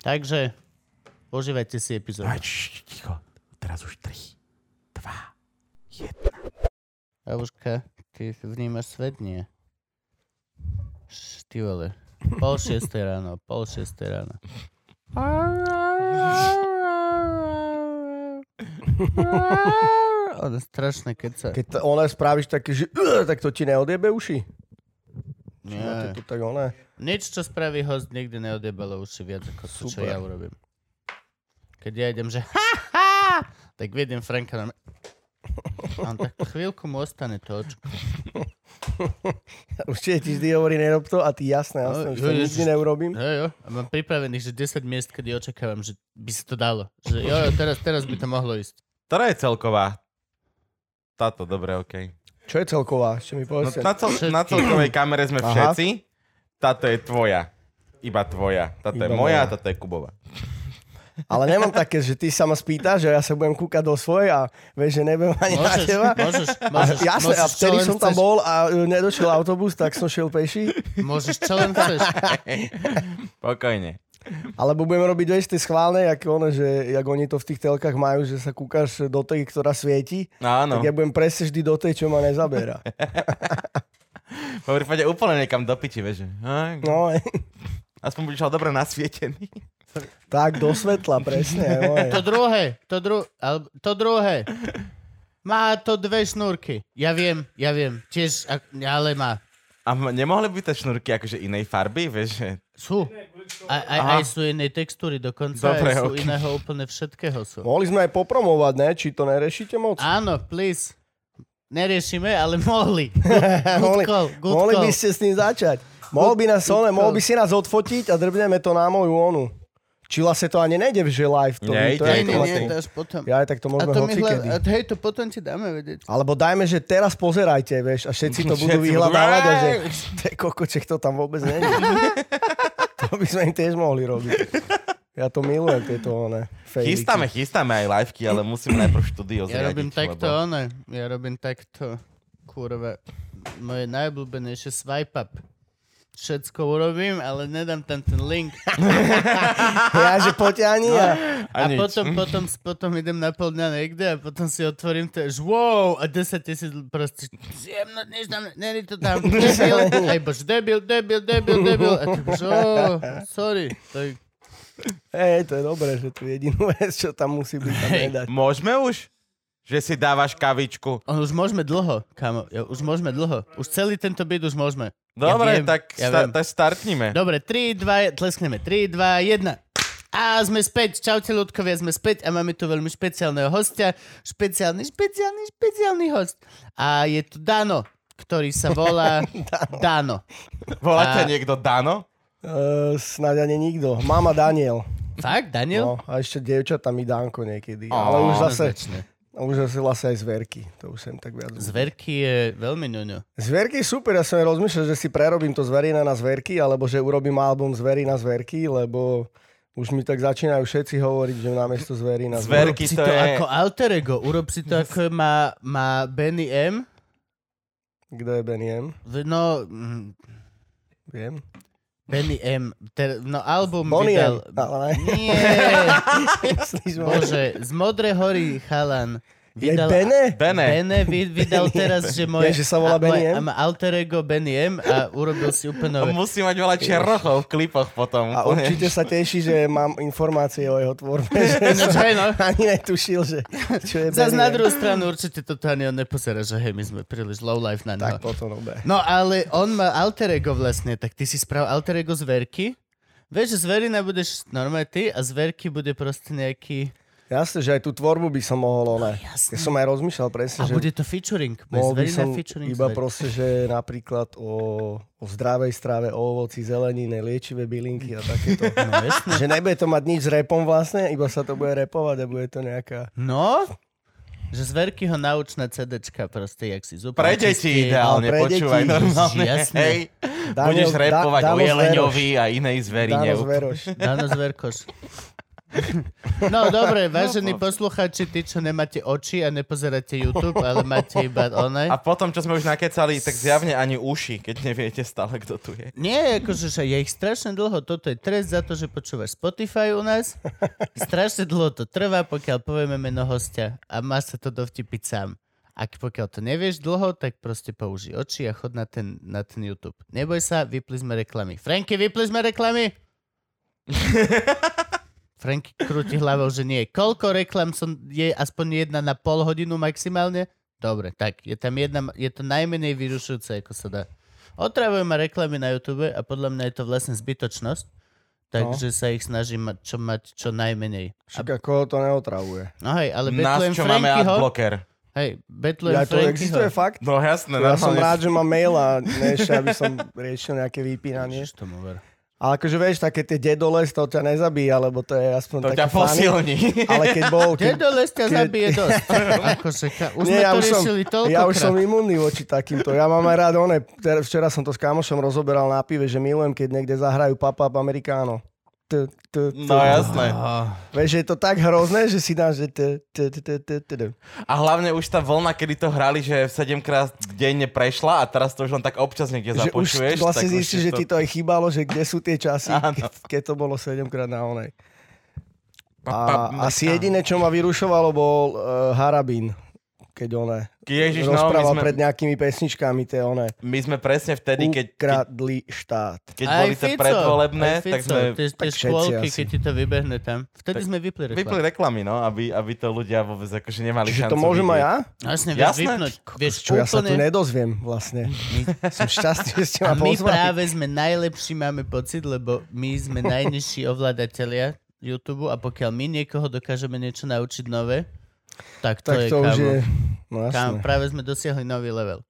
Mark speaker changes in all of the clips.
Speaker 1: Takže užívajte si epizódu.
Speaker 2: Aj, š, ticho, teraz už 3, 2, 1.
Speaker 1: Aluška, ty vnímaš svet? Nie. Š, Ty vole. Pol šiestej ráno, pol šiestej ráno. Ono strašné, keď sa...
Speaker 3: Keď to oné spravíš také, že "Ugh", tak to ti neodjebe uši. Máte
Speaker 1: Nie.
Speaker 3: to tak oné.
Speaker 1: Nič, čo spraví host, nikdy neodebalo uši viac ako to, čo
Speaker 3: Super.
Speaker 1: ja urobím. Keď ja idem, že ha, ha, tak vidím Franka na mňa. A on tak chvíľku mu ostane to očko.
Speaker 3: Určite ti vždy hovorí, nerob to a ty jasné, jasné,
Speaker 1: No,
Speaker 3: už to
Speaker 1: jo,
Speaker 3: nikdy
Speaker 1: ježiš.
Speaker 3: neurobím.
Speaker 1: Jo, jo. A mám pripravených, že 10 miest, kedy očakávam, že by sa to dalo. Že jo, jo, teraz, teraz by to mohlo ísť.
Speaker 2: Ktorá je celková? Táto, dobre, okej.
Speaker 3: Čo je celková? Ešte
Speaker 2: No,
Speaker 3: mi povedzte.
Speaker 2: na, cel- na celkovej kamere sme
Speaker 3: Aha.
Speaker 2: všetci. Táto je tvoja. Iba tvoja. Táto je
Speaker 3: Iba
Speaker 2: moja,
Speaker 3: moja.
Speaker 2: táto je Kubova.
Speaker 3: Ale nemám také, že ty sa ma spýtaš a ja sa budem kúkať do svojej a vieš, že nebudem ani na
Speaker 1: Môžeš,
Speaker 3: teba.
Speaker 1: môžeš,
Speaker 3: A
Speaker 1: môžeš.
Speaker 3: jasné,
Speaker 1: môžeš,
Speaker 3: a vtedy
Speaker 1: čo len
Speaker 3: som tam
Speaker 1: chceš.
Speaker 3: bol a e, nedošiel autobus, tak som šiel peši.
Speaker 1: Môžeš, čo len chceš.
Speaker 2: Pokojne.
Speaker 3: Alebo budeme robiť, vieš, tie schválne, jak, one, že, jak oni to v tých telkách majú, že sa kúkaš do tej, ktorá svieti.
Speaker 2: No Áno.
Speaker 1: No.
Speaker 3: Tak ja budem presne vždy do tej, čo ma nezabera.
Speaker 2: Po prípade úplne niekam do piči, vieš. že, "Á,
Speaker 3: No,
Speaker 2: Aspoň budeš ale dobre nasvietený.
Speaker 3: tak do svetla, presne. moje.
Speaker 1: To druhé, to, dru, alebo to druhé. Má to dve šnúrky. Ja viem, ja viem. Tiež, a- ale má.
Speaker 2: A m- nemohli by tie šnúrky akože inej farby, vieš? že-
Speaker 1: Sú. Aj, aj,
Speaker 2: Aha.
Speaker 1: aj sú inej textúry dokonca,
Speaker 2: Dobre,
Speaker 1: aj sú
Speaker 2: ok.
Speaker 1: iného úplne všetkého sú.
Speaker 3: Mohli sme aj popromovať, ne? Či to nerešíte moc?
Speaker 1: Áno, please. Neriešime, ale mohli.
Speaker 3: mohli,
Speaker 1: Good call, good
Speaker 3: mohli
Speaker 1: call.
Speaker 3: by ste s tým začať. Mohol by nás
Speaker 1: Good
Speaker 3: one, mohol
Speaker 1: call.
Speaker 3: by si nás odfotiť a drbneme to na moju onu. Či vlastne to ani nejde, že live to.
Speaker 2: Nejde,
Speaker 3: to
Speaker 1: Nie,
Speaker 3: je
Speaker 1: nie, nie,
Speaker 3: automaticky.
Speaker 1: to až potom.
Speaker 3: Ja aj tak
Speaker 1: A
Speaker 3: to môžeme
Speaker 1: to my hľad...
Speaker 3: hocikedy.
Speaker 1: a hej, to potom ti dáme vedieť.
Speaker 3: Alebo dajme, že teraz pozerajte, vieš, a všetci to
Speaker 2: Všetci
Speaker 3: budú
Speaker 2: budú,
Speaker 3: vyhľadávať a že
Speaker 2: "Ej!"
Speaker 3: to je kokoček, to tam vôbec nie je. to by sme im tiež mohli robiť. Ja to milujem, tieto one. fejliky.
Speaker 2: Chystáme, chystáme aj liveky, ale musíme najprv štúdio zriadiť.
Speaker 1: Ja robím takto,
Speaker 2: lebo-
Speaker 1: ono. Ja robím takto, kurva. Moje najobľúbenejšie swipe up. Všetko urobím, ale nedám tam ten link.
Speaker 3: Ja, že poďte ani ja.
Speaker 1: A,
Speaker 2: nič.
Speaker 1: potom, potom, potom idem na pol dňa niekde a potom si otvorím to, že wow, a 10 tisíc proste, jemno, nič tam, není to tam, debil, aj bož, debil, debil, debil, debil, a ty bož, oh, sorry. Tak,
Speaker 3: Hej, to je dobré, že tu jedinú vec, čo tam musí byť, tam nedať.
Speaker 2: Môžeme už? Že si dávaš kavičku.
Speaker 1: on, už môžeme dlho, kamo, ja, už môžeme dlho, už celý tento byt už môžeme.
Speaker 2: Dobre,
Speaker 1: viem,
Speaker 2: tak,
Speaker 1: ja
Speaker 2: sta-
Speaker 1: viem.
Speaker 2: tak startnime.
Speaker 1: Dobre, 3, 2, tleskneme. 3, 2, 1. A sme späť. Čaute ľudkovia, sme späť a máme tu veľmi špeciálneho hostia. Špeciálny, špeciálny, špeciálny host. A je tu Dano, ktorý sa volá Dano.
Speaker 2: Volá ťa
Speaker 1: A-
Speaker 2: niekto Dano?
Speaker 3: Uh, snáď ani nikto. Mama Daniel.
Speaker 1: Fakt, Daniel?
Speaker 3: No, a ešte dievčatá mi Danko niekedy. ale už zase,
Speaker 1: Jednoznačne.
Speaker 3: už zase vlastne aj zverky. To už sem tak viac.
Speaker 1: Zverky je veľmi ňoňo.
Speaker 3: Zverky super, ja som aj rozmýšľal, že si prerobím to zverina na zverky, alebo že urobím album zverina na zverky, lebo Už mi tak začínajú všetci hovoriť, že namiesto zverí na
Speaker 2: Zver-
Speaker 1: Urob si
Speaker 2: to
Speaker 1: to,
Speaker 2: je-
Speaker 1: ako alter ego, urob si to ako má, má Benny M.
Speaker 3: Kto je Benny M?
Speaker 1: No, mm,
Speaker 3: Viem.
Speaker 1: Benny M. Ter, no album
Speaker 3: Bonnie
Speaker 1: vydal...
Speaker 3: M. Ale ne.
Speaker 1: Nie,
Speaker 3: Myslíš, že-
Speaker 1: bože, z Modré hory chalan.
Speaker 3: Je
Speaker 1: Vydal,
Speaker 3: Bene?
Speaker 2: Bene.
Speaker 1: Bene vy, vydal teraz, že moje...
Speaker 3: Vieš, že sa
Speaker 1: a
Speaker 3: volá
Speaker 1: moje-
Speaker 3: Benny M?
Speaker 1: a má alter ego Benny M a urobil si úplne nové.
Speaker 2: Musí mať veľa černochov v klipoch potom.
Speaker 3: A
Speaker 2: úplne.
Speaker 3: určite sa teší, že mám informácie o jeho tvorbe.
Speaker 1: No,
Speaker 3: Že
Speaker 1: čo je, no?
Speaker 3: ani netušil, že čo je
Speaker 1: Zas
Speaker 3: Benny
Speaker 1: na
Speaker 3: M.
Speaker 1: druhú stranu určite toto ani on nepozerá, že hej, my sme príliš low life na neho.
Speaker 3: Tak potom obe.
Speaker 1: No ale on má alter ego vlastne, tak ty si spravil alter ego zverky. Vieš, že zverina budeš normálne ty a zverky bude proste nejaký...
Speaker 3: Jasne, že aj tú tvorbu by som mohol, ne?
Speaker 1: No, jasné.
Speaker 3: Ja som aj rozmýšľal
Speaker 1: A
Speaker 3: presne, že
Speaker 1: bude to featuring. Bude
Speaker 3: mohol by
Speaker 1: zverina
Speaker 3: som
Speaker 1: featuring
Speaker 3: iba
Speaker 1: zver.
Speaker 3: proste, že napríklad o, o zdravej strave, o ovoci, zelenine, liečivé bylinky a takéto.
Speaker 1: No, jasné.
Speaker 3: že nebude to mať nič s repom vlastne, iba sa to bude repovať a bude to nejaká...
Speaker 1: No, že zverky ho nauč na CDčka proste, jak si zúpal.
Speaker 2: Pre deti ideálne,
Speaker 3: pre deti,
Speaker 2: počúvaj normálne.
Speaker 1: jasne.
Speaker 2: Hej,
Speaker 3: Daniel-
Speaker 2: budeš
Speaker 3: Da-
Speaker 2: repovať o
Speaker 3: Dano
Speaker 2: jeleňovi a inej zverine.
Speaker 3: Dáno zveroš.
Speaker 1: Dano no, Zverkoš. No dobre, vážení poslucháči, tí, čo nemáte oči a nepozeráte YouTube, ale máte iba
Speaker 2: A
Speaker 1: one.
Speaker 2: potom, čo sme už nakecali, tak zjavne ani uši, keď neviete stále, kto tu je.
Speaker 1: Nie, akože že je ich strašne dlho, toto je trest za to, že počúvaš Spotify u nás. Strašne dlho to trvá, pokiaľ povieme meno hostia a má sa to dovtipiť sám. A pokiaľ to nevieš dlho, tak proste použij oči a chod na ten, na ten YouTube. Neboj sa, vypli sme reklamy. Franky, vypli sme reklamy! Franky krúti hlavou, že nie. Koľko reklam som, je aspoň jedna na pol hodinu maximálne? Dobre, tak je tam jedna, je to najmenej vyrušujúce, ako sa dá. Otravujú ma reklamy na YouTube a podľa mňa je to vlastne zbytočnosť, takže
Speaker 3: No.
Speaker 1: sa ich snažím mať čo, mať čo najmenej. A,
Speaker 3: Však koho to neotravuje.
Speaker 1: no hej, ale
Speaker 2: Nás,
Speaker 1: Betlujem
Speaker 2: čo máme
Speaker 1: Frankyho,
Speaker 2: adblocker.
Speaker 1: hej, Betlujem
Speaker 3: Ja, to
Speaker 1: Frankyho.
Speaker 3: existuje fakt?
Speaker 2: No jasné,
Speaker 3: Ja som
Speaker 2: normálne.
Speaker 3: rád, že mám mail a než aby som riešil nejaké vypínanie.
Speaker 1: Ježiš, tomu ver.
Speaker 3: Ale akože vieš, také tie dedoles, to ťa nezabíja, lebo to je aspoň
Speaker 2: To
Speaker 3: také
Speaker 2: ťa
Speaker 3: funny.
Speaker 2: posilní.
Speaker 3: Ale keď bol... Keď...
Speaker 1: Dedo Lesťa
Speaker 3: keď-
Speaker 1: zabije dosť. Akože, ka- už sme
Speaker 3: ja
Speaker 1: to
Speaker 3: už, som,
Speaker 1: riešili toľkokrát.
Speaker 3: ja už som imunný voči takýmto. Ja mám aj rád one. ter- Včera som to s kamošom rozoberal na pive, že milujem, keď niekde zahrajú papa amerikáno. T, t, t.
Speaker 2: No jasné.
Speaker 3: Vieš, že je to tak hrozné, že si dáš, že... T, t, t, t, t, t, t.
Speaker 2: A hlavne už tá vlna, kedy to hrali, že 7 krát denne prešla a teraz to už len tak občas niekde
Speaker 3: Že už
Speaker 2: započuješ.
Speaker 3: vlastne
Speaker 2: tak už
Speaker 3: zistíš,
Speaker 2: je
Speaker 3: že ti to aj chýbalo, že kde sú tie časy,
Speaker 2: Áno.
Speaker 3: keď, keď to bolo 7 krát na onej.
Speaker 2: Pa, pa,
Speaker 3: A, asi
Speaker 2: mrká.
Speaker 3: jediné, čo ma vyrušovalo, bol uh, Harabín, keď one
Speaker 2: Ježiš, no, my
Speaker 3: rozprával
Speaker 2: sme,
Speaker 3: pred nejakými pesničkami, tie one.
Speaker 2: my sme presne vtedy, keď, keď,
Speaker 3: Ukradli štát.
Speaker 2: keď
Speaker 1: Aj
Speaker 2: boli tie
Speaker 1: Fico,
Speaker 2: predvolebné,
Speaker 1: aj Fico,
Speaker 2: tak sme
Speaker 1: Tie, tie
Speaker 3: tak všetci
Speaker 1: škôlky,
Speaker 3: asi.
Speaker 1: keď ti to vybehne tam. Vtedy
Speaker 2: Tak
Speaker 1: sme vypli reklamu.
Speaker 2: vypli reklamy, no, aby, aby to ľudia vôbec akože nemali
Speaker 3: Čiže
Speaker 2: šancu.
Speaker 3: to môžem aj ja?
Speaker 1: Jasne, vieš
Speaker 2: Jasné.
Speaker 1: vypnúť. Vieš,
Speaker 3: Čo ja sa tu
Speaker 1: úplne...
Speaker 3: nedozviem vlastne. Som šťastný, že ste
Speaker 1: A
Speaker 3: ma
Speaker 1: my
Speaker 3: pozvali.
Speaker 1: práve sme najlepší, máme pocit, lebo my sme najnižší ovládatelia YouTube a pokiaľ my niekoho dokážeme niečo naučiť nové, tak to
Speaker 3: Tak
Speaker 1: je
Speaker 3: to už
Speaker 1: kámo.
Speaker 3: je... No
Speaker 1: Kámo,
Speaker 3: jasne.
Speaker 1: práve sme dosiahli nový level.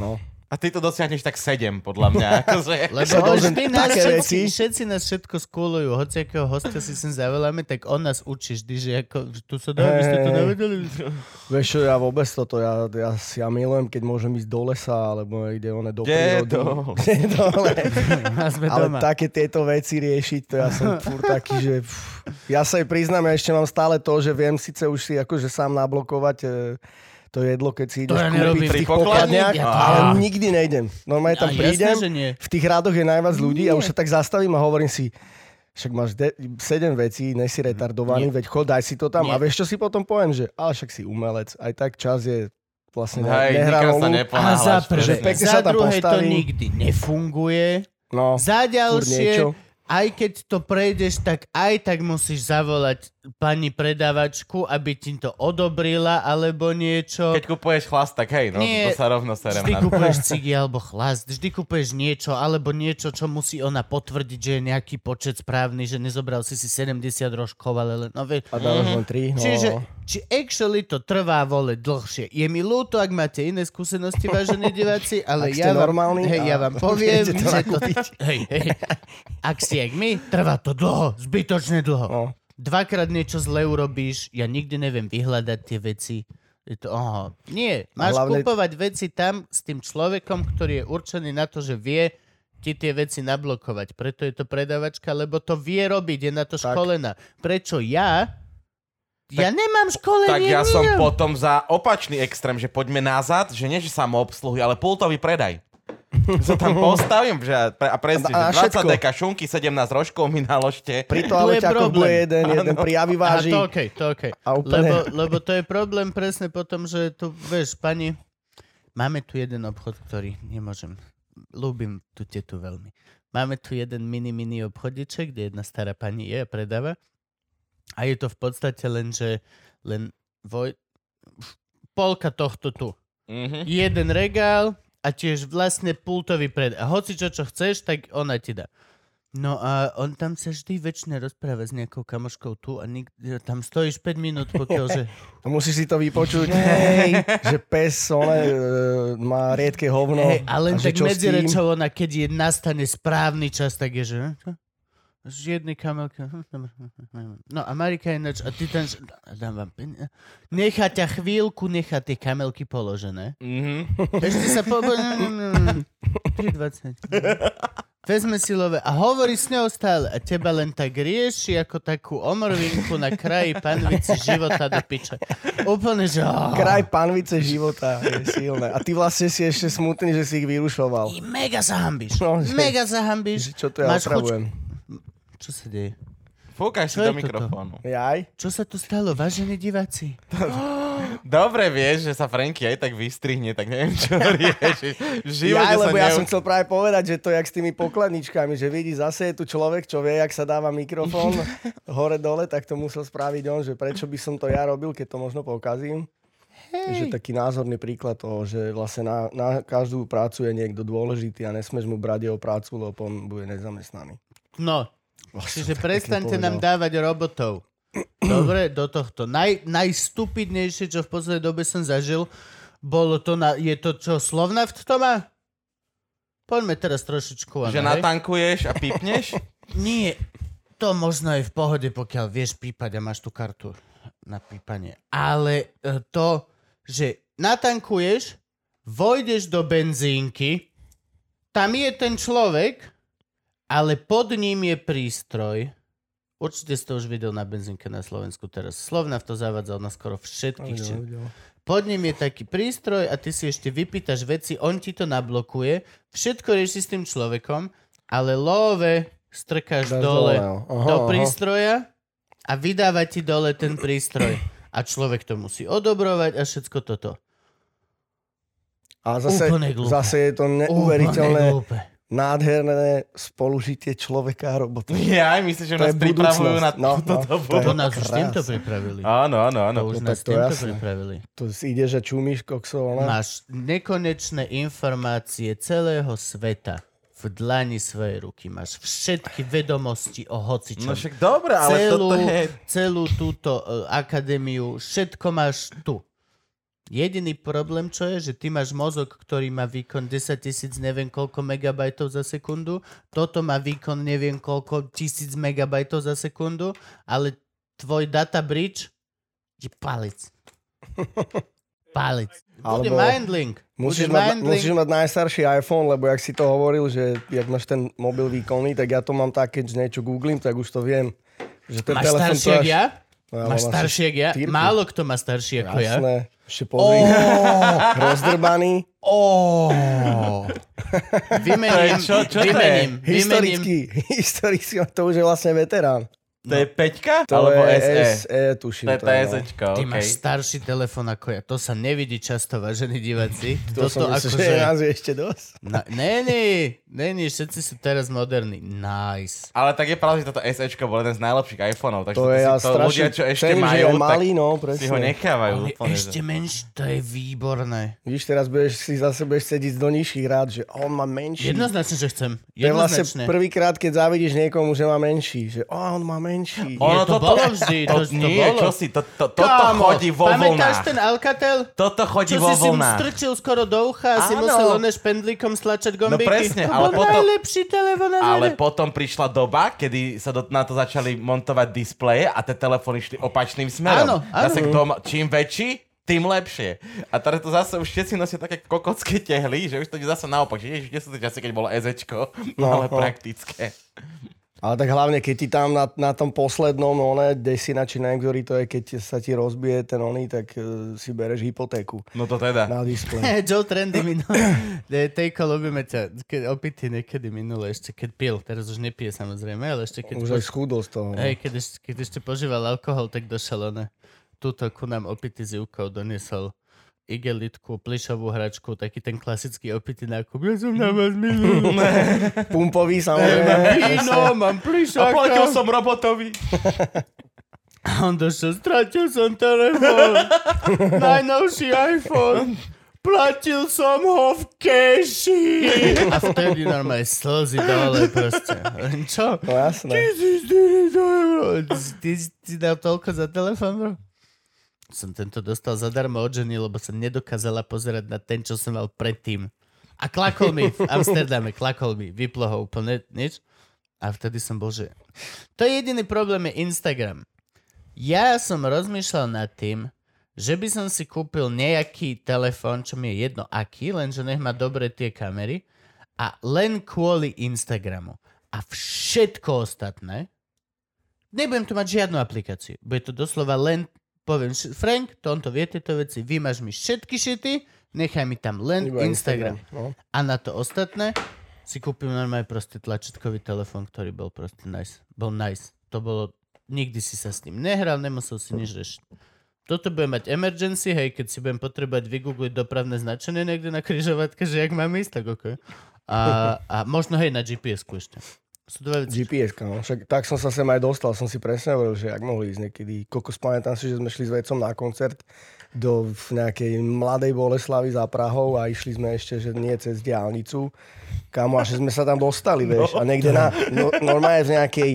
Speaker 3: No.
Speaker 2: A ty to dosiahneš tak 7, podľa mňa. akože.
Speaker 1: Lebo
Speaker 3: Sa
Speaker 1: on
Speaker 3: dozviem
Speaker 1: vždy nás
Speaker 3: také
Speaker 1: všetci,
Speaker 3: veci.
Speaker 1: všetci nás všetko skúlujú, hoci akého hostia si sem zaveláme, tak on nás učí vždy, že ako, že tu sa dá, vy ste to
Speaker 3: Hej.
Speaker 1: nevedeli.
Speaker 3: Vieš čo, ja vôbec toto, ja, ja, ja milujem, keď môžem ísť do lesa, alebo ide one do
Speaker 2: Kde je
Speaker 3: prírody.
Speaker 2: to?
Speaker 3: Kde je to? Ale-
Speaker 1: A sme
Speaker 3: Ale
Speaker 1: doma.
Speaker 3: také tieto veci riešiť, to ja som furt taký, že... pff. Ja sa aj priznám, ja ešte mám stále to, že viem síce už si akože sám nablokovať e, to jedlo, keď si ideš
Speaker 1: ja nerobím.
Speaker 3: kúpiť v
Speaker 2: Pri
Speaker 3: tých
Speaker 2: pokladni?
Speaker 3: pokladniach,
Speaker 1: Ja to-
Speaker 3: ale nikdy nejdem. Normálne tam
Speaker 1: A jasné,
Speaker 3: prídem,
Speaker 1: že nie.
Speaker 3: v tých rádoch je najviac ľudí a už sa tak zastavím a hovorím si, však máš de- 7 vecí, nesi retardovaný, veď chod, daj si to tam.
Speaker 1: Nie.
Speaker 3: A vieš, čo si potom poviem, že ale však si umelec, aj tak čas je vlastne ne-
Speaker 2: Hej, nikam sa
Speaker 3: nehranolú.
Speaker 1: A
Speaker 2: neponáhľaš.
Speaker 1: za
Speaker 3: že
Speaker 1: prvé,
Speaker 3: pekne
Speaker 1: za
Speaker 3: sa tam
Speaker 1: druhé to
Speaker 3: postavím.
Speaker 1: nikdy nefunguje.
Speaker 3: No,
Speaker 1: Za
Speaker 3: niečo.
Speaker 1: ďalšie, aj keď to prejdeš, tak aj tak musíš zavolať pani predavačku, aby ti to odobrila alebo niečo.
Speaker 2: Keď kupuješ chlast, tak hej, no,
Speaker 1: Nie.
Speaker 2: to sa rovno serem
Speaker 1: Vždy
Speaker 2: na to.
Speaker 1: kupuješ cigy alebo chlast, vždy kupuješ niečo alebo niečo, čo musí ona potvrdiť, že je nejaký počet správny, že nezobral si si 70 rožkov, ale len... No, vie,
Speaker 3: A dávaš len 3. No.
Speaker 1: Čiže, či actually to trvá, vole, dlhšie. Je mi ľúto, ak máte iné skúsenosti, vážení diváci, ale
Speaker 3: Ak ste
Speaker 1: ja vám,
Speaker 3: normálni
Speaker 1: hej,
Speaker 3: a
Speaker 1: ja vám poviem,
Speaker 3: viete to
Speaker 1: že to, hej, hej, ak si jak my, trvá to dlho, zbytočne dlho.
Speaker 3: No.
Speaker 1: Dvakrát niečo zle urobíš, ja nikdy neviem vyhľadať tie veci. Je to, oho. Nie, máš
Speaker 3: hlavne-
Speaker 1: hlavne... kupovať veci tam s tým človekom, ktorý je určený na to, že vie, ti tie veci nablokovať. Preto je to predavačka, lebo to vie robiť, je na to
Speaker 3: Tak.
Speaker 1: školená. Prečo ja? ja nemám školenie.
Speaker 2: Tak ja som
Speaker 1: nemám.
Speaker 2: potom za opačný extrém, že poďme nazad, že nie že samoobsluhy, ale pultový predaj. Sa tam postavím že a, pre, a presne,
Speaker 3: A- a
Speaker 2: že 20
Speaker 3: všetko.
Speaker 2: deka šunky, 17 rožkov mi naložte.
Speaker 3: Pri
Speaker 1: Tu
Speaker 3: to ale
Speaker 1: je
Speaker 3: ťa
Speaker 1: problém.
Speaker 3: kokuje jeden, jeden prijavy
Speaker 1: Aha,
Speaker 3: váži.
Speaker 1: to okej, to okej.
Speaker 3: A úplne-
Speaker 1: Lebo, lebo to je problém presne potom, že tu, vieš, pani, máme tu jeden obchod, ktorý nemôžem, ľúbim tu tetu veľmi. Máme tu jeden mini, mini obchodiček, kde jedna stará pani je a predáva. A je to v podstate len, že len voj... polka tohto tu.
Speaker 2: Mhm.
Speaker 1: Jeden regál a tiež vlastne pultový pred. A hoci čo, čo chceš, tak ona ti dá. No a on tam sa vždy väčšine rozpráva s nejakou kamoškou tu a nik- tam stojíš 5 minút, pokiaľ že...
Speaker 3: no Musíš si to vypočuť, hej, že pes ona, e, má riedke hovno.
Speaker 1: Hej, a len
Speaker 3: No, a že
Speaker 1: tak
Speaker 3: čo s
Speaker 1: medzi
Speaker 3: tým?
Speaker 1: rečou ona, keď je nastane správny čas, tak je, že... hm, čo? Z jednej kamelky. hm, dobre, hm, hm. No a Marika ináč, a ty ten... Dám vám... peni- Nechá ťa chvíľku, nechá tie kamelky položené.
Speaker 2: Mhm.
Speaker 1: Ešte sa po... 3,20. Vezme si love a hovorí s ňou stále a teba len tak rieši ako takú omrvinku na kraji panvici života do piče. Úplne, že... Oh,
Speaker 3: Kraj panvice života je silné. A ty vlastne si ešte smutný, že si ich
Speaker 1: I
Speaker 3: vyrušoval.
Speaker 1: mega zahambíš.
Speaker 3: No, že-
Speaker 1: mega zahambíš.
Speaker 3: Že čo to ja
Speaker 1: Máš chuť-
Speaker 3: otravujem.
Speaker 1: Čo sa deje?
Speaker 2: Fúkaš si
Speaker 1: Čo je
Speaker 2: do
Speaker 1: toto?
Speaker 2: mikrofónu.
Speaker 3: Jaj?
Speaker 1: Čo sa tu stalo, vážení diváci?
Speaker 2: Dobre vieš, že sa Franky aj tak vystrihne, tak neviem, čo riešiš. V živote
Speaker 3: Ja,
Speaker 2: sa
Speaker 3: lebo ja
Speaker 2: neu-
Speaker 3: som chcel práve povedať, že to je jak s tými pokladničkami, že vidí zase je tu človek, čo vie, jak sa dáva mikrofón hore-dole, tak to musel spraviť on, že prečo by som to ja robil, keď to možno pokazím. Hej. Že taký názorný príklad toho, že vlastne na, na každú prácu je niekto dôležitý a nesmeš mu brať jeho prácu, lebo on bude nezamestnaný.
Speaker 1: No,
Speaker 3: Vlastne
Speaker 1: čiže
Speaker 3: to
Speaker 1: prestaňte
Speaker 3: pekne
Speaker 1: nám
Speaker 3: povedal.
Speaker 1: dávať robotov. Dobre, do tohto. Naj, najstupidnejšie, čo v poslednej dobe som zažil, bolo to na... Je to čo, Slovnaft to má? Poďme teraz trošičku. áno,
Speaker 2: Že
Speaker 1: hej?
Speaker 2: natankuješ a pipneš?
Speaker 1: Nie, to možno je v pohode, pokiaľ vieš pípať a máš tú kartu na pípanie. Ale e, to, že natankuješ, vojdeš do benzínky, tam je ten človek, ale pod ním je prístroj. Určite ste už videl na benzínke na Slovensku teraz. Slovna v to zavadzal na skoro všetkých.
Speaker 3: Videl,
Speaker 1: čin-
Speaker 3: videl.
Speaker 1: pod ním je taký prístroj a ty si ešte vypýtaš veci, on ti to nablokuje, všetko rieši s tým človekom, ale love strkáš
Speaker 3: Dáš
Speaker 1: dole,
Speaker 3: dole, no. Aha,
Speaker 1: do
Speaker 3: aha.
Speaker 1: prístroja a vydáva ti dole ten prístroj. A človek to musí odobrovať a všetko toto.
Speaker 3: A zase,
Speaker 1: Úplne glúpe.
Speaker 3: zase je to neuveriteľné,
Speaker 1: Úplne glúpe.
Speaker 3: nádherné spolužitie človeka a robota.
Speaker 2: Ja aj myslím, že
Speaker 3: To je
Speaker 2: nás pripravujú
Speaker 3: budúcnosť.
Speaker 2: na
Speaker 3: No,
Speaker 2: túto
Speaker 3: no,
Speaker 2: dobu.
Speaker 3: to je
Speaker 1: To nás už
Speaker 3: krásne.
Speaker 1: týmto pripravili.
Speaker 2: Áno, áno, áno.
Speaker 1: To už
Speaker 3: no
Speaker 1: nás
Speaker 3: tak to
Speaker 1: týmto
Speaker 3: jasné. No.
Speaker 1: pripravili.
Speaker 3: Tu si ideš a čumíš koksov, ona.
Speaker 1: Máš nekonečné informácie celého sveta v dlani svojej ruky. Máš všetky vedomosti o hocičom.
Speaker 2: No však dobre, ale
Speaker 1: celú,
Speaker 2: toto je...
Speaker 1: celú túto e, akadémiu, všetko máš tu. Jediný problém, čo je, že ty máš mozog, ktorý má výkon 10 tisíc neviem koľko megabajtov za sekundu, toto má výkon neviem koľko tisíc megabajtov za sekundu, ale tvoj data bridge je palec. Palec. Bude
Speaker 3: Alebo
Speaker 1: mindlink.
Speaker 3: Musíš
Speaker 1: Bude
Speaker 3: mať,
Speaker 1: mindlink.
Speaker 3: musíš mať najstarší iPhone, lebo jak si to hovoril, že jak máš ten mobil výkonný, tak ja to mám tak, keď niečo googlim, tak už to viem. Že ten
Speaker 1: Máš
Speaker 3: telefon
Speaker 1: starší
Speaker 3: to
Speaker 1: jak
Speaker 3: až-
Speaker 1: ja?
Speaker 3: No, ja
Speaker 1: Máš
Speaker 3: mám asi
Speaker 1: starší jak ja?
Speaker 3: štyrku.
Speaker 1: Málo kto má starší ako ja.
Speaker 3: Jasné. Ešte pozri. Rozdrbaný.
Speaker 2: Oh.
Speaker 1: Vymením,
Speaker 2: čo- čo to je?
Speaker 1: vymením, vymením.
Speaker 3: Historický. Historický. To už je vlastne veterán.
Speaker 2: To
Speaker 1: no.
Speaker 2: je peťka?
Speaker 3: To
Speaker 2: Alebo
Speaker 1: E.
Speaker 3: je E.
Speaker 2: SE?
Speaker 3: SE, tuším.
Speaker 2: To je
Speaker 3: to
Speaker 2: tá
Speaker 3: je, no.
Speaker 2: SEčka,
Speaker 1: Ty
Speaker 2: okej.
Speaker 1: máš starší telefon ako ja. To sa nevidí často, vážení diváci.
Speaker 3: To som
Speaker 1: Toto
Speaker 3: myslel,
Speaker 1: akože...
Speaker 3: že nás je ešte dosť.
Speaker 1: Na... Není, není, všetci sú teraz moderní. Nice.
Speaker 2: Ale tak je pravda, že toto SEčko bol jeden z najlepších iPhoneov, takže
Speaker 3: To je
Speaker 2: si
Speaker 3: ja
Speaker 2: to ľudia,
Speaker 3: strašne.
Speaker 2: čo ešte
Speaker 3: cením, že
Speaker 2: majú,
Speaker 3: je malý, no,
Speaker 2: tak si ho
Speaker 3: presne.
Speaker 2: nechávajú
Speaker 1: On je
Speaker 2: úplne.
Speaker 1: ešte menší, to je výborné.
Speaker 3: Víš, teraz budeš si zase budeš sedieť do nižších rád, že on má menší.
Speaker 1: Jednoznačne, že chcem.
Speaker 3: To je vlastne
Speaker 1: Jednoznačne.
Speaker 3: prvýkrát, keď závidíš niekomu, že má menší. Že oh, on má menší.
Speaker 1: O- to bolo vždy, to- to
Speaker 2: nie,
Speaker 1: bolo.
Speaker 2: čo si, to, to, toto chodí vo
Speaker 1: pamätáš
Speaker 2: vlnách.
Speaker 1: ten Alcatel?
Speaker 2: Toto chodí
Speaker 1: Čo
Speaker 2: vo
Speaker 1: si si mu
Speaker 2: vlnách.
Speaker 1: strčil skoro do ucha a si
Speaker 2: Áno. No
Speaker 1: musel one špendlíkom stlačať gombíky.
Speaker 2: presne,
Speaker 1: to
Speaker 2: ale
Speaker 1: bol
Speaker 2: potom-
Speaker 1: najlepší telefon na
Speaker 2: Ale
Speaker 1: ale...
Speaker 2: potom prišla doba, kedy sa do, na to začali montovať displeje a tie telefóny šli opačným smerom.
Speaker 1: Áno, áno.
Speaker 2: Zase kto, ma- čím väčší, tým lepšie. A teraz to zase už všetci nosia také kokocké tehly, že už to je zase naopak. Že ježiš, kde sú tie časy, keď bolo ezečko, no,
Speaker 3: No,
Speaker 2: ale
Speaker 3: no.
Speaker 2: praktické.
Speaker 3: Ale tak hlavne, keď ti tam na, na tom poslednom, no, one, desina či na ktorý to je, keď sa ti rozbije ten oný, tak e, si bereš hypotéku
Speaker 2: No to teda.
Speaker 3: na displej.
Speaker 1: Joe Trendy minulé. Ne, Tejko, ľúbime ťa. Keď opity niekedy minule, ešte keď pil. Teraz už nepije samozrejme, ale ešte keď...
Speaker 3: Už aj schudol z toho.
Speaker 1: Hej, keď ešte, keď ešte požíval alkohol, tak došel on. Tuto ku nám opity z Ivkou doniesol igelitku, plišovú hračku, taký ten klasický opitý nákup. Ja som na vás minul.
Speaker 3: Pumpový samozrejme.
Speaker 1: Víno, mám plišáka.
Speaker 2: Oplatil som robotovi.
Speaker 1: A on došiel, stratil som telefón. Najnovší iPhone. Platil som ho v keši. A vtedy normálne slzy dole proste. Čo?
Speaker 3: No jasné.
Speaker 1: 1400 eur. Ty si dal toľko za telefón, bro? Som tento dostal zadarmo od ženy, lebo som nedokázala pozerať na ten, čo som mal predtým. A klakol mi v Amsterdame, klakol mi, vyplo ho úplne nič. A vtedy som bol, že... To je jediný problém je Instagram. Ja som rozmýšľal nad tým, že by som si kúpil nejaký telefón, čo mi je jedno aký, lenže nech má dobre tie kamery a len kvôli Instagramu. A všetko ostatné, nebudem tu mať žiadnu aplikáciu. Bude to doslova len, poviem, š- Frank, tomto vie tieto veci, vymaž mi všetky šity, nechaj mi tam len
Speaker 3: Iba
Speaker 1: Instagram.
Speaker 3: No.
Speaker 1: A na to ostatné si kúpim normálne proste tlačítkový telefón, ktorý bol proste nice. Bol nice. To bolo, nikdy si sa s ním nehral, nemusel si nič riešiť. Toto bude mať emergency, hej, keď si budem potrebovať vygoogliť dopravné značenie niekde na križovatke, že jak mám ísť, tak okay. A, a možno hej, na GPS-ku ešte. Sú dva veci.
Speaker 3: gps no. Však, tak som sa sem aj dostal, som si presne hovoril, že ak mohli ísť niekedy. Kokos, pamätám si, že sme šli s vecom na koncert do v nejakej mladej Boleslavy za Prahou a išli sme ešte, že nie cez diálnicu. Kámo, až sme sa tam dostali, vieš. A niekde na, no, normálne v nejakej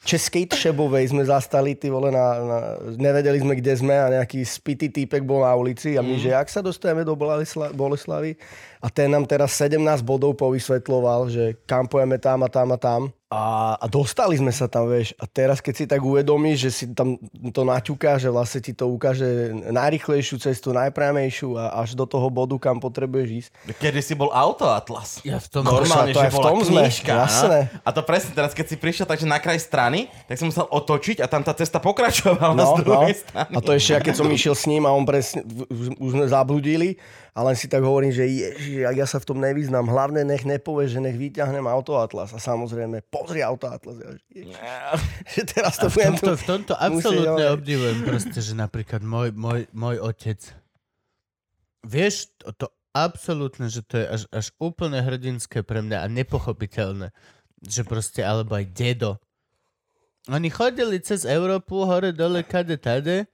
Speaker 3: Českej Třebovej sme zastali, ty vole, na, na, nevedeli sme, kde sme a nejaký spitý týpek bol na ulici a my, mm. že jak sa dostaneme do Bolesla, Boleslavy a ten nám teraz 17 bodov povysvetloval, že kam pojeme tam a tam a tam. A, a dostali sme sa tam, vieš. A teraz, keď si tak uvedomíš, že si tam to naťuká, že vlastne ti to ukáže najrychlejšiu cestu, najpriamejšiu a až do toho bodu, kam potrebuješ ísť.
Speaker 2: Kedy si bol autoatlas.
Speaker 1: Ja v tom...
Speaker 2: Normálne,
Speaker 3: to
Speaker 2: že
Speaker 3: aj v
Speaker 2: bola
Speaker 3: tom sme,
Speaker 2: knižka. áno.
Speaker 3: jasné.
Speaker 2: A to presne teraz, keď si prišiel takže na kraj strany, tak som musel otočiť a tam tá cesta pokračovala z druhej strany.
Speaker 3: No, A to ešte, ja keď som išiel s ním a on presne, v- už, už sme zabludili a len si tak hovorím, že ježi, ja sa v tom nevyznám. Hlavne nech nepovie, že nech vyťahnem autoatlas. A samozrejme, pozri autoatlas. Ja, že, ježiš, že teraz to
Speaker 1: V
Speaker 3: budem
Speaker 1: tomto, v tomto absolútne
Speaker 3: hovoriť.
Speaker 1: obdivujem proste, že napríklad môj, môj, môj otec. Vieš, to, to absolútne, že to je až, až úplne hrdinské pre mňa a nepochopiteľné. Že proste, alebo aj dedo. Oni chodili cez Európu, hore, dole, kade, tade,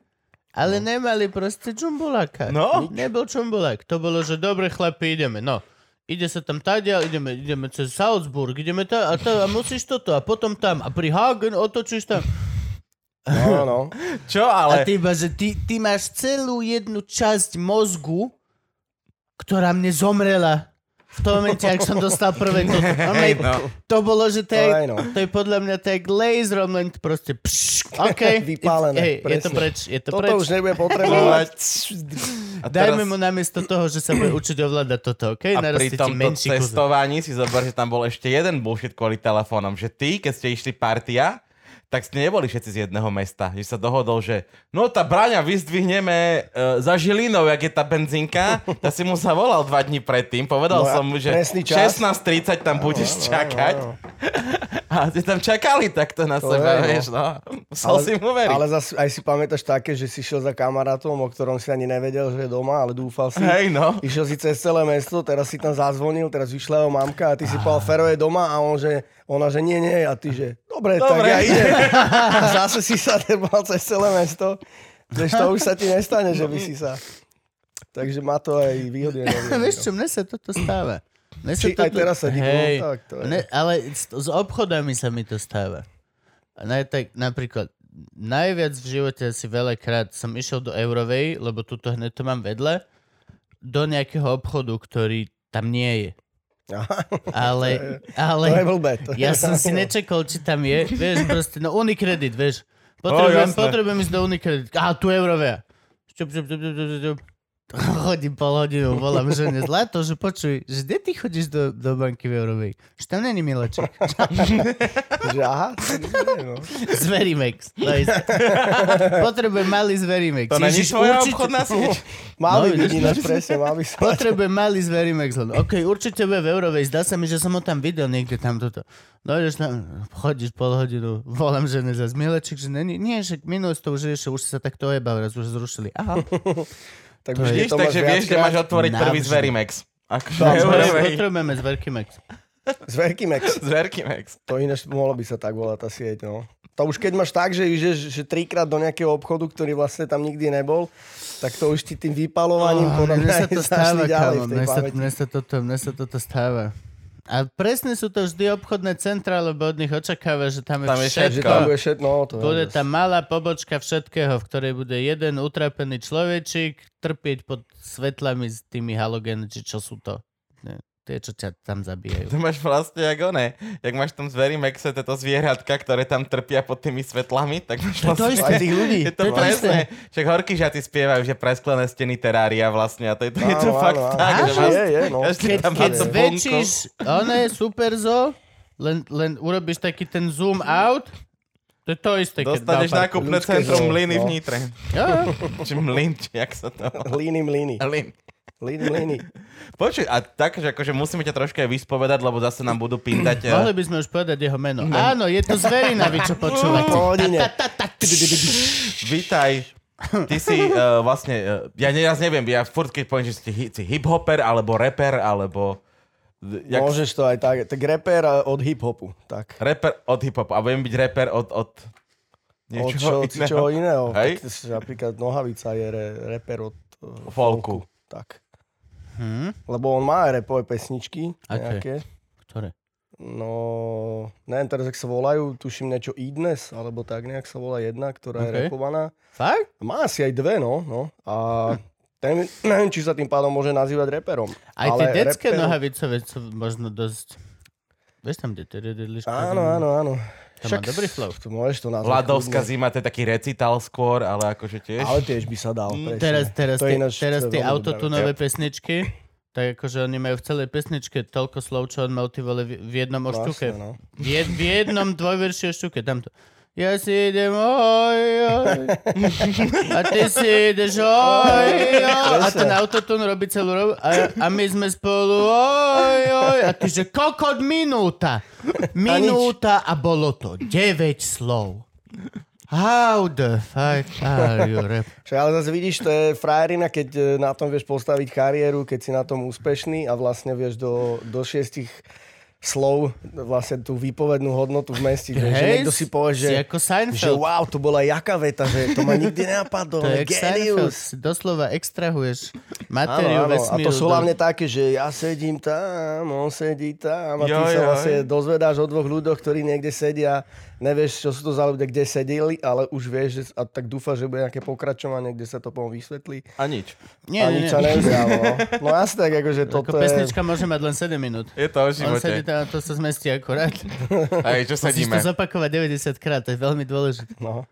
Speaker 1: ale no. nemali proste džumbuláka.
Speaker 2: No.
Speaker 1: Ni- Nebol džumbulák. To bolo, že dobre chlapi, ideme, no. Ide sa tam tadia, ideme, ideme cez Salzburg, ideme tam a, tam a musíš toto a potom tam a pri Hagen otočíš tam.
Speaker 3: No, no.
Speaker 2: Čo ale?
Speaker 1: A ty iba, že ty, ty máš celú jednu časť mozgu, ktorá mne zomrela v tom momente, ak som dostal prvé toto. No, mate,
Speaker 2: Hej, no.
Speaker 1: To bolo, že to je,
Speaker 3: Aj no.
Speaker 1: to je podľa mňa tak laserom, len proste pš, OK.
Speaker 3: Vypálené,
Speaker 1: Hej, je to
Speaker 3: presne.
Speaker 1: preč, je to
Speaker 3: Toto
Speaker 1: preč. No,
Speaker 3: už nebude potrebovať.
Speaker 2: A
Speaker 1: Dajme mu namiesto toho, že sa bude učiť ovládať toto, OK?
Speaker 2: a
Speaker 1: Naraz
Speaker 2: pri
Speaker 1: ti
Speaker 2: tomto
Speaker 1: menší kus.
Speaker 2: cestovaní si zober, že tam bol ešte jeden bullshit kvôli telefónom. Že ty, keď ste išli partia, tak ste neboli všetci z jedného mesta. Že sa dohodol, že no tá bráňa vyzdvihneme e, za Žilinou, jak je tá benzinka. Tá si mu zavolal dva dní predtým. Povedal
Speaker 3: No a
Speaker 2: som mu, že
Speaker 3: presný čas.
Speaker 2: 16.30 tam budeš čakať.
Speaker 3: áno.
Speaker 2: A ste tam čakali takto na
Speaker 3: To je,
Speaker 2: seba,
Speaker 3: no.
Speaker 2: vieš, no. Musel si mu veriť.
Speaker 3: ale zas, aj si pamätáš také, že si šiel za kamarátom, o ktorom si ani nevedel, že je doma, ale dúfal si.
Speaker 2: Hej, no.
Speaker 3: Išiel si cez celé mesto, teraz si tam zazvonil, teraz vyšla jeho mamka a ty
Speaker 1: Ah.
Speaker 3: si povedal, Fero je doma a on že, ona že nie, nie a ty že, dobre, tak
Speaker 2: Dobre.
Speaker 3: ja idem. A zase si sa tebal cez celé mesto, že to už sa ti nestane, že
Speaker 1: No.
Speaker 3: by si sa... Takže má to aj výhody. aj nevýhody,
Speaker 1: Vieš
Speaker 3: no.
Speaker 1: čo, mne sa toto stáva. Mne sa
Speaker 3: Či aj teraz sa diplo,
Speaker 1: Hej.
Speaker 3: tak to je.
Speaker 1: Ne, ale s, s obchodami sa mi to stáva. A Naj, tak, napríklad, najviac v živote asi veľakrát som išiel do Eurovej, lebo tuto hneď to mám vedľa, do nejakého obchodu, ktorý tam nie je.
Speaker 3: Aha,
Speaker 1: Ale,
Speaker 3: To je
Speaker 1: ale
Speaker 3: blbé. to je-
Speaker 1: ja som si nečakal, či tam je. Vieš, proste, no Unikredit, vieš.
Speaker 2: O,
Speaker 1: Potrebujem,
Speaker 2: jasné.
Speaker 1: potrebujem ísť do Unikredit. Aha, tu Eurovea. Čup, čup, čup, čup, čup, čup, čup. Chodím pol hodinu, volám žene zlato, že počuj, že kde ty chodíš do, do banky v Eurovej? Že tam není Miloček.
Speaker 3: Že aha, tak nie, no.
Speaker 1: Zverimex. To isté. Potrebujem malý Zverimex.
Speaker 2: To není
Speaker 1: Ježiš,
Speaker 2: tvoja
Speaker 1: určite-
Speaker 2: obchodná sieť?
Speaker 3: Mal by
Speaker 1: No,
Speaker 3: byť
Speaker 1: vidíš,
Speaker 3: ináč, presne, mal by sa.
Speaker 1: Potrebujem malý zverimex len. OK, určite bude v Eurovej. Zdá sa mi, že som ho tam videl niekde tam toto. Dojdeš tam, chodíš pol hodinu, volám žene za Mileček, že není, nie, že minulé to už riešil, už sa takto ojebal, raz už zrušili. Aha, To
Speaker 3: Tak už
Speaker 1: je-
Speaker 2: Vidíš,
Speaker 3: to máš
Speaker 2: takže vieš, že
Speaker 3: viackrát.
Speaker 2: máš otvoriť prvý
Speaker 1: Navždy.
Speaker 2: Zverimex. Ako
Speaker 1: potrebujeme zverkimex.
Speaker 3: S veľkým ex.
Speaker 2: Zverimex.
Speaker 3: To ináč mohlo by sa tak volať tá sieť, no. To už keď máš tak, že, že, že trikrát do nejakého obchodu, ktorý vlastne tam nikdy nebol, tak to už ti tým vypalovaním oh, podľa
Speaker 1: Ah, mne
Speaker 3: mňa
Speaker 1: sa
Speaker 3: aj
Speaker 1: to
Speaker 3: zašli
Speaker 1: stáva, kámo,
Speaker 3: ďalej v tej
Speaker 1: mne sa,
Speaker 3: pamäti.
Speaker 1: mne, sa toto, mne sa toto stáva. A presne sú to vždy obchodné centra, lebo od nich očakáva, že tam je,
Speaker 2: Tam je
Speaker 3: Že
Speaker 1: všetko.
Speaker 2: všetko.
Speaker 3: tam bude všetko, no to
Speaker 1: Bude
Speaker 3: je.
Speaker 1: tam malá pobočka všetkého, v ktorej bude jeden utrapený človečik trpieť pod svetlami s tými halogénmi, či čo sú to. Ne, tie, čo ťa tam zabíjajú.
Speaker 2: To máš vlastne jak one. Jak máš tam Zverimexe tieto zvieratka, ktoré tam trpia pod tými svetlami, tak máš
Speaker 1: To je to
Speaker 2: vlastne...
Speaker 1: isté.
Speaker 3: Aj tých ľudí.
Speaker 2: Je to
Speaker 1: To je to
Speaker 2: presne. Však horky žaty spievajú, že presklené steny terária vlastne. A to je to, je to
Speaker 3: Áno,
Speaker 2: fakt
Speaker 3: áno, áno.
Speaker 2: tak, že
Speaker 1: Áno,
Speaker 2: vlastne...
Speaker 3: je, je, no.
Speaker 2: Každý
Speaker 1: Keď,
Speaker 2: tam má
Speaker 1: keď
Speaker 2: to vonku.
Speaker 1: zväčšíš, one super zo, len, len urobíš taký ten zoom out, to je to isté. keď
Speaker 2: Dostaneš
Speaker 1: na parku.
Speaker 2: nákupné
Speaker 3: ľudské
Speaker 2: centrum
Speaker 3: zlo,
Speaker 2: mlyny
Speaker 3: no.
Speaker 2: v Nitre.
Speaker 1: Jo, jo.
Speaker 2: Či mlyn, či jak sa to...
Speaker 3: Líny, mlíny.
Speaker 2: Mlyn.
Speaker 3: Líny, mlíny.
Speaker 2: Počuj, a tak, že akože musíme ťa trošku aj vyspovedať, lebo zase nám budú pindať. eh,
Speaker 1: Mohli by sme už povedať jeho meno. Áno, je to zverina, vy čo počúvate.
Speaker 3: Po hodine.
Speaker 2: Vítaj. Ty si uh, vlastne, uh, ja neraz neviem, ja furt keď poviem, že si, hi- si hip-hopper, alebo rapper, alebo... Jak,
Speaker 3: Môžeš to aj tak. Tak reper od hip-hopu. Tak.
Speaker 2: Rapper od hip-hopu. A budem byť rapper od... od
Speaker 3: Od
Speaker 2: niečoho
Speaker 3: čo,
Speaker 2: iného.
Speaker 3: čoho iného.
Speaker 2: Hej?
Speaker 3: Tak, s- napríklad Nohavica je re, reper od eh,
Speaker 2: Folku.
Speaker 3: Tak.
Speaker 1: Hm?
Speaker 3: Lebo on má aj repové pesničky.
Speaker 1: Aké?
Speaker 3: Nejaké.
Speaker 1: Ktoré?
Speaker 3: No, neviem teraz, ak sa volajú, tuším niečo Idnes, alebo tak nejak sa volá jedna,
Speaker 1: Ok.
Speaker 3: ktorá je repovaná.
Speaker 1: Fakt?
Speaker 3: Má asi aj dve, no. no. A ten, neviem, či sa tým pádom môže nazývať reperom.
Speaker 1: Aj tie
Speaker 3: Ale
Speaker 1: detské
Speaker 3: reperov-
Speaker 1: nohavicové sú možno dosť... Vieš tam, kde to dedeliška?
Speaker 3: Áno, áno, áno.
Speaker 1: Tam má dobrý flow.
Speaker 3: To môžeš to nazvať.
Speaker 2: Vladovská
Speaker 3: kľudne.
Speaker 2: zima, to je taký recital skôr, ale akože tiež...
Speaker 3: Ale tiež by sa dal, presne.
Speaker 1: Mm, Teraz, teraz,
Speaker 3: To je
Speaker 1: tie,
Speaker 3: ináč-
Speaker 1: teraz
Speaker 3: to je
Speaker 1: tie
Speaker 3: veľmi no. dobrá vec.
Speaker 1: autotunové pesničky, tak akože oni majú v celej pesničke toľko slov, čo on mal ty vole v, v jednom oštuke.
Speaker 3: Vlastne, no.
Speaker 1: V, jed, v jednom dvojverši oštuke, tamto. Ja si idem oj, oj. A ty si ideš oj, oj. A ten autotun robí celú robu. A, a my sme spolu oj, oj. A ty že kokot minúta. Minúta a bolo to 9 slov. How the fuck are you rap?
Speaker 3: Však, ale zase vidíš, to je frajerina, keď e, na tom vieš postaviť kariéru, keď si na tom úspešný a vlastne vieš do, do šiestich slov vlastne tú výpovednú hodnotu v meste. Že, že niekto si povie, že,
Speaker 1: si ako Seinfeld.
Speaker 3: že wow, to bola jaká veta, že to ma nikdy nenapadlo.
Speaker 1: to je jak Seinfeld.
Speaker 3: genius.
Speaker 1: Si doslova extrahuješ
Speaker 3: Áno,
Speaker 1: materiu
Speaker 3: áno. A
Speaker 1: vesmíru.
Speaker 3: to
Speaker 1: do-
Speaker 3: sú hlavne také, že ja sedím tam, on sedí tam a ty
Speaker 2: Joj,
Speaker 3: sa
Speaker 2: joj.
Speaker 3: vlastne dozvedáš o dvoch ľuďoch, ktorí niekde sedia. Nevieš, čo sú to za ľudia, kde sedeli, ale už vieš, že, a tak dúfa, že bude nejaké pokračovanie, kde sa to potom vysvetlí.
Speaker 2: A nič.
Speaker 1: Nie,
Speaker 3: a
Speaker 1: nie, nie.
Speaker 3: nič sa neudialo. No, no jasne, tak akože
Speaker 1: Ako
Speaker 3: toto je...
Speaker 1: pesnička môže mať len 7 minút.
Speaker 2: Je to o
Speaker 1: On sedí
Speaker 2: živote.
Speaker 1: tam, to sa zmestí akurát.
Speaker 2: Aj čo
Speaker 1: Musíš
Speaker 2: sedíme.
Speaker 1: to zopakovať 90 krát, to je veľmi dôležité.
Speaker 3: No.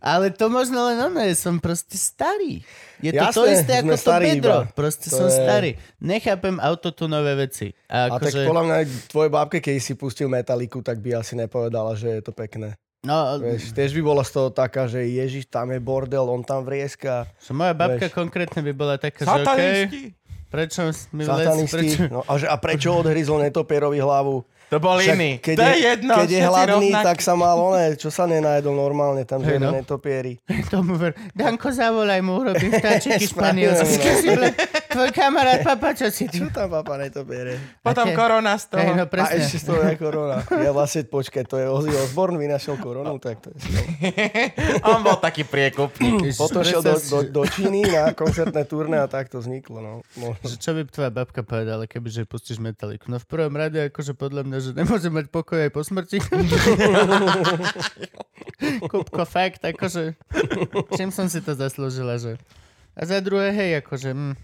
Speaker 1: Ale to možno len ono, ja som proste starý. Je to
Speaker 3: Jasné,
Speaker 1: to isté
Speaker 3: sme
Speaker 1: ako to
Speaker 3: starí
Speaker 1: bedro.
Speaker 3: iba.
Speaker 1: Proste
Speaker 3: To
Speaker 1: som
Speaker 3: je-
Speaker 1: starý. Nechápem autotunové veci. A
Speaker 3: A tak
Speaker 1: akože...
Speaker 3: podľa mňa aj tvojej bábke, keď si pustil Metaliku, tak by asi nepovedala, že je to pekné.
Speaker 1: No,
Speaker 3: Vieš, tiež by bola z toho taká, že Ježiš, tam je bordel, on tam vrieska.
Speaker 1: že moja babka
Speaker 3: vieš.
Speaker 1: konkrétne by bola taká, že okej,
Speaker 2: Satanisti.
Speaker 1: prečo mi les, prečo...
Speaker 3: Satanisti. No, a, že, a prečo odhryzol netopierovi hlavu?
Speaker 2: To bol
Speaker 3: Však
Speaker 2: iný.
Speaker 3: Keď
Speaker 2: To je jedno,
Speaker 3: keď je
Speaker 2: všetci
Speaker 3: hladný,
Speaker 2: rovnakí.
Speaker 3: tak sa mal oné, čo sa nenajedol normálne, tam
Speaker 1: Hej,
Speaker 3: žiadne
Speaker 1: no.
Speaker 3: netopieri.
Speaker 1: Tomu ver, Danko, zavolaj mu, urobím vtáčiky španielské.
Speaker 3: Spravil,
Speaker 1: Si ble, tvoj kamarát, papa, čo si ty?
Speaker 3: Čo tam papa netopiere?
Speaker 2: Potom
Speaker 1: Také-
Speaker 2: korona z toho.
Speaker 1: Hej, no
Speaker 3: A
Speaker 1: presne.
Speaker 3: ešte z toho je korona. Ja vlastne, počkaj, to je Ozzy Osbourne, vynašiel koronu, tak to je...
Speaker 2: On bol taký priekupník.
Speaker 1: Ježiš,
Speaker 3: Potom šiel do,
Speaker 1: predstav si,
Speaker 3: do, do Číny na koncertné turné a tak to vzniklo. No. Možno.
Speaker 1: že čo by tvoja babka povedala, keby že pustíš metaliku? No v prvom rade, akože podľa mňa, že nemôže mať pokoj aj po smrti. Kupko, fakt, akože, čím som si to zaslúžila, že... A za druhé, hej, akože... Mm.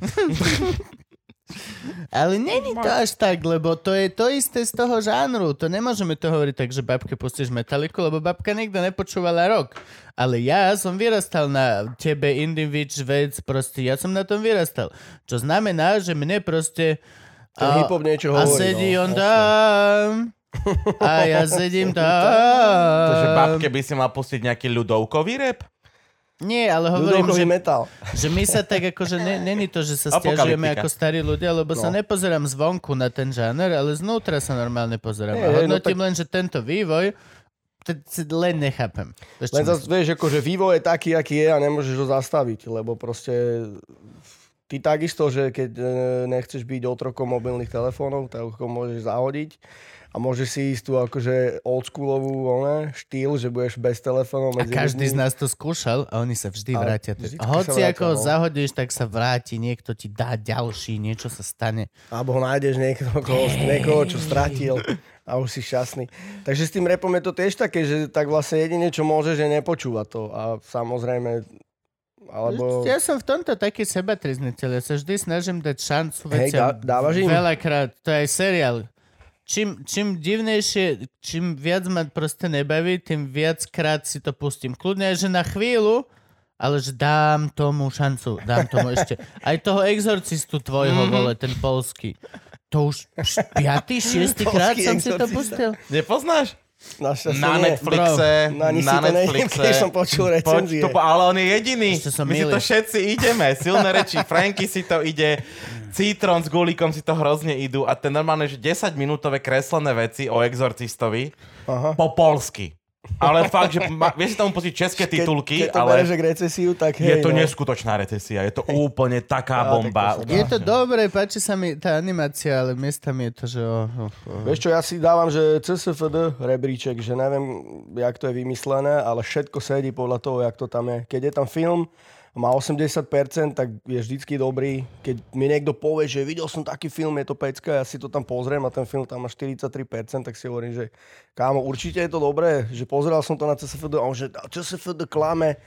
Speaker 1: Ale není to až tak, lebo to je to isté z toho žánru. To nemôžeme to hovoriť tak, že babke pustíš metaliku, lebo babka nikto nepočúvala rok. Ale ja som vyrastal na tebe, Indivič, vec, proste ja som na tom vyrastal. Čo znamená, že mne proste...
Speaker 3: Ten hip-hop niečo
Speaker 1: a
Speaker 3: hovorí,
Speaker 1: sedí on
Speaker 3: no, jasné.
Speaker 1: tam. A ja sedím tam.
Speaker 2: Takže babke by si mal pustiť nejaký ľudovkový rap?
Speaker 1: Nie, ale hovorím, že
Speaker 3: Ľudovkový metal.
Speaker 1: Že my sa tak akože, ne, není to, že sa stiažujeme
Speaker 2: Apokalyptika.
Speaker 1: ako starí ľudia, lebo no. sa
Speaker 3: No.
Speaker 1: nepozerám zvonku na ten žáner, ale znútra sa normálne pozerám.
Speaker 3: Nie,
Speaker 1: A
Speaker 3: hej, no
Speaker 1: hodnotím
Speaker 3: tak-
Speaker 1: len, že tento vývoj t- t- len nechápem. Vieš,
Speaker 3: Len
Speaker 1: čo
Speaker 3: zase, vieš, akože vývoj je taký, aký je a nemôžeš ho zastaviť, lebo proste ty takisto, že keď e, nechceš byť otrokom mobilných telefónov, tak ho môžeš zahodiť a môžeš si ísť tú akože oldschoolovú one, štýl, že budeš bez telefónov
Speaker 1: a
Speaker 3: medzi
Speaker 1: každý z
Speaker 3: ľuďmi.
Speaker 1: nás to skúšal a oni sa vždy
Speaker 3: Ale
Speaker 1: vrátia.
Speaker 3: vždycky sa
Speaker 1: Hoci
Speaker 3: vrátia,
Speaker 1: ako ho
Speaker 3: no.
Speaker 1: zahodíš, tak sa vráti, niekto ti dá ďalší, niečo sa stane.
Speaker 3: Alebo ho nájdeš niekoho, koho, niekoho, čo stratil a už si šťastný. Takže s tým repom je to tiež také, že tak vlastne jedine, čo môžeš, je nepočúvať to. A samozrejme, alebo...
Speaker 1: Ja som v tomto taký sebatrizniteľ. Ja sa vždy snažím dať šancu
Speaker 3: Hej,
Speaker 1: veciam.
Speaker 3: dá- dávaš im?
Speaker 1: Veľakrát. To je aj seriál. Čím, čím divnejšie, čím viac ma proste nebaví, tým viackrát si to pustím. Kľudne, že na chvíľu, ale že dám tomu šancu. Dám tomu ešte. Aj toho exorcistu tvojho, mm-hmm. vole, ten polský. To už, už piatý, šiestý krát
Speaker 3: Polský
Speaker 1: som si to
Speaker 3: exorcista.
Speaker 1: pustil.
Speaker 2: Nepoznáš?
Speaker 3: Našťastie
Speaker 2: Na
Speaker 3: nie.
Speaker 2: Netflixe.
Speaker 3: No ani si
Speaker 2: na
Speaker 3: to neviem,
Speaker 2: Netflixe.
Speaker 3: keď som počul recenzie.
Speaker 2: Poč, to, po- ale on je jediný.
Speaker 1: Ešte som
Speaker 2: My si
Speaker 1: milý.
Speaker 2: to všetci ideme. Silné reči. Franky si to ide. Citron s Gulikom si to hrozne idú. A ten normálne, že 10 minútové kreslené veci o exorcistovi
Speaker 3: Aha.
Speaker 2: po polsky. Ale fakt, že ma, vieš si tomu pustiť české titulky,
Speaker 3: keď to
Speaker 2: ale
Speaker 3: bereš k recesiu, tak
Speaker 2: je
Speaker 3: hej,
Speaker 2: to
Speaker 3: no.
Speaker 2: neskutočná recesia. Je to úplne taká
Speaker 3: tak to
Speaker 2: bomba.
Speaker 3: sa dá.
Speaker 1: Je to dobré, páči sa mi tá animácia, ale miestami je to, že... Oh, oh, oh.
Speaker 3: Vieš čo, ja si dávam, že CSFD rebríček, že neviem, jak to je vymyslené, ale všetko sedí podľa toho, jak to tam je. Keď je tam film, má 80%, tak je vždycky dobrý. Keď mi niekto povie, že videl som taký film, je to pecka, ja si to tam pozriem a ten film tam má 43%, tak si hovorím, že kámo, určite je to dobré, že pozeral som to na CSFD a on že "A CSFD klame.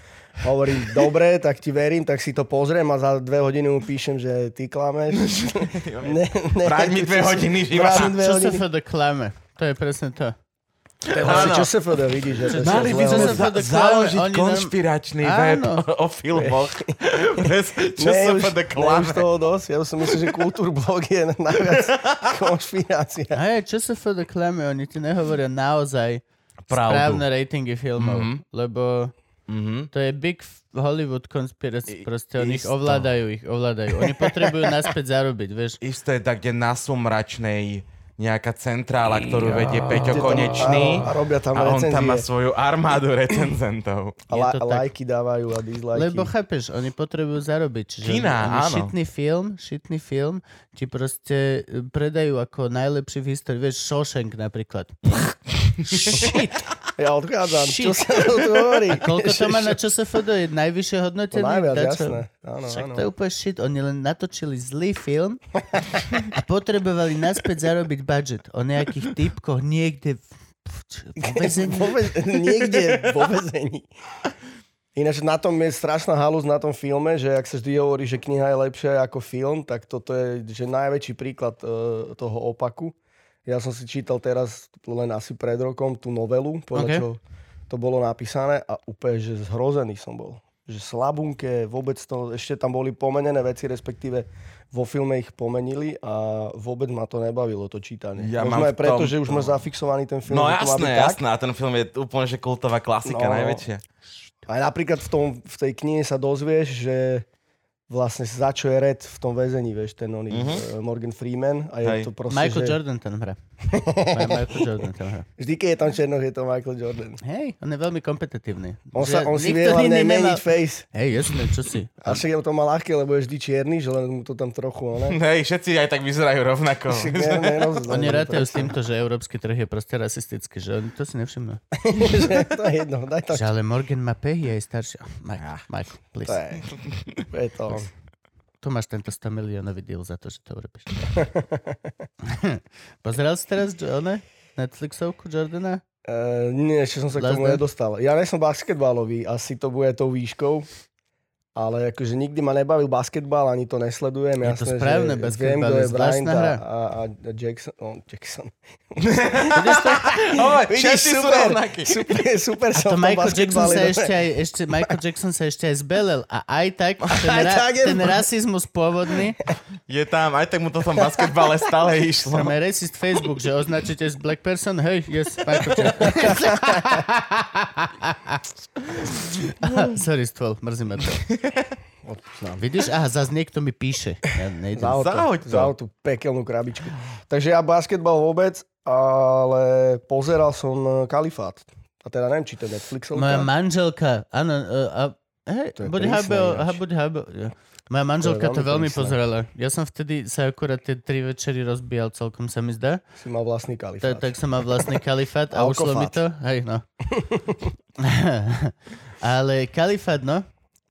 Speaker 3: Hovorím, dobre, tak ti verím, tak si to pozriem a za dve hodiny mu píšem, že ty klameš. ne, ne,
Speaker 2: Vráť mi dve hodiny života.
Speaker 3: Vráť mi dve
Speaker 1: Čo sa
Speaker 3: hodiny.
Speaker 1: to klame? To je presne to.
Speaker 3: Áno.
Speaker 2: Áno.
Speaker 3: Čo sa foda, vlastne vidíš, že to je
Speaker 2: Mali by
Speaker 3: zlé,
Speaker 1: sme
Speaker 2: sme
Speaker 1: sa
Speaker 3: ale-
Speaker 2: za-
Speaker 1: dokonale-
Speaker 2: založiť
Speaker 1: oni nám-
Speaker 2: konšpiračný
Speaker 1: Áno.
Speaker 2: web o filmoch. Bez čo
Speaker 3: Ne,
Speaker 2: sa
Speaker 3: už-
Speaker 2: to
Speaker 3: ne, už
Speaker 2: klame.
Speaker 3: toho dosť. Ja už som myslel, že kultúrblog je najviac konšpirácia.
Speaker 1: Hej, čo sa to klame? Oni ti nehovoria naozaj
Speaker 2: Pravdu. Mhm.
Speaker 1: správne ratingy filmov, mm-hmm. lebo to je big f- Hollywood conspiracy,
Speaker 2: I-
Speaker 1: proste oni ich
Speaker 2: isto.
Speaker 1: ovládajú, ich ovládajú. Oni potrebujú naspäť zarobiť, vieš.
Speaker 2: Isto je tak, kde na Sumračnej nejaká centrála, ktorú vedie Peťo
Speaker 3: Kde to-
Speaker 2: Konečný.
Speaker 3: áno, a robia tam
Speaker 2: a on tam má
Speaker 3: recenzie.
Speaker 2: svoju armádu recenzentov.
Speaker 3: A
Speaker 1: Je
Speaker 3: la-
Speaker 1: to tak.
Speaker 3: lajky dávajú a dislajky.
Speaker 1: Lebo chápeš, oni potrebujú zarobiť. Čiže
Speaker 2: Kina,
Speaker 1: oni
Speaker 2: áno.
Speaker 1: šitný film, šitný film ti proste e, predajú ako najlepší v histórii. Vieš, Shawshank napríklad. Shit!
Speaker 3: Ja odchádzam.
Speaker 1: Shit.
Speaker 3: Čo sa to tu hovorí?
Speaker 1: Koľko to má na ČSFD? Je najvyššie
Speaker 3: To
Speaker 1: hodnotený?
Speaker 3: najviac,
Speaker 1: Dačo?
Speaker 3: jasné. Áno,
Speaker 1: Však
Speaker 3: No, áno.
Speaker 1: to je úplne shit. Oni len natočili zlý film a potrebovali naspäť zarobiť budget o nejakých typkoch niekde v, v, v väzení.
Speaker 3: Vo väz- Niekde vo vezení. Ináč na tom je strašná halus na tom filme, že ak sa vždy hovorí, že kniha je lepšia ako film, tak toto je že najväčší príklad e, toho opaku. Ja som si čítal teraz len asi pred rokom tú novelu, podľa
Speaker 1: Ok.
Speaker 3: čo to bolo napísané a úplne, že zhrozený som bol. Že slabunké, vôbec to, ešte tam boli pomenené veci, respektíve vo filme ich pomenili a vôbec ma to nebavilo, to čítanie.
Speaker 2: Ja
Speaker 3: Možno
Speaker 2: mám
Speaker 3: aj
Speaker 2: v
Speaker 3: preto,
Speaker 2: tom-
Speaker 3: že už má zafixovaný ten film.
Speaker 2: No
Speaker 3: že to má byť
Speaker 2: jasné,
Speaker 3: tak.
Speaker 2: jasné. A ten film je úplne že kultová klasika
Speaker 3: No.
Speaker 2: najväčšia.
Speaker 3: Aj napríklad v, tom, v tej knihe sa dozvieš, že vlastne za čo je Red v tom väzení, vieš, ten oný mm-hmm. Morgan Freeman a je
Speaker 2: Hej.
Speaker 3: to proste,
Speaker 1: Michael
Speaker 3: že
Speaker 1: Jordan tam hrá. Ma- Michael Jordan tam hrá.
Speaker 3: vždy, keď je tam Černoch, je to Michael Jordan.
Speaker 1: Hej, on je veľmi kompetitívny.
Speaker 3: On, sa,
Speaker 1: Že
Speaker 3: on si vie
Speaker 1: nikto
Speaker 3: hlavne
Speaker 1: iný nemal-
Speaker 3: meniť face.
Speaker 1: Hej, jasné, čo si.
Speaker 3: A však to má ľahké, lebo je vždy čierny, že len mu to tam trochu, ale...
Speaker 2: Hej, všetci aj tak vyzerajú rovnako.
Speaker 3: Však ne, no, nerozoznajú.
Speaker 1: Oni rátajú s týmto, že európsky trh je proste rasistický, že oni to si nevšimnú.
Speaker 3: Že to je jedno, daj tam.
Speaker 1: Že ale Morgan Mapei je aj starší. Oh, Michael, Michael,
Speaker 3: Ah, To
Speaker 1: please.
Speaker 3: je, to je to.
Speaker 1: Tu máš tento 100 miliónový deal za to, že to urobíš. Pozeral si teraz Jo- one? Netflixovku Jordana?
Speaker 3: Uh, nie, ešte som sa k
Speaker 1: Last
Speaker 3: tomu
Speaker 1: Dance?
Speaker 3: nedostal. Ja nie som basketbalový, asi to bude tou výškou. Ale akože nikdy ma nebavil basketbal, ani to nesledujem.
Speaker 1: Je to
Speaker 3: Jasné,
Speaker 1: správne,
Speaker 3: že
Speaker 1: basketbal
Speaker 3: viem, kto
Speaker 1: je
Speaker 3: je Bryant
Speaker 1: zvláštna
Speaker 3: a,
Speaker 1: hra.
Speaker 3: a, a Jackson. Oh, Jackson.
Speaker 2: Oj,
Speaker 3: Vidíš,
Speaker 2: všetci sú
Speaker 3: super,
Speaker 2: rovnakí.
Speaker 3: super, super
Speaker 1: A
Speaker 3: som
Speaker 1: to
Speaker 3: v tom
Speaker 1: Michael Jackson
Speaker 3: basketbale
Speaker 1: sa
Speaker 3: dobre.
Speaker 1: ešte aj, ešte, Michael Jackson sa ešte aj zbelel a aj tak ten,
Speaker 3: Aj
Speaker 1: ra-
Speaker 3: tak je-
Speaker 1: ten rasizmus pôvodný,
Speaker 2: Je tam, aj tak mu to v tom basketbale stále išlo.
Speaker 1: máme racist Facebook, že označíte z black person, hej, yes, Michael Jackson. Sorry, stôl, mrzí ma to. Vidíš, aha, zase niekto mi píše. Ja nejdem.
Speaker 3: Za auto,
Speaker 2: Zahoď to.
Speaker 3: za auto, pekelnú krabičku. Takže ja basketbal vôbec, ale pozeral som eh, Kalifát. A teda neviem, či to je Netflixovka.
Speaker 1: Moja manželka, áno, e, a, hej,
Speaker 3: To je
Speaker 1: buď
Speaker 3: prísne
Speaker 1: HBO,
Speaker 3: ináč.
Speaker 1: aha, buď HBO. ja. Moja manželka to
Speaker 3: veľmi
Speaker 1: veľmi
Speaker 3: prísne.
Speaker 1: pozerala. Ja som vtedy sa akurát tie tri večery rozbíjal celkom, sa mi zdá.
Speaker 3: Si mal vlastný
Speaker 1: Ta,
Speaker 3: Kalifát.
Speaker 1: tak som mal vlastný kalifát a ušlo mi to. Hej, no. Ale kalifát, no.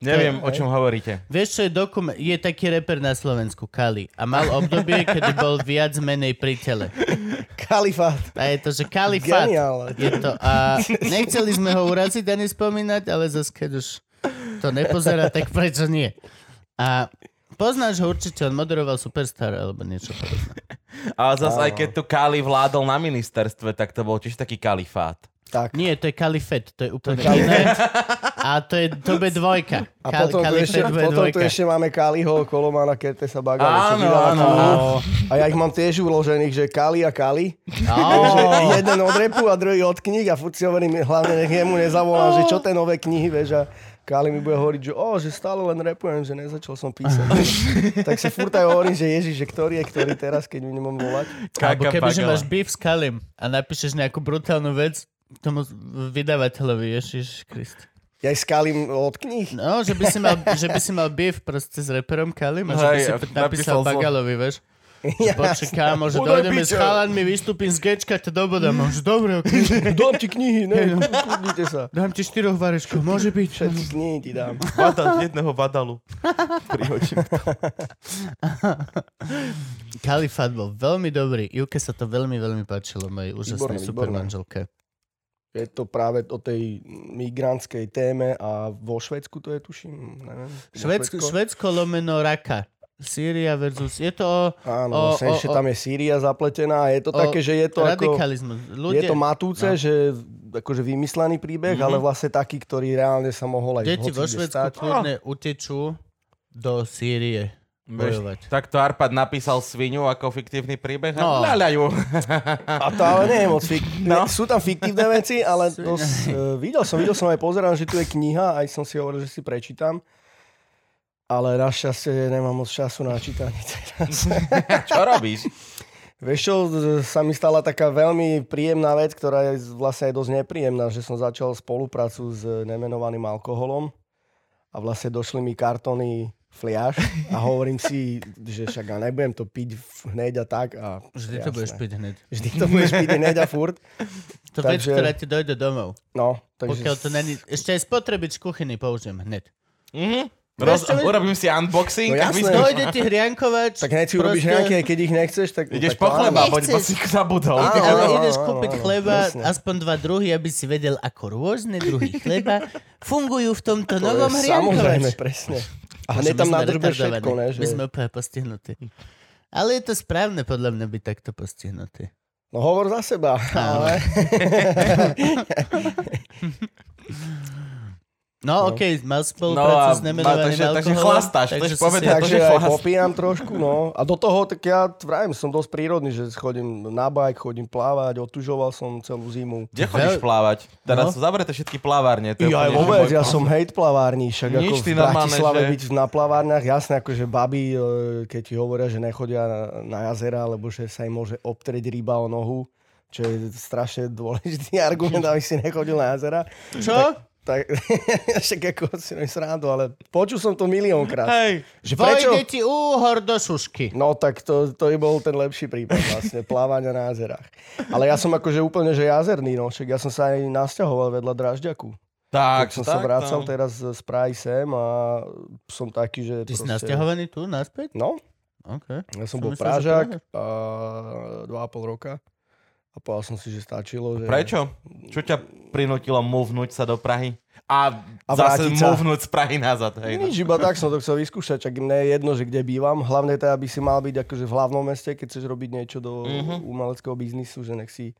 Speaker 2: Neviem, o čom hovoríte.
Speaker 1: Vieš, čo je dokument? Je taký reper na Slovensku, Kali. A mal obdobie, kedy bol viac menej pri tele.
Speaker 3: Kalifát.
Speaker 1: A je to, že kalifát.
Speaker 3: Geniálne.
Speaker 1: Je to, a nechceli sme ho uraziť a nespomínať, ale zase keď už to nepozerá, tak prečo nie? A poznáš ho určite, on moderoval Superstar alebo niečo podobné.
Speaker 2: Ale zase aj keď tu Kali vládol na ministerstve, tak to bol tiež taký kalifát.
Speaker 3: Tak.
Speaker 1: Nie, to je kalifet, to je úplne
Speaker 3: je kalifet.
Speaker 1: iné. A to je to B2.
Speaker 3: A potom, tu ešte, potom tu ešte máme Kaliho, Kolomana, Kertesa, Bagala. čo ti
Speaker 2: Áno,
Speaker 3: dáva
Speaker 2: áno,
Speaker 3: Kali.
Speaker 2: áno.
Speaker 3: A ja ich mám tiež uložených, že Kali a Kali.
Speaker 1: No. Ó,
Speaker 3: Že jeden od repu a druhý od kníh a furt si hovorím, hlavne nech jemu nezavolám, že čo tie nové knihy, vieš, a Kali mi bude hovoriť, že o, že stále len repujem, že nezačal som písať. tak si furt aj hovorím, že Ježiš, že ktorý je ktorý teraz, keď mi nemám volať.
Speaker 1: Alebo
Speaker 2: Kaka
Speaker 1: keby, že
Speaker 2: Bagala.
Speaker 1: máš beef s Kalim a napíšeš nejakú brutálnu vec, tomu vydavateľovi, Ježiš Krist.
Speaker 3: Ja aj s Kalim od kníh.
Speaker 1: No, že by si mal, že by si mal beef proste s reperom Kalim a že by
Speaker 2: Hej,
Speaker 1: si
Speaker 2: a napísal
Speaker 1: napísal
Speaker 2: zlo.
Speaker 1: Bagalovi, vieš.
Speaker 3: Ja,
Speaker 1: Počkaj, kámo, že
Speaker 2: Podaj
Speaker 1: dojdeme s
Speaker 2: pičo.
Speaker 1: chalanmi, vystúpim z gečka, to dobodám. no, Že dobre, ok,
Speaker 3: dám ti knihy, ne, kudnite sa.
Speaker 1: dám ti štyroch varečkov, môže byť.
Speaker 3: Všetky knihy ti dám.
Speaker 2: Badal, jedného badalu. Prihočím.
Speaker 1: Kalifát bol veľmi dobrý. Juke sa to veľmi, veľmi páčilo mojej úžasnej
Speaker 3: Výborné,
Speaker 1: super
Speaker 3: výborné.
Speaker 1: manželke.
Speaker 3: Je to práve o tej migrantskej téme a vo Švedsku to je, tuším, neviem. vo
Speaker 1: Švedsko, Švedsko lomeno raka. Síria versus... Je to o
Speaker 3: Áno,
Speaker 1: O, o,
Speaker 3: vlastne ešte
Speaker 1: o.
Speaker 3: tam je Sýria zapletená a je to
Speaker 1: O,
Speaker 3: také, že je to ako...
Speaker 1: radikalizmus.
Speaker 3: Je
Speaker 1: Ľudia, Mhm.
Speaker 3: to matúce, no. že akože vymyslený príbeh, mm-hmm. ale vlastne taký, ktorý reálne sa mohol aj
Speaker 1: deti
Speaker 3: hoci
Speaker 1: vo
Speaker 3: kde
Speaker 1: Švedsku
Speaker 3: stať.
Speaker 1: kľudne utečú do Sýrie bojovať.
Speaker 2: Tak to Arpad napísal svinu ako fiktívny príbeh.
Speaker 1: No.
Speaker 2: No. Ľaľajú.
Speaker 3: A to ale nie je moc fik- no. Sú tam fiktívne veci, ale to s, e, videl som, videl som aj pozerám, že tu je kniha, aj som si hovoril, že si prečítam. Ale našťastie nemám moc času na čítanie teraz.
Speaker 2: Čo robíš?
Speaker 3: Vieš čo, z- sa mi stala taká veľmi príjemná vec, ktorá je z- vlastne aj dosť nepríjemná, že som začal spoluprácu s nemenovaným alkoholom a vlastne došli mi kartóny fliaš a hovorím si, že však ja nebudem to piť v- hneď a tak. A
Speaker 1: Vždy to
Speaker 3: jasné.
Speaker 1: budeš piť hneď.
Speaker 3: Vždy to budeš piť hneď a furt.
Speaker 1: To vec,
Speaker 3: Takže-
Speaker 1: ktorá ti dojde domov.
Speaker 3: No, takže...
Speaker 1: Pokiaľ to není... Ešte aj spotrebič z kuchyny použijem hneď.
Speaker 2: Mhm.
Speaker 1: Vieš
Speaker 2: Roz,
Speaker 1: čo, my-
Speaker 2: urobím si unboxing. a
Speaker 3: No jasné.
Speaker 2: vyskúšam.
Speaker 1: Dojde ti hriankovač.
Speaker 3: Tak hneď si urobíš nejaké, aj keď ich nechceš, tak...
Speaker 2: Ideš
Speaker 3: No tak
Speaker 2: po
Speaker 3: to
Speaker 2: chleba, poď,
Speaker 3: áno.
Speaker 2: bo
Speaker 1: Nechceš.
Speaker 2: si ich zabudol.
Speaker 3: Áno,
Speaker 1: Áno, ale
Speaker 3: áno,
Speaker 1: ideš
Speaker 3: áno,
Speaker 1: kúpiť
Speaker 3: áno,
Speaker 1: chleba,
Speaker 3: presne.
Speaker 1: aspoň dva druhy, aby si vedel, ako rôzne druhy chleba fungujú v tomto
Speaker 3: To je
Speaker 1: novom
Speaker 3: Samozrejme,
Speaker 1: hriankovači.
Speaker 3: presne. A
Speaker 1: Bože,
Speaker 3: hneď
Speaker 1: my
Speaker 3: tam
Speaker 1: sme
Speaker 3: nadrbeš
Speaker 1: retardovaní.
Speaker 3: všetko, ne? Že...
Speaker 1: My sme úplne postihnutí. Ale je to správne podľa mňa byť takto postihnutý.
Speaker 3: No hovor za seba, ale...
Speaker 1: No, no. okej, mal
Speaker 2: No a
Speaker 1: spoluprácu s
Speaker 2: ma-
Speaker 1: nemenovaným
Speaker 2: takže-
Speaker 1: alkoholom.
Speaker 2: takže chlastáš, chceš
Speaker 1: si
Speaker 2: povedať-
Speaker 1: si-
Speaker 2: Ja to,
Speaker 3: Takže
Speaker 2: že
Speaker 3: aj
Speaker 2: flásk.
Speaker 3: popíjam trošku, no. A do toho, tak ja vrajím, som dosť prírodný, že chodím na bajk, chodím plávať, otužoval som celú zimu.
Speaker 2: Kde chodíš
Speaker 1: Veľ-
Speaker 2: plávať? Teraz
Speaker 1: No.
Speaker 2: sú zavreté všetky plávárne. To je úplne,
Speaker 3: Ja aj
Speaker 2: že
Speaker 3: vôbec,
Speaker 2: môj-
Speaker 3: ja som hejt plavárni, však
Speaker 2: Nič,
Speaker 3: ako
Speaker 2: ty
Speaker 3: v
Speaker 2: normálne,
Speaker 3: Bratislave
Speaker 2: že-
Speaker 3: byť na plavárniach, jasné, akože baby, e, keď ti hovoria, že nechodia na, na jazera, lebo že sa im môže obtrieť ryba o nohu, čo je strašne dôležitý argument, aby si nechodil na jazera.
Speaker 1: Čo?
Speaker 3: Tak, však ako si robím srandu, ale počul som to miliónkrát.
Speaker 2: Hej,
Speaker 3: Že prečo?
Speaker 1: Vojde ti úhor do sušky.
Speaker 3: No tak to, to je bol ten lepší prípad vlastne, plávania na jazerách. Ale ja som akože úplne, že jazerný, no, však ja som sa aj nasťahoval vedľa Dražďaku.
Speaker 2: tak,
Speaker 3: Tak, som
Speaker 2: tak,
Speaker 3: sa vracal
Speaker 2: no.
Speaker 3: teraz z Prahy sem a som taký, že...
Speaker 1: Ty si nasťahovaný tu, naspäť?
Speaker 3: No,
Speaker 1: OK.
Speaker 3: ja
Speaker 1: Som
Speaker 3: som
Speaker 1: myslel,
Speaker 3: bol
Speaker 1: že
Speaker 3: Pražák a dva a pol roka. A povedal som si, že stačilo. Že...
Speaker 2: Prečo? Čo ťa prinútilo movnúť sa do Prahy? A,
Speaker 3: A
Speaker 2: zase
Speaker 3: vrátiť sa.
Speaker 2: movnúť z Prahy nazad. Hej, no.
Speaker 3: Nič, iba tak som to chcel vyskúšať, čak im nie je jedno, že kde bývam. Hlavne teda by si mal byť akože v hlavnom meste, keď chceš robiť niečo do
Speaker 2: Mhm.
Speaker 3: umeleckého biznisu, že nech si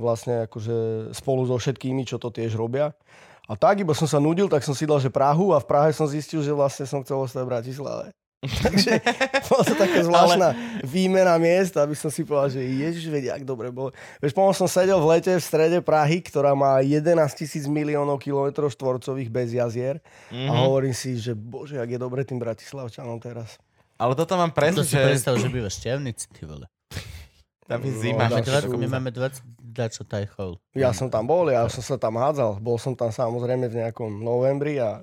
Speaker 3: vlastne akože spolu so všetkými, čo to tiež robia. A tak, iba som sa nudil, tak som si dal, že Prahu a v Prahe som zistil, že vlastne som chcel ostať v Bratislave. Takže bola to taká zvláštna výmena miest, aby som si povedal, že ježiš, vedia, ak dobre bolo. Vieš, pomohol som sedel v lete v strede Prahy, ktorá má 11 tisíc miliónov kilometrov štvorcových bez jazier. Mm-hmm. A
Speaker 1: Mhm.
Speaker 3: hovorím si, že bože, ak je dobre tým Bratislavčanom teraz.
Speaker 2: Ale toto mám
Speaker 1: To
Speaker 2: presne,
Speaker 1: si
Speaker 2: že
Speaker 1: predstav, že bývaš v Štiavnici, ty vole.
Speaker 2: tam je
Speaker 3: No,
Speaker 2: zima.
Speaker 3: dáš
Speaker 1: Máme
Speaker 3: Naša
Speaker 1: dva- My
Speaker 3: šúza.
Speaker 1: máme 20 dačo tajchov.
Speaker 3: Ja som tam bol, ja som sa tam hádzal. Bol som tam samozrejme v nejakom novembri a...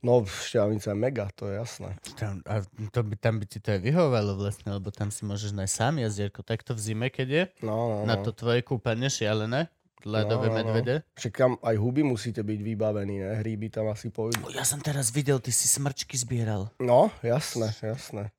Speaker 3: No, šťavnica je mega, to je jasné.
Speaker 1: Tam, a to by, tam by ti to aj vyhovovalo vlastne, lebo tam si môžeš nájsť sám jazdierko. Takto v zime, keď je,
Speaker 3: No, no,
Speaker 1: na
Speaker 3: no.
Speaker 1: to tvoje kúpanie šialené, ľadové
Speaker 3: No, no, no.
Speaker 1: medvede.
Speaker 3: Však tam aj huby musíte byť vybavení, ne? Hríby tam asi pôjdu.
Speaker 1: Ja som teraz videl, ty si smrčky zbieral.
Speaker 3: No, jasné, jasné.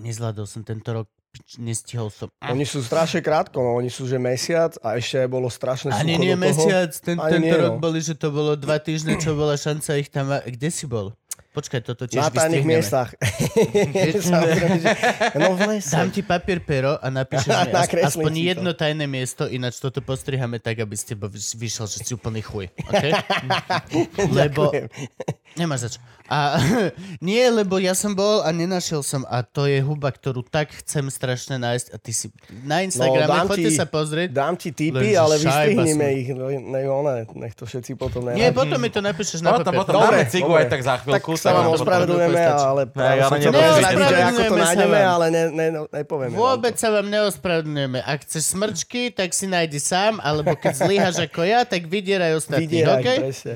Speaker 1: Nezvládol som tento rok, pič, nestihol som.
Speaker 3: Oni sú strašne krátko, no. oni sú že mesiac a ešte aj bolo strašné sucho
Speaker 1: Ani nie
Speaker 3: do toho.
Speaker 1: mesiac, ten,
Speaker 3: Ani
Speaker 1: tento
Speaker 3: nie,
Speaker 1: rok
Speaker 3: no.
Speaker 1: boli, že to bolo dva týždne, čo bola šanca ich tam... Kde si bol? Počkaj, toto tiež
Speaker 3: Na tajných
Speaker 1: vystrihneme.
Speaker 3: miestach. Samozrejme, že- no v lese.
Speaker 1: Dám ti papier, pero a napíšeš mi as-
Speaker 3: Nakreslím
Speaker 1: aspoň
Speaker 3: si to.
Speaker 1: jedno tajné miesto, ináč toto postrihame tak, aby ste vyšiel, že si úplný chuj. Okay? lebo
Speaker 3: Ďakujem.
Speaker 1: nemáš za čo. A, nie, lebo ja som bol a nenašiel som a to je huba, ktorú tak chcem strašne nájsť a ty si na Instagrame,
Speaker 3: No, dám
Speaker 1: chodte
Speaker 3: ti-
Speaker 1: sa pozrieť.
Speaker 3: Dám ti tipy,
Speaker 1: Lenže
Speaker 3: ale
Speaker 1: šajba
Speaker 3: vystrihnime
Speaker 1: som.
Speaker 3: ich. No, Ne, one, nech to všetci potom
Speaker 1: Nie,
Speaker 3: neradí.
Speaker 1: potom mi to napíšeš na
Speaker 2: No, to
Speaker 1: papier.
Speaker 2: potom
Speaker 3: Dobre,
Speaker 2: dáme cigu
Speaker 3: dobre.
Speaker 2: aj tak za
Speaker 3: Tak
Speaker 2: chvíľku.
Speaker 3: sa vám
Speaker 1: Dobre,
Speaker 3: ospravedlujeme,
Speaker 1: dobre,
Speaker 3: ale práve
Speaker 2: Ne, ale
Speaker 3: som chcel
Speaker 2: nepovedz-
Speaker 3: prezradiť, že ako to
Speaker 1: neospravedlňujeme sa
Speaker 3: nájdeme,
Speaker 1: vám.
Speaker 3: ale ne, ne, no, nepovieme. vám to.
Speaker 1: Vôbec sa vám neospravedlňujeme. Ak chceš smrčky, tak si nájdi sám, alebo keď zlyhaš ako ja, tak vydieraj ostatných,
Speaker 3: Vydierať,
Speaker 1: okej?
Speaker 3: presne.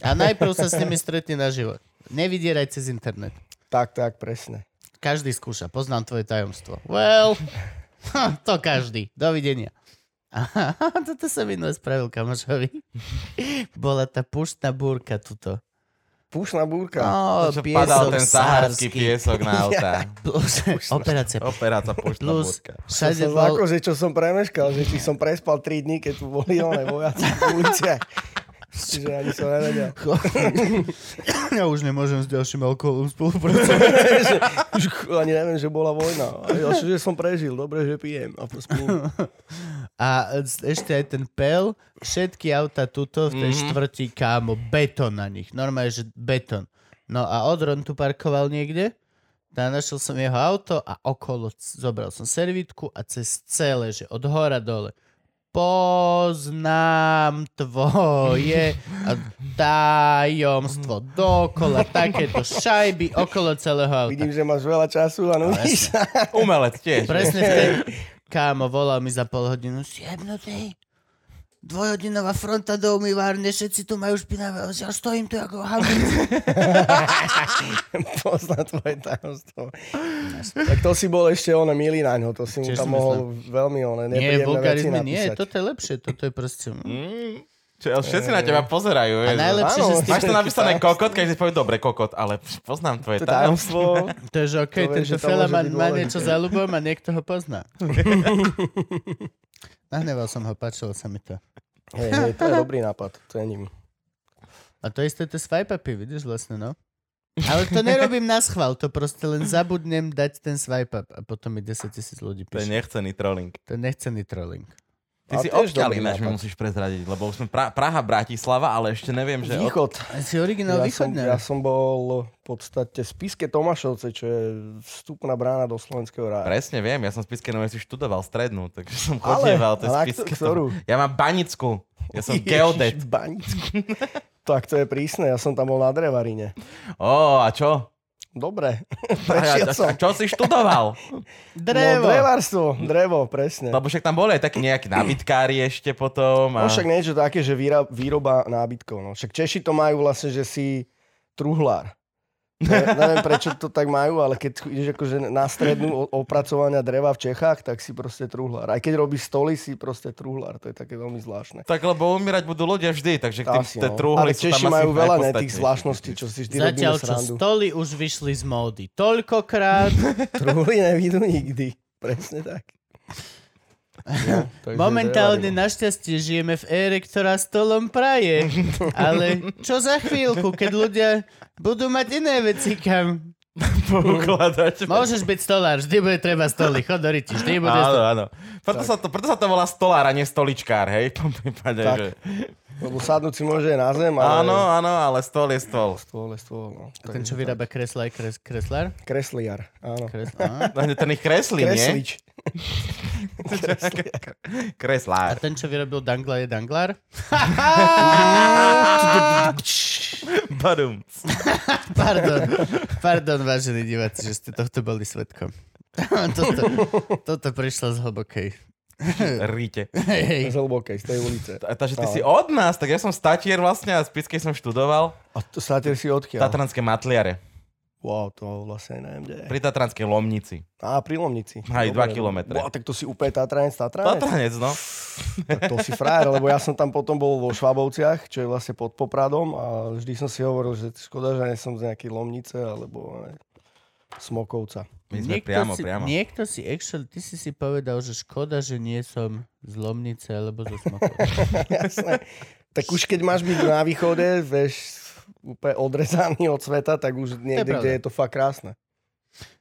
Speaker 1: A najprv sa s nimi stretni na život. Nevydieraj cez internet.
Speaker 3: Tak, tak, presne.
Speaker 1: Každý skúša. Poznám tvoje tajomstvo. Well, ha, to každý. Dovidenia. Aha, toto sa mi spravil kamošovi. Bola tá puštná búrka tuto.
Speaker 3: Púšna búrka.
Speaker 1: No,
Speaker 2: Čo padal
Speaker 1: piesok
Speaker 2: ten saharský
Speaker 1: saharský.
Speaker 2: piesok na auta.
Speaker 1: Plus, operácia.
Speaker 2: Operácia poštná
Speaker 1: Plus,
Speaker 2: búrka.
Speaker 3: To
Speaker 1: všade
Speaker 3: som
Speaker 1: bol...
Speaker 3: zlákol, že čo som premeškal, že či som prespal 3 dní, keď tu boli one vojaci v uliciach. Čiže ani som nevedel.
Speaker 1: Ja už nemôžem s ďalším alkoholom spolupracovať.
Speaker 3: že, už ku- ani neviem, že bola vojna. A Ja, že som prežil, dobre, že pijem. A to spím.
Speaker 1: A e, ešte aj ten pel, všetky auta tuto v tej mm-hmm. štvrti, kámo, betón na nich. Normálne, že betón. No a Odron tu parkoval niekde, a našiel som jeho auto a okolo c- zobral som servitku a cez celé, že od hora dole. Poznám tvoje a tajomstvo dokola, takéto šajby okolo celého auta.
Speaker 3: Vidím, že máš veľa času a nudíš sa.
Speaker 2: Umelec tiež.
Speaker 1: Presne vtedy. Kámo, volal mi za pol hodinu. Sjebnutý. Dvojhodinová fronta do umývárne, všetci tu majú špinavé osi, ja stojím tu ako hamburger.
Speaker 3: Poznám tvoje tajomstvo. Tak to si bol ešte ono milý na ňo, to si mu
Speaker 1: Tiež si
Speaker 3: tam mohol veľmi ono
Speaker 1: Nie,
Speaker 3: nepríjemné veci
Speaker 1: vulgarizmy, nie,
Speaker 3: napísať.
Speaker 1: toto je lepšie, toto je proste...
Speaker 2: Mm, čo, všetci na teba pozerajú.
Speaker 1: A
Speaker 2: vieš.
Speaker 1: najlepšie,
Speaker 3: áno,
Speaker 1: že s tým,
Speaker 2: Máš to napísané kokot, keď si povie, dobre, kokot, ale pš, poznám tvoje
Speaker 3: To
Speaker 2: tajomstvo.
Speaker 3: tajomstvo.
Speaker 1: to je, že okej,
Speaker 3: to viem,
Speaker 1: tento
Speaker 3: že to môže
Speaker 1: felaman
Speaker 3: byť
Speaker 1: má
Speaker 3: dôležité.
Speaker 1: niečo za ľubom a niekto ho pozná. Nahneval som ho, páčilo sa mi to.
Speaker 3: Hej, hej, to je dobrý nápad, cením.
Speaker 1: A to isté to swipe upy, vidíš vlastne, no? Ale to nerobím na schvál, to proste len zabudnem dať ten swipe up a potom mi 10 tisíc ľudí
Speaker 2: To je
Speaker 1: píše.
Speaker 2: nechcený trolling.
Speaker 1: To je nechcený trolling.
Speaker 2: Ty si
Speaker 3: A tiež
Speaker 2: obťal
Speaker 3: dobrý
Speaker 2: ináč, mi
Speaker 3: nápad.
Speaker 2: musíš prezradiť, lebo už sme pra- Praha, Bratislava, ale ešte neviem, že... Od...
Speaker 3: Východ.
Speaker 1: A Si originál
Speaker 3: ja, som,
Speaker 1: východňar.
Speaker 3: ja som bol v podstate v Spiske Tomášovce, čo je vstupná brána do slovenského rája.
Speaker 2: Presne viem, ja som v Spiske Novej si študoval strednú, takže som
Speaker 3: Ale,
Speaker 2: chodieval to je
Speaker 3: ale ak-
Speaker 2: Spiske.
Speaker 3: ktorú?
Speaker 2: Ja mám Banickú. Ja som
Speaker 3: Ježiš,
Speaker 2: geodet.
Speaker 3: Banícku. tak to je prísne, ja som tam bol na Drevarine.
Speaker 2: Ó, a čo?
Speaker 3: Dobre,
Speaker 2: A,
Speaker 3: prešiel
Speaker 2: a,
Speaker 3: som.
Speaker 2: a čo si študoval?
Speaker 1: Drevo.
Speaker 3: No, drevárstvo, drevo, presne.
Speaker 2: Lebo však tam boli aj takí nejakí nábytkári ešte potom.
Speaker 3: No
Speaker 2: A...
Speaker 3: však niečo také, že výra, výroba nábytkov. No. Však Češi to majú vlastne, že si truhlár. Ne, neviem, prečo to tak majú, ale keď ideš akože na strednú o- opracovania dreva v Čechách, tak si proste truhlár. Aj keď robíš stoly, si proste truhlár. To je také veľmi zvláštne.
Speaker 2: Tak lebo umírať budú ľudia vždy, takže tým,
Speaker 3: Asi,
Speaker 2: tie
Speaker 3: no.
Speaker 2: trúhly
Speaker 3: Ale
Speaker 2: sú tam
Speaker 3: Češi
Speaker 2: asi
Speaker 3: majú veľa ne, tých
Speaker 2: najpodstatnejšie.
Speaker 3: zvláštností, čo si vždy
Speaker 1: Zatiaľ,
Speaker 3: robíme
Speaker 1: čo
Speaker 3: srandu.
Speaker 1: stoly už vyšli z módy toľkokrát.
Speaker 3: Truhly nevidú nikdy. Presne tak. Takže
Speaker 1: Momentálne
Speaker 3: nevarím.
Speaker 1: našťastie žijeme v ére, ktorá stolom praje. Ale čo za chvíľku, keď ľudia budú mať iné veci kam.
Speaker 2: poukladať.
Speaker 3: No,
Speaker 1: Môžeš byť stolár, vždy bude treba stoly, chod do riti, vždy bude
Speaker 2: Áno,
Speaker 1: stolár.
Speaker 2: áno. Preto sa, to, preto sa to volá stolár a nie stoličkár, hej? V tom prípade,
Speaker 3: Tak.
Speaker 2: že...
Speaker 3: Lebo sadnúť si môže aj na zem, ale...
Speaker 2: Áno, áno, ale stol je stol.
Speaker 3: Stôl je stôl, no.
Speaker 1: Ten, čo
Speaker 3: Takže
Speaker 1: vyrába kresla aj kres, kreslár?
Speaker 3: tak. Kresliar, áno.
Speaker 1: Kres, á.
Speaker 2: Hlavne Ten ich kreslí, nie?
Speaker 3: Kreslič.
Speaker 1: a
Speaker 2: Kreslár.
Speaker 1: ten, čo vyrobil dangla, je danglár?
Speaker 2: Badum.
Speaker 1: Pardon, pardon, vážení diváci, že ste tohto boli svetkom. toto, toto prišlo z hlbokej.
Speaker 2: Ríte.
Speaker 1: Hej, hej.
Speaker 3: Z hlbokej, z tej ulice.
Speaker 2: A- Takže ty
Speaker 3: No.
Speaker 2: si od nás, tak ja som statier vlastne a z Pickej som študoval.
Speaker 3: A to sáter si odkiaľ?
Speaker 2: Tatranské matliare.
Speaker 3: Wow, to vlastne neviem, kde je.
Speaker 2: Pri Tatranskej Lomnici.
Speaker 3: Á, pri Lomnici.
Speaker 2: Aj dva
Speaker 3: Dobre.
Speaker 2: kilometre.
Speaker 3: Wow, tak to si úplne Tatranec, Tatranec.
Speaker 2: Tatranec, no.
Speaker 3: Tak to si frajer, lebo ja som tam potom bol vo Švabovciach, čo je vlastne pod Popradom a vždy som si hovoril, že škoda, že nie som z nejakej Lomnice alebo ne, Smokovca.
Speaker 2: My sme
Speaker 1: Niekto
Speaker 2: priamo,
Speaker 1: si,
Speaker 2: priamo.
Speaker 1: Niekto si, actually, ty si si povedal, že škoda, že nie som z Lomnice alebo zo Smokov.
Speaker 3: Jasné. Tak už keď máš byť na východe, vieš, úplne odrezaný od sveta, tak už niekde,
Speaker 1: pravda.
Speaker 3: kde je to fakt krásne.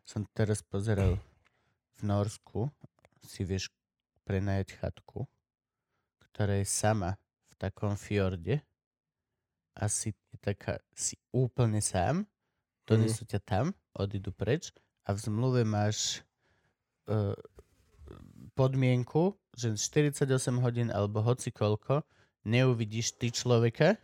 Speaker 1: som teraz pozeral v Norsku, si vieš prenajať chatku, ktorá je sama v takom fjorde a si je taká, si úplne sám, donesú ťa tam, odídu preč a v zmluve máš uh, podmienku, že 48 hodín alebo hoci koľko neuvidíš ty človeka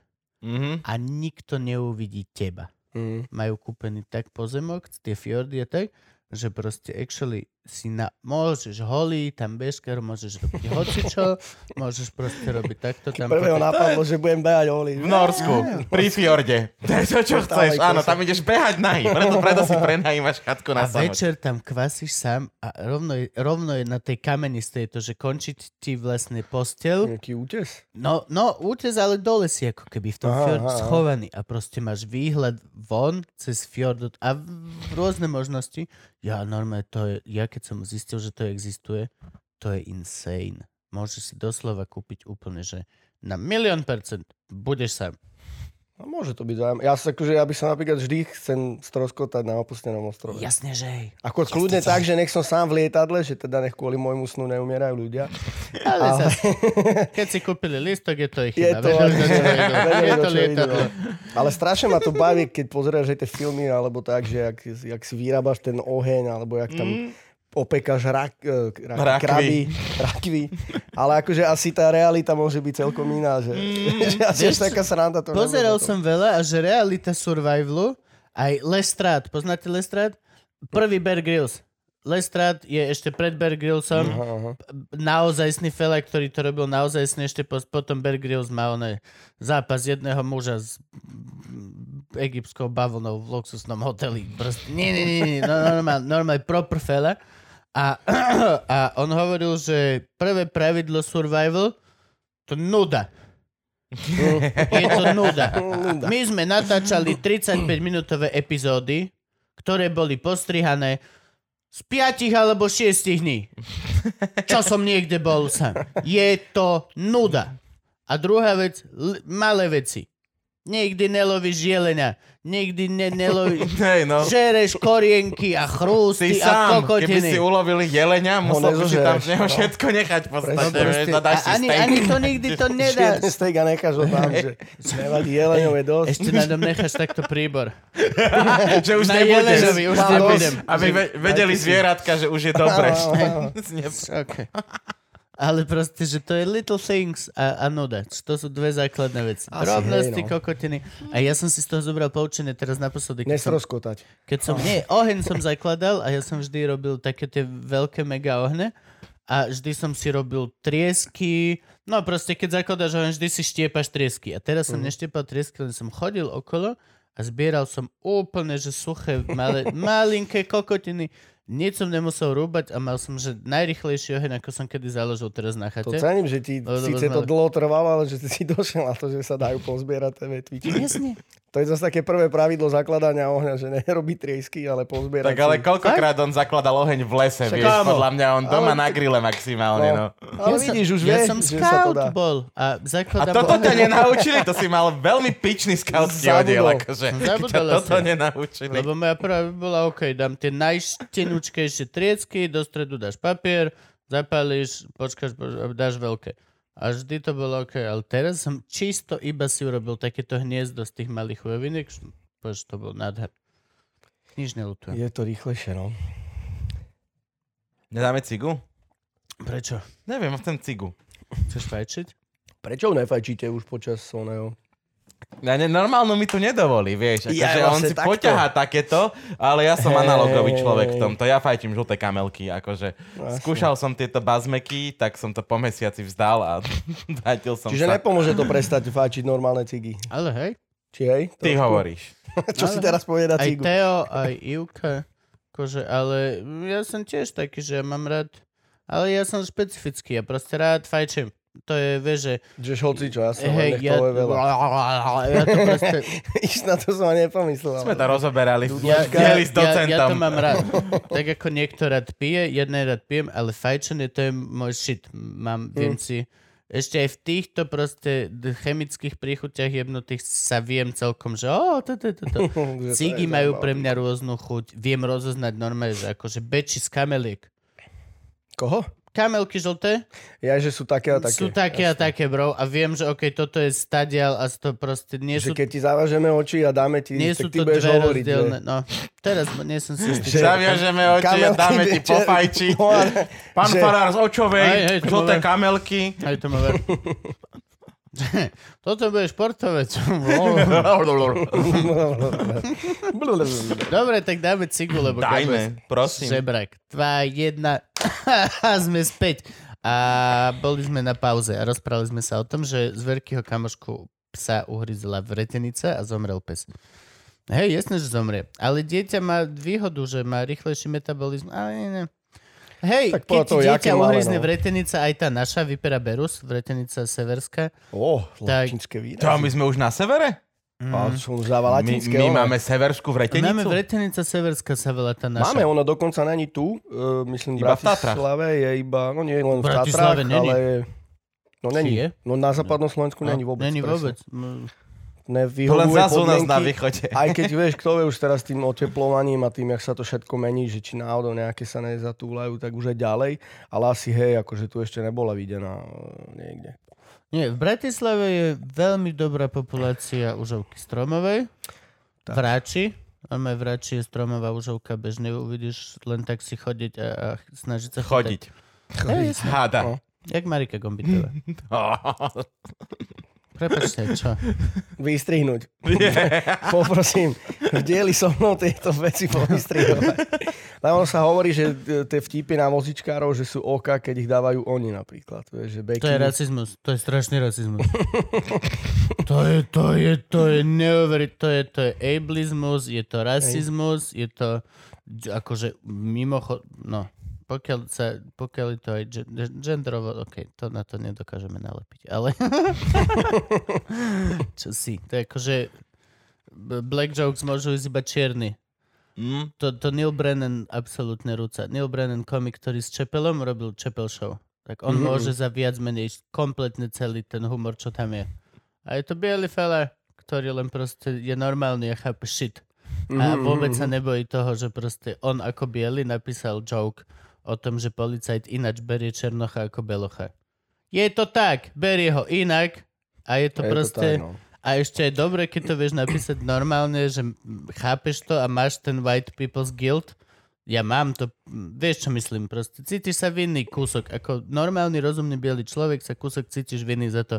Speaker 2: Mhm.
Speaker 1: a nikto neuvidí teba
Speaker 3: Mm.
Speaker 1: majú kúpený tak pozemok, tie fjordy a tak, že proste actually si na, môžeš holý, tam bežkar, môžeš robiť hocičo, môžeš proste robiť takto, tam
Speaker 3: Prvého
Speaker 1: potom-
Speaker 3: napadlo, že budem behať holý.
Speaker 2: V Norsku, pri fjorde. To je to, čo chceš. Áno, tam ideš behať nahý. Preto, preto si prenajímaš chatku
Speaker 1: a
Speaker 2: na samoč.
Speaker 1: večer tam kvasíš sám a rovno je, rovno je na tej kamenistej to, že končiť ti vlastne postel,
Speaker 3: Nejaký útes?
Speaker 1: No, no, útes, ale dole si ako keby v tom
Speaker 3: Aha,
Speaker 1: fjorde
Speaker 3: aha, aha.
Speaker 1: schovaný a proste máš výhľad von cez fjord a v- rôzne možnosti. Ja normálne to je, ja keď som zistil, že to existuje, to je insane. Môžeš si doslova kúpiť úplne, že na milión percent budeš sám.
Speaker 3: No, môže to byť zájem. Ja, sa, akože, ja by som napríklad vždy chcem stroskotať na opustenom ostrove.
Speaker 1: Jasne, že hej.
Speaker 3: Ako kľudne tak, že nech som sám v lietadle, že teda nech kvôli môjmu snu neumierajú ľudia.
Speaker 1: Ale zas, keď si kúpili listok, je to ich
Speaker 3: Je
Speaker 1: chyba. Vedeli,
Speaker 3: to,
Speaker 1: do čoho idú. je
Speaker 3: vedeli, do
Speaker 1: to
Speaker 3: čoho idú,
Speaker 1: lietadlo.
Speaker 3: no. ale strašne ma to baví, keď pozeráš aj tie filmy, alebo tak, že jak, jak si vyrábaš ten oheň, alebo
Speaker 1: Mm.
Speaker 3: jak tam opekáš rak, eh,
Speaker 2: Rakvy.
Speaker 3: rak, kraby, rakvy. Ale akože asi tá realita môže byť celkom iná, že, že asi
Speaker 1: Mm. Vieš
Speaker 3: až taká sranda to nebude
Speaker 1: Pozeral
Speaker 3: potom.
Speaker 1: som veľa a že realita survivalu, aj Lestrad, poznáte Lestrad? Prvý Bear Grylls. Lestrad je ešte pred Bear Grillsom,
Speaker 3: Aha, aha.
Speaker 1: naozajstný fela, ktorý to robil naozajstne, ešte po, potom Bear Grylls má oné zápas jedného muža s mm, egyptskou bavlnou v luxusnom hoteli. Proste, nie, nie, nie, nie, no, normál, normál, proper fela. A, a on hovoril, že prvé pravidlo survival to nuda. Je to nuda.
Speaker 3: Nuda.
Speaker 1: My sme natáčali 35-minútové epizódy, ktoré boli postrihané z 5 alebo 6 dní. Čo som niekde bol sám. Je to nuda. A druhá vec, l- malé veci. Nikdy nelovíš jelena, nikdy ne, nelovíš...
Speaker 2: Hej, no.
Speaker 1: Žereš korienky a
Speaker 2: Ty
Speaker 1: chrústy a
Speaker 2: sám, keby
Speaker 1: kokotiny.
Speaker 2: si ulovili jelenia, musel by si tam z
Speaker 3: nezožereš,
Speaker 2: neho
Speaker 3: no.
Speaker 2: všetko nechať v podstate.
Speaker 1: Proste,
Speaker 2: vieš, Zadáš si
Speaker 1: a ani,
Speaker 2: steak.
Speaker 1: ani to nikdy to
Speaker 3: Ešte jeden
Speaker 1: nedáš.
Speaker 3: steak a necháš ho tam, že nevadí, jeleňov je dosť.
Speaker 1: Ešte na ňom necháš takto príbor.
Speaker 2: že už
Speaker 1: Na
Speaker 2: nebudeš.
Speaker 1: Jelenovi už
Speaker 2: Aby-
Speaker 1: nebudem.
Speaker 2: Aby ve- vedeli zvieratka, že už je dobre.
Speaker 1: Okay. Ale proste, že to je little things a, a nuda. To sú dve základné veci.
Speaker 3: Asi,
Speaker 1: Drobnosti,
Speaker 3: hej, no.
Speaker 1: kokotiny. A ja som si z toho zobral poučenie teraz naposledy. Keď som,
Speaker 3: Nestroskotať.
Speaker 1: keď som, nie, oheň som zakladal a ja som vždy robil také tie veľké mega ohne a vždy som si robil triesky. No proste, keď zakladáš oheň, vždy si štiepaš triesky. A teraz
Speaker 3: Mhm.
Speaker 1: som neštiepal triesky, len som chodil okolo a zbieral som úplne, že suché, malé, malinké kokotiny. Nič som nemusel rúbať a mal som, že najrychlejší oheň, ako som kedy založil teraz na
Speaker 3: To
Speaker 1: chate.
Speaker 3: cením, že ti
Speaker 1: Lebo
Speaker 3: síce to
Speaker 1: sme-
Speaker 3: dlho trvalo, ale že si došiel na to, že sa dajú pozbierať tie vetvičky.
Speaker 1: Jasne.
Speaker 3: To je zase také prvé pravidlo zakladania ohňa, že nerobí triesky, ale pozbierať
Speaker 2: Tak ale
Speaker 3: si-
Speaker 2: koľkokrát on zakladal oheň v lese,
Speaker 3: Však
Speaker 2: vieš,
Speaker 3: áno.
Speaker 2: podľa mňa on doma
Speaker 3: Ale
Speaker 2: na grile maximálne, no.
Speaker 3: Ale vidíš, už vie,
Speaker 1: ja som
Speaker 3: že sa to
Speaker 1: scout
Speaker 3: dá.
Speaker 1: bol a zakladám
Speaker 2: A toto ťa
Speaker 1: oheň.
Speaker 2: nenaučili, to si mal veľmi pičný skautský oddiel,
Speaker 3: Zabudol.
Speaker 2: akože.
Speaker 1: Zabudol
Speaker 2: Ťa
Speaker 1: asi.
Speaker 2: toto nenaučili.
Speaker 1: Lebo moja prvá bola, OK, dám tie najštenučkejšie triecky, do stredu dáš papier, zapáliš, počkáš, poč- dáš veľké. A vždy to bolo OK, ale teraz som čisto iba si urobil takéto hniezdo z tých malých chujoviniek, bože, to bol nádher. Nič nelutujem.
Speaker 3: Je to rýchlejšie, no.
Speaker 2: Nedáme cigu?
Speaker 1: Prečo?
Speaker 2: Neviem, chcem cigu.
Speaker 1: Chceš fajčiť?
Speaker 3: Prečo nefajčíte už počas oného?
Speaker 2: Ja ne, normálnu mi tu nedovolí, vieš. Akože
Speaker 3: Ja
Speaker 2: on
Speaker 3: vlastne
Speaker 2: si
Speaker 3: takto.
Speaker 2: poťahá takéto, ale ja som
Speaker 3: Hej.
Speaker 2: analogový človek v tomto. Ja fajčím žlté kamelky, akože. Skúšal som tieto bazmeky, tak som to po mesiaci vzdal a vrátil som
Speaker 3: Čiže
Speaker 2: sa.
Speaker 3: nepomôže to prestať fajčiť normálne cigy.
Speaker 1: Ale hej,
Speaker 3: Či hej?
Speaker 2: Ty
Speaker 3: Trošku?
Speaker 2: hovoríš.
Speaker 3: Čo si teraz povie na
Speaker 1: aj
Speaker 3: cigu?
Speaker 1: Teo, aj Ivka, akože, ale ja som tiež taký, že ja mám rád, ale ja som špecifický, ja proste rád fajčím. To je, vieš, že
Speaker 3: Že hoci čo,
Speaker 1: Hej,
Speaker 3: jasné, hey, nech
Speaker 1: ja,
Speaker 3: toho je veľa.
Speaker 1: ja to proste...
Speaker 3: Iš na to som ani nepomyslel.
Speaker 2: Sme
Speaker 3: ale-
Speaker 2: to rozoberali.
Speaker 1: Ja, ja,
Speaker 2: Dieli
Speaker 1: ja, ja
Speaker 2: s
Speaker 1: to
Speaker 2: docentom.
Speaker 1: mám rád. Tak ako niekto rád pije, ja nerad pijem, ale fajčenie to je môj shit.
Speaker 3: Hm.
Speaker 1: Mám, viem si... Ešte aj v týchto proste d- chemických príchuťach jemnutých sa viem celkom, že o, to, to, to, to.
Speaker 3: Že to je
Speaker 1: Cigy majú pre
Speaker 3: zaujímavé.
Speaker 1: mňa rôznu chuť. Viem rozoznať normálne, že akože beči z kameliek.
Speaker 3: Koho?
Speaker 1: Kamelky žlté?
Speaker 3: Ja, že sú také a také.
Speaker 1: Sú také a také, bro. A viem, že okej, toto je stadial a to proste nie sú
Speaker 3: Že keď ti závažeme oči a dáme ti,
Speaker 1: Nie sú
Speaker 3: tak
Speaker 1: to
Speaker 3: ty budeš
Speaker 1: dve
Speaker 3: hovoriť. že-
Speaker 1: rozdielne. No, teraz ma- nie som si istý.
Speaker 3: Že-
Speaker 2: Zaviažeme oči a
Speaker 3: Kamelky
Speaker 2: dáme ti
Speaker 3: večer-
Speaker 2: pofajčiť.
Speaker 3: No, ale-
Speaker 2: Pán
Speaker 3: že-
Speaker 2: Farár z
Speaker 1: Hej, hej,
Speaker 2: Očovej,
Speaker 1: to
Speaker 2: žlté
Speaker 1: bolo-
Speaker 2: kamelky.
Speaker 1: Aj to ma ver. Toto bude športovec. Dobre, tak dáme cigu, lebo
Speaker 2: Dajme, prosím.
Speaker 1: Žebrak. 2, 1. sme späť. A boli sme na pauze a rozprávali sme sa o tom, že z veľkého kamošku psa uhryzla vretenica a zomrel pes. Hej, jasné, že zomrie. Ale dieťa má výhodu, že má rýchlejší metabolizmus. Ale nie, nie. Hej,
Speaker 3: Tak
Speaker 1: keď
Speaker 3: podľa
Speaker 1: ti
Speaker 3: toho,
Speaker 1: dieťa
Speaker 3: jaké malé,
Speaker 1: uhryzne
Speaker 3: no.
Speaker 1: vretenica, aj tá naša, vypera berus, vretenica severská.
Speaker 3: Ó,
Speaker 1: Tak. mm,
Speaker 3: latinské víno.
Speaker 2: Čo, my sme už na severe?
Speaker 3: A čo už dáva
Speaker 2: My,
Speaker 3: latinské
Speaker 2: my
Speaker 3: ono.
Speaker 2: máme severskú
Speaker 1: Máme
Speaker 2: vretenicu?
Speaker 1: vretenica severská sa volá tá naša.
Speaker 3: Máme, ono dokonca není tu, e, myslím,
Speaker 2: Iba
Speaker 3: iba
Speaker 2: v
Speaker 3: v
Speaker 2: Tatrách.
Speaker 3: Bratislave je iba, no nie len v
Speaker 1: Bratislave
Speaker 3: Tatrách,
Speaker 1: není.
Speaker 3: ale je... No není.
Speaker 1: Či je?
Speaker 3: No na západnom Slovensku
Speaker 1: No,
Speaker 3: není vôbec.
Speaker 1: Není
Speaker 3: presne.
Speaker 1: vôbec.
Speaker 2: To len
Speaker 3: Nevyhovuje
Speaker 2: zás u nás
Speaker 3: podmienky.
Speaker 2: na východe.
Speaker 3: Aj keď vieš, kto vie už teraz tým oteplovaním a tým, jak sa to všetko mení, že či náhodou nejaké sa nezatúľajú, tak už aj ďalej. Ale asi hej, akože tu ešte nebola videná e, niekde.
Speaker 1: Nie, v Bratislave je veľmi dobrá populácia užovky stromovej. Tak. Vráči. Máme vráči je stromová užovka, bežne ju uvidíš len tak si chodiť a, a snažiť sa
Speaker 2: Chodiť.
Speaker 1: Hej, jasne.
Speaker 3: No.
Speaker 2: Háda.
Speaker 1: Jak Marika Gombitová. Prepačte, čo?
Speaker 3: Vystrihnúť. Poprosím, dieli so mnou tieto veci povystrihovať. Ale ono sa hovorí, že e, tie vtipy na vozičkárov, že sú oka, keď ich dávajú oni napríklad. Vieš, že
Speaker 1: To je
Speaker 3: Becky,
Speaker 1: rasizmus. To je strašný rasizmus. To je, to je, to je neuveriteľné. To je, to je ableizmus, je to rasizmus, je to d- akože mimochod... No, pokiaľ, sa, pokiaľ je to aj gen- genderovo, ok, to na to nedokážeme nalepiť, ale... Čo si? To je akože... b- Black jokes môžu ísť iba čierny.
Speaker 2: Mm.
Speaker 1: To, to Neil Brennan absolútne rúca. Neil Brennan komik, ktorý s Chappellom robil Chappell show. Tak on
Speaker 3: Mhm.
Speaker 1: môže za viac menej kompletne celý ten humor, čo tam je. A je to bielý fella, ktorý len proste je normálny a chápe shit. A vôbec sa nebojí toho, že proste on ako biely napísal joke o tom, že policajt ináč berie Černocha ako Belocha. Je to tak, berie ho inak a je to
Speaker 3: Je
Speaker 1: proste...
Speaker 3: tak, no.
Speaker 1: A ešte je dobre, keď to vieš napísať normálne, že chápeš to a máš ten white people's guilt. Ja mám to, vieš čo myslím, proste cítiš sa vinný kúsok, ako normálny, rozumný biely človek sa kúsok cítiš vinný za to,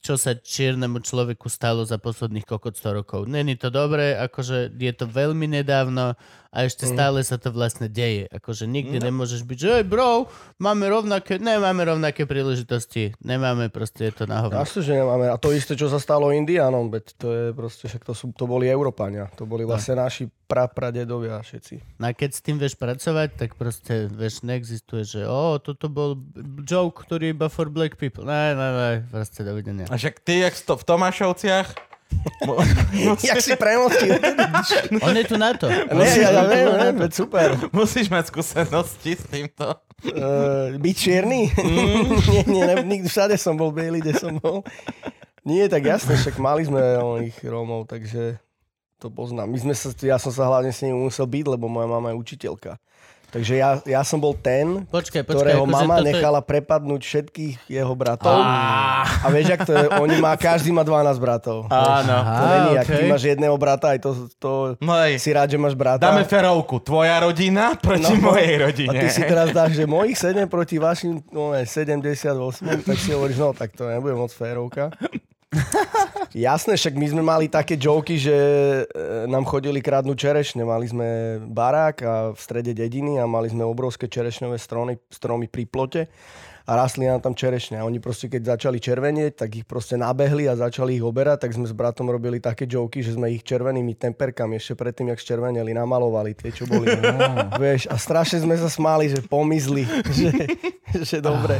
Speaker 1: čo sa čiernemu človeku stalo za posledných kokot 100 rokov. Není to dobré, akože je to veľmi nedávno a ešte stále sa to vlastne deje. Akože nikdy no. nemôžeš byť, že hey, bro, máme rovnaké, nemáme rovnaké príležitosti, nemáme, proste je to na hovno.
Speaker 3: Jasne, že nemáme. A to isté, čo sa stalo Indiánom, veď to je proste, však to, sú, to boli Európania. To boli vlastne naši prapradedovia všetci.
Speaker 1: No a keď s tým vieš pracovať, tak proste, vieš, neexistuje, že o, toto bol b- joke, ktorý je iba for black people. Ne, ne, ne, proste dovidenia.
Speaker 2: A však ty, jak to, v Tomášovciach, mo-
Speaker 3: Jak si premotil?
Speaker 1: On je tu na to.
Speaker 3: ne, ja, ja viem, viem, veď super.
Speaker 2: musíš mať skúsenosti s týmto.
Speaker 3: Uh, byť čierny? nie, nie, ne, nikdy, všade som bol bielý, kde som bol. Nie, tak jasne, však mali sme oných Rómov, takže to poznám. My sme sa, ja som sa hlavne s nimi musel byť, lebo moja mama je učiteľka. Takže ja, ja som bol ten,
Speaker 1: Počkaj, počkaj.
Speaker 3: ktorého
Speaker 1: akože
Speaker 3: mama
Speaker 1: toto je-
Speaker 3: nechala prepadnúť všetkých jeho bratov. A vieš, ak to je, oni má, každý má 12 bratov.
Speaker 2: Áno.
Speaker 3: To není, ak ty
Speaker 1: okej.
Speaker 3: máš jedného brata, aj to, to
Speaker 2: No hej,
Speaker 3: si rád, že máš brata.
Speaker 2: dáme ferovku. Tvoja rodina proti
Speaker 3: No.
Speaker 2: mojej
Speaker 3: a
Speaker 2: rodine.
Speaker 3: ty si teraz dáš, že mojich 7 proti vašim no, ne, 78, tak si hovoríš, no tak to nebude moc férovka. Jasné, však my sme mali také joky, že e, nám chodili kradnúť čerešne. Mali sme barák a v strede dediny a mali sme obrovské čerešňové strony, stromy pri plote a rastli nám tam čerešne. A oni proste, keď začali červenieť, tak ich proste nabehli a začali ich oberať, tak sme s bratom robili také joky, že sme ich červenými temperkami ešte predtým, jak červeneli, namalovali tie, čo boli. Vieš, a strašne sme sa smáli, že pomizli, že, že dobre.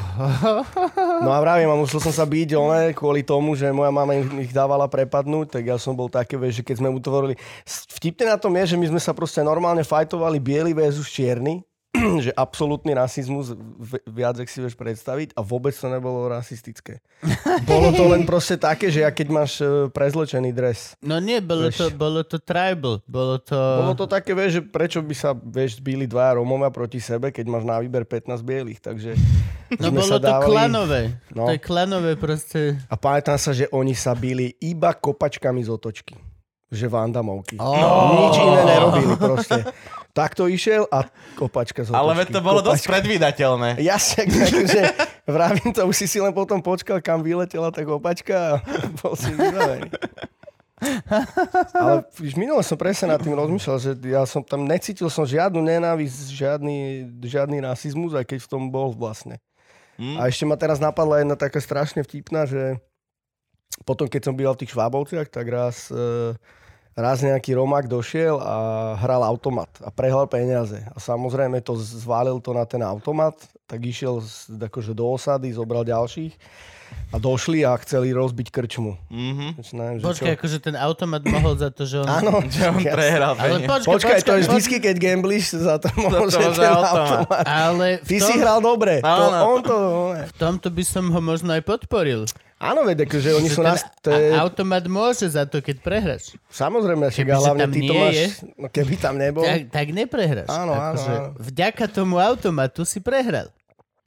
Speaker 3: No a vravím, a musel som sa byť one, kvôli tomu, že moja mama im ich dávala prepadnúť, tak ja som bol také, vieš, že keď sme utvorili... S- Vtipne na tom je, že my sme sa proste normálne fajtovali biely versus čierny, že absolútny rasizmus v- viac, ak si vieš predstaviť a vôbec to nebolo rasistické. Bolo to len proste také, že ja keď máš e, prezlečený dres.
Speaker 1: No nie, bolo to, bolo to tribal, bolo to...
Speaker 3: Bolo to také, vieš, že prečo by sa, vieš, zbili dvaja Romovia proti sebe, keď máš na výber 15 bielých, takže
Speaker 1: no
Speaker 3: sme
Speaker 1: bolo
Speaker 3: sa
Speaker 1: to
Speaker 3: dávali...
Speaker 1: klanové,
Speaker 3: No.
Speaker 1: to je klanové proste...
Speaker 3: A pamätám sa, že oni sa bili iba kopačkami z otočky. Že vandamovky.
Speaker 1: Ó.
Speaker 3: No. Nič iné nerobili proste. Takto išiel a kopačka z otočky.
Speaker 2: Ale veď to bolo dosť
Speaker 3: kopačka.
Speaker 2: predvídateľné.
Speaker 3: Ja si tak, že vravím to, už si si len potom počkal, kam vyletela tá kopačka a bol si vybavený. Ale už minule som presne nad tým rozmýšľal, že ja som tam necítil som žiadnu nenávisť, žiadny, žiadny rasizmus, aj keď v tom bol vlastne.
Speaker 2: Hm?
Speaker 3: A ešte ma teraz napadla jedna taká strašne vtipná, že potom, keď som býval v tých Švábovciach, tak raz, e, raz nejaký Romák došiel a hral automat a prehral peniaze. A samozrejme to z- zválil to na ten automat, tak išiel z, akože do osady, zobral ďalších a došli a chceli rozbiť krčmu.
Speaker 2: Mhm.
Speaker 3: Znači, neviem, že
Speaker 1: Počkaj,
Speaker 3: čo.
Speaker 1: akože ten automat mohol za to, že on...
Speaker 3: Áno,
Speaker 2: Že on
Speaker 3: jasné.
Speaker 2: prehral
Speaker 1: Ale
Speaker 2: peniaze.
Speaker 1: počkaj,
Speaker 3: Počkaj, to je
Speaker 1: počkaj,
Speaker 3: vždycky, keď gamblíš, za to môže
Speaker 2: môže
Speaker 3: ten
Speaker 2: automat.
Speaker 3: automat.
Speaker 1: Ale v,
Speaker 3: Ty si
Speaker 1: tom,
Speaker 3: hral dobre, to,
Speaker 2: Áno.
Speaker 3: on to... ne.
Speaker 1: v tomto by som ho možno aj podporil.
Speaker 3: Áno, veď, akože oni
Speaker 1: Že
Speaker 3: sú
Speaker 1: ten
Speaker 3: nás... To je...
Speaker 1: a- automat môže za to, keď prehráš.
Speaker 3: Samozrejme, však
Speaker 1: Keby si
Speaker 3: a hlavne
Speaker 1: tam
Speaker 3: ty to
Speaker 1: nie
Speaker 3: máš,
Speaker 1: je.
Speaker 3: no keby tam nebol.
Speaker 1: Tak, tak neprehráš.
Speaker 3: Áno, áno, áno.
Speaker 1: Vďaka tomu automatu si prehral.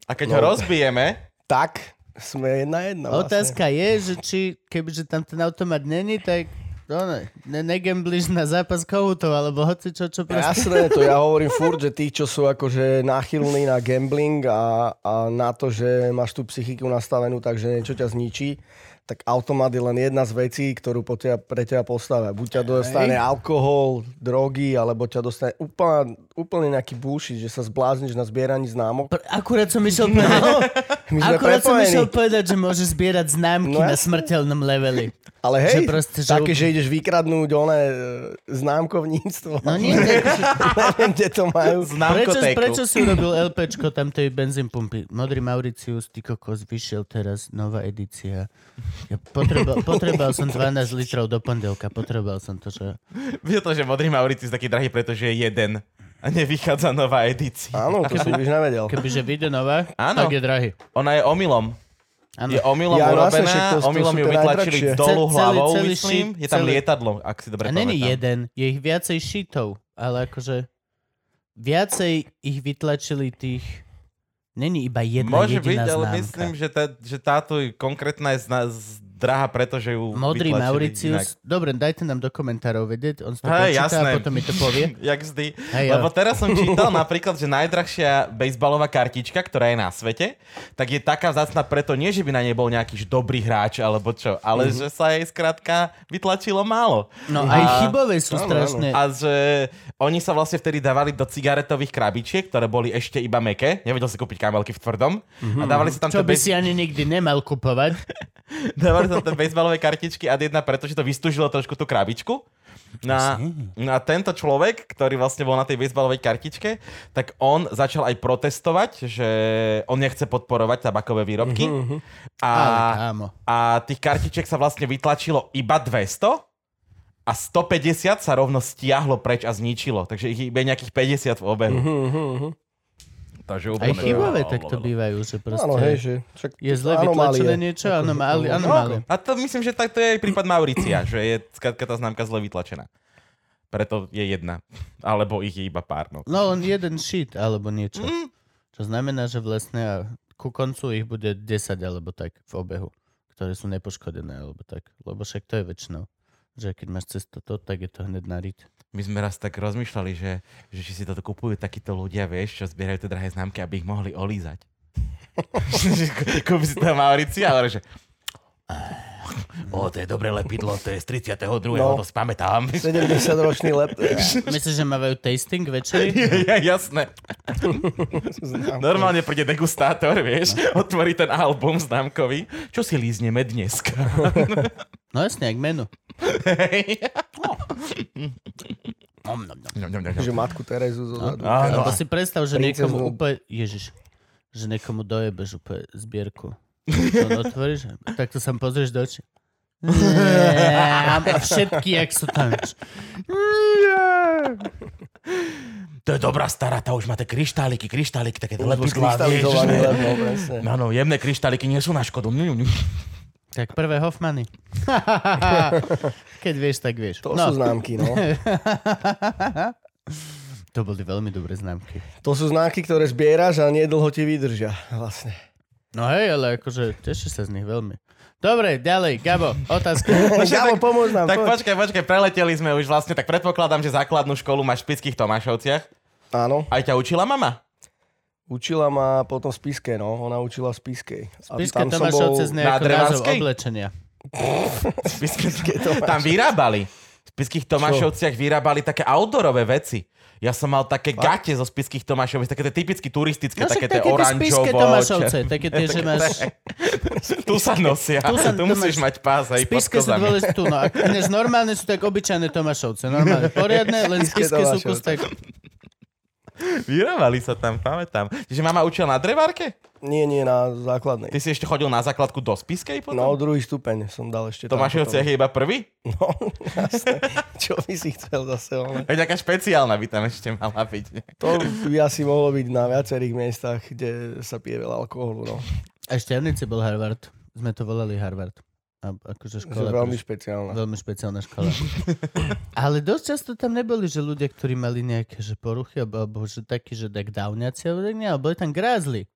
Speaker 2: A keď
Speaker 3: No.
Speaker 2: ho rozbijeme,
Speaker 3: Tak, sme jedna jedna vlastne.
Speaker 1: Otázka je, že či kebyže tam ten automat není, tak to ne, ne, negambliš na zápas kohutov, alebo hoci čo, čo proste.
Speaker 3: Jasné, to ja hovorím furt, že tí, čo sú akože náchylní na gambling a, a na to, že máš tú psychiku nastavenú tak, že niečo ťa zničí, tak automat je len jedna z vecí, ktorú po teba, pre teba postavia. Buď ťa dostane alkohol, drogy, alebo ťa dostane úplne, úplne nejaký bullshit, že sa zblázniš na zbieraní známok.
Speaker 1: Pr- Akurát som išiel povedať,
Speaker 3: My sme
Speaker 1: akurát som
Speaker 3: prepojení.
Speaker 1: išiel povedať, že môže zbierať známky
Speaker 3: No
Speaker 1: na
Speaker 3: jasné.
Speaker 1: smrteľnom leveli.
Speaker 3: Ale hej,
Speaker 1: Že proste, že
Speaker 3: také,
Speaker 1: úplne-
Speaker 3: že ideš vykradnúť one e, známkovníctvo.
Speaker 1: No nie, tak,
Speaker 3: Neviem, kde to majú.
Speaker 1: prečo,
Speaker 2: známkotéku.
Speaker 1: prečo si urobil LPčko tam tej benzín pumpy? Modrý Mauricius, ty kokos, vyšiel teraz nová edícia. Ja potreboval, potreboval som 12 litrov do pondelka, potreboval som to, že...
Speaker 2: Je to, že Modrý Mauricis je taký drahý, pretože je jeden a nevychádza nová edícia.
Speaker 3: Áno, to som už nevedel.
Speaker 1: Kebyže vyjde nová,
Speaker 2: Áno.
Speaker 1: tak je drahý.
Speaker 2: Ona je omylom.
Speaker 1: Áno.
Speaker 2: Je omylom
Speaker 3: Ja,
Speaker 2: ja,
Speaker 3: vlastne, však
Speaker 2: urobená,
Speaker 3: to- to
Speaker 2: omylom
Speaker 3: sú
Speaker 2: ju
Speaker 3: tie
Speaker 2: vytlačili
Speaker 3: najdrahšie.
Speaker 2: dolu
Speaker 1: Ce- celý-
Speaker 2: hlavou,
Speaker 1: celý
Speaker 2: myslím.
Speaker 1: šip,
Speaker 2: je tam
Speaker 1: celý-
Speaker 2: lietadlo, ak si dobre
Speaker 1: A není
Speaker 2: pamätám.
Speaker 1: jeden, je ich viacej šitov, ale akože viacej ich vytlačili tých... Není iba jedna
Speaker 2: Môže byť,
Speaker 1: jediná
Speaker 2: ale
Speaker 1: známka.
Speaker 2: myslím, že, tá, že táto konkrétna je zna, z, drahá, pretože ju
Speaker 1: Modrý
Speaker 2: vytlačili
Speaker 1: Mauricius. Dobre, dajte nám do komentárov vedieť, on si to
Speaker 2: Hej,
Speaker 1: prečíta
Speaker 2: jasné.
Speaker 1: a potom mi to povie.
Speaker 2: Jak vždy.
Speaker 1: Hej,
Speaker 2: Lebo
Speaker 1: jo.
Speaker 2: teraz som čítal napríklad, že najdrahšia bejsbalová kartička, ktorá je na svete, tak je taká vzácna preto nie, že by na nej bol nejaký že dobrý hráč alebo čo, ale
Speaker 1: Mhm.
Speaker 2: že sa jej skrátka vytlačilo málo.
Speaker 1: No aj chybové sú
Speaker 3: Áno,
Speaker 1: strašné.
Speaker 2: A že oni sa vlastne vtedy dávali do cigaretových krabičiek, ktoré boli ešte iba meké. Nevedel si kúpiť kamelky v tvrdom. A dávali sa tam
Speaker 1: Mhm. Čo
Speaker 2: tie
Speaker 1: by
Speaker 2: bejs-
Speaker 1: si ani nikdy nemal kupovať.
Speaker 2: Dávali tam tie bejsbalové kartičky ad jedna, pretože to vystúžilo trošku tú krabičku. Na, na tento človek, ktorý vlastne bol na tej bejsbalovej kartičke, tak on začal aj protestovať, že on nechce podporovať tabakové výrobky.
Speaker 3: Mhm.
Speaker 2: A,
Speaker 1: Ale kámo.
Speaker 2: a tých kartičiek sa vlastne vytlačilo iba 200 a 150 sa rovno stiahlo preč a zničilo. Takže ich iba nejakých 50 v obehu.
Speaker 3: Mhm.
Speaker 2: hm, Takže
Speaker 1: Aj
Speaker 2: úplne...
Speaker 1: chybové takto bývajú, že proste...
Speaker 3: Áno, hej, že... Však
Speaker 1: Je zle vytlačené niečo?
Speaker 3: Akože-
Speaker 1: Áno, mali,
Speaker 3: No,
Speaker 1: áno, mali.
Speaker 2: A to myslím, že takto je aj prípad Mauricia, že je skrátka tá známka zle vytlačená. Preto je jedna. Alebo ich je iba pár. No.
Speaker 1: No, on jeden shit alebo niečo. Čo znamená, že vlastne a ku koncu ich bude 10 alebo tak v obehu, ktoré sú nepoškodené alebo tak. Lebo však to je väčšinou. Že keď máš cez toto, tak je to hneď na rit.
Speaker 2: My sme raz tak rozmýšľali, že, že či si toto kupujú takíto ľudia, vieš, čo zbierajú tie drahé známky, aby ich mohli olízať. Že kú- Kúp si to Mauricia, ale že... O, to je dobré lepidlo, to je z 32. No.
Speaker 3: No.
Speaker 2: to spamätám.
Speaker 3: 70-ročný lep.
Speaker 1: Myslíš, že mávajú tasting večery?
Speaker 2: Ja, jasné.
Speaker 3: Znám.
Speaker 2: Normálne príde degustátor, vieš, otvorí ten album známkový. Čo si lízneme dneska?
Speaker 1: No jasne, jak menu.
Speaker 2: Hej.
Speaker 1: Nom, nom, nom.
Speaker 2: Ňam, ňam, ňam, ňam.
Speaker 3: Že matku Terezu zo zadu.
Speaker 2: Áno.
Speaker 1: Lebo si predstav, že
Speaker 3: Princeznú.
Speaker 1: niekomu úplne... Ježiš. Že niekomu dojebeš úplne zbierku. To otvoríš, takto sa mu pozrieš do očí. A všetky, jak sú tam.
Speaker 2: To je dobrá stará, tá už má tie kryštáliky, kryštáliky, také tie
Speaker 3: Už
Speaker 2: lepidlá, vieš.
Speaker 3: skrystalizovaný
Speaker 2: že-
Speaker 3: lep, no presne.
Speaker 2: No, no, jemné kryštáliky nie sú na škodu. Ňu, ňu, ňu.
Speaker 1: Tak prvé Hoffmany. Keď vieš, tak vieš.
Speaker 3: To sú známky, no.
Speaker 1: to boli veľmi dobré známky.
Speaker 3: To sú známky, ktoré zbieraš a nedlho ti vydržia. Vlastne.
Speaker 1: No hej, ale akože teší sa z nich veľmi. Dobre, ďalej, Gabo, otázka.
Speaker 2: Počkaj, No,
Speaker 3: Kámo,
Speaker 2: tak-
Speaker 3: pomôž nám.
Speaker 2: Tak
Speaker 3: poď.
Speaker 2: počkaj, počkaj, preleteli sme už vlastne, tak predpokladám, že základnú školu máš v Spických Tomášovciach.
Speaker 3: Áno.
Speaker 2: Aj ťa učila mama?
Speaker 3: Učila ma potom spiske, no. Ona učila spiskej.
Speaker 1: Píška Tomášovce z nejakého názov
Speaker 2: Drevanskej? No
Speaker 1: oblečenia.
Speaker 2: Spické- Tam vyrábali. V Spiských Tomášovciach vyrábali také outdoorové veci. Ja som mal také gate zo Spiských Tomášovic, také tie typicky turistické,
Speaker 1: No však
Speaker 2: také tie
Speaker 1: také tie spiske
Speaker 2: oranžovo.
Speaker 1: Tomášovce,
Speaker 2: čer-
Speaker 1: také tie, že máš...
Speaker 2: Tu sa nosia,
Speaker 1: Tu
Speaker 2: tu,
Speaker 1: sa- tu
Speaker 2: musíš
Speaker 1: máš-
Speaker 2: mať pás aj pod
Speaker 1: Spiske sú
Speaker 2: kozami.
Speaker 1: dôležité, no. A než normálne sú tak obyčajné Tomášovce, normálne poriadne, len
Speaker 3: Spišské
Speaker 1: spiske sú
Speaker 3: Tomášovce.
Speaker 1: kus tak...
Speaker 2: Vyrábali sa tam, pamätám. Čiže mama učila na drevárke?
Speaker 3: Nie, nie, na základnej.
Speaker 2: Ty si ešte chodil na základku do Spiskej potom?
Speaker 3: No, druhý stupeň som dal ešte tam
Speaker 2: Tomášovciach
Speaker 3: potom.
Speaker 2: je iba prvý?
Speaker 3: No, jasné. Čo by si chcel zase, ale...
Speaker 2: Veď aká špeciálna by tam ešte mala byť. ne?
Speaker 3: To by asi mohlo byť na viacerých miestach, kde sa pije veľa alkoholu, no.
Speaker 1: A ešte Arnice bol Harvard. Sme to volali Harvard. A akože
Speaker 3: Že
Speaker 1: škola. proste.
Speaker 3: veľmi špeciálna.
Speaker 1: veľmi špeciálna škola. Ale dosť často tam neboli, že ľudia, ktorí mali nejaké že poruchy, alebo, alebo že takí, že tak downiaci, alebo tak nie, ale boli tam grázli.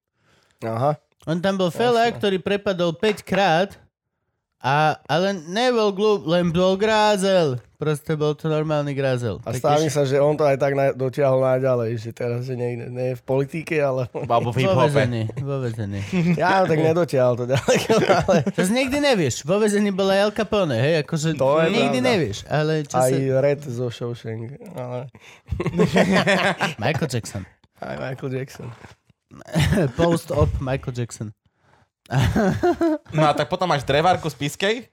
Speaker 3: Aha.
Speaker 1: On tam bol fela, ktorý prepadol 5 krát, a, ale nebol glúb, len bol grázel. Proste bol to normálny grázel.
Speaker 3: A
Speaker 1: Tak
Speaker 3: stávam
Speaker 1: iš-
Speaker 3: sa, že on to aj tak na, dotiahol naďalej, že teraz že nie, nie je v politike, ale
Speaker 2: Alebo v
Speaker 1: vo
Speaker 2: hip-hope.
Speaker 1: vezení, vo vezení.
Speaker 3: ja tak nedotiahol to ďaleko, ale
Speaker 1: To z nikdy nevieš. Vo vezení bola Al Capone, hej, akože
Speaker 3: To je
Speaker 1: nikdy
Speaker 3: pravda.
Speaker 1: nevieš. Ale čo
Speaker 3: aj
Speaker 1: sa...
Speaker 3: Red zo Shawshank, ale
Speaker 1: Michael Jackson.
Speaker 3: aj Michael Jackson.
Speaker 1: Post-op Michael Jackson.
Speaker 2: No a tak potom máš drevárku Spiskej?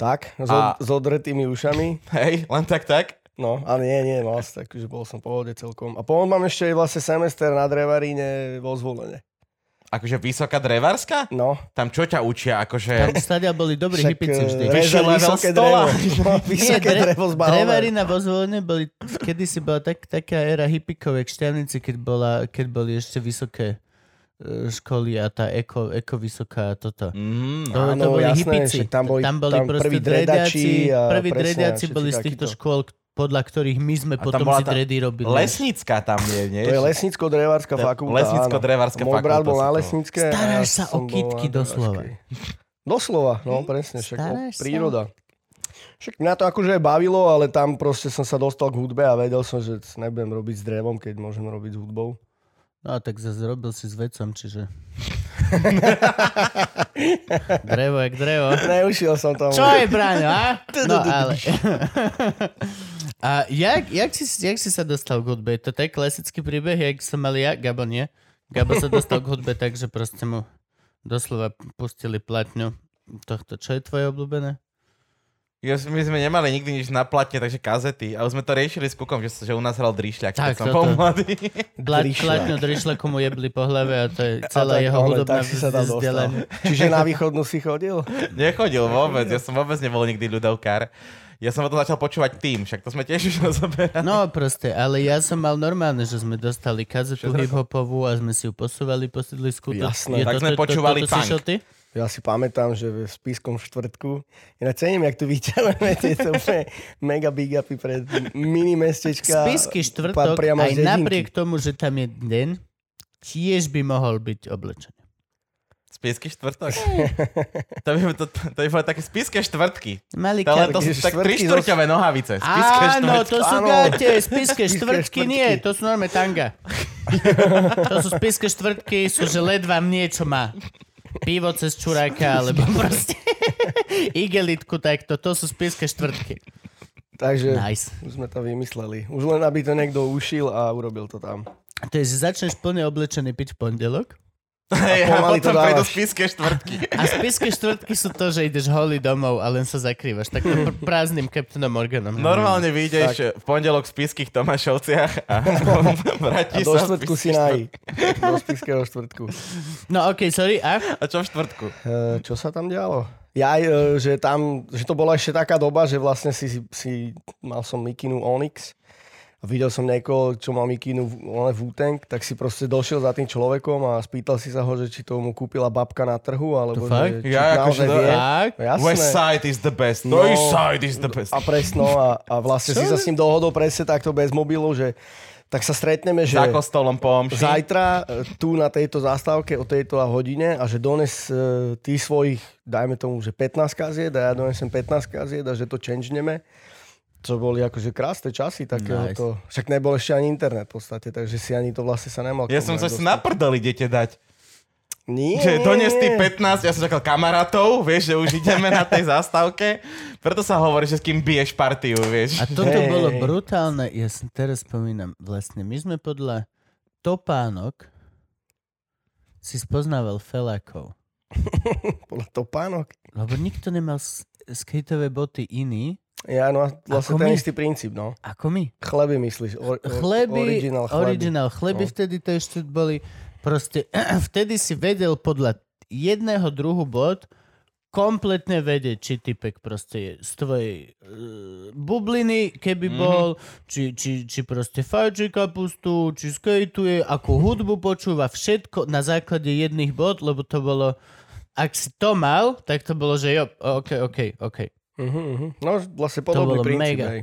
Speaker 3: Tak, s,
Speaker 2: A-
Speaker 3: od, s odretými ušami.
Speaker 2: Hej, len tak tak?
Speaker 3: No, ale nie, nie, mal som tak, že bol som v pohode celkom. A potom mám ešte aj vlastne semester na drevaríne vo zvolenie.
Speaker 2: Akože vysoká drevárska?
Speaker 3: No,
Speaker 2: Tam čo ťa
Speaker 1: Tam
Speaker 2: učia? Akože...
Speaker 1: stadia boli dobrí
Speaker 3: však,
Speaker 1: hypici
Speaker 3: eh,
Speaker 1: vždy.
Speaker 2: re- Vyšší
Speaker 3: reza-
Speaker 2: level
Speaker 3: vysoké
Speaker 2: stola.
Speaker 3: drevo. No, vysoké
Speaker 1: dre-
Speaker 3: drevo z Bahamas.
Speaker 1: Drevarina vo zvolenie boli, kedy si bola tak, taká éra hippikov, jak šťavnici, keď, bola, keď boli ešte vysoké e, školy a tá eko, eko vysoká a toto.
Speaker 2: Mm,
Speaker 1: To,
Speaker 3: Áno,
Speaker 1: to boli
Speaker 3: jasné,
Speaker 1: hipici.
Speaker 3: však tam boli- tam prví dredači a
Speaker 1: prví
Speaker 3: presne,
Speaker 1: drediaci
Speaker 3: všetci
Speaker 1: boli z týchto
Speaker 3: takíto.
Speaker 1: škôl, k- podľa ktorých my sme
Speaker 2: tam
Speaker 1: potom
Speaker 2: bola
Speaker 1: si
Speaker 2: tá
Speaker 1: dredy robili.
Speaker 2: lesnická tam je, nie?
Speaker 3: To je lesnicko-drevárska
Speaker 2: To je
Speaker 3: fakulta.
Speaker 2: lesnicko-drevárska
Speaker 3: áno. Môj brat
Speaker 2: fakulta
Speaker 3: bol
Speaker 2: sa
Speaker 3: na
Speaker 2: to-
Speaker 3: lesnícke.
Speaker 1: Staráš
Speaker 3: a ja
Speaker 1: sa o
Speaker 3: som bol na
Speaker 1: kytky doslova. Hm,
Speaker 3: drevačkej. Doslova, no presne, však o,
Speaker 1: Staráš sa?
Speaker 3: príroda. Však mňa to akože aj bavilo, ale tam proste som sa dostal k hudbe a vedel som, že c- nebudem robiť s drevom, keď môžem robiť s hudbou.
Speaker 1: No a tak zase robil si s vecom, čiže... drevo jak drevo.
Speaker 3: Neušiel som tam.
Speaker 1: Čo je, Braňo, a? No, ale... A jak, jak, si, jak si sa dostal k hudbe? To je klasický príbeh, jak som mal ja, Gabo nie. Gabo sa dostal k hudbe tak, že proste mu doslova pustili platňu tohto. Čo je tvoje obľúbené?
Speaker 2: Ja, my sme nemali nikdy nič na platne, takže kazety. A už sme to riešili s Kukom, že, že u nás hral Drišľak,
Speaker 1: Tak,
Speaker 2: keď som
Speaker 1: toto.
Speaker 2: bol mladý.
Speaker 1: Pla,
Speaker 3: Drišľak.
Speaker 1: platňu drišla, komu jebli po hlave a to je
Speaker 3: A
Speaker 1: celá
Speaker 3: tak,
Speaker 1: jeho
Speaker 3: ale
Speaker 1: hudobná
Speaker 3: tak si sa tam dostal.
Speaker 1: vzdelanie.
Speaker 3: Čiže na východnú si chodil?
Speaker 2: Nechodil vôbec, ja som vôbec nebol nikdy ľudovkár. Ja som potom začal počúvať tým, však to sme tiež už rozoberali.
Speaker 1: No proste, ale ja som mal normálne, že sme dostali kazetu hip-hopovú a sme si ju posúvali po sídlisku. To- je
Speaker 3: Jasné.
Speaker 2: Tak sme počúvali
Speaker 1: toto si
Speaker 2: punk.
Speaker 1: šiel ty?
Speaker 3: Ja si pamätám, že v Spiskom štvrtku, ja cením, jak tu vyťahujeme tieto úplne mega big upy pred mini mestečka.
Speaker 1: Spisky štvrtok,
Speaker 3: priamo
Speaker 1: aj
Speaker 3: z dedinky.
Speaker 1: napriek tomu, že tam je deň, tiež by mohol byť oblečený.
Speaker 2: Spisky štvrtok. to, by, to, to by bolo také spiske štvrtky.
Speaker 1: Malý
Speaker 2: To, len to
Speaker 1: kar-
Speaker 2: sú
Speaker 3: Ježiš,
Speaker 2: tak
Speaker 3: štvrtky
Speaker 2: tri štvrťové nohavice. Spiske
Speaker 1: Áno,
Speaker 2: štvrtky.
Speaker 1: to sú
Speaker 3: áno.
Speaker 1: gate, spiske
Speaker 3: štvrtky.
Speaker 1: štvrtky, nie, to sú norme tanga. to sú spiske štvrtky, sú, že led vám niečo má. Pivo cez čuráka, alebo proste igelitku takto, to sú spiske štvrtky.
Speaker 3: Takže
Speaker 1: Nice.
Speaker 3: už sme to vymysleli. Už len, aby to niekto ušil a urobil to tam.
Speaker 1: To je, že začneš plne oblečený piť v pondelok
Speaker 2: Hej, a
Speaker 3: pomaly to
Speaker 2: potom prejdú
Speaker 3: dávaš.
Speaker 2: spiske štvrtky.
Speaker 1: a spiske štvrtky sú to, že ideš holý domov a len sa zakrývaš. Tak pr- prázdnym Captainom Morganom.
Speaker 2: Normálne vyjdeš v pondelok v spiských Tomášovciach a
Speaker 3: A
Speaker 2: vrátiš
Speaker 3: do
Speaker 2: sa v
Speaker 3: štvrtku
Speaker 2: Spiských
Speaker 3: si naj. Do Spiského štvrtku.
Speaker 1: No okej, okay, sorry, a?
Speaker 2: A čo v štvrtku?
Speaker 3: E, čo sa tam dialo? Ja, aj, e, že tam, že to bola ešte taká doba, že vlastne si, si, si mal som mikinu Onyx a videl som niekoho, čo má mikinu v tank tak si proste došiel za tým človekom a spýtal si sa ho, že či to mu kúpila babka na trhu,
Speaker 1: To
Speaker 3: alebo
Speaker 1: fakt?
Speaker 3: že, či
Speaker 2: Ja akože
Speaker 3: naozaj
Speaker 2: to-
Speaker 3: vie.
Speaker 1: Tak.
Speaker 3: No Jasné.
Speaker 2: West side is the best. No. East side is the best.
Speaker 3: A presno, a, a vlastne si sa s ním dohodol presne takto bez mobilov, že tak sa stretneme, že
Speaker 2: Za kostolom po omši.
Speaker 3: zajtra e, tu na tejto zastávke o tejto a hodine a že dones e, ty svojich, dajme tomu, že 15 kaziet a ja donesem 15 kaziet a že to changeneme. Čo boli akože krásne časy takéhoto. Nice. Však nebol ešte ani internet v podstate, takže si ani to vlastne sa nemal. k
Speaker 2: Ja
Speaker 3: tomu
Speaker 2: som
Speaker 3: jak
Speaker 2: sa si
Speaker 3: dostať.
Speaker 2: na prdeli dete dať.
Speaker 3: Nie,
Speaker 2: Že dones ty
Speaker 3: nie.
Speaker 2: 15, ja som čakal kamarátov, vieš, že už ideme na tej zástavke. Preto sa hovorí, že s kým biješ partiu, vieš.
Speaker 1: A toto
Speaker 3: Hej.
Speaker 1: bolo brutálne. Ja si teraz spomínam, vlastne my sme podľa topánok si spoznával felákov.
Speaker 3: Bol to pánok.
Speaker 1: Lebo nikto nemal s- skateové boty iný
Speaker 3: Ja, no a vlastne
Speaker 1: Ako my?
Speaker 3: ten istý princíp, no.
Speaker 1: ako my.
Speaker 3: Chleby myslíš. Or, or,
Speaker 1: Chleby,
Speaker 3: originál chleby.
Speaker 1: originál chleby
Speaker 3: No.
Speaker 1: vtedy to ešte boli, proste vtedy si vedel podľa jedného druhu bod kompletne vedieť, či typek proste je z tvojej uh, bubliny, keby mm. bol, či, či, či proste fajči kapustu, či skejtuje, akú hudbu počúva, všetko na základe jedných bod, lebo to bolo, ak si to mal, tak to bolo, že jo, ok, ok, ok.
Speaker 3: Uh-huh, uh-huh. No vlastne
Speaker 1: bolo
Speaker 3: podobný princíp.
Speaker 1: mega.
Speaker 3: Hej.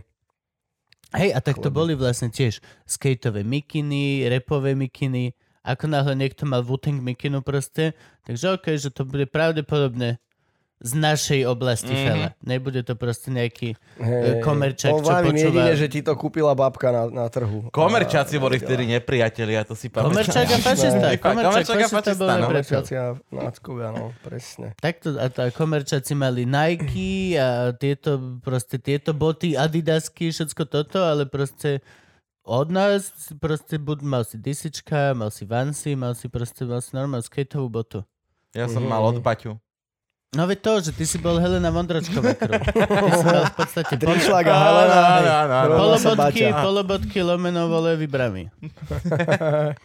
Speaker 1: Hej, a tak to boli
Speaker 3: Chleby.
Speaker 1: vlastne tiež skateové mikiny, repové mikiny. Ako náhle niekto mal wu mikinu proste, takže okej, že to bude pravdepodobne z našej oblasti mm. fela. Nebude to proste nejaký
Speaker 3: Mhm. Hej.
Speaker 1: e, komerčak, čo
Speaker 3: Poviem
Speaker 1: počúva.
Speaker 3: jedine, že ti to kúpila babka na, na trhu.
Speaker 2: Komerčáci boli vtedy nepriatelia, to si pamätám.
Speaker 1: Komerčák a fašista.
Speaker 2: Jasné.
Speaker 1: Komerčák
Speaker 2: Komerčák a
Speaker 1: a fašista
Speaker 2: fašista,
Speaker 1: bol
Speaker 2: no.
Speaker 1: nepriateľ.
Speaker 3: Komerčácia náckovia, no, presne.
Speaker 1: Takto, a tá, komerčáci mali Nike a tieto, proste tieto boty, adidasky, všetko toto, ale proste od nás proste bud, mal si disička, mal si vansy, mal si proste mal si normálnu skateovú botu.
Speaker 2: Ja som mal
Speaker 3: Mhm.
Speaker 2: od Baťu.
Speaker 1: No veď to, že ty si bol Helena Vondračková krv. Ty si mal v podstate pol-
Speaker 3: Trišlák a
Speaker 2: Áno,
Speaker 3: Helena,
Speaker 2: áno, áno, áno.
Speaker 3: rovná sa No,
Speaker 1: polobodky,
Speaker 3: baťa.
Speaker 1: polobodky, lomeno, vole, vybrami.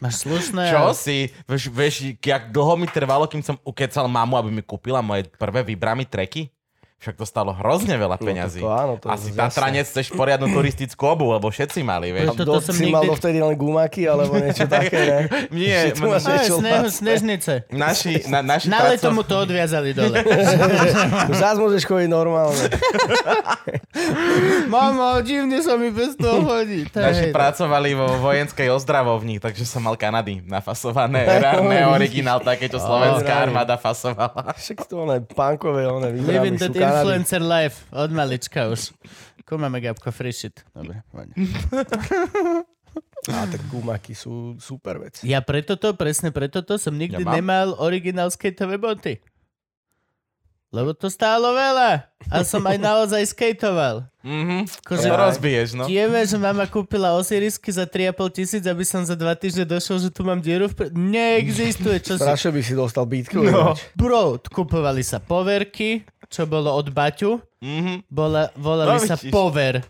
Speaker 1: Máš slušné...
Speaker 2: Čo
Speaker 1: ale-
Speaker 2: si? Vieš, vieš, jak dlho mi trvalo, kým som ukecal mamu, aby mi kúpila moje prvé vybrami treky? Však to stalo hrozne veľa peňazí.
Speaker 3: No, to áno, to
Speaker 2: Asi
Speaker 3: zase.
Speaker 2: Tatranec chceš poriadnu turistickú obu, lebo všetci mali, vieš.
Speaker 1: Toto
Speaker 3: Dot
Speaker 1: som
Speaker 3: si mal
Speaker 1: nikdy-
Speaker 3: dovtedy len gumáky alebo niečo také, ne?
Speaker 2: Nie,
Speaker 3: Že tu máš
Speaker 1: Á,
Speaker 3: niečo
Speaker 1: No, snehu,
Speaker 3: lacné.
Speaker 1: snežnice.
Speaker 2: Naši, na, naši
Speaker 1: Na leto
Speaker 2: táco-
Speaker 1: mu to odviazali dole.
Speaker 3: Zás môžeš chodiť normálne.
Speaker 1: Mama, divne sa mi bez toho chodí. To je
Speaker 2: Naši
Speaker 3: no.
Speaker 1: hej.
Speaker 2: pracovali vo vojenskej ozdravovni, takže som mal Kanady nafasované. Reálne originál, také, čo slovenská
Speaker 3: Ó,
Speaker 2: armáda fasovala.
Speaker 3: Však to one punkové, one
Speaker 1: Living
Speaker 3: vybrali
Speaker 1: that
Speaker 3: sú Kanady.
Speaker 1: influencer life. Od malička už. Kúmame Gabko, free shit. Dobre, poď.
Speaker 3: Á, tak gumáky sú super vec.
Speaker 1: Ja preto to, presne preto to som nikdy
Speaker 2: Ja
Speaker 1: ja
Speaker 2: mám.
Speaker 1: nemal originál skateové boty. Lebo to stálo veľa. A som aj naozaj skateoval.
Speaker 2: Mhm.
Speaker 1: Akože,
Speaker 2: To rozbiješ, no.
Speaker 1: Vieme, že mama kúpila osirisky za 3,5 tisíc, aby som za 2 týždne došiel, že tu mám dieru v... pr- Neexistuje, čo si...
Speaker 3: Strašne by si dostal bítku. No.
Speaker 1: Bro, kupovali sa poverky, čo bolo od Baťu.
Speaker 2: Mhm.
Speaker 1: Bola, volali
Speaker 2: No,
Speaker 1: sa
Speaker 2: vidíš.
Speaker 1: pover.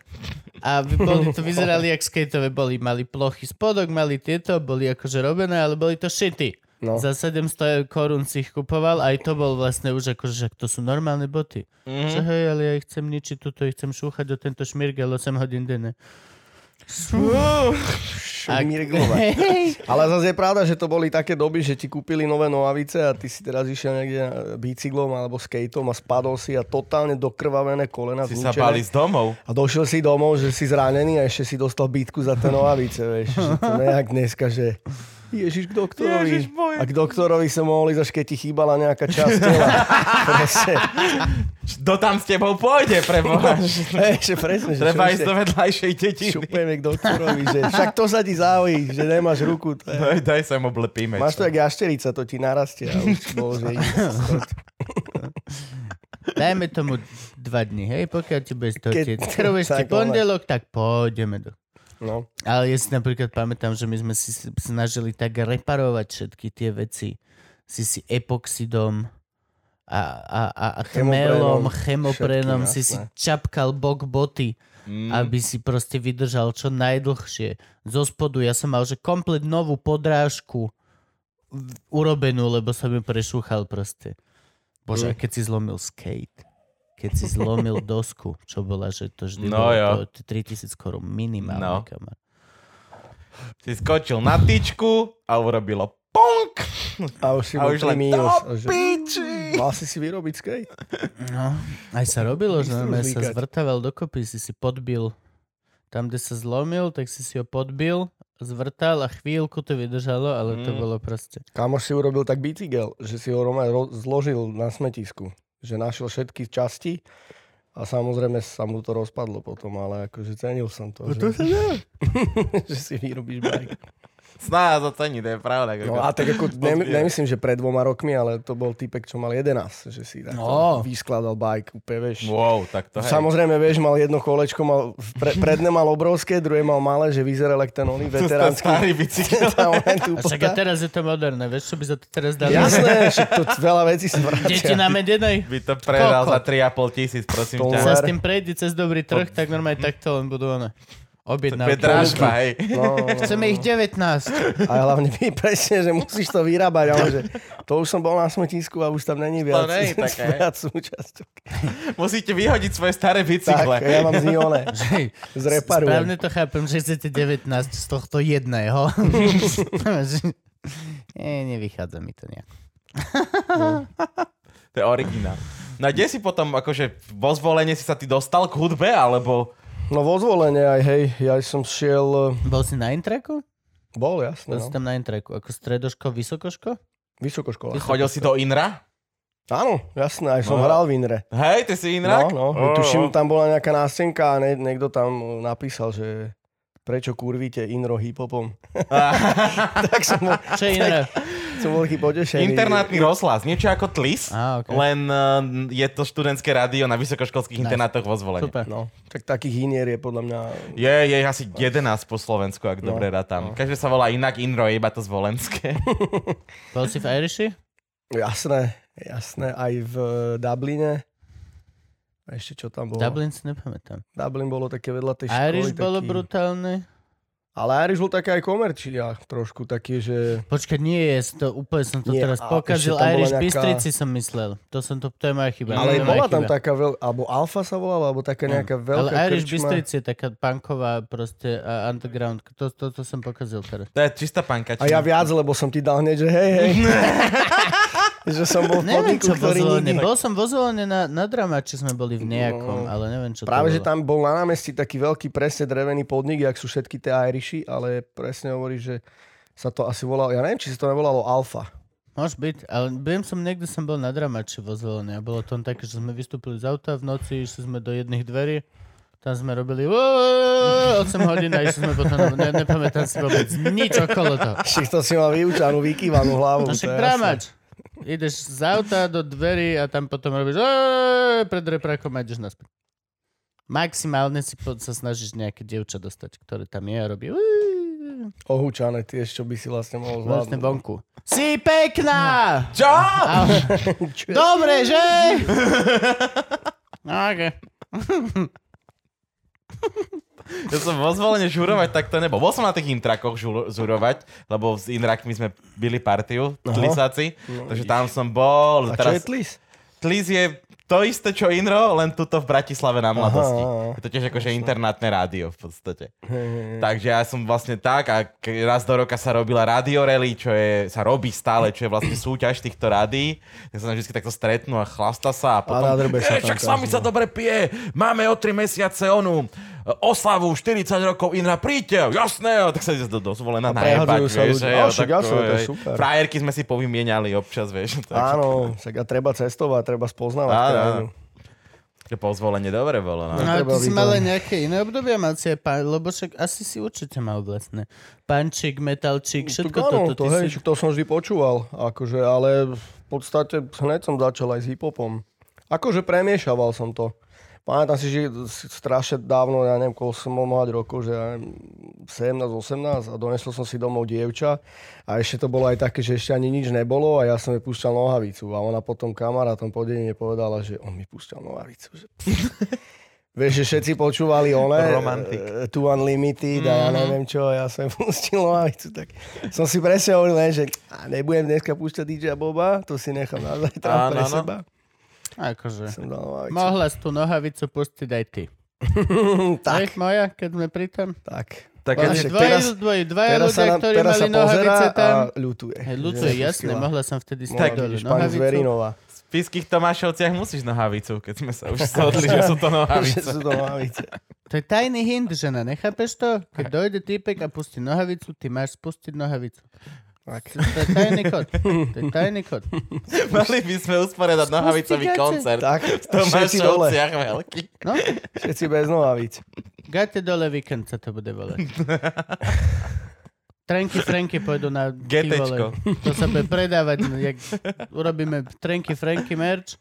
Speaker 1: A vy- boli, to vyzerali jak skateové, boli, mali plochý spodok, mali tieto, boli akože robené, ale boli to šity.
Speaker 3: No.
Speaker 1: Za 700 korún si ich kupoval, aj to bol vlastne už akože, že to sú normálne boty. Mm. Že hej, ale ja ich chcem ničiť, tuto ich chcem šúchať do tento šmirgel 8 hodín denne.
Speaker 3: Ak... Ale zase je pravda, že to boli také doby, že ti kúpili nové nohavice a ty si teraz išiel niekde na bicyklom alebo skateom a spadol si a totálne dokrvavené kolena
Speaker 2: Si sa
Speaker 3: zlúčené.
Speaker 2: bali z domov.
Speaker 3: A došiel si domov, že si zranený a ešte si dostal bítku za tie nohavice, vieš. Že to nejak dneska, že Ježiš, k doktorovi.
Speaker 2: Ježiš, môj.
Speaker 3: a k doktorovi sa mohli zaš, keď ti chýbala nejaká časť tela. Proste,
Speaker 2: Kto tam s tebou pôjde, preboha?
Speaker 3: Hej, že presne, že
Speaker 2: Treba
Speaker 3: čo
Speaker 2: ísť
Speaker 3: ešte?
Speaker 2: do vedľajšej dediny.
Speaker 3: Šupujeme k doktorovi, že však to sa ti závojí, že nemáš ruku. To
Speaker 2: Daj,
Speaker 3: je...
Speaker 2: daj sa mu oblepíme.
Speaker 3: Máš
Speaker 2: čo?
Speaker 3: to jak jašterica, to ti narastie. A už bože,
Speaker 1: Dajme tomu dva dní, hej, pokiaľ ti bude
Speaker 3: Keď-
Speaker 1: stotiť. Krv ešte
Speaker 3: tak, ale-
Speaker 1: pondelok, tak pôjdeme do...
Speaker 3: no.
Speaker 1: Ale ja si napríklad pamätám, že my sme si s- snažili tak reparovať všetky tie veci. Si si epoxidom a, a, a, a chmelom, chemoprenom
Speaker 3: Všetkým,
Speaker 1: si si
Speaker 3: jasné.
Speaker 1: čapkal bok boty, mm. aby si proste vydržal čo najdlhšie. Zo spodu ja som mal, že komplet novú podrážku v- urobenú, lebo som ju prešúchal proste. Bože, a
Speaker 3: Mm.
Speaker 1: keď si zlomil skate, keď si zlomil dosku, čo bola, že to vždy
Speaker 2: No
Speaker 1: bolo
Speaker 2: jo.
Speaker 1: to 3000 korún minimálne,
Speaker 2: No.
Speaker 1: no. kamar.
Speaker 2: Si skočil na tyčku a urobilo punk.
Speaker 3: A už si
Speaker 2: A
Speaker 3: bol
Speaker 2: už
Speaker 3: tri
Speaker 2: len
Speaker 3: minus.
Speaker 2: do
Speaker 3: A že...
Speaker 2: piči.
Speaker 3: Mal si si vyrobiť skate?
Speaker 1: No, aj sa robilo, že
Speaker 3: Nechcem
Speaker 1: normálne sa
Speaker 3: zvykať.
Speaker 1: zvrtaval dokopy, si si podbil. Tam, kde sa zlomil, tak si si ho podbil, zvrtal a chvíľku to vydržalo, ale to
Speaker 2: Mm.
Speaker 1: bolo proste.
Speaker 3: Kamoš si urobil tak bicykel, že si ho Roman ro- zložil na smetisku. Že našiel všetky časti a samozrejme sa mu to rozpadlo potom, ale akože cenil som
Speaker 2: No
Speaker 3: to, že, že si vyrobíš bike.
Speaker 2: Sná to cení, to je pravda. kokos.
Speaker 3: No a tak ako, ne, nemyslím, že pred dvoma rokmi, ale to bol typek, čo mal 11, že si takto
Speaker 1: No.
Speaker 3: vyskladal bike úplne, vieš.
Speaker 2: Wow, tak to hej.
Speaker 3: No, Samozrejme, vieš, mal jedno kolečko, mal, pre, predne mal obrovské, druhé mal malé, že vyzeral jak ten oný
Speaker 2: To je
Speaker 3: veteránsky.
Speaker 2: starý bicykel.
Speaker 3: Tá len
Speaker 1: A však a
Speaker 3: tupota.
Speaker 1: teraz je to moderné, vieš, čo by za to teraz dali?
Speaker 3: Jasné, však to veľa vecí sa
Speaker 1: Deti
Speaker 3: vrátia.
Speaker 1: na medenej?
Speaker 2: By to predal
Speaker 1: Koľko?
Speaker 2: za 3,5 tisíc, prosím
Speaker 3: To
Speaker 2: ťa.
Speaker 1: Sa
Speaker 3: Dolar.
Speaker 1: s tým prejde cez dobrý trh, tak normálne takto len budú one.
Speaker 2: To je
Speaker 1: Objednávky.
Speaker 2: dražba, hej.
Speaker 3: No, no, no.
Speaker 1: Chceme ich 19.
Speaker 3: A hlavne by presne, že musíš to vyrábať, ale že to už som bol na smetisku a už tam není
Speaker 2: To
Speaker 3: viac,
Speaker 2: není také.
Speaker 3: viac súčasťok.
Speaker 2: Musíte vyhodiť svoje staré
Speaker 3: Tak,
Speaker 2: bicykle.
Speaker 3: ja mám z ní one.
Speaker 1: Správne
Speaker 3: Zreparujem.
Speaker 1: to chápem, že chcete 19 z tohto jedného. Nie, nevychádza mi to nejak.
Speaker 2: To je originál. No a kde si potom, akože vo zvolenie si sa ty dostal k hudbe, alebo...
Speaker 3: No vo zvolenie aj, hej, ja som šiel... eh,
Speaker 1: Bol si na intraku?
Speaker 3: Bol, jasné.
Speaker 1: Bol si
Speaker 3: No.
Speaker 1: tam na intraku. Ako stredoško, vysokoško?
Speaker 3: Vysokoškola.
Speaker 2: Chodil si do Inra?
Speaker 3: Áno, jasné, aj som
Speaker 2: No.
Speaker 3: hral v Indre.
Speaker 2: Hej, ty si Oh, Inrak?
Speaker 3: No, no. Tuším, tam bola nejaká nástenka a ne, niekto tam eh, napísal, že prečo kurvíte Inro hip-hopom.
Speaker 2: oh.
Speaker 3: tak som bol,
Speaker 1: Čo je iné?
Speaker 3: som bol chyb potešený.
Speaker 2: Internátny rozhlas, niečo ako TLIS,
Speaker 1: Á, ok.
Speaker 2: len eh, je to študentské rádio na vysokoškolských internátoch vo zvolení.
Speaker 1: Super.
Speaker 3: No, tak takých inier je podľa mňa...
Speaker 2: Je, je ich asi 11 po Slovensku, ak
Speaker 3: No,
Speaker 2: dobre rátam. Každé sa volá inak, Inro je iba to zvolenské.
Speaker 1: Bol si v Irishi?
Speaker 3: No. Jasné, jasné, aj v eh, Dubline. A ešte čo tam bolo?
Speaker 1: Dublin si nepamätám.
Speaker 3: Dublin bolo také vedľa tej školy.
Speaker 1: Irish bolo
Speaker 3: taký...
Speaker 1: brutálne.
Speaker 3: Ale Irish bol také aj komerčia, trošku taký, že...
Speaker 1: Počkaj, nie je to, úplne som to
Speaker 3: Nie,
Speaker 1: teraz
Speaker 3: a
Speaker 1: pokazil.
Speaker 3: ešte tam bola
Speaker 1: Irish
Speaker 3: nejaká-
Speaker 1: Bystrici som myslel. To, som to, to je moja chyba. to
Speaker 3: Ale
Speaker 1: je moja
Speaker 3: bola tam
Speaker 1: chyba.
Speaker 3: taká veľ... alebo Alfa sa volala, alebo taká nejaká
Speaker 1: Mm. Ale
Speaker 3: veľká
Speaker 1: Irish
Speaker 3: krčma.
Speaker 1: Bystrici je taká punková proste uh, underground. To, to, to som pokazil teraz.
Speaker 2: To je čistá pankačina.
Speaker 3: A ja viac, lebo som ti dal hneď, že hej, hej. že som bol v
Speaker 1: Neviem,
Speaker 3: podniku,
Speaker 1: čo vo
Speaker 3: ktorý
Speaker 1: Zvolene.
Speaker 3: nikdy...
Speaker 1: Bol som vo Zvolene na, na dramači, sme boli v nejakom,
Speaker 3: No.
Speaker 1: ale neviem, čo
Speaker 3: Práve,
Speaker 1: to
Speaker 3: že tam bol na námestí taký veľký presne drevený podnik, jak sú všetky tie Irishi, ale presne hovorí, že sa to asi volalo, ja neviem, či sa to nevolalo Alfa.
Speaker 1: Môže byť, ale viem som, niekde som bol na dramači vo Zvolene a bolo to také, že sme vystúpili z auta v noci, išli sme do jedných dverí, tam sme robili 8 hodín a išli sme potom, ne, nepamätám si vôbec nič okolo toho.
Speaker 3: Však to si mal vyučanú, vykývanú
Speaker 1: No
Speaker 3: hlavu. to
Speaker 1: však
Speaker 3: je
Speaker 1: dramač. Ideš z auta do dverí a tam potom robíš "Eee", pred reprakom a ideš naspäť. Maximálne si po, sa snažíš nejaké dievča dostať, ktoré tam je a robí "Eee",
Speaker 3: jasné. Ohúčané tiež, čo by si vlastne mohol
Speaker 1: vlastne
Speaker 3: zvládnuť.
Speaker 1: vonku. Si pekná!
Speaker 2: Čo?
Speaker 3: No.
Speaker 1: A,
Speaker 3: Čo?
Speaker 1: dobre, že? No, okay.
Speaker 2: Ja som vo zvolenie žurovať, tak to nebol. Bol som na tých intrakoch žur, žurovať, lebo s inrakmi sme byli partiu, tlisáci, takže tam som bol.
Speaker 3: No, A čo
Speaker 2: teraz,
Speaker 3: je tlis?
Speaker 2: tlis je to isté, čo Inro, len tuto v Bratislave na mladosti.
Speaker 3: aha.
Speaker 2: Je to tiež akože internátne rádio v podstate. Takže ja som vlastne tak a ke- raz do roka sa robila Radio Rally, čo je, sa robí stále, čo je vlastne súťaž týchto rádií. Tak sa tam vždy takto stretnú a chlasta sa a potom...
Speaker 3: nadrbe sa
Speaker 2: "E,
Speaker 3: tam
Speaker 2: však s vami
Speaker 3: každý, no."
Speaker 2: sa dobre pije, máme o 3 mesiace onu e, oslavu 40 rokov Inra, príďte, jasné, tak sa ide do dozvolená najebať,
Speaker 3: prehadzujú sa
Speaker 2: vieš,
Speaker 3: ľudia.
Speaker 2: hej,
Speaker 3: Ale
Speaker 2: a
Speaker 3: však
Speaker 2: takto,
Speaker 3: jasné, to je
Speaker 2: hej.
Speaker 3: super.
Speaker 2: Frajerky sme si povymieniali občas, vieš. Tak,
Speaker 3: Áno, však a treba cestovať, treba spoznávať
Speaker 2: Áno,
Speaker 3: krajinu.
Speaker 2: že pozvolenie dobre bolo, no.
Speaker 1: No a
Speaker 3: Treba
Speaker 1: ty si
Speaker 3: byť
Speaker 1: mal
Speaker 3: len-
Speaker 1: aj nejaké iné obdobia, mal si aj pán, lebo však asi si určite mal vlastne. Pančík, metalčík, všetko
Speaker 3: No, Tak áno,
Speaker 1: toto.
Speaker 3: to,
Speaker 1: ty
Speaker 3: hej,
Speaker 1: si...
Speaker 3: však to som vždy počúval, akože, ale v podstate hneď som začal aj s hip-hopom. Akože premiešaval som to. Pamätám si, že s- strašne dávno, ja neviem, koľko som mal mať rokov, že ja neviem, 17, 18 a donesol som si domov dievča a ešte to bolo aj také, že ešte ani nič nebolo a ja som jej púšťal nohavicu a ona potom kamarátom po dedine povedala, že on mi púšťal nohavicu. Že... Vieš, že všetci počúvali one,
Speaker 2: Romantik.
Speaker 3: eh, Two Unlimited a
Speaker 1: Mhm.
Speaker 3: ja neviem čo, ja som jej pustil nohavicu, tak som si presne hovoril, len, že a nebudem dneska púšťať DJ Boba, to si nechám na zajtra
Speaker 2: Áno,
Speaker 3: pre
Speaker 2: áno.
Speaker 3: seba.
Speaker 1: Akože.
Speaker 3: Som dal nohavicu. Hm,
Speaker 1: Mohla si tú nohavicu pustiť aj ty.
Speaker 3: tak,
Speaker 1: Vieš moja, keď sme pri tom?
Speaker 3: tak.
Speaker 2: Tak
Speaker 1: Boli
Speaker 2: keď
Speaker 3: Bože, však
Speaker 1: dvoji,
Speaker 3: teraz-
Speaker 1: dvoji, dvaja
Speaker 3: Teraz
Speaker 1: ľudia,
Speaker 3: sa, nám,
Speaker 1: ktorí
Speaker 3: teraz sa
Speaker 1: mali
Speaker 3: pozera
Speaker 1: nohavice tam.
Speaker 3: a ľutuje.
Speaker 1: Hej,
Speaker 3: že
Speaker 1: Lucu, je jasne,
Speaker 3: nespustila.
Speaker 1: mohla som vtedy stať
Speaker 3: Mohla
Speaker 1: dole
Speaker 3: vidíš, pani
Speaker 1: nohavicu.
Speaker 3: Zverinová.
Speaker 2: V Spiských Tomášovciach musíš nohavicu, keď sme sa už zhodli, že sú to
Speaker 3: Že
Speaker 2: nohavice.
Speaker 3: sú to nohavice.
Speaker 1: To je tajný hint, žena, nechápeš to? Keď dojde týpek a pustí nohavicu, ty máš spustiť nohavicu.
Speaker 3: Tak.
Speaker 1: To je tajný kód. To je tajný kód.
Speaker 2: Mali by sme usporiadať nohavicový
Speaker 1: gače.
Speaker 2: koncert.
Speaker 3: Tak,
Speaker 2: V
Speaker 3: všetci dole,
Speaker 2: Tomášovciach veľký.
Speaker 1: No,
Speaker 3: všetci bez nohavíc.
Speaker 1: gate dole víkend sa to bude volať. Trenky Franky pôjdu na
Speaker 2: Getečko.
Speaker 1: kývole. To sa bude predávať. no, Jak urobíme Trenky Franky merch,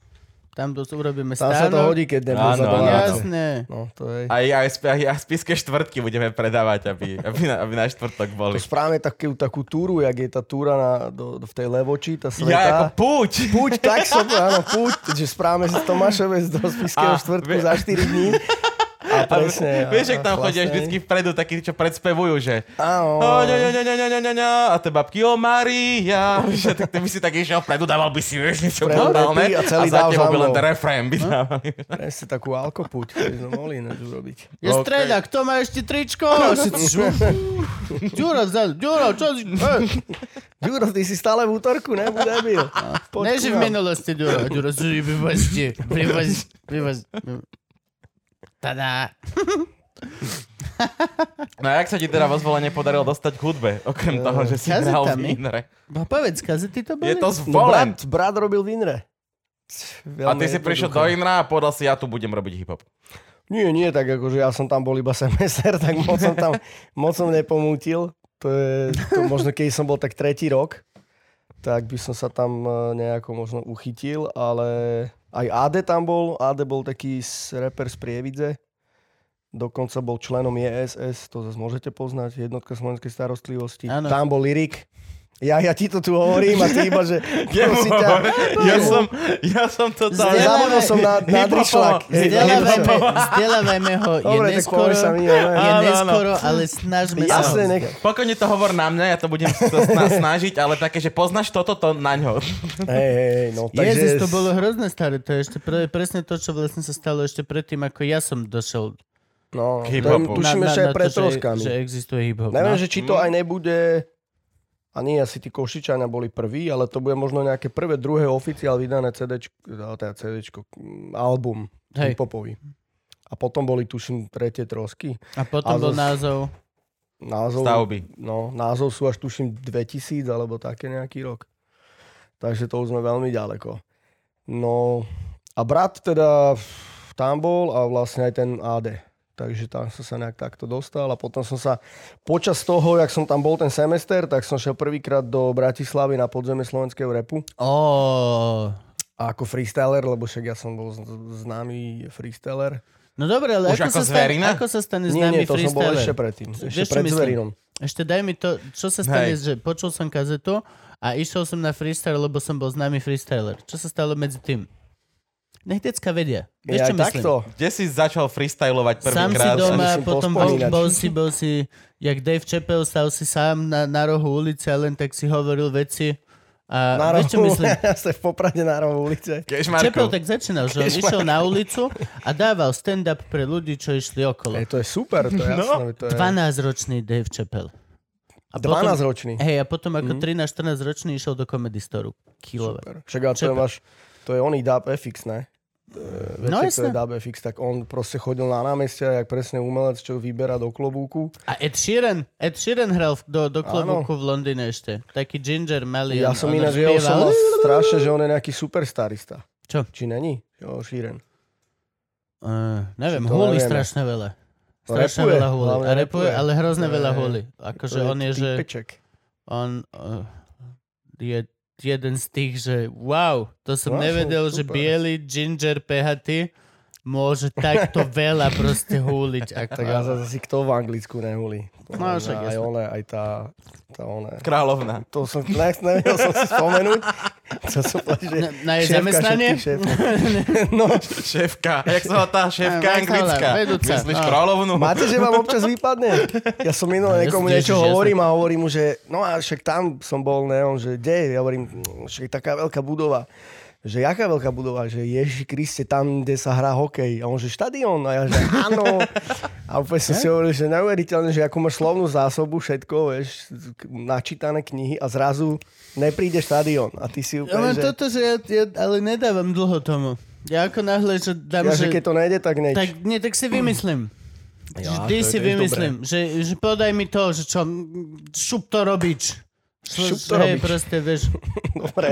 Speaker 1: tam dos- urobíme
Speaker 3: Tam sa to
Speaker 1: stánok.
Speaker 3: hodí, keď nebol
Speaker 2: Áno,
Speaker 3: za
Speaker 2: áno.
Speaker 3: domácu.
Speaker 1: Jasné.
Speaker 3: No, to je...
Speaker 2: Aj, aj, sp- aj, aj spiske štvrtky budeme predávať, aby, aby, na, aby na štvrtok boli.
Speaker 3: To správame takú, takú túru, jak je tá túra na, do, do, v tej levoči, tá sveta.
Speaker 2: Ja ako púť!
Speaker 3: Púť, tak som, áno, púť, že správame si s Tomášovec do Spiského
Speaker 2: A,
Speaker 3: štvrtku
Speaker 2: vie-
Speaker 3: za 4 dní. A
Speaker 2: A v-
Speaker 3: presne. a-
Speaker 2: Vieš, ak
Speaker 3: a vlastne- No.
Speaker 2: tam chodia
Speaker 3: chlastej.
Speaker 2: vždycky vpredu takí, čo predspevujú, že
Speaker 3: Áno.
Speaker 2: "O, ňa, ňa, ňa, ňa, ňa, ňa, ňa, ňa," a tie babky, o Maria, Vieš, a tak ty by si tak išiel vpredu, dával by si, vieš, niečo
Speaker 3: Vpredu
Speaker 2: brutálne
Speaker 3: repy a celý
Speaker 2: a za
Speaker 3: dal
Speaker 2: tebou
Speaker 3: za
Speaker 2: by len
Speaker 3: mnou. Hm?
Speaker 2: ten refrén by dávali.
Speaker 3: Presne takú alkopúť, ktorú sme mohli ináč urobiť.
Speaker 1: Je
Speaker 2: OK.
Speaker 1: okay. streda, kto má ešte tričko? Ďuro, vzal, Ďuro, čo si... Ej,
Speaker 3: Ďuro, ty si stále v útorku, ne? Bude bil. Poď
Speaker 1: Neži v
Speaker 3: ku nám.
Speaker 1: minulosti, Ďuro. Ďuro, zri, vyvazte, vyvaz, vyvaz. Tadá.
Speaker 2: No a jak sa ti teda vo zvolenie podarilo dostať k hudbe, okrem
Speaker 3: Eh,
Speaker 2: toho, že si
Speaker 1: kazetami.
Speaker 2: hral v Inre?
Speaker 1: No povedz, kazety to boli?
Speaker 2: Je to
Speaker 3: No,
Speaker 2: zvolen.
Speaker 3: brat, brat robil v Inre.
Speaker 2: A ty si prišiel do Inra a povedal si, ja tu budem robiť hip-hop.
Speaker 3: Nie, nie, tak akože ja som tam bol iba semester, tak moc som tam moc som nepomútil. To je, to možno keď som bol tak tretí rok, tak by som sa tam eh, nejako možno uchytil, ale aj AD tam bol, AD bol taký s- rapper z Prievidze, dokonca bol členom JSS, to zase môžete poznať, jednotka slovenskej starostlivosti.
Speaker 1: Áno.
Speaker 3: Tam bol Lyrik, Ja, ja ti to tu hovorím a ty iba, že... prosím ťa,
Speaker 2: ja som, ja som to tam...
Speaker 1: Zdieľame-
Speaker 3: Zabudol som na, na
Speaker 2: Hip-hopovo.
Speaker 3: drišlak. Hej,
Speaker 1: Vzdelávajme, vzdelávajme ho, je
Speaker 3: Dobre, tak
Speaker 1: neskoro,
Speaker 3: povieš sa mi,
Speaker 1: je
Speaker 3: ale...
Speaker 2: áno.
Speaker 1: neskoro, ale snažme sa.
Speaker 3: Jasne, nech...
Speaker 2: Pokojne to hovor na mňa, ja to budem sa sna- snažiť, ale také, že poznáš toto, to na ňo.
Speaker 3: Hej, hej, hej, no, takže...
Speaker 1: Jezus, to bolo hrozné staré, to je ešte pre, presne to, čo vlastne sa stalo ešte predtým, ako ja som došiel
Speaker 3: No,
Speaker 2: K
Speaker 3: to im
Speaker 2: hip-hopu.
Speaker 3: tušíme, že aj
Speaker 1: to,
Speaker 3: pred
Speaker 1: že-
Speaker 3: troskami.
Speaker 1: že existuje hip-hop.
Speaker 3: Neviem,
Speaker 1: no.
Speaker 3: že či to aj nebude... A nie, asi tí Košičania boli prví, ale to bude možno nejaké prvé, druhé oficiál vydané CD, teda CD, album
Speaker 1: Hej.
Speaker 3: hipopový. A potom boli, tuším, tretie trosky.
Speaker 1: A potom
Speaker 3: A
Speaker 1: bol
Speaker 3: zas-
Speaker 1: názov...
Speaker 3: Názov,
Speaker 2: Stavby.
Speaker 3: No, názov sú až tuším 2000 alebo také nejaký rok. Takže to už sme veľmi ďaleko. No a brat teda tam bol a vlastne aj ten AD. Takže tam som sa nejak takto dostal a potom som sa počas toho, jak som tam bol ten semester, tak som šiel prvýkrát do Bratislavy na podzemie slovenského repu
Speaker 1: Ó,
Speaker 3: a ako freestyler, lebo však ja som bol z- známy freestyler.
Speaker 1: No dobre, ale
Speaker 2: Už
Speaker 1: ako,
Speaker 2: ako
Speaker 1: sa stane,
Speaker 2: zverina?
Speaker 1: ako sa stane
Speaker 3: Nie, nie,
Speaker 1: známy
Speaker 3: to som bol
Speaker 1: freestyler?
Speaker 3: ešte predtým, ešte
Speaker 1: Vieš, čo
Speaker 3: pred
Speaker 1: myslím?
Speaker 3: Zverinom.
Speaker 1: Ešte daj mi to, čo sa stane,
Speaker 2: Hej.
Speaker 1: že počul som kazetu a išiel som na freestyle, lebo som bol známy freestyler. Čo sa stalo medzi tým? Nech decka vedia.
Speaker 3: Ja
Speaker 1: Vieš, čo
Speaker 3: aj
Speaker 1: myslím?
Speaker 3: takto.
Speaker 2: Kde si začal freestylovať
Speaker 1: Sám si
Speaker 2: prvýkrát?
Speaker 1: doma,
Speaker 3: musím
Speaker 1: potom bol,
Speaker 3: pospomínať.
Speaker 1: bol, si, bol si, jak Dave Chappelle, stal si sám na, na rohu ulice a len tak si hovoril veci. A
Speaker 3: Na
Speaker 1: vieš, čo
Speaker 3: rohu,
Speaker 1: myslím?
Speaker 3: ja sa v Poprade na rohu ulice.
Speaker 1: Chappelle
Speaker 2: Kešmarku.
Speaker 1: tak začínal, že on išiel na ulicu a dával stand-up pre ľudí, čo išli okolo.
Speaker 3: E, to je super, to je
Speaker 2: No.
Speaker 3: jasné. To je
Speaker 1: 12-ročný Dave Chappelle. A potom,
Speaker 3: 12 ročný.
Speaker 1: hej, a potom
Speaker 3: Mhm.
Speaker 1: ako 13-14 ročný išiel do Comedy Storu. Kilové.
Speaker 3: Však ale to je,
Speaker 1: Čepe.
Speaker 3: máš, to je oný Dab FX, ne? E,
Speaker 1: No
Speaker 3: Viete, to
Speaker 1: jasné.
Speaker 3: je Dab FX, tak on proste chodil na námestia, jak presne umelec, čo vyberá do klobúku.
Speaker 1: A Ed Sheeran, Ed Sheeran hral v- do, do klobúku v Londýne ešte. Taký ginger, malý.
Speaker 3: Ja
Speaker 1: on-
Speaker 3: som
Speaker 1: on
Speaker 3: ináč, že ja
Speaker 1: spieval.
Speaker 3: som mal strašne, že on je nejaký superstarista.
Speaker 1: Čo?
Speaker 3: Či není? Jo, Šíren.
Speaker 1: Uh, neviem,
Speaker 3: Či to
Speaker 1: húli
Speaker 3: nevieme.
Speaker 1: strašne veľa.
Speaker 3: No,
Speaker 1: Strašne
Speaker 3: repuje,
Speaker 1: veľa húli.
Speaker 3: hlavne
Speaker 1: A repuje,
Speaker 3: repuje.
Speaker 1: ale hrozne
Speaker 3: To
Speaker 1: veľa
Speaker 3: je-
Speaker 1: húli.
Speaker 3: To
Speaker 1: Akože on je, že...
Speaker 3: týpeček.
Speaker 1: On uh, je jeden z tých, že wow, to som
Speaker 3: Wow,
Speaker 1: nevedel, že
Speaker 3: super.
Speaker 1: biely ginger pehatý môže takto veľa proste húliť. Ako,
Speaker 3: Tak ja zase kto v Anglicku nehulí?
Speaker 1: No, však
Speaker 3: aj
Speaker 1: jasné.
Speaker 3: ona, aj tá, tá ona.
Speaker 2: Kráľovna.
Speaker 3: To som ne, nevedel som si spomenúť. To som povedal, že
Speaker 1: na, na jej zamestnanie?
Speaker 3: šéfka. No,
Speaker 2: Šéfka. Jak sa volá tá šéfka
Speaker 1: Á,
Speaker 2: anglická?
Speaker 1: Magdala, vedúca.
Speaker 2: Myslíš
Speaker 3: No.
Speaker 1: Á.
Speaker 2: kráľovnu?
Speaker 3: Máte, že vám občas vypadne? Ja som minulé niekomu
Speaker 1: Ježiš,
Speaker 3: niečo
Speaker 1: jasné.
Speaker 3: hovorím a hovorím mu, že no a však tam som bol, ne, on, že kde? Ja hovorím, "Mm, však taká veľká budova. Že jaká veľká budova? Že Ježiš Kriste, tam, kde sa hrá hokej. A on, že štadión. A ja, že áno. A úplne som si hovoril, že neuveriteľné, že akú máš slovnú zásobu, všetko, vieš, k- načítané knihy a zrazu nepríde štadión. A ty
Speaker 1: Ja
Speaker 3: si úplne,
Speaker 1: mám
Speaker 3: že,
Speaker 1: toto, že ja, ja, ale nedávam dlho tomu. Ja ako náhle, že dám,
Speaker 3: ja, že
Speaker 1: že...
Speaker 3: keď to nejde, tak nejde.
Speaker 1: Tak, nie, tak si vymyslím. Vždy
Speaker 3: to je
Speaker 1: si
Speaker 3: tiež
Speaker 1: vymyslím, že, že podaj mi to, že čo, mm, šup to robič. Čo-
Speaker 3: Šup to
Speaker 1: že je
Speaker 3: robič.
Speaker 1: Proste, vieš,
Speaker 3: Dobre.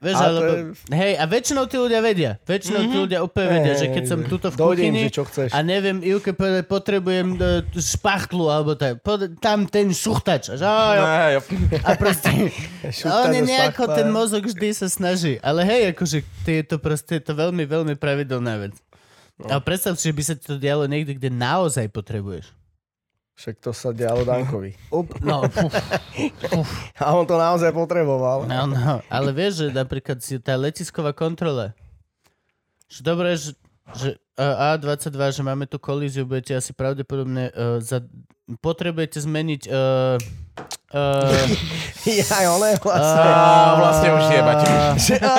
Speaker 1: vieš
Speaker 3: A to
Speaker 1: alebo,
Speaker 3: je- Mhm.
Speaker 1: Hej, a väčšinou tí ľudia vedia. Väčšinou tí ľudia úplne vedia, že keď
Speaker 3: Hej,
Speaker 1: som
Speaker 3: že
Speaker 1: tuto v
Speaker 3: dojde im,
Speaker 1: kuchyni
Speaker 3: že čo chceš.
Speaker 1: a neviem, Ilke povedať, potrebujem e, t- špachtlu alebo tak, pod, tam ten šuchtač. A že, "Á, jo."
Speaker 2: Á, jo.
Speaker 1: A proste,
Speaker 3: Šuchtač
Speaker 1: a on je
Speaker 3: a
Speaker 1: No, nejako,
Speaker 3: špachtla.
Speaker 1: ten mozog vždy sa snaží. Ale hej, akože ty je to proste, je to veľmi, veľmi pravidelná vec. A predstav si, že by sa to dialo niekde, kde naozaj potrebuješ.
Speaker 3: Však to sa dialo Dankovi.
Speaker 1: Up, no, uf,
Speaker 3: A on to naozaj potreboval.
Speaker 1: no, no, ale vieš, že napríklad si tá letisková kontrola. Že dobre, že, že uh, A22, že máme tu kolíziu, budete asi pravdepodobne uh, za, potrebujete zmeniť uh, uh,
Speaker 3: Ja, on je vlastne.
Speaker 2: Á, vlastne už jebať.
Speaker 3: Že, á,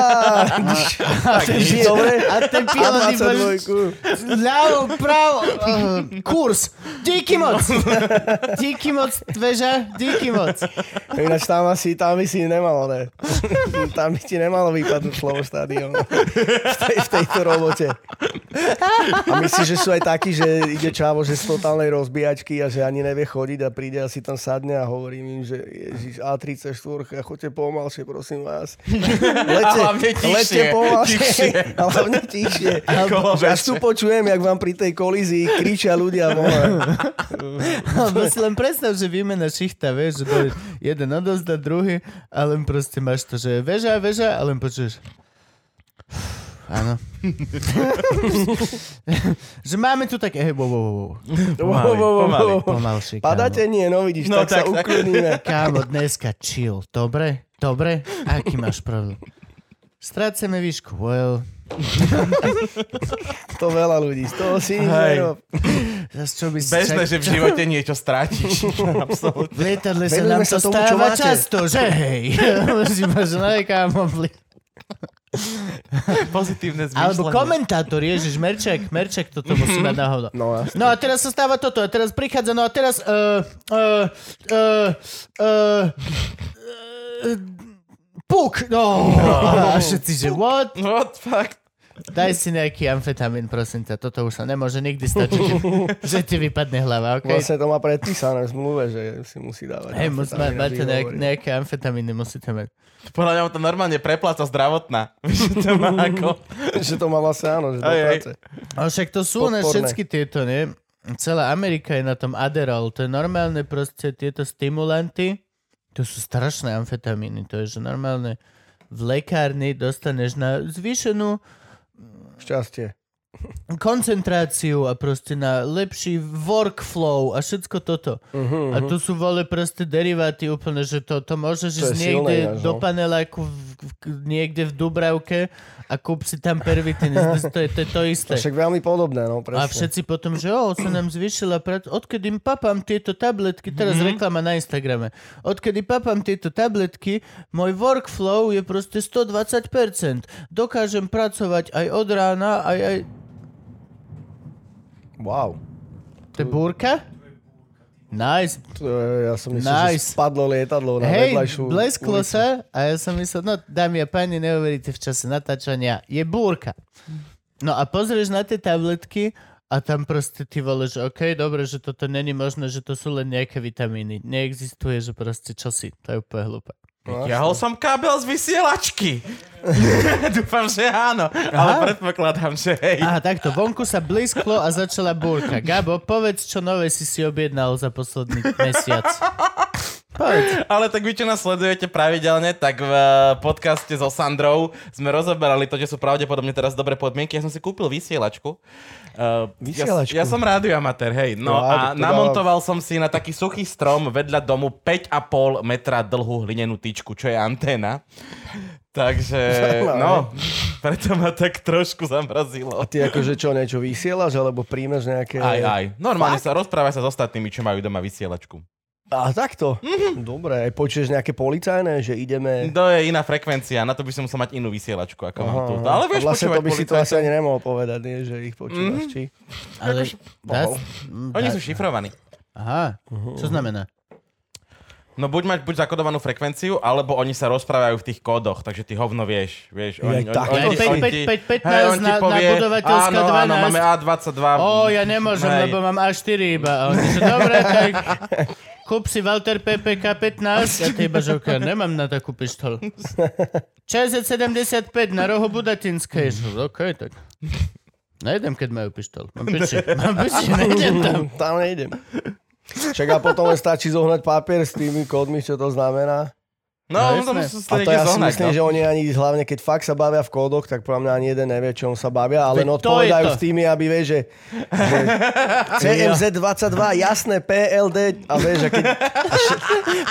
Speaker 2: Tak nič.
Speaker 3: Dobre,
Speaker 1: a ten pilot iba, že-
Speaker 3: 22.
Speaker 1: Ľavo, pravo, uh, kurs. Díky moc. Díky moc, veža, díky moc.
Speaker 3: Ináč tam asi, tam by si nemalo, ne? Tam by ti nemalo vypadnúť slovo štadión. V, tej, v tejto robote. A myslíš, že sú aj takí, že ide čávo, že z totálnej rozbíjačky a že ani nevie chodiť a príde a si tam sadne a hovorím im, že ježiš, A34, choďte pomalšie, prosím vás. Lete,
Speaker 2: hlavne tichšie,
Speaker 3: lete pomalšie.
Speaker 2: tichšie.
Speaker 3: A hlavne tichšie.
Speaker 2: Kolo
Speaker 3: Že Až tu
Speaker 2: bežte.
Speaker 3: počujem, jak vám pri tej kolízii kričia ľudia. Vole.
Speaker 1: Alebo si len predstav, že výmena šichta, vieš, že to je- jeden odozda, druhý a len proste máš to, že veža, veža a len počuješ. Áno. že máme tu také... Hej, wow, wow, wow.
Speaker 2: Pomaly, pomaly.
Speaker 1: Pomalšie, kámo.
Speaker 3: Padáte? Nie, no vidíš,
Speaker 2: No
Speaker 3: no, tak, tak sa
Speaker 2: tak, tak.
Speaker 3: ukludníme.
Speaker 1: Kámo, dneska chill. Dobre? Dobre? Aký máš problém? Strácame výšku. Well,
Speaker 3: To veľa ľudí, z toho si nič
Speaker 2: Hej.
Speaker 3: nerob.
Speaker 1: zase čo by si...
Speaker 2: Bežné,
Speaker 1: čak-
Speaker 2: že v živote niečo strátiš.
Speaker 1: V
Speaker 2: Absolútne.
Speaker 1: lietadle sa
Speaker 3: Venujme
Speaker 1: nám
Speaker 3: sa
Speaker 1: to
Speaker 3: tomu, čo
Speaker 1: stáva
Speaker 3: máte.
Speaker 1: často, že hej? Si máš zlé, kámo, v li-
Speaker 2: Pozitívne zmýšľanie.
Speaker 1: Alebo komentátor, ježiš, Merček, Merček, toto musí mať náhoda.
Speaker 3: No jasne.
Speaker 1: No a teraz sa stáva toto, a teraz prichádza, no a teraz... Uh, uh, uh, uh, e, Puk! No! A všetci, že what?
Speaker 2: What fuck?
Speaker 1: Daj si nejaký amfetamín, prosím ťa. Toto už sa nemôže nikdy stačiť, že ti vypadne hlava, OK?
Speaker 3: Vlastne to má predpísané v zmluve, že si musí dávať.
Speaker 1: Hej, musí mať,
Speaker 3: amfetamín, aby
Speaker 1: máte nejak,
Speaker 3: hovorí.
Speaker 1: nejaké amfetamíny, musíte mať.
Speaker 2: Podľa mňa mu to normálne prepláca zdravotná. Že to má ako...
Speaker 3: Že to má vlastne áno, že do
Speaker 2: Hej, hej.
Speaker 3: práce.
Speaker 1: Ale však to sú ne
Speaker 3: Podporné.
Speaker 1: všetky tieto, nie? Celá Amerika je na tom Adderall. To je normálne proste tieto stimulanty. To sú strašné amfetamíny. To je, že normálne v lekárni dostaneš na zvýšenú
Speaker 3: Šťastie.
Speaker 1: koncentráciu a proste na lepší workflow a všetko toto.
Speaker 3: Uh-huh.
Speaker 1: A tu sú vole proste deriváty úplne, že to, to môžeš
Speaker 3: To
Speaker 1: ísť
Speaker 3: je silné
Speaker 1: niekde
Speaker 3: ináč, no.
Speaker 1: do paneláku v, v, niekde v Dubravke a kúp si tam pervitin. to, je, to je to isté.
Speaker 3: Však veľmi podobné, no presne.
Speaker 1: A všetci potom, že o, sa nám zvyšila, pred... odkedy papám tieto tabletky, teraz mm-hmm. reklama na Instagrame, odkedy papám tieto tabletky, môj workflow je proste 120%. Dokážem pracovať aj od rána, aj aj...
Speaker 3: Wow.
Speaker 1: To je búrka? Nice.
Speaker 3: To je- Ja som myslel,
Speaker 1: Nice.
Speaker 3: že spadlo lietadlo na
Speaker 1: Hej,
Speaker 3: vedľajšiu
Speaker 1: blesklo
Speaker 3: ulicu.
Speaker 1: sa a ja som myslel, no dámy a páni, neuveríte v čase natáčania, je búrka. No a pozrieš na tie tabletky a tam proste ty vole, že OK, dobre, že toto není možné, že to sú len nejaké vitamíny. Neexistuje, že proste čosi. To je úplne hlúpe.
Speaker 3: No,
Speaker 2: Ťahol som kábel z vysielačky. Dúfam, že áno. Ale predpokladám, že hej.
Speaker 1: Aha, takto, vonku sa blízklo a začala búrka. Gabo, povedz, čo nové si si objednal za posledný mesiac. Povedz.
Speaker 2: Ale tak vy, čo nás sledujete pravidelne, tak v eh, podcaste so Sandrou sme rozoberali to, že sú pravdepodobne teraz dobré podmienky. Ja som si kúpil vysielačku. Uh,
Speaker 3: Vysielačku?
Speaker 2: Ja, ja som rádioamatér, hej. No
Speaker 3: Wow,
Speaker 2: a
Speaker 3: tak to dáva-
Speaker 2: namontoval som si na taký suchý strom vedľa domu 5,5 metra dlhú hlinenú tyčku, čo je anténa. Takže,
Speaker 3: Zaujímavé.
Speaker 2: no, preto ma tak trošku zamrazilo.
Speaker 3: Ty akože čo, niečo vysielaš, alebo príjmeš nejaké...
Speaker 2: Aj, aj. Normálne sa rozprávaj sa s ostatnými, čo majú doma vysielačku.
Speaker 3: A takto?
Speaker 1: Mhm.
Speaker 3: Dobre, aj počuješ nejaké policajné, že ideme...
Speaker 2: To je iná frekvencia, na to by som musel mať inú vysielačku, ako mám tu. Ale vieš,
Speaker 3: A vlastne
Speaker 2: počúvať
Speaker 3: to by si to
Speaker 2: policajtov.
Speaker 3: asi ani nemohol povedať, nie? že ich počúvaš,
Speaker 1: Mhm.
Speaker 3: či...
Speaker 1: Ale... Dá...
Speaker 2: Oni sú šifrovaní.
Speaker 1: Aha, čo znamená?
Speaker 2: No buď máš buď zakodovanú frekvenciu, alebo oni sa rozprávajú v tých kódoch, takže ty hovno vieš. vieš oni,
Speaker 3: tak.
Speaker 2: oni,
Speaker 1: Aj 5, 5, 5, 15 na- na budovateľská
Speaker 2: áno, áno,
Speaker 1: 12.
Speaker 2: máme A22.
Speaker 1: Ó, ja nemôžem,
Speaker 2: Hej.
Speaker 1: lebo mám A4 iba. A oni, že dobre, tak kúp si Walter PPK 15. Ja ty iba, že okay, nemám na takú pištol. ČZ75 na rohu Budatinskej. Že, OK, tak. Nejdem, keď majú pištol. Mám piči, mám piči, nejdem tam.
Speaker 3: Tam nejdem. Však a potom len stačí zohnať papier s tými kódmi, čo to znamená.
Speaker 2: No,
Speaker 1: No,
Speaker 2: on to
Speaker 1: jasné.
Speaker 2: musí
Speaker 3: A
Speaker 2: sa
Speaker 3: to
Speaker 2: niekde
Speaker 3: ja si
Speaker 2: zohnať,
Speaker 3: myslím,
Speaker 2: no.
Speaker 3: že oni ani hlavne, keď fakt sa bavia v kódoch, tak podľa mňa ani jeden nevie, čom sa bavia,
Speaker 1: Veď to
Speaker 3: ale len
Speaker 1: je to.
Speaker 3: odpovedajú s tými, aby vie, že, že CMZ22, jasné, PLD a vieš, a keď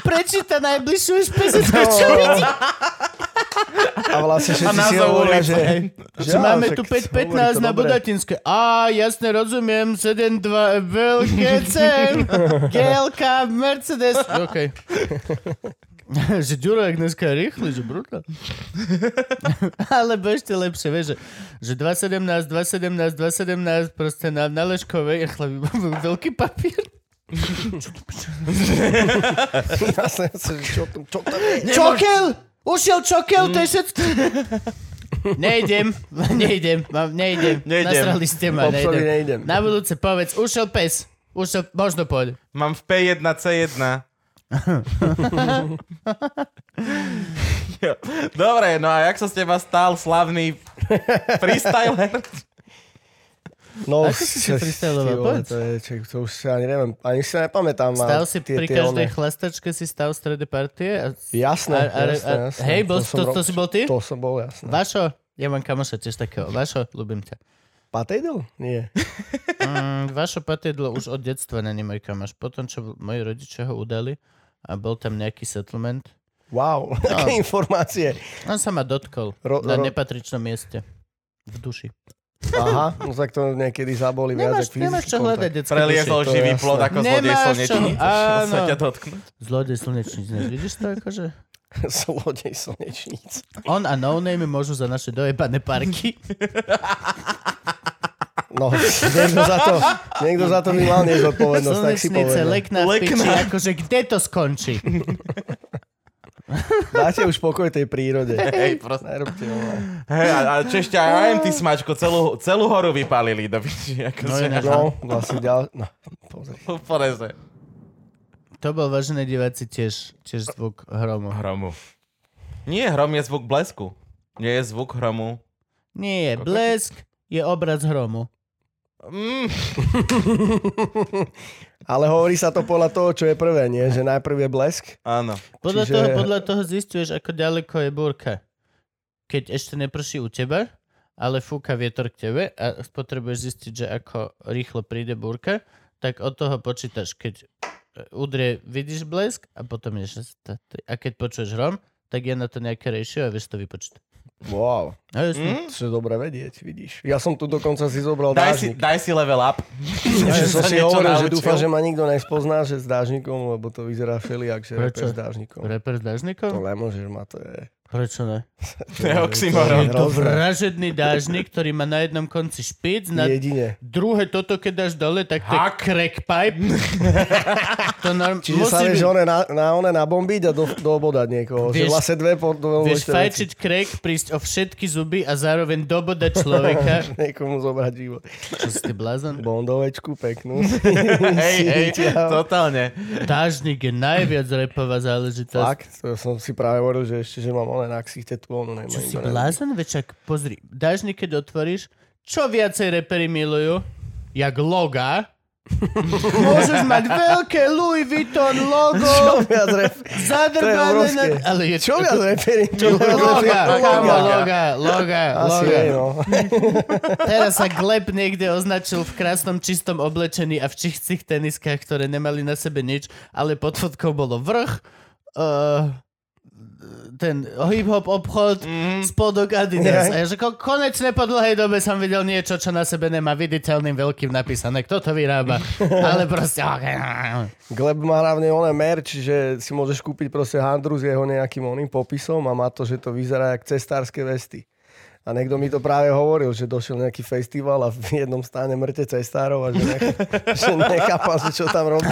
Speaker 1: Prečíta najbližšiu špezitku, čo vidí.
Speaker 3: No. a vlastne všetci si
Speaker 2: názov
Speaker 3: hovoria,
Speaker 2: ulice.
Speaker 3: že,
Speaker 1: Že
Speaker 3: áno,
Speaker 1: máme
Speaker 3: však
Speaker 1: tu
Speaker 3: hovorí
Speaker 1: 5.15
Speaker 3: to
Speaker 1: na
Speaker 3: dobre.
Speaker 1: Budatinskej. Á, jasne, rozumiem. 7.2, veľké cen. Gelka, Mercedes. OK. že Ďuro jak dneska je rýchly, že brutál. Alebo ešte lepšie, vieš, že, že 2.17, 2.17, 2.17, proste na, na Leškovej je chlapi, veľký papier.
Speaker 3: Jasné, jasné, že čo tu- čo tam je?
Speaker 1: Čokel! Ušiel čokel, to je všetko. Mm. Nejdem, nejdem, mám, nejdem.
Speaker 2: Nejdem.
Speaker 1: Nasrali ste ma,
Speaker 3: Popsovi
Speaker 1: nejdem.
Speaker 3: nejdem.
Speaker 1: Na budúce povedz, ušiel pes. Ušiel, možno poď.
Speaker 2: Mám v P1, C1. Jo. Dobre, no a jak sa z teba stal slavný freestyler?
Speaker 3: No,
Speaker 1: Ako si si
Speaker 3: s-
Speaker 1: freestyloval?
Speaker 3: ty vole,
Speaker 1: Povedz.
Speaker 3: To, je, ček, to už si ani neviem, ani si nepamätám. a
Speaker 1: Stal si
Speaker 3: tie-
Speaker 1: pri
Speaker 3: tie
Speaker 1: každej
Speaker 3: one-
Speaker 1: chlastačke, si stal v strede partie? A... A-
Speaker 3: Jasné,
Speaker 1: a-
Speaker 3: jasné,
Speaker 1: a-
Speaker 3: jasné.
Speaker 1: hej, bol-
Speaker 3: som
Speaker 1: to-
Speaker 3: ro-
Speaker 1: to si bol ty?
Speaker 3: To som bol, jasné.
Speaker 1: Vašo, Ja mám kamoša tiež takého. Vašo, ľúbim ťa.
Speaker 3: Patejdl? Nie.
Speaker 1: Mm, vašo patedlo už od detstva není môj kamoš. Potom, čo moji rodičia ho udali a bol tam nejaký settlement,
Speaker 3: Wow, aké informácie.
Speaker 1: on sa ma dotkol
Speaker 3: Ro-
Speaker 1: na
Speaker 3: ro-
Speaker 1: nepatričnom mieste. V duši.
Speaker 3: Aha, no tak to niekedy zaboli viac,
Speaker 1: Nemáš,
Speaker 3: ako fyzický
Speaker 1: nemáš čo
Speaker 3: kontakt.
Speaker 1: hľadať, detské duše.
Speaker 2: Preliezol
Speaker 3: to je
Speaker 2: živý
Speaker 3: jasné.
Speaker 2: plod ako zlodej
Speaker 1: Nemáš čo-
Speaker 2: slnečný. Chcel sa
Speaker 1: áno.
Speaker 2: ťa dotknúť.
Speaker 1: Zlodej slnečníc, ne? vidíš to akože?
Speaker 3: Zlodej slnečníc.
Speaker 1: On a No Name môžu za naše dojebané parky.
Speaker 3: No, niekto za to, niekto za to by mal nezodpovednosť, tak si
Speaker 1: Slnečnice,
Speaker 3: povedal.
Speaker 1: lekná v piči,
Speaker 2: Lekná.
Speaker 1: akože kde to skončí?
Speaker 3: Dáte už pokoj tej prírode. no.
Speaker 2: Hej, proste.
Speaker 3: Nerobte ono.
Speaker 2: Hej, a, a češťa, aj ty smačko, celú, celú horu vypálili do piči. Akože,
Speaker 1: inak-
Speaker 3: No, vlastne ďal... No, pozri.
Speaker 2: úplne že
Speaker 1: To bol, vážené diváci, tiež, tiež zvuk hromu.
Speaker 2: Hromu. Nie, hrom je zvuk blesku. Nie je zvuk hromu.
Speaker 1: Nie je blesk, je obraz hromu.
Speaker 2: Mm,
Speaker 3: Ale hovorí sa to podľa toho, čo je prvé, nie? Že najprv je blesk.
Speaker 2: áno.
Speaker 1: Podľa,
Speaker 3: Čiže-
Speaker 1: toho, podľa toho zistuješ, ako ďaleko je búrka. Keď ešte neprší u teba, ale fúka vietor k tebe a potrebuješ zistiť, že ako rýchlo príde búrka, tak od toho počítaš. Keď e, udrie, vidíš blesk a potom je 6. A keď počuješ hrom, tak je na to nejaké ratio a vieš to vypočítať.
Speaker 3: Wow,
Speaker 1: No, jasne.
Speaker 2: Mm?
Speaker 3: čo je dobre vedieť, vidíš. Ja som tu dokonca si zobral
Speaker 2: Daj, si,
Speaker 3: dážnik.
Speaker 2: daj si level up.
Speaker 3: Ja som
Speaker 2: sa
Speaker 3: si
Speaker 2: niečo
Speaker 3: hovoril, že
Speaker 2: naučil.
Speaker 3: dúfam, že ma nikto nespozná, že s dážnikom, lebo to vyzerá všelijak, že
Speaker 1: Prečo?
Speaker 3: Prečo? s dážnikom.
Speaker 1: Reper s
Speaker 3: To
Speaker 1: dážnikom?
Speaker 3: nemôžeš ma, to je...
Speaker 1: Prečo ne?
Speaker 2: To je oxymoron.
Speaker 3: To je hrozné.
Speaker 1: Vražedný dážnik, ktorý má na jednom konci špic, na
Speaker 3: Jedine.
Speaker 1: Druhé toto, keď dáš dole, tak to je
Speaker 2: Hack.
Speaker 1: crack pipe. to norm...
Speaker 3: Čiže sa
Speaker 1: musí
Speaker 3: vieš
Speaker 1: byť-
Speaker 3: one na, na one nabombiť a do, dobodať niekoho. Vieš, že
Speaker 1: Vieš-
Speaker 3: vlastne dve po, do,
Speaker 1: Vieš
Speaker 3: dôležité veci.
Speaker 1: fajčiť crack, prísť o všetky zuby a zároveň dobodať človeka.
Speaker 3: Niekomu zobrať život.
Speaker 1: Čo si ty blázon?
Speaker 3: Bondovečku peknú.
Speaker 2: Hej,
Speaker 3: Si
Speaker 2: hej,
Speaker 3: vyťahol.
Speaker 2: totálne.
Speaker 1: Dážnik je najviac repová záležitosť.
Speaker 3: Fakt, to som si práve hovoril, že ešte, že mám len na ksichte tu, ono nemá.
Speaker 1: Čo si
Speaker 3: nikto nevidí.
Speaker 1: blázon? Veď ak pozri, dážnik, keď otvoríš, čo viacej repery milujú, jak loga, Môžeš mať veľké Louis Vuitton
Speaker 3: Čo
Speaker 1: logo,
Speaker 3: viac ref... To je
Speaker 1: zadrbané
Speaker 3: obrovské.
Speaker 1: na... Ale je
Speaker 3: Čo viac referí?
Speaker 1: Čo, Loga, kámo, loga, loga,
Speaker 3: Asi
Speaker 1: loga.
Speaker 3: je, no.
Speaker 1: Teraz sa Gleb niekde označil v krásnom čistom oblečení a v čistých teniskách, ktoré nemali na sebe nič, ale pod fotkou bolo vrch, uh, ten hip-hop obchod, mm. spodok Adidas.
Speaker 3: Jaj.
Speaker 1: A ja že ko- konečne po dlhej dobe som videl niečo, čo na sebe nemá viditeľným veľkým napísané. Kto to vyrába? ale proste...
Speaker 3: Gleb má hlavne oné merch, že si môžeš kúpiť proste handru s jeho nejakým oným popisom a má to, že to vyzerá jak cestárske vesty. A niekto mi to práve hovoril, že došiel nejaký festival a v jednom stáne mŕte cestárov a že, ne, že nechápal, že čo tam robí.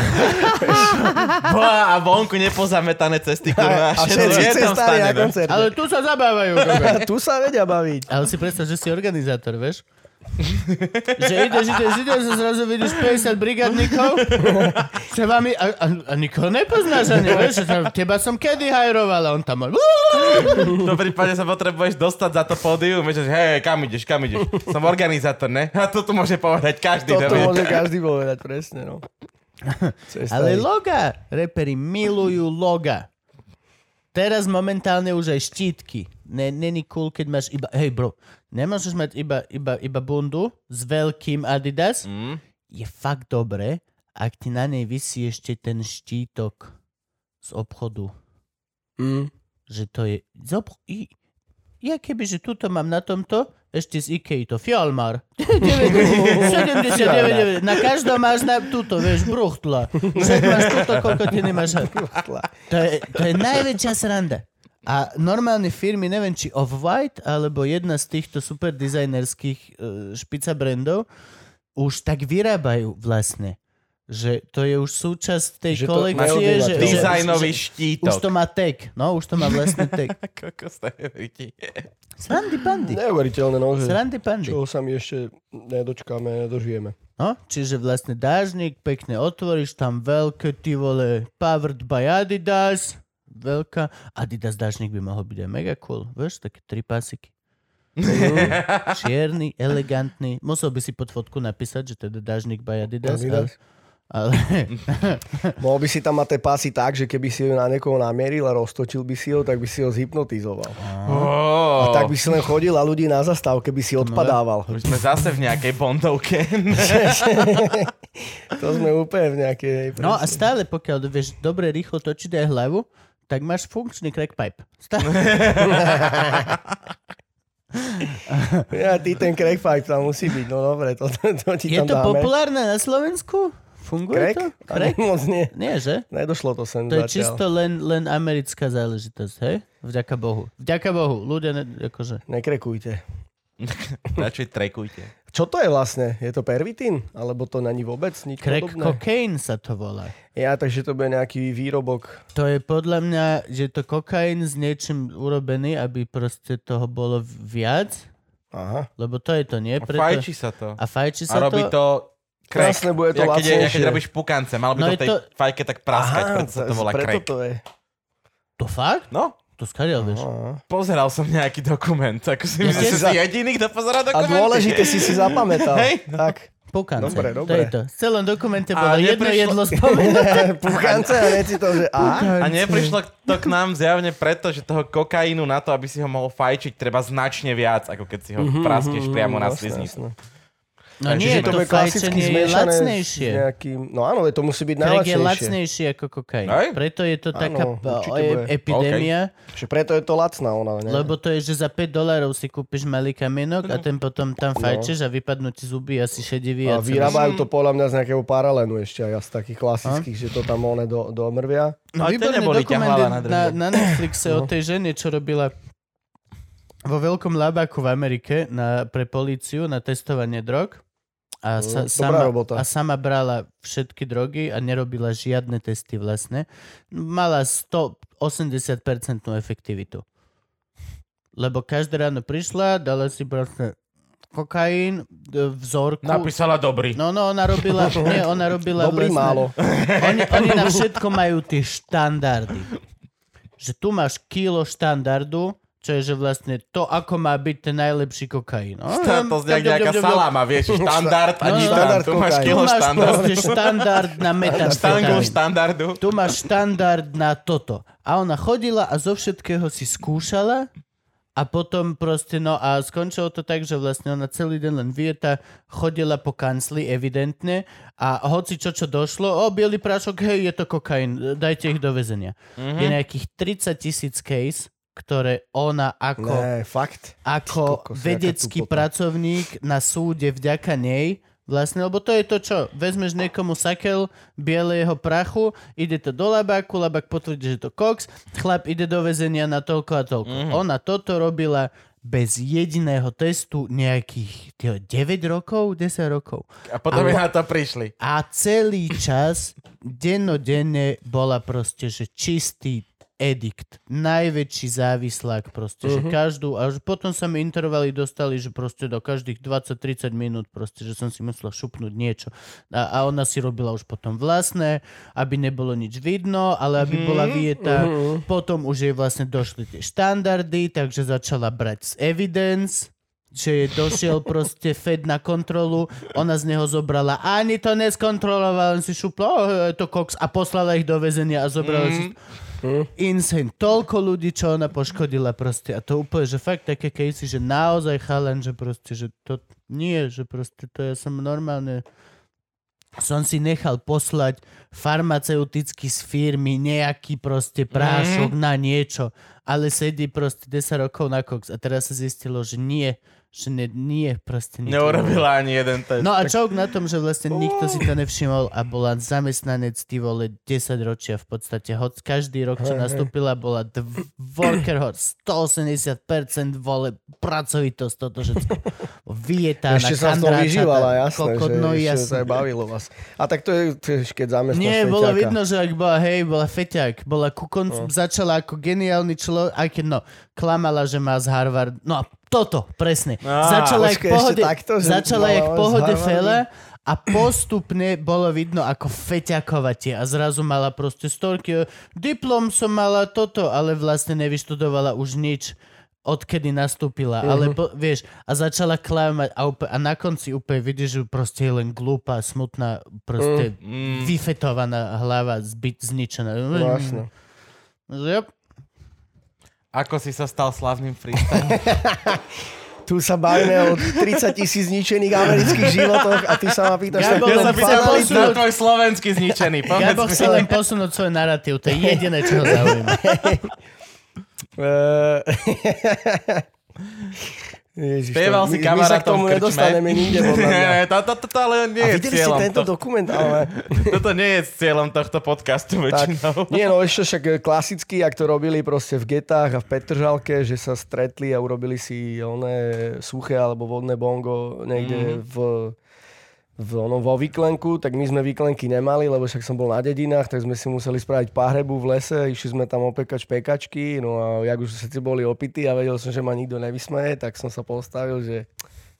Speaker 2: Boha, a vonku nepozametané cesty, kurva.
Speaker 3: A všetci
Speaker 2: je tam
Speaker 3: cestári
Speaker 2: stane,
Speaker 3: na
Speaker 2: no.
Speaker 3: koncerte.
Speaker 1: Ale tu sa zabávajú. Gogo.
Speaker 3: Tu sa vedia baviť.
Speaker 1: Ale si predstav, že si organizátor, vieš? že ideš, ideš, ideš a zrazu vidíš 50 brigádnikov s vami a, a, a nikoho nepoznáš ani, vieš? Že tam, teba som kedy hajrovala, on tam...
Speaker 2: V tom prípade sa potrebuješ dostať za to pódium, vieš, že hej, kam ideš, kam ideš. Som organizátor, ne? A toto môže povedať každý.
Speaker 3: Toto
Speaker 2: dobre.
Speaker 3: môže každý povedať, presne, no.
Speaker 1: Ale
Speaker 3: Cestári.
Speaker 1: loga, reperi milujú loga. Teraz momentálne už aj štítky. Ne- Není cool, keď máš iba... Hej bro, nemôžeš mať iba, iba, iba bundu s veľkým Adidas.
Speaker 2: Mm.
Speaker 1: je fakt dobré, ak ti na nej vysí ešte ten štítok z obchodu.
Speaker 3: Mm.
Speaker 1: Že to je... Z obch- i- ja keby, že tuto mám na tomto, ešte z Ikei to Fialmar. 79, na každom máš na túto, vieš, bruchtla. Však máš túto, koľko ti nemáš. To je, to je najväčšia sranda. A normálne firmy, neviem či Off-White, alebo jedna z týchto super dizajnerských eh, špica brandov, už tak vyrábajú vlastne. Že to je už súčasť tej
Speaker 3: Že to
Speaker 1: kolekcie.
Speaker 3: neobývateľ.
Speaker 1: Že, že,
Speaker 2: Dizajnový
Speaker 1: že,
Speaker 2: štítok.
Speaker 1: už to má tag. No, už to má vlastný tag.
Speaker 2: Kokos, to je vrití.
Speaker 1: Srandy pandy.
Speaker 3: Neuveriteľné, no, že
Speaker 1: Srandy pandy.
Speaker 3: čoho sa my ešte nedočkáme, nedožijeme.
Speaker 1: No, čiže vlastne dážnik, pekne otvoríš, tam veľké ty vole, powered by Adidas, veľká. Adidas dážnik by mohol byť aj mega cool, vieš, také tri pasiky. Čierny, elegantný. Musel by si pod fotku napísať, že teda dážnik by Adidas.
Speaker 3: Adidas.
Speaker 1: Ale, Ale
Speaker 3: Mohol by si tam mať tie pásy tak, že keby si ju na niekoho namieril a roztočil by si ho, tak by si ho zhypnotizoval.
Speaker 2: Oh.
Speaker 3: A tak by si len chodil a ľudí na zastávke by si
Speaker 1: No.
Speaker 3: odpadával.
Speaker 2: Už sme zase v nejakej bondovke.
Speaker 3: To sme úplne v nejakej...
Speaker 1: No a stále pokiaľ vieš dobre rýchlo točiť aj hlavu, tak máš funkčný crack pipe. Stále.
Speaker 3: Ja, ty ten crack fight tam musí byť, no dobre, to, to, to ti
Speaker 1: Je
Speaker 3: tam
Speaker 1: to
Speaker 3: dáme.
Speaker 1: populárne na Slovensku? Funguje
Speaker 3: Crack?
Speaker 1: to?
Speaker 3: Ani moc nie.
Speaker 1: Nie, že?
Speaker 3: Nedošlo to sem
Speaker 1: To je
Speaker 3: zatiaľ.
Speaker 1: čisto len, len americká záležitosť, hej? Vďaka Bohu. Vďaka Bohu. Ľudia, ne, akože...
Speaker 3: Nekrekujte.
Speaker 2: Radšej trekujte.
Speaker 3: Čo to je vlastne? Je to pervitín? Alebo to není vôbec nič
Speaker 1: Crack
Speaker 3: podobné?
Speaker 1: cocaine sa to volá.
Speaker 3: Ja, takže to bude nejaký výrobok.
Speaker 1: To je podľa mňa, že to kokain s niečím urobený, aby proste toho bolo viac,
Speaker 3: Aha.
Speaker 1: lebo to je to, nie?
Speaker 2: A fajči No, sa to.
Speaker 1: A fajči
Speaker 2: A
Speaker 1: sa
Speaker 2: robí
Speaker 1: to...
Speaker 2: to... Crack.
Speaker 3: Krásne bude
Speaker 2: ja, keď, je-
Speaker 3: to
Speaker 2: ja, keď
Speaker 3: lacnejšie.
Speaker 2: robíš pukance, malo by
Speaker 1: No
Speaker 2: to
Speaker 1: je
Speaker 2: v tej
Speaker 1: to-
Speaker 2: fajke tak praskať,
Speaker 3: Aha,
Speaker 2: preto sa to volá
Speaker 3: preto
Speaker 2: crack.
Speaker 3: to je.
Speaker 1: To fakt?
Speaker 2: No,
Speaker 1: To skadiaľ vieš.
Speaker 3: Aha. Pozeral.
Speaker 2: pozeral som nejaký dokument. Ako si
Speaker 1: Ja
Speaker 2: myslím, že
Speaker 3: tiež-
Speaker 2: si jediný, kto pozerá
Speaker 3: A
Speaker 2: dokumenty.
Speaker 3: dôležité si si zapamätal.
Speaker 2: Hej. no.
Speaker 3: Tak.
Speaker 1: Pukance.
Speaker 3: Dobre,
Speaker 1: To
Speaker 3: dobre.
Speaker 1: je to. V celom dokumente
Speaker 2: A
Speaker 1: bolo jedno
Speaker 2: neprišlo-
Speaker 1: jedlo spomenuté.
Speaker 3: Puchance a neci to, že
Speaker 2: A
Speaker 3: aha.
Speaker 2: neprišlo to k nám zjavne preto, že toho kokainu na to, aby si ho mohol fajčiť, treba značne viac, ako keď si ho praskneš priamo na
Speaker 3: Jasné,
Speaker 2: sliznicu.
Speaker 3: jasné.
Speaker 1: No
Speaker 2: Takže
Speaker 1: nie,
Speaker 2: že to
Speaker 1: to, to fajčenie je
Speaker 3: zmiešané s
Speaker 1: lacnejšie.
Speaker 3: Nejakým, no áno, to musí byť
Speaker 1: Crack je
Speaker 3: najlacnejšie.
Speaker 1: lacnejší ako kokain.
Speaker 2: Hej?
Speaker 1: Preto je to taká
Speaker 3: Áno,
Speaker 1: p-
Speaker 3: určite
Speaker 1: e-
Speaker 3: bude.
Speaker 1: epidémia,
Speaker 3: Že preto je to lacná ona. Ne?
Speaker 1: lebo to je, že za 5 dolárov si kúpiš malý kamienok a ten potom tam fajčeš a vypadnú ti zuby asi šedivý.
Speaker 3: No. a
Speaker 1: celý-
Speaker 3: vyrábajú to podľa mňa z nejakého paralenu ešte aj z takých klasických, že to tam one do, do mrvia.
Speaker 2: No, ale to
Speaker 1: výborný
Speaker 2: neboli
Speaker 1: dokument je
Speaker 2: ťahlava na
Speaker 1: na,
Speaker 2: drede.
Speaker 1: na Netflixe
Speaker 3: No.
Speaker 1: o tej žene, čo robila vo veľkom labáku v Amerike na, pre políciu na testovanie drog. A, sa,
Speaker 3: Mm, dobrá
Speaker 1: sama,
Speaker 3: robota.
Speaker 1: a sama brala všetky drogy a nerobila žiadne testy vlastne. Mala 180% efektivitu. Lebo každé ráno prišla, dala si proste kokain, d- vzorku.
Speaker 2: Napísala dobrý.
Speaker 1: No, no, ona robila, nie, ona robila
Speaker 3: Dobrý
Speaker 1: vlastne,
Speaker 3: málo.
Speaker 1: oni, oni na všetko majú tie štandardy. Že tu máš kilo štandardu, čo je, že vlastne to, ako má byť ten najlepší kokain. No,
Speaker 2: To znie jak nejaká saláma, vieš, štandard a
Speaker 1: No,
Speaker 2: nič
Speaker 1: no,
Speaker 2: tam.
Speaker 3: štandard
Speaker 2: Tu máš
Speaker 3: kokain.
Speaker 1: Tu
Speaker 2: kilo
Speaker 1: máš
Speaker 2: štandard.
Speaker 1: proste štandard na
Speaker 2: Štangu
Speaker 1: metamfetamín.
Speaker 2: štandardu.
Speaker 1: Tu máš štandard na toto. A ona chodila a zo všetkého si skúšala a potom proste, no a skončilo to tak, že vlastne ona celý deň len vieta, chodila po kancli evidentne a hoci čo, čo došlo, o, bielý prášok, hej, je to kokain, dajte ich do väzenia. Je nejakých 30 tisíc case, ktoré ona ako,
Speaker 3: Ne, fakt.
Speaker 1: ako
Speaker 3: kokos, jaká
Speaker 1: vedecký
Speaker 3: tupota.
Speaker 1: pracovník na súde vďaka nej Vlastne, lebo to je to, čo vezmeš niekomu sakel bieleho prachu, ide to do labáku, labák potvrdí, že to koks, chlap ide do väzenia na toľko a toľko.
Speaker 3: Mhm.
Speaker 1: Mm. Ona toto robila bez jediného testu nejakých tyjo, 9 rokov, 10 rokov.
Speaker 2: A potom mi na to prišli.
Speaker 1: A celý čas, dennodenne bola proste, že čistý edikt. Najväčší závislák proste, uh-huh. že každú, a že potom sa mi intervaly dostali, že proste do každých 20-30 minút proste, že som si musela šupnúť niečo. A, a ona si robila už potom vlastné, aby nebolo nič vidno, ale aby bola vieta. Uh-huh. Potom už jej vlastne došli tie štandardy, takže začala brať z evidence, že jej došiel proste Fed na kontrolu, ona z neho zobrala, ani to neskontrolovala, len si šupla, oh, je to koks a poslala ich do väzenia a zobrala mm. si... Insane. Toľko ľudí, čo ona poškodila proste. A to úplne, že fakt také casey, že naozaj chalan, že proste, že to nie, že proste to ja som normálne som si nechal poslať farmaceuticky z firmy nejaký proste prášok mm. na niečo, ale sedí proste 10 rokov na koks a teraz sa zistilo, že nie, že ne, nie, proste nie.
Speaker 2: Neurobila ani jeden test.
Speaker 1: No a čok na tom, že vlastne nikto si to nevšimol a bola zamestnanec ty vole 10 ročia v podstate. Hoď každý rok, čo nastúpila, bola dv- workerhorse, 180% vole pracovitosť, toto všetko. Vietá
Speaker 3: Ešte sa z toho vyžívala, jasné,
Speaker 1: kokot, no
Speaker 3: že ešte
Speaker 1: jasné.
Speaker 3: sa aj bavilo vás. A tak to je, to je keď zamestnáš
Speaker 1: Nie, bolo
Speaker 3: feťaka.
Speaker 1: vidno, že ak bola, hej, bola feťák, bola ku koncu,
Speaker 3: No.
Speaker 1: začala ako geniálny človek, aj keď no, klamala, že má z Harvard, no a toto, presne.
Speaker 2: Á,
Speaker 1: začala jak
Speaker 3: počkaj, ešte
Speaker 1: pohode,
Speaker 3: takto, že
Speaker 1: začala
Speaker 3: mala
Speaker 1: jak
Speaker 3: z
Speaker 1: pohode
Speaker 3: Harvardu?
Speaker 1: fela a postupne bolo vidno ako feťakovatie a zrazu mala proste storky, diplom som mala toto, ale vlastne nevyštudovala už nič odkedy nastúpila, ale po, vieš, a začala klamať a, úplne, a na konci úplne vidíš, že proste je len glúpa, smutná, proste
Speaker 2: Mm.
Speaker 1: vyfetovaná hlava, zbyt zničená.
Speaker 3: Vlastne.
Speaker 1: Yep.
Speaker 2: Ako si sa stal slavným freestyle?
Speaker 3: Tu sa bavíme o 30 tisíc zničených amerických životoch a ty sa ma pýtaš
Speaker 1: Ja
Speaker 3: takú
Speaker 1: bol len
Speaker 3: banalitu.
Speaker 1: chcel
Speaker 2: na tvoj slovenský zničený,
Speaker 1: Ja by
Speaker 2: povedz
Speaker 1: chcel len posunúť svoj narratív, to je jediné, čo ho zaujíma.
Speaker 3: Eh, Ježiš,
Speaker 2: Spieval
Speaker 3: to-
Speaker 2: si
Speaker 3: my- My sa k
Speaker 2: kamarátom
Speaker 3: tomu
Speaker 2: v krčme.
Speaker 3: nedostaneme nikde, podľa mňa.
Speaker 2: Nie, to- to- Toto ale nie
Speaker 3: A
Speaker 2: je
Speaker 3: videli ste
Speaker 2: cieľom.
Speaker 3: tento
Speaker 2: to-
Speaker 3: dokument? Ale...
Speaker 2: Toto nie je cieľom tohto podcastu
Speaker 3: Tak,
Speaker 2: väčšinou.
Speaker 3: nie, no ešte však eh, klasicky, ak to robili proste v getách a v Petržalke, že sa stretli a urobili si oné suché alebo vodné bongo niekde mm. v v, onom, vo výklenku, tak my sme výklenky nemali, lebo však som bol na dedinách, tak sme si museli spraviť pahrebu v lese, išli sme tam opekať špekačky, no a jak už všetci boli opití a vedel som, že ma nikto nevysmeje, tak som sa postavil, že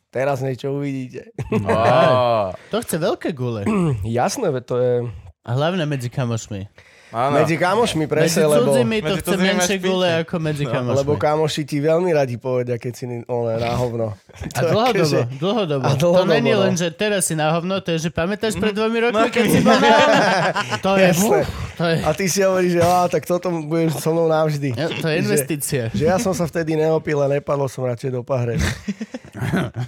Speaker 3: teraz niečo uvidíte.
Speaker 2: No, Ó,
Speaker 1: To chce veľké gule.
Speaker 3: Jasné, veď to je
Speaker 1: A hlavne medzi kamošmi.
Speaker 2: áno.
Speaker 3: medzi kamošmi
Speaker 1: Medzi
Speaker 3: presne, lebo...
Speaker 1: cudzimi to
Speaker 2: Medzi
Speaker 1: chce
Speaker 2: cudzými
Speaker 1: menšie
Speaker 2: máš
Speaker 1: gule
Speaker 2: piči.
Speaker 1: ako medzi
Speaker 3: Lebo
Speaker 1: kamošmi.
Speaker 3: kamoši ti veľmi radi povedia, keď si ni- ole, na hovno.
Speaker 1: A dlhodobo, dlhodobo.
Speaker 3: akože- A
Speaker 1: To
Speaker 3: dlhodobo,
Speaker 1: není
Speaker 3: no.
Speaker 1: len, že teraz si na hovno, to je, že pamätáš pred dvomi rokmi, keď si bol na hovno? To je,
Speaker 3: Jasné.
Speaker 1: uf, to je,
Speaker 3: A ty si hovoríš, že á, tak toto bude so mnou navždy.
Speaker 1: to je investícia.
Speaker 3: Že ja som sa vtedy neopil a nepadol som radšej do pahre.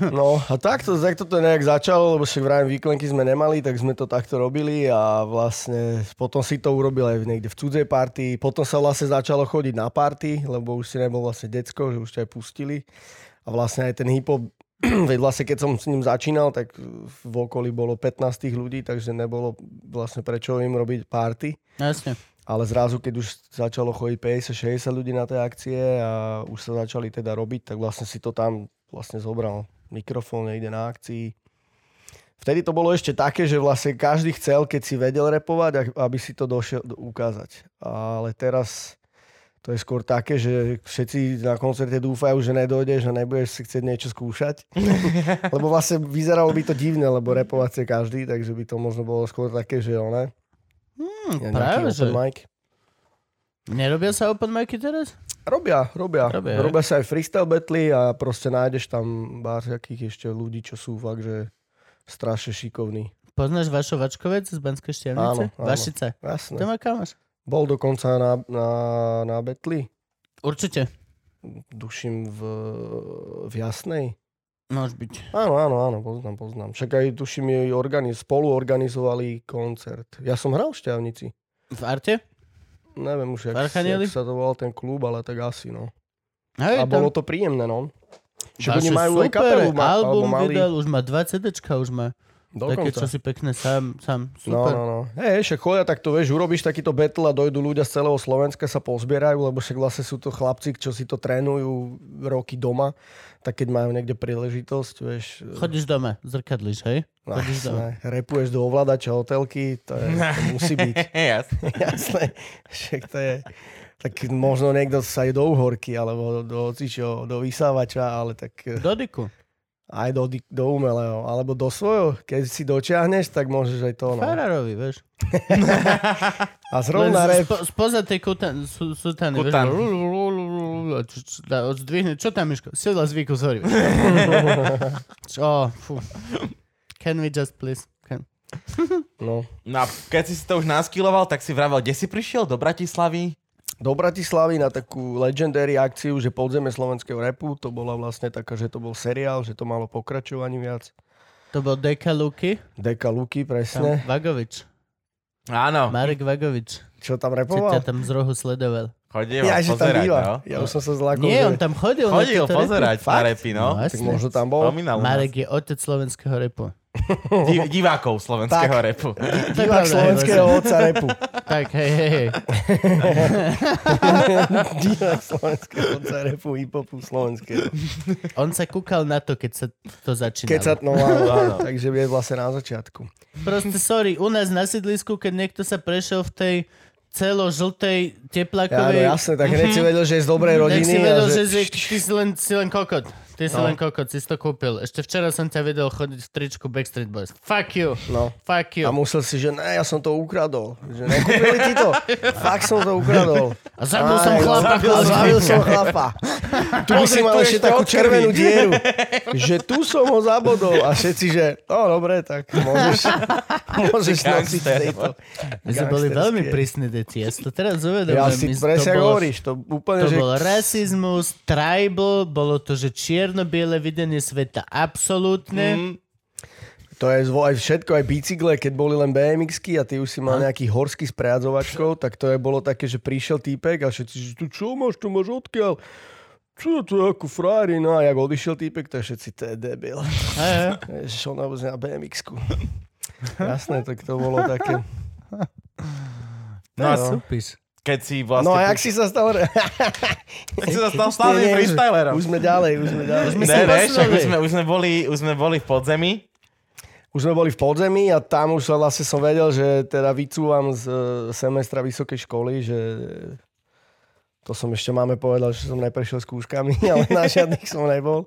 Speaker 3: No a takto, takto to nejak začalo, lebo však vrajím výklenky sme nemali, tak sme to takto robili a vlastne potom si to urobil aj niekde v cudzej party. Potom sa vlastne začalo chodiť na party, lebo už si nebol vlastne decko, že už ťa aj pustili. A vlastne aj ten hip-hop, veď vlastne keď som s ním začínal, tak v okolí bolo 15 tých ľudí, takže nebolo vlastne prečo im robiť party.
Speaker 1: Jasne. Hm,
Speaker 3: Ale zrazu, keď už začalo chodiť 50-60 ľudí na tie akcie a už sa začali teda robiť, tak vlastne si to tam vlastne zobral. Mikrofón niekde na akcii. Vtedy to bolo ešte také, že vlastne každý chcel, keď si vedel repovať, ak- aby si to došiel do- ukázať. Ale teraz to je skôr také, že všetci na koncerte dúfajú, že nedojdeš a nebudeš si chcieť niečo skúšať. lebo vlastne vyzeralo by to divne, lebo repovať chce každý, takže by to možno bolo skôr také, že one. Hmm,
Speaker 1: Hm, práve, že-
Speaker 3: mic.
Speaker 1: Nerobia sa open micy teraz?
Speaker 3: Robia, robia.
Speaker 1: Robia,
Speaker 3: Robia,
Speaker 1: hej?
Speaker 3: robia sa aj freestyle battle a proste nájdeš tam bár takých ešte ľudí, čo sú fakt, že strašne šikovní.
Speaker 1: Poznáš Vašo Vačkovec z Banskej Štiavnice?
Speaker 3: Áno, áno.
Speaker 1: Vašice. To
Speaker 3: Jasné.
Speaker 1: má kamoš.
Speaker 3: Bol dokonca na, na, na betli,
Speaker 1: Určite.
Speaker 3: duším v, v Jasnej.
Speaker 1: Môže byť.
Speaker 3: Áno, áno, áno, poznám, poznám. Však aj tuším, jej organiz, spolu organizovali koncert. Ja som hral v Šťavnici.
Speaker 1: V Arte?
Speaker 3: Neviem už, jak,
Speaker 1: Archanieli?
Speaker 3: jak sa to volal ten klub, ale tak asi, no.
Speaker 1: Hej,
Speaker 3: A
Speaker 1: tam-
Speaker 3: bolo to príjemné, no. Však
Speaker 1: Vašo
Speaker 3: oni majú aj
Speaker 1: super,
Speaker 3: kapelu, ma,
Speaker 1: album
Speaker 3: alebo mali.
Speaker 1: vydal, už má dva CDčka, už má. Také, čo
Speaker 3: Dokonca.
Speaker 1: si pekné sám, sám.
Speaker 3: No,
Speaker 1: Super.
Speaker 3: no, no. Hej, však chodia, tak to vieš, urobíš takýto battle a dojdú ľudia z celého Slovenska, sa pozbierajú, lebo však vlastne sú to chlapci, čo si to trénujú roky doma, tak keď majú niekde príležitosť, vieš...
Speaker 1: Chodíš doma, zrkadliš, hej?
Speaker 3: eh,
Speaker 1: chodíš doma.
Speaker 3: jasné, repuješ do ovládača hotelky, to, je, to musí byť.
Speaker 2: Jasne.
Speaker 3: jasné, však to je... Tak možno niekto sa aj do uhorky, alebo do, do, hocičoho, do vysávača, ale tak... eh,
Speaker 1: Dodiku.
Speaker 3: Aj do, di- do umelého, alebo do svojho. Keď si dočiahneš, tak môžeš aj to. No.
Speaker 1: Farárovi, vieš.
Speaker 3: A zrovna
Speaker 1: Len
Speaker 3: rep...
Speaker 1: spo, spoza tej kutan, su, sutany,
Speaker 2: Kutan.
Speaker 1: vieš. rú, rú, rú, rú, rú, a čo- čo- dá- Zdvihne, čo tam, Miško? Sedla z výku, sorry. Čo, fú. Can we just please? Can...
Speaker 3: No.
Speaker 2: No a keď si si to už naskiloval, tak si vravel, kde si prišiel? Do Bratislavy?
Speaker 3: do Bratislavy na takú legendary akciu, že podzeme slovenského repu, to bola vlastne taká, že to bol seriál, že to malo pokračovanie viac.
Speaker 1: To bol Deka Luky,
Speaker 3: Deka Luky,
Speaker 1: tam
Speaker 3: presne.
Speaker 1: Vagovič.
Speaker 2: Áno,
Speaker 1: Marek Vagovič.
Speaker 3: Čo tam
Speaker 1: Čo ťa
Speaker 3: repoval?
Speaker 1: tam z rohu sledoval.
Speaker 2: chodil
Speaker 3: Ja, že tam
Speaker 2: pozerať,
Speaker 3: býva.
Speaker 2: no.
Speaker 3: Ja už som sa zlákol.
Speaker 1: Nie,
Speaker 3: že-
Speaker 1: on tam chodil. na
Speaker 2: Chodil
Speaker 1: tieto repy.
Speaker 2: pozerať na
Speaker 1: Fakt?
Speaker 2: repy, no.
Speaker 1: No,
Speaker 3: Tak
Speaker 1: jasne.
Speaker 3: možno tam bol.
Speaker 2: Spomínal u nás.
Speaker 1: Marek je otec slovenského repu.
Speaker 2: Di- divákov slovenského
Speaker 3: Tak.
Speaker 2: repu.
Speaker 1: To je
Speaker 3: Divák
Speaker 1: pravda,
Speaker 3: slovenského
Speaker 1: hej,
Speaker 3: oca repu.
Speaker 1: Vašo. Tak, hej, hej, hej.
Speaker 3: Divák slovenského oca repu, hip-hopu slovenského.
Speaker 1: On sa kúkal na to, keď sa to začínalo.
Speaker 3: Keď sa... No, áno, áno. takže je vlastne na začiatku.
Speaker 1: Proste, sorry, u nás na sídlisku, keď niekto sa prešiel v tej celo-žltej
Speaker 3: Ja, no,
Speaker 1: teplakovej...
Speaker 3: jasné, tak hneď si vedel, že je z
Speaker 1: Mhm.
Speaker 3: dobrej
Speaker 1: tak
Speaker 3: rodiny.
Speaker 1: si
Speaker 3: a
Speaker 1: vedel, že,
Speaker 3: že...
Speaker 1: že ty si len, si len kokot. Ty si len
Speaker 3: No.
Speaker 1: kokot, si si to kúpil. Ešte včera som ťa videl chodiť v tričku Backstreet Boys. Fuck you.
Speaker 3: No.
Speaker 1: Fuck you.
Speaker 3: A musel si, že ne, ja som to ukradol. Že nekúpili ti to. Fakt som to ukradol.
Speaker 1: A zabil som chlapa,
Speaker 3: Zabil,
Speaker 1: chlapa.
Speaker 3: zabil som chlapa. tu by si mal
Speaker 2: tu
Speaker 3: ešte
Speaker 2: ešte
Speaker 3: takú
Speaker 2: odkrví.
Speaker 3: červenú dieru, že tu som ho zabodol a všetci, že no dobre, tak môžeš, môžeš nosiť
Speaker 2: Gangster.
Speaker 3: tejto.
Speaker 1: My sme boli veľmi
Speaker 3: gangsterské.
Speaker 1: prísne deti, ja si to teraz uvedomujem.
Speaker 3: Ja
Speaker 1: My-
Speaker 3: si
Speaker 1: to
Speaker 3: presne
Speaker 1: bolo-
Speaker 3: hovoríš, to úplne,
Speaker 1: To
Speaker 3: že
Speaker 1: bol rasizmus, tribal, bolo to, že čierno-biele videnie sveta
Speaker 3: Mhm.
Speaker 1: absolútne. Mm.
Speaker 3: To je zvo, aj všetko, aj bicykle, keď boli len BMXky a ty už si mal nejaký horský s prehádzovačkou, tak to je bolo také, že prišiel týpek a všetci, že tu čo máš, tu máš odkiaľ? Čo to je ako frajerina? A jak odišiel týpek, tak všetci, to je debil. Ježiš, on nabozne na BMX-ku. Jasné, tak to bolo také.
Speaker 2: No a
Speaker 1: Súpis.
Speaker 2: keď si vlastne...
Speaker 3: No a jak si sa stal... re-
Speaker 2: si sa stal
Speaker 3: Nie,
Speaker 2: slávnym
Speaker 3: nie, už-
Speaker 2: freestylerom?
Speaker 3: Už sme ďalej, už sme ďalej.
Speaker 1: sme
Speaker 2: Ne,
Speaker 1: sa
Speaker 2: ne,
Speaker 1: posunuli.
Speaker 2: však už sme, už sme boli, už sme boli v podzemí.
Speaker 3: Už sme boli v podzemí a tam už sa vlastne som vedel, že teda vycúvam z e, semestra vysokej školy, že to som ešte máme povedal, že som neprešiel skúškami, ale na žiadnych som nebol.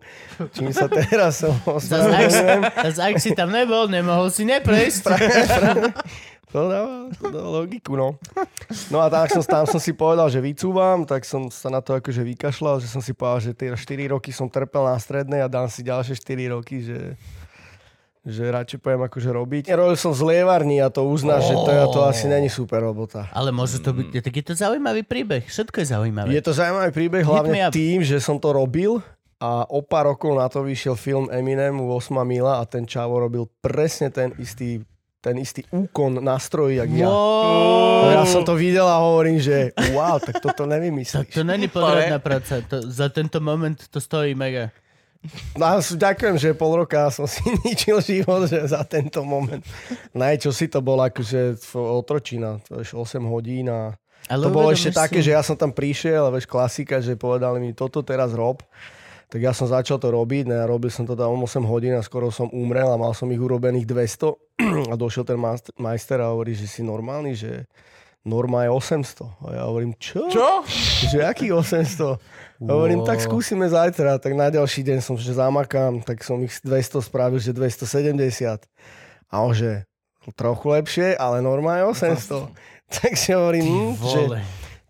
Speaker 3: Čím sa teraz som
Speaker 1: Zas, ak,
Speaker 3: ospravedlňujem.
Speaker 1: zas, ak si tam nebol, nemohol si neprejsť.
Speaker 3: To dáva, to dáva logiku, no. No a tak som, tam som si povedal, že vycúvam, tak som sa na to akože vykašľal, že som si povedal, že tie 4 roky som trpel na strednej a dám si ďalšie 4 roky, že že radšej poviem akože robiť. Robil som z lievarní a to uznáš, oh. že to, to asi není super robota.
Speaker 1: Ale môže to byť, tak je to zaujímavý príbeh. Všetko je zaujímavé.
Speaker 3: Je to zaujímavý príbeh
Speaker 1: me
Speaker 3: hlavne
Speaker 1: up.
Speaker 3: tým, že som to robil a o pár rokov na to vyšiel film Eminem u 8 mila a ten čavo robil presne ten istý ten istý úkon na stroji, jak ja.
Speaker 1: Wow.
Speaker 3: Ja som to videl a hovorím, že wow, tak
Speaker 1: Tak
Speaker 3: toto
Speaker 1: to
Speaker 3: nevymyslíš.
Speaker 1: není podradná práca. To, za tento moment to stojí mega.
Speaker 3: No, a s- ďakujem, že pol roka som si ničil život že za tento moment. Najčo si to bol akože f- otročina, to je 8 hodín a
Speaker 1: Ale
Speaker 3: to bolo
Speaker 1: uvedomíš
Speaker 3: ešte
Speaker 1: si-
Speaker 3: také, že ja som tam prišiel, a vieš, klasika, že povedali mi, toto teraz rob. Tak ja som začal to robiť, ne, a robil som to tam 8 hodín a skoro som umrel a mal som ich urobených 200 a došiel ten mast- majster a hovorí, že si normálny, že norma je 800. A ja hovorím, čo?
Speaker 2: Čo?
Speaker 3: Že aký 800? Hovorím, tak skúsime zajtra. Tak na ďalší deň som, že zamakám, tak som ich z 200 spravil, že 270. A on, že trochu lepšie, ale norma je 800. Takže hovorím, hm, že
Speaker 1: Vole.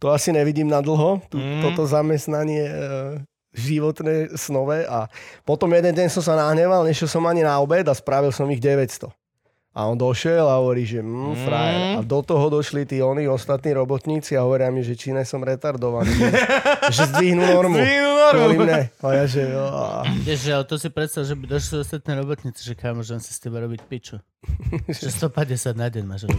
Speaker 3: to asi nevidím na dlho, tu,
Speaker 2: Mm.
Speaker 3: toto zamestnanie e, životné, snové. A potom jeden deň som sa nahneval, nešiel som ani na obed a spravil som ich 900. A on došiel a hovorí, že mm,
Speaker 2: Mhm.
Speaker 3: frajer. A do toho došli tí oni, ostatní robotníci a hovoria mi, že či ne som retardovaný. že, že zdvihnú normu.
Speaker 2: Zdvihnú normu.
Speaker 3: Hovorím, ne. A ja, že, "Á."
Speaker 1: Vieš, že ale to si predstav, že by došli ostatné robotnice, že kámo, že on si s teba robiť piču. Že 150 na deň máš robiť.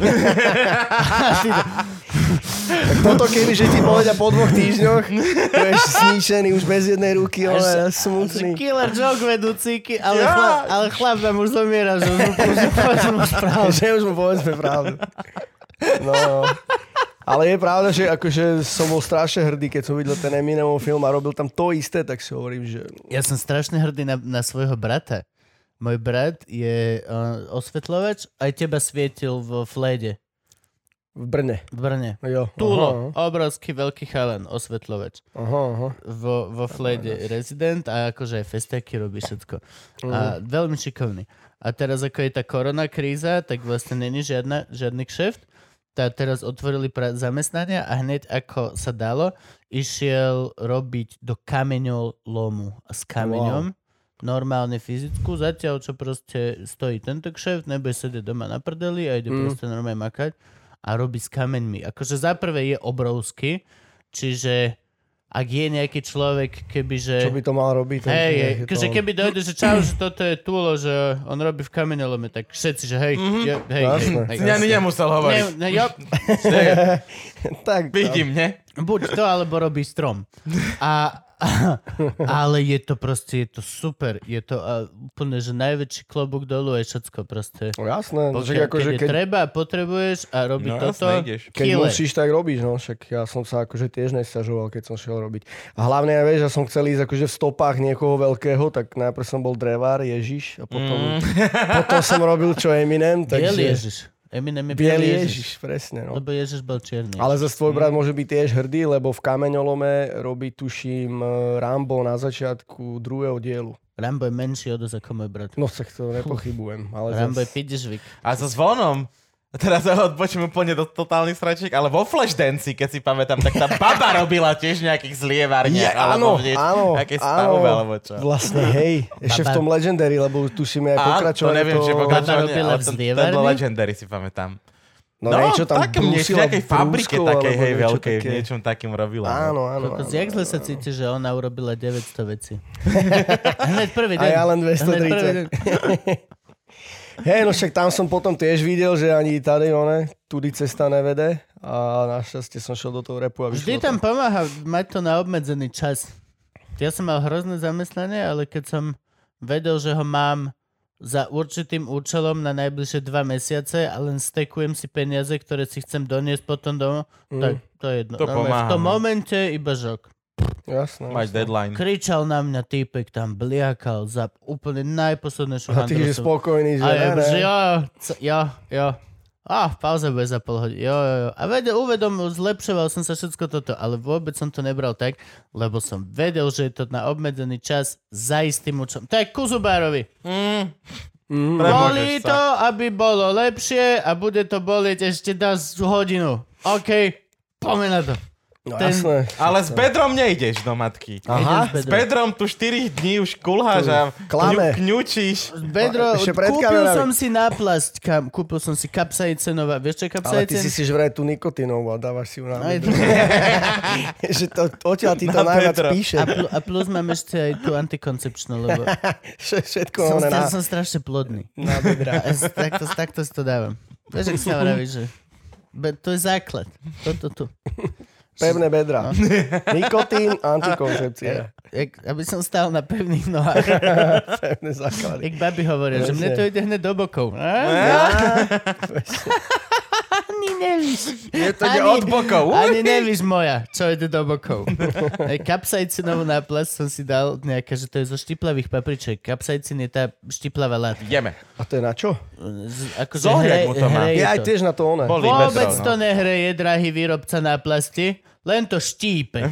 Speaker 3: tak toto keby, že ti povedia po dvoch týždňoch, budeš sníčený už bez jednej ruky, ale
Speaker 1: Že
Speaker 3: smutný.
Speaker 1: killer joke vedúci, ki- ale,
Speaker 2: Ja.
Speaker 1: chlap, ale chlap tam už zomiera, že už mu že povedz mu správne.
Speaker 3: Že už mu povedzme pravdu. No, no. Ale je pravda, že akože som bol strašne hrdý, keď som videl ten Eminemov film a robil tam to isté, tak si hovorím, že
Speaker 1: Ja som strašne hrdý na, na svojho brata. Môj brat je uh, osvetľovač, aj teba svietil v Flede,
Speaker 3: v Brne.
Speaker 1: v Brne.
Speaker 3: Jo.
Speaker 1: Túlo, obrovský veľký chalan, osvetľovač.
Speaker 3: Aha, aha, aha.
Speaker 1: vo, vo Flede rezident a akože aj festaky robí všetko. A veľmi šikovný. A teraz ako je tá korona kríza, tak vlastne není žiadna, žiadny kšeft. Tá teraz otvorili pra- zamestnania a hneď ako sa dalo, išiel robiť do kameňol lomu a s kameňom. Normálne fyzickú, zatiaľ čo proste stojí tento kšeft, nebude sedieť doma na prdeli a ide mm. proste normálne makať a robí s kameňmi. Akože za prvé je obrovský, čiže ak je nejaký človek, kebyže...
Speaker 3: Čo by to mal robiť? ten
Speaker 1: Hej, hej,
Speaker 3: človek, je to
Speaker 1: akože
Speaker 3: on.
Speaker 1: keby dojde, že čau, že toto je túlo, že on robí v kameňolome, tak všetci, že hej,
Speaker 2: Mhm.
Speaker 1: mm-hmm. jo, hej, hej,
Speaker 3: Jasné.
Speaker 1: hej,
Speaker 2: Si ani nemusel
Speaker 1: Ne,
Speaker 2: hovoriť.
Speaker 1: ne, jo,
Speaker 3: tak,
Speaker 2: Vidím, ne?
Speaker 1: buď to, alebo robí strom. A, ale je to proste, je to super, je to a, úplne, že najväčší klobúk dolu je všetko proste.
Speaker 3: No, jasné, no, však
Speaker 1: Pokiaľ,
Speaker 3: akože
Speaker 1: keď, je
Speaker 3: keď,
Speaker 1: treba, potrebuješ a robí
Speaker 2: No,
Speaker 1: toto,
Speaker 2: jasné, ideš.
Speaker 3: keď
Speaker 1: killer.
Speaker 3: musíš, tak robíš, no, však ja som sa akože tiež nesťažoval, keď som šiel robiť. A hlavne, ja vieš, ja som chcel ísť akože v stopách niekoho veľkého, tak najprv som bol drevár, Ježiš, a potom, potom som robil čo Eminem, takže...
Speaker 1: Bielý Mm. Ježiš. Eminem je
Speaker 3: Bielý Ježiš, presne, no.
Speaker 1: Lebo Ježiš bol čierny.
Speaker 3: Ale zase
Speaker 2: No.
Speaker 3: tvoj brat môže byť tiež hrdý, lebo v Kameňolome robí, tuším, e, Rambo na začiatku druhého dielu.
Speaker 1: Rambo je menší od nás ako môj brat.
Speaker 3: No, tak to nepochybujem. Ale
Speaker 1: Rambo je
Speaker 3: zas...
Speaker 1: pidežvik.
Speaker 2: A so zvonom. Teraz odbočím úplne do totálnych sračiek, ale vo Flashdance, keď si pamätám, tak tá baba robila tiež nejakých zlievárniach,
Speaker 3: Je,
Speaker 2: alebo
Speaker 3: áno,
Speaker 2: v nej-
Speaker 3: áno,
Speaker 2: nejakej
Speaker 3: áno.
Speaker 2: stavove, alebo čo.
Speaker 3: Vlastne, hej, ešte v tom Legendary, lebo
Speaker 2: Á,
Speaker 3: tušíme aj
Speaker 2: to
Speaker 3: pokračovanie.
Speaker 2: neviem,
Speaker 3: to...
Speaker 2: že pokračovanie,
Speaker 1: Baba robila v
Speaker 2: ale ten, ten
Speaker 1: zlievarni?
Speaker 2: bol Legendary, si pamätám.
Speaker 3: No, niečo tam
Speaker 2: takom niečo, v
Speaker 3: brúsila
Speaker 2: nejakej fabrike
Speaker 3: brúskou,
Speaker 2: takej,
Speaker 3: alebo
Speaker 2: hej,
Speaker 3: niečo
Speaker 2: veľkej, v
Speaker 3: také.
Speaker 2: niečom takým robila. no.
Speaker 3: Áno, áno.
Speaker 1: Kokos,
Speaker 3: áno.
Speaker 1: jak zle sa cíti, že ona urobila 900 vecí. Hneď prvý
Speaker 3: A
Speaker 1: deň.
Speaker 3: ja len
Speaker 1: Hneď prvý deň.
Speaker 3: 230. Hej, no však tam som potom tiež videl, že ani tady, one, tudy cesta nevede. A našťastie som šiel do toho repu a vyšlo
Speaker 1: Vždy
Speaker 3: to.
Speaker 1: tam pomáha mať to na obmedzený čas. Ja som mal hrozné zamestnanie, ale keď som vedel, že ho mám za určitým účelom na najbližšie dva mesiace a len stekujem si peniaze, ktoré si chcem doniesť potom domov,
Speaker 3: Mm.
Speaker 1: tak to je jedno.
Speaker 2: To
Speaker 1: Ale
Speaker 2: pomáha,
Speaker 1: v tom
Speaker 2: no.
Speaker 1: momente iba žok.
Speaker 3: Jasné.
Speaker 2: Máš deadline.
Speaker 1: Kričal na mňa týpek, tam bliakal za úplne najposlednejšiu
Speaker 3: A ty, že
Speaker 1: handrosovku.
Speaker 3: spokojný,
Speaker 1: A
Speaker 3: že
Speaker 1: ja,
Speaker 3: ne, ne.
Speaker 1: že jo, co- jo, jo. A v pauze bude za pol hodiny. Jo, jo, jo. A vedel, uvedomil, zlepšoval som sa všetko toto, ale vôbec som to nebral tak, lebo som vedel, že je to na obmedzený čas za istým účom. Tak Kuzubárovi.
Speaker 2: Mm,
Speaker 1: Bolí
Speaker 3: Mm.
Speaker 2: premôžeš
Speaker 1: to,
Speaker 2: sa.
Speaker 1: aby bolo lepšie a bude to boliť ešte dosť hodinu. OK, poďme na to.
Speaker 3: No
Speaker 1: ten-
Speaker 3: jasné.
Speaker 2: Ale s Pedrom nejdeš do matky.
Speaker 1: Aha.
Speaker 2: S Pedrom tu 4 dní už kulháš a
Speaker 3: Klame.
Speaker 2: kňu- kňučíš.
Speaker 1: Bedro,
Speaker 3: Ešte pred
Speaker 1: kúpil
Speaker 3: kamerami.
Speaker 1: som si náplasť, kam, kúpil som si kapsaicenová. Vieš čo je
Speaker 3: Ale ty
Speaker 1: kapsaicen?
Speaker 3: si si vraj tú nikotinovú a dávaš si ju na
Speaker 1: Aj-
Speaker 3: Že to, odtiaľ ti
Speaker 2: Na
Speaker 3: to najviac
Speaker 2: Petra.
Speaker 3: píše.
Speaker 1: A, pl- a plus mám ešte aj tú antikoncepčnú, lebo
Speaker 3: Že Všetko
Speaker 1: som,
Speaker 3: ona
Speaker 1: stra-
Speaker 3: na,
Speaker 1: som strašne plodný.
Speaker 3: na bedra.
Speaker 1: A s- takto, takto si to dávam. Vieš, ak sa vraví, že be- to je základ. Toto tu. No.
Speaker 3: Pevné bedra. Nikotín, antikoncepcia.
Speaker 1: Jak, aby som stál na pevných nohách.
Speaker 3: Pevné základy.
Speaker 1: Jak babi hovoria, že mne to ide hneď do bokov. Á, Ani nevíš.
Speaker 2: Je to ide od bokov.
Speaker 1: Ani nevíš moja, čo ide do bokov. Aj kapsajcinovú náplast som si dal nejaká, že to je zo štiplavých papriček. Kapsajcin je tá štiplavá látka.
Speaker 2: Jeme.
Speaker 3: A to je na čo?
Speaker 1: Z- Akože
Speaker 2: Zohriať
Speaker 1: hre-
Speaker 2: mu to má.
Speaker 1: hreje
Speaker 3: Ja
Speaker 1: to.
Speaker 3: aj tiež na to ona.
Speaker 2: Boli
Speaker 1: Vôbec
Speaker 2: metrov,
Speaker 1: to
Speaker 2: no.
Speaker 1: nehreje, drahý výrobca náplasti, len to štípe.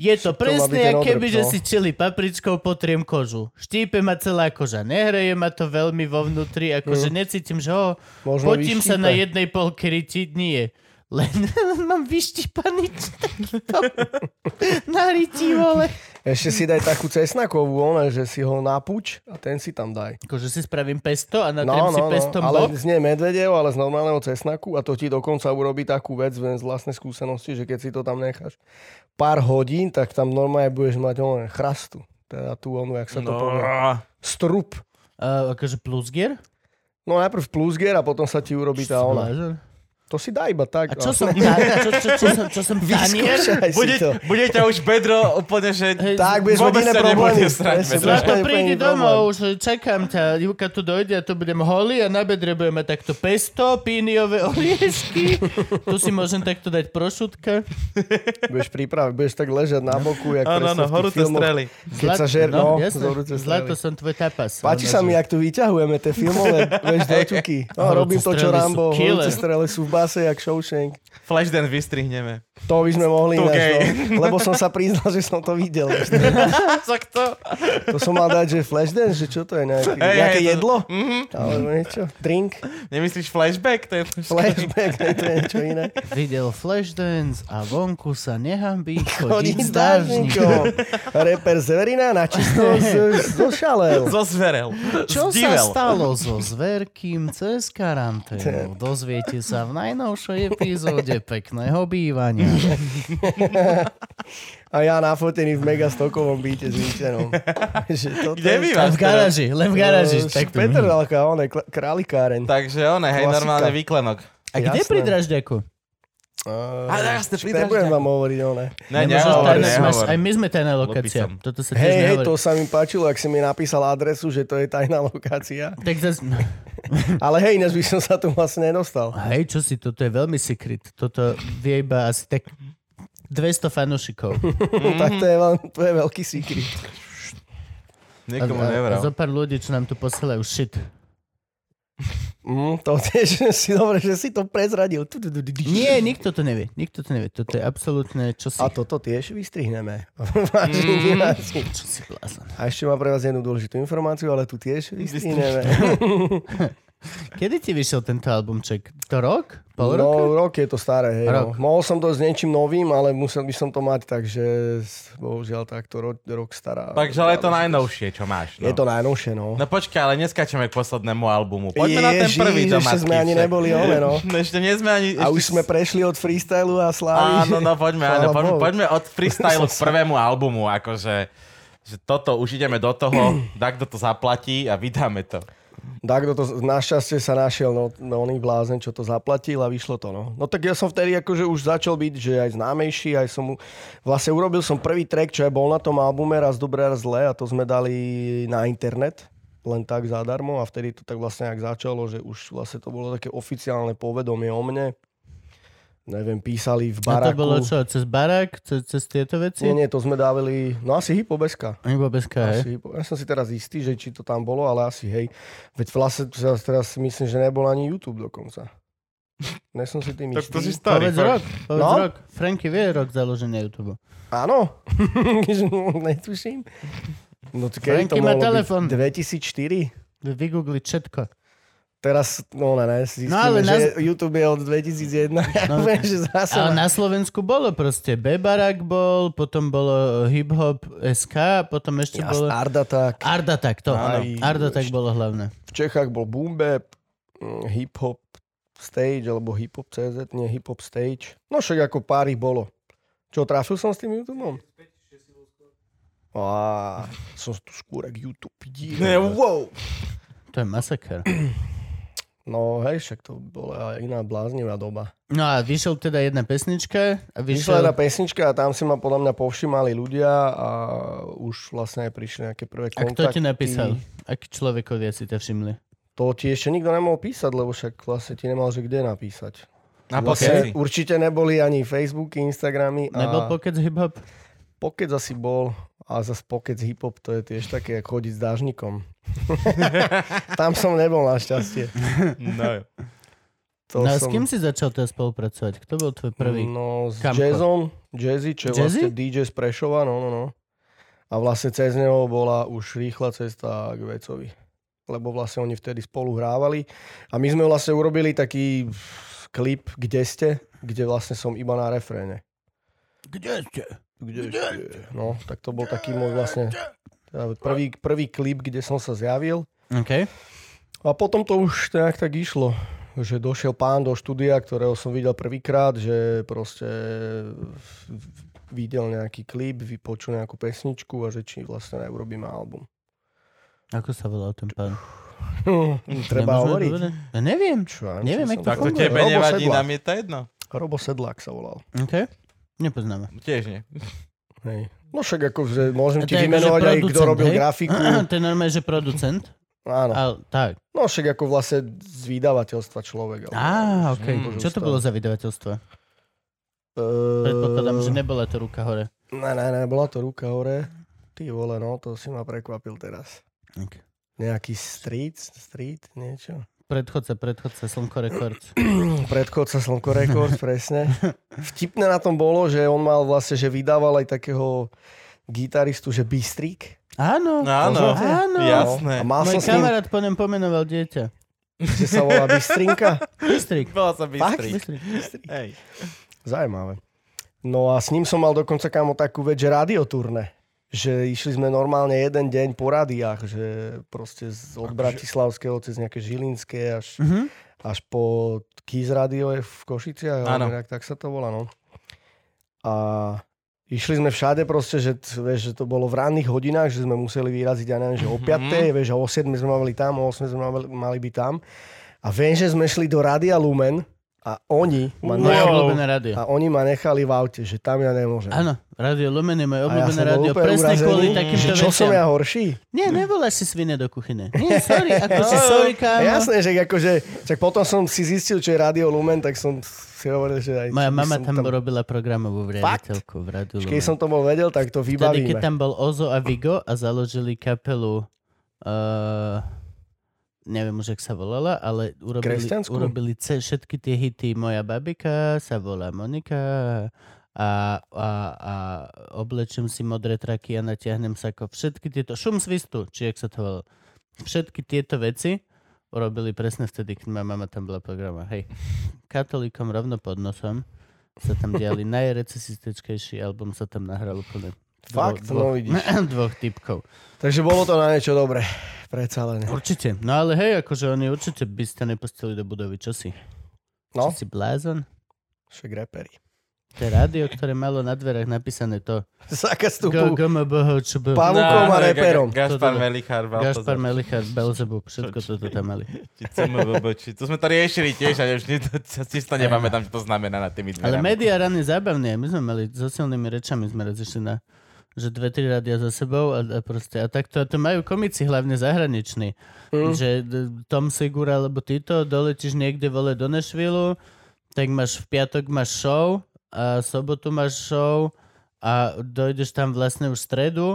Speaker 1: Je to
Speaker 3: byť ten
Speaker 1: presne, ako keby,
Speaker 3: odrb,
Speaker 1: že
Speaker 3: no.
Speaker 1: si čili papričkou potriem kožu. Štípe ma celá koža, nehreje ma to veľmi vo vnútri, akože necítim, že ho,
Speaker 3: Mhm. Možno
Speaker 1: potím sa
Speaker 3: vyštípe.
Speaker 1: na jednej polke ryti, nie. Len, len mám vyštípaný č- takýto na ryti, vole.
Speaker 3: Ešte si daj takú cesnakovú, ona, že si ho napúč a ten si tam daj.
Speaker 1: Akože si spravím pesto a natriem
Speaker 3: No,
Speaker 1: si
Speaker 3: no, no,
Speaker 1: pestom
Speaker 3: ale
Speaker 1: bok.
Speaker 3: z nie medvedev, ale z normálneho cesnaku a to ti dokonca urobí takú vec viem z vlastnej skúsenosti, že keď si to tam necháš pár hodín, tak tam normálne budeš mať on, chrastu. Teda tú onu, jak sa to
Speaker 2: No.
Speaker 3: povie. Strup.
Speaker 1: Uh, akože plusgier?
Speaker 3: No najprv plusger a potom sa ti urobí tá ona. To si dá iba
Speaker 1: A
Speaker 3: tak.
Speaker 1: čo
Speaker 3: no.
Speaker 1: som, tá, čo, čo, čo, som, čo som tanier?
Speaker 3: Vyskúšaj si
Speaker 2: Bude,
Speaker 3: to.
Speaker 2: bude ťa už Bedro úplne, že...
Speaker 3: Tak, budeš mať
Speaker 2: Vôbec
Speaker 3: iné
Speaker 2: sa
Speaker 3: problémy.
Speaker 2: nebude srať,
Speaker 3: Presne,
Speaker 2: veď.
Speaker 3: budeš
Speaker 1: Zlato
Speaker 3: mať úplný
Speaker 1: príde
Speaker 3: problém.
Speaker 1: domov, že čakám ťa, Juka tu dojde a tu budem holý a na bedre budeme takto pesto, píniové oriešky, tu si môžem takto dať prošutka.
Speaker 3: Budeš pripravený, budeš tak ležať na boku, jak
Speaker 2: Áno, áno,
Speaker 3: presne v tých
Speaker 2: horúce
Speaker 3: filmoch,
Speaker 2: strely.
Speaker 3: Keď sa žer, no,
Speaker 1: jasné.
Speaker 3: zorúce
Speaker 1: Zlato
Speaker 3: strely.
Speaker 1: som tvoj tapas.
Speaker 3: Páči sa mi, jak tu vyťahujeme tie filmové, vieš, doťuky. No,
Speaker 1: Horúce
Speaker 3: robím to, čo
Speaker 1: strely sú
Speaker 3: Rambo,
Speaker 1: killer.
Speaker 3: horúce strely sú v base, jak Shawshank.
Speaker 2: Flashdance vystrihneme.
Speaker 3: To by sme mohli
Speaker 2: Tu
Speaker 3: ináč,
Speaker 2: gej.
Speaker 3: no. Lebo som sa priznal, že som to videl.
Speaker 2: Za kto?
Speaker 3: To som mal dať, že flashdance, že čo to je,
Speaker 2: Hej,
Speaker 3: nejaké, nejaké
Speaker 2: hej, to-
Speaker 3: jedlo?
Speaker 2: Mhm.
Speaker 3: Alebo niečo? Drink?
Speaker 2: Nemyslíš flashback? To je...
Speaker 3: Flashback? Ne, to je niečo iné.
Speaker 1: Videl Flashdance a vonku sa nehambí
Speaker 3: Chodí
Speaker 1: chodiť
Speaker 3: s
Speaker 1: s dážnikom.
Speaker 3: dážnikom. Reper Severina na čisto z- zošalel.
Speaker 2: Zozverel.
Speaker 1: Čo sa
Speaker 2: Zdivel.
Speaker 1: stalo so zverkým cez karanténu? Dozviete sa v najnovšej epizóde pekného bývania.
Speaker 3: A ja nafotený v mega stokovom byte s Vinčenom. Že toto
Speaker 2: Kde
Speaker 3: je-
Speaker 2: bývaš
Speaker 1: A v
Speaker 2: teraz?
Speaker 1: garáži, len v garáži.
Speaker 3: Eh,
Speaker 1: Tak
Speaker 3: Petr Dalka, on je kl- králikáreň.
Speaker 2: Takže one, hej,
Speaker 3: Klasika.
Speaker 2: normálne výklenok.
Speaker 1: A kde
Speaker 3: Jasné.
Speaker 1: pri Dražďaku?
Speaker 3: Eh,
Speaker 2: A jasne, pri
Speaker 3: či Nebudem
Speaker 2: Dražďaku.
Speaker 3: vám hovoriť, one.
Speaker 2: Ne,
Speaker 1: Nemôžeš
Speaker 2: nehovor,
Speaker 1: tajné-
Speaker 2: nehovor.
Speaker 1: Aj my sme tajná lokácia.
Speaker 2: Lopicom.
Speaker 1: Toto sa tiež
Speaker 3: Hej, hej,
Speaker 1: nehovorí.
Speaker 3: to sa mi páčilo, ak si mi napísal adresu, že to je tajná lokácia.
Speaker 1: Tak zas...
Speaker 3: Ale hej, ináč by som sa tu vlastne nedostal.
Speaker 1: Hej, čo si, toto je veľmi secret. Toto vie iba asi tak 200 fanúšikov. Mhm.
Speaker 3: Tak to je, vám- to je veľký secret.
Speaker 2: Nikomu
Speaker 1: a
Speaker 2: nevral.
Speaker 1: zo pár ľudí, čo nám tu posielajú shit.
Speaker 3: Mm, to tiež si dobre, že si to prezradil. Tu, tu, tu, tu, tu.
Speaker 1: Nie, nikto to nevie. Nikto to nevie. Toto je absolútne čo si...
Speaker 3: A toto tiež vystrihneme.
Speaker 1: Mhm.
Speaker 3: Vážení diváci.
Speaker 1: Čo si blázon.
Speaker 3: A ešte mám pre vás jednu dôležitú informáciu, ale tu tiež vystrihneme.
Speaker 1: Kedy ti vyšiel tento albumček? To rok? Pol
Speaker 3: no,
Speaker 1: roka?
Speaker 3: rok je to staré, hej. No.
Speaker 1: Rok.
Speaker 3: Mohol som to s niečím novým, ale musel by som to mať, takže s- bohužiaľ takto ro- rok stará.
Speaker 2: Takže ale je to najnovšie, čo máš. No.
Speaker 3: Je to najnovšie, no.
Speaker 2: No počkaj, ale neskačeme k poslednému albumu. Poďme na ten
Speaker 3: Ježiš,
Speaker 2: prvý
Speaker 3: ešte
Speaker 2: domácky.
Speaker 3: sme ani
Speaker 2: však.
Speaker 3: neboli one, no.
Speaker 2: no ešte nie sme ani...
Speaker 3: A
Speaker 2: ešte
Speaker 3: už sme prešli od freestylu a slávy.
Speaker 2: Áno, no poďme, áno,
Speaker 3: Chvála
Speaker 2: poďme,
Speaker 3: Bohu.
Speaker 2: poďme od freestylu k prvému albumu, akože že toto už ideme do toho, tak kto to zaplatí a vydáme to.
Speaker 3: Tak, kto to, našťastie sa našiel no, no, oný blázen, čo to zaplatil a vyšlo to. No. no tak ja som vtedy akože už začal byť, že aj známejší, aj som mu- vlastne urobil som prvý track, čo aj bol na tom albume, raz dobré, raz zlé a to sme dali na internet len tak zadarmo a vtedy to tak vlastne ak začalo, že už vlastne to bolo také oficiálne povedomie o mne. Neviem, písali
Speaker 1: A to
Speaker 3: v baraku.
Speaker 1: bolo čo? Cez barák? Cez, cez tieto veci?
Speaker 3: Nie, nie, to sme dávali, no asi hypobeska.
Speaker 1: Iba bez KE.
Speaker 3: Asi, ja som si teraz istý, že či to tam bolo, ale asi hej. Veď vlastne teraz, teraz si myslím, že nebol ani YouTube dokonca. Ne som si tým istý.
Speaker 1: Povedz rok, povedz
Speaker 3: No.
Speaker 1: rok. Franky vie rok založenia YouTube.
Speaker 3: Áno, Keďže netuším. No to kedy
Speaker 1: Franky
Speaker 3: to
Speaker 1: má
Speaker 3: mohlo
Speaker 1: telefon.
Speaker 3: byť? 2004?
Speaker 1: Vygoogliť všetko.
Speaker 3: Teraz, no ne, ne, zistíme,
Speaker 1: No, ale
Speaker 3: že
Speaker 1: nás-
Speaker 3: YouTube je od 2001. Ja
Speaker 1: No,
Speaker 3: viem, že zase...
Speaker 1: Ale na
Speaker 3: má-
Speaker 1: Slovensku bolo proste Bebarak bol, potom bolo Hip Hop SK, potom ešte
Speaker 3: Ja,
Speaker 1: bolo...
Speaker 3: Arda tak.
Speaker 1: Arda tak, to áno.
Speaker 3: Aj,
Speaker 1: Arda tak bolo hlavné.
Speaker 3: V Čechách bol Boom Bap, mm, Hip Hop Stage, alebo Hip Hop CZ, nie Hip Hop Stage. No však ako pár ich bolo. Čo, trafil som s tým YouTubeom? Á, som tu skôr jak YouTube, vidí.
Speaker 2: Ne, wow.
Speaker 1: To je masaker.
Speaker 3: No hej, však to bola iná bláznivá doba.
Speaker 1: No a vyšiel teda jedna pesnička a
Speaker 3: Vyšla
Speaker 1: vyšiel...
Speaker 3: jedna pesnička a tam si ma podľa mňa povšimali ľudia a už vlastne aj prišli nejaké prvé
Speaker 1: A
Speaker 3: kontakty.
Speaker 1: kto ti napísal? Akí človekovia si to všimli?
Speaker 3: To ti ešte nikto nemohol písať, lebo však vlastne ti nemal, že kde napísať.
Speaker 2: Na pokeci.
Speaker 3: Vlastne určite neboli ani Facebooky, Instagramy. A...
Speaker 1: Nebol Pocket Hip Hop?
Speaker 3: Pokec asi bol, a zase pokec hip-hop, to je tiež také, ako chodiť s dážnikom. Tam som nebol našťastie.
Speaker 2: No. jo.
Speaker 3: To
Speaker 1: no a s
Speaker 3: som...
Speaker 1: kým si začal teda spolupracovať? Kto bol tvoj prvý?
Speaker 3: No, s
Speaker 1: Kamko?
Speaker 3: jazzom, jazzy, čo je
Speaker 1: Jazzy?
Speaker 3: vlastne DJ z Prešova, no, no, no. A vlastne cez neho bola už rýchla cesta k vecovi. Lebo vlastne oni vtedy spolu hrávali. A my sme vlastne urobili taký klip Kde ste, kde vlastne som iba na refréne.
Speaker 1: Kde ste?
Speaker 3: Kde ste? No, tak to bol taký môj vlastne teda prvý, prvý klip, kde som sa zjavil.
Speaker 1: OK.
Speaker 3: A potom to už nejak tak išlo, že došiel pán do štúdia, ktorého som videl prvýkrát, že proste v- v- videl nejaký klip, vypočul nejakú pesničku a že či vlastne aj urobíme album.
Speaker 1: Ako sa volal ten pán?
Speaker 3: Hm, Treba
Speaker 1: Nemôžeme
Speaker 3: hovoriť.
Speaker 1: povedať? Ja neviem.
Speaker 3: Čo, ja
Speaker 1: Neviem,
Speaker 3: som
Speaker 1: jak
Speaker 3: sa
Speaker 1: to
Speaker 2: Tak to
Speaker 3: volal.
Speaker 2: tebe
Speaker 3: Robo
Speaker 2: nevadí,
Speaker 3: Sedlák.
Speaker 2: nám je to jedno.
Speaker 3: Robo Sedlák sa volal.
Speaker 1: OK. Nepoznáme.
Speaker 2: Tiež nie.
Speaker 3: Hej. No však akože môžem ti
Speaker 1: je akože
Speaker 3: vymenovať aj kto
Speaker 1: producent,
Speaker 3: robil
Speaker 1: hej?
Speaker 3: grafiku.
Speaker 1: to je normálne, že producent.
Speaker 3: Áno.
Speaker 1: Ale, tak.
Speaker 3: No však ako vlastne z vydavateľstva človek. Ehm,
Speaker 1: Á, ok.
Speaker 3: hm.
Speaker 2: Mm.
Speaker 1: Čo to bolo za vydavateľstvo? Predpokladám, že
Speaker 3: Ehm.
Speaker 1: nebola to ruka hore.
Speaker 3: Ne, ne, ne, bola to ruka hore. Ty vole, no, to si ma prekvapil teraz.
Speaker 1: Okay.
Speaker 3: Nejaký street, street, niečo.
Speaker 1: Predchodca, predchodca, Slnko Records.
Speaker 3: Predchodca Slnko Records, presne. Vtipné na tom bolo, že on mal vlastne, že vydával aj takého gitaristu, že Bystrik.
Speaker 1: Áno.
Speaker 2: No, áno,
Speaker 1: Poznáte? áno.
Speaker 2: jasné.
Speaker 3: No, a mal
Speaker 1: Môj
Speaker 3: som s ním,
Speaker 1: kamarát po ňom pomenoval dieťa.
Speaker 3: že sa volá Bystrinka.
Speaker 1: Bystrik.
Speaker 2: Bola som bystrý.
Speaker 1: Bystrik.
Speaker 2: Hej.
Speaker 3: Zajímavé. No a s ním som mal dokonca kamo takú vec, že radioturné. Že išli sme normálne jeden deň po radiách, že proste z, od Bratislavského cez nejaké Žilinské až
Speaker 1: Mhm.
Speaker 3: až po Kiss Radio je v
Speaker 2: Áno.
Speaker 3: Košiciach, alebo nejak tak sa to volá, no. A išli sme všade proste, že, t- vieš, že to bolo v ranných hodinách, že sme museli vyraziť, ja neviem, že o 5, vieš, a o 7 sme mali tam, o 8 sme mali, mali byť tam. A viem, že sme šli do Radia Lumen a oni ma,
Speaker 1: Moje
Speaker 2: Wow.
Speaker 3: nechali,
Speaker 1: obľúbené rádio.
Speaker 3: a oni ma nechali v aute, že tam ja nemôžem.
Speaker 1: Áno, Rádio Lumen je moje
Speaker 3: A ja
Speaker 1: obľúbené
Speaker 3: som bol
Speaker 1: rádio.
Speaker 3: úplne
Speaker 1: Presne
Speaker 3: urazený,
Speaker 1: kvôli
Speaker 3: že
Speaker 1: takýmto
Speaker 3: čo som ja
Speaker 1: veciam.
Speaker 3: horší?
Speaker 1: Nie, nevoláš si svine do kuchyne. Nie, sorry, ako si sorry,
Speaker 3: A
Speaker 1: kámo.
Speaker 3: Jasné, že akože, tak potom som si zistil, čo je Radio Lumen, tak som si hovoril, že aj...
Speaker 1: Moja
Speaker 3: či by
Speaker 1: mama
Speaker 3: som
Speaker 1: tam robila programovú riaditeľku v Rádiu
Speaker 3: Keď
Speaker 1: Lumen.
Speaker 3: som to bol vedel, tak to
Speaker 1: Vtedy,
Speaker 3: vybavíme.
Speaker 1: keď tam bol Ozo a Vigo a založili kapelu, uh, neviem už, jak sa volala, ale urobili,
Speaker 3: Kresťanskú?
Speaker 1: urobili ce, všetky tie hity Moja babika sa volá Monika a, a, a oblečím si modré traky a natiahnem sa ako všetky tieto, šum svistu, či jak sa to volalo, všetky tieto veci urobili presne vtedy, keď moja mama tam bola programa. Hej, katolíkom rovno pod nosom sa tam diali najrecesistickejší album, sa tam nahral úplne
Speaker 3: Fakt?
Speaker 1: dvoch,
Speaker 3: No vidíš.
Speaker 1: dvoch typkov.
Speaker 3: Takže bolo to na niečo dobré. Predsa len.
Speaker 1: Určite, no ale hej, akože oni určite by ste nepustili do budovy, čo si?
Speaker 3: No,
Speaker 1: Čo si blázon?
Speaker 3: však reperi.
Speaker 1: To je rádio, ktoré malo na dverách napísané to. Go,
Speaker 3: Zakastupu.
Speaker 1: gom, boho, čo bo-
Speaker 3: Pavu- Pavúkom a
Speaker 1: Toto
Speaker 3: reperom.
Speaker 2: no, Gašpar
Speaker 1: to-
Speaker 2: Melichar,
Speaker 1: Gašpar
Speaker 2: Baltazar.
Speaker 1: Melichar, Belzebub, všetko toto tam mali.
Speaker 2: Či CMVB, či- To sme to riešili tiež, ale už nie, to, tiež to nepamätám, čo to znamená na tými dverami.
Speaker 1: Ale média rán je zábavné. My sme mali so silnými rečami, sme raz išli na že dve, tri rádia za sebou a, a proste a takto. A to majú komici, hlavne zahraniční. Mm.
Speaker 3: Mhm.
Speaker 1: Že d- Tom Segura alebo Tito, doletíš niekde vole do Nešvilu, tak máš v piatok máš show a v sobotu máš show a dojdeš tam vlastne už v stredu,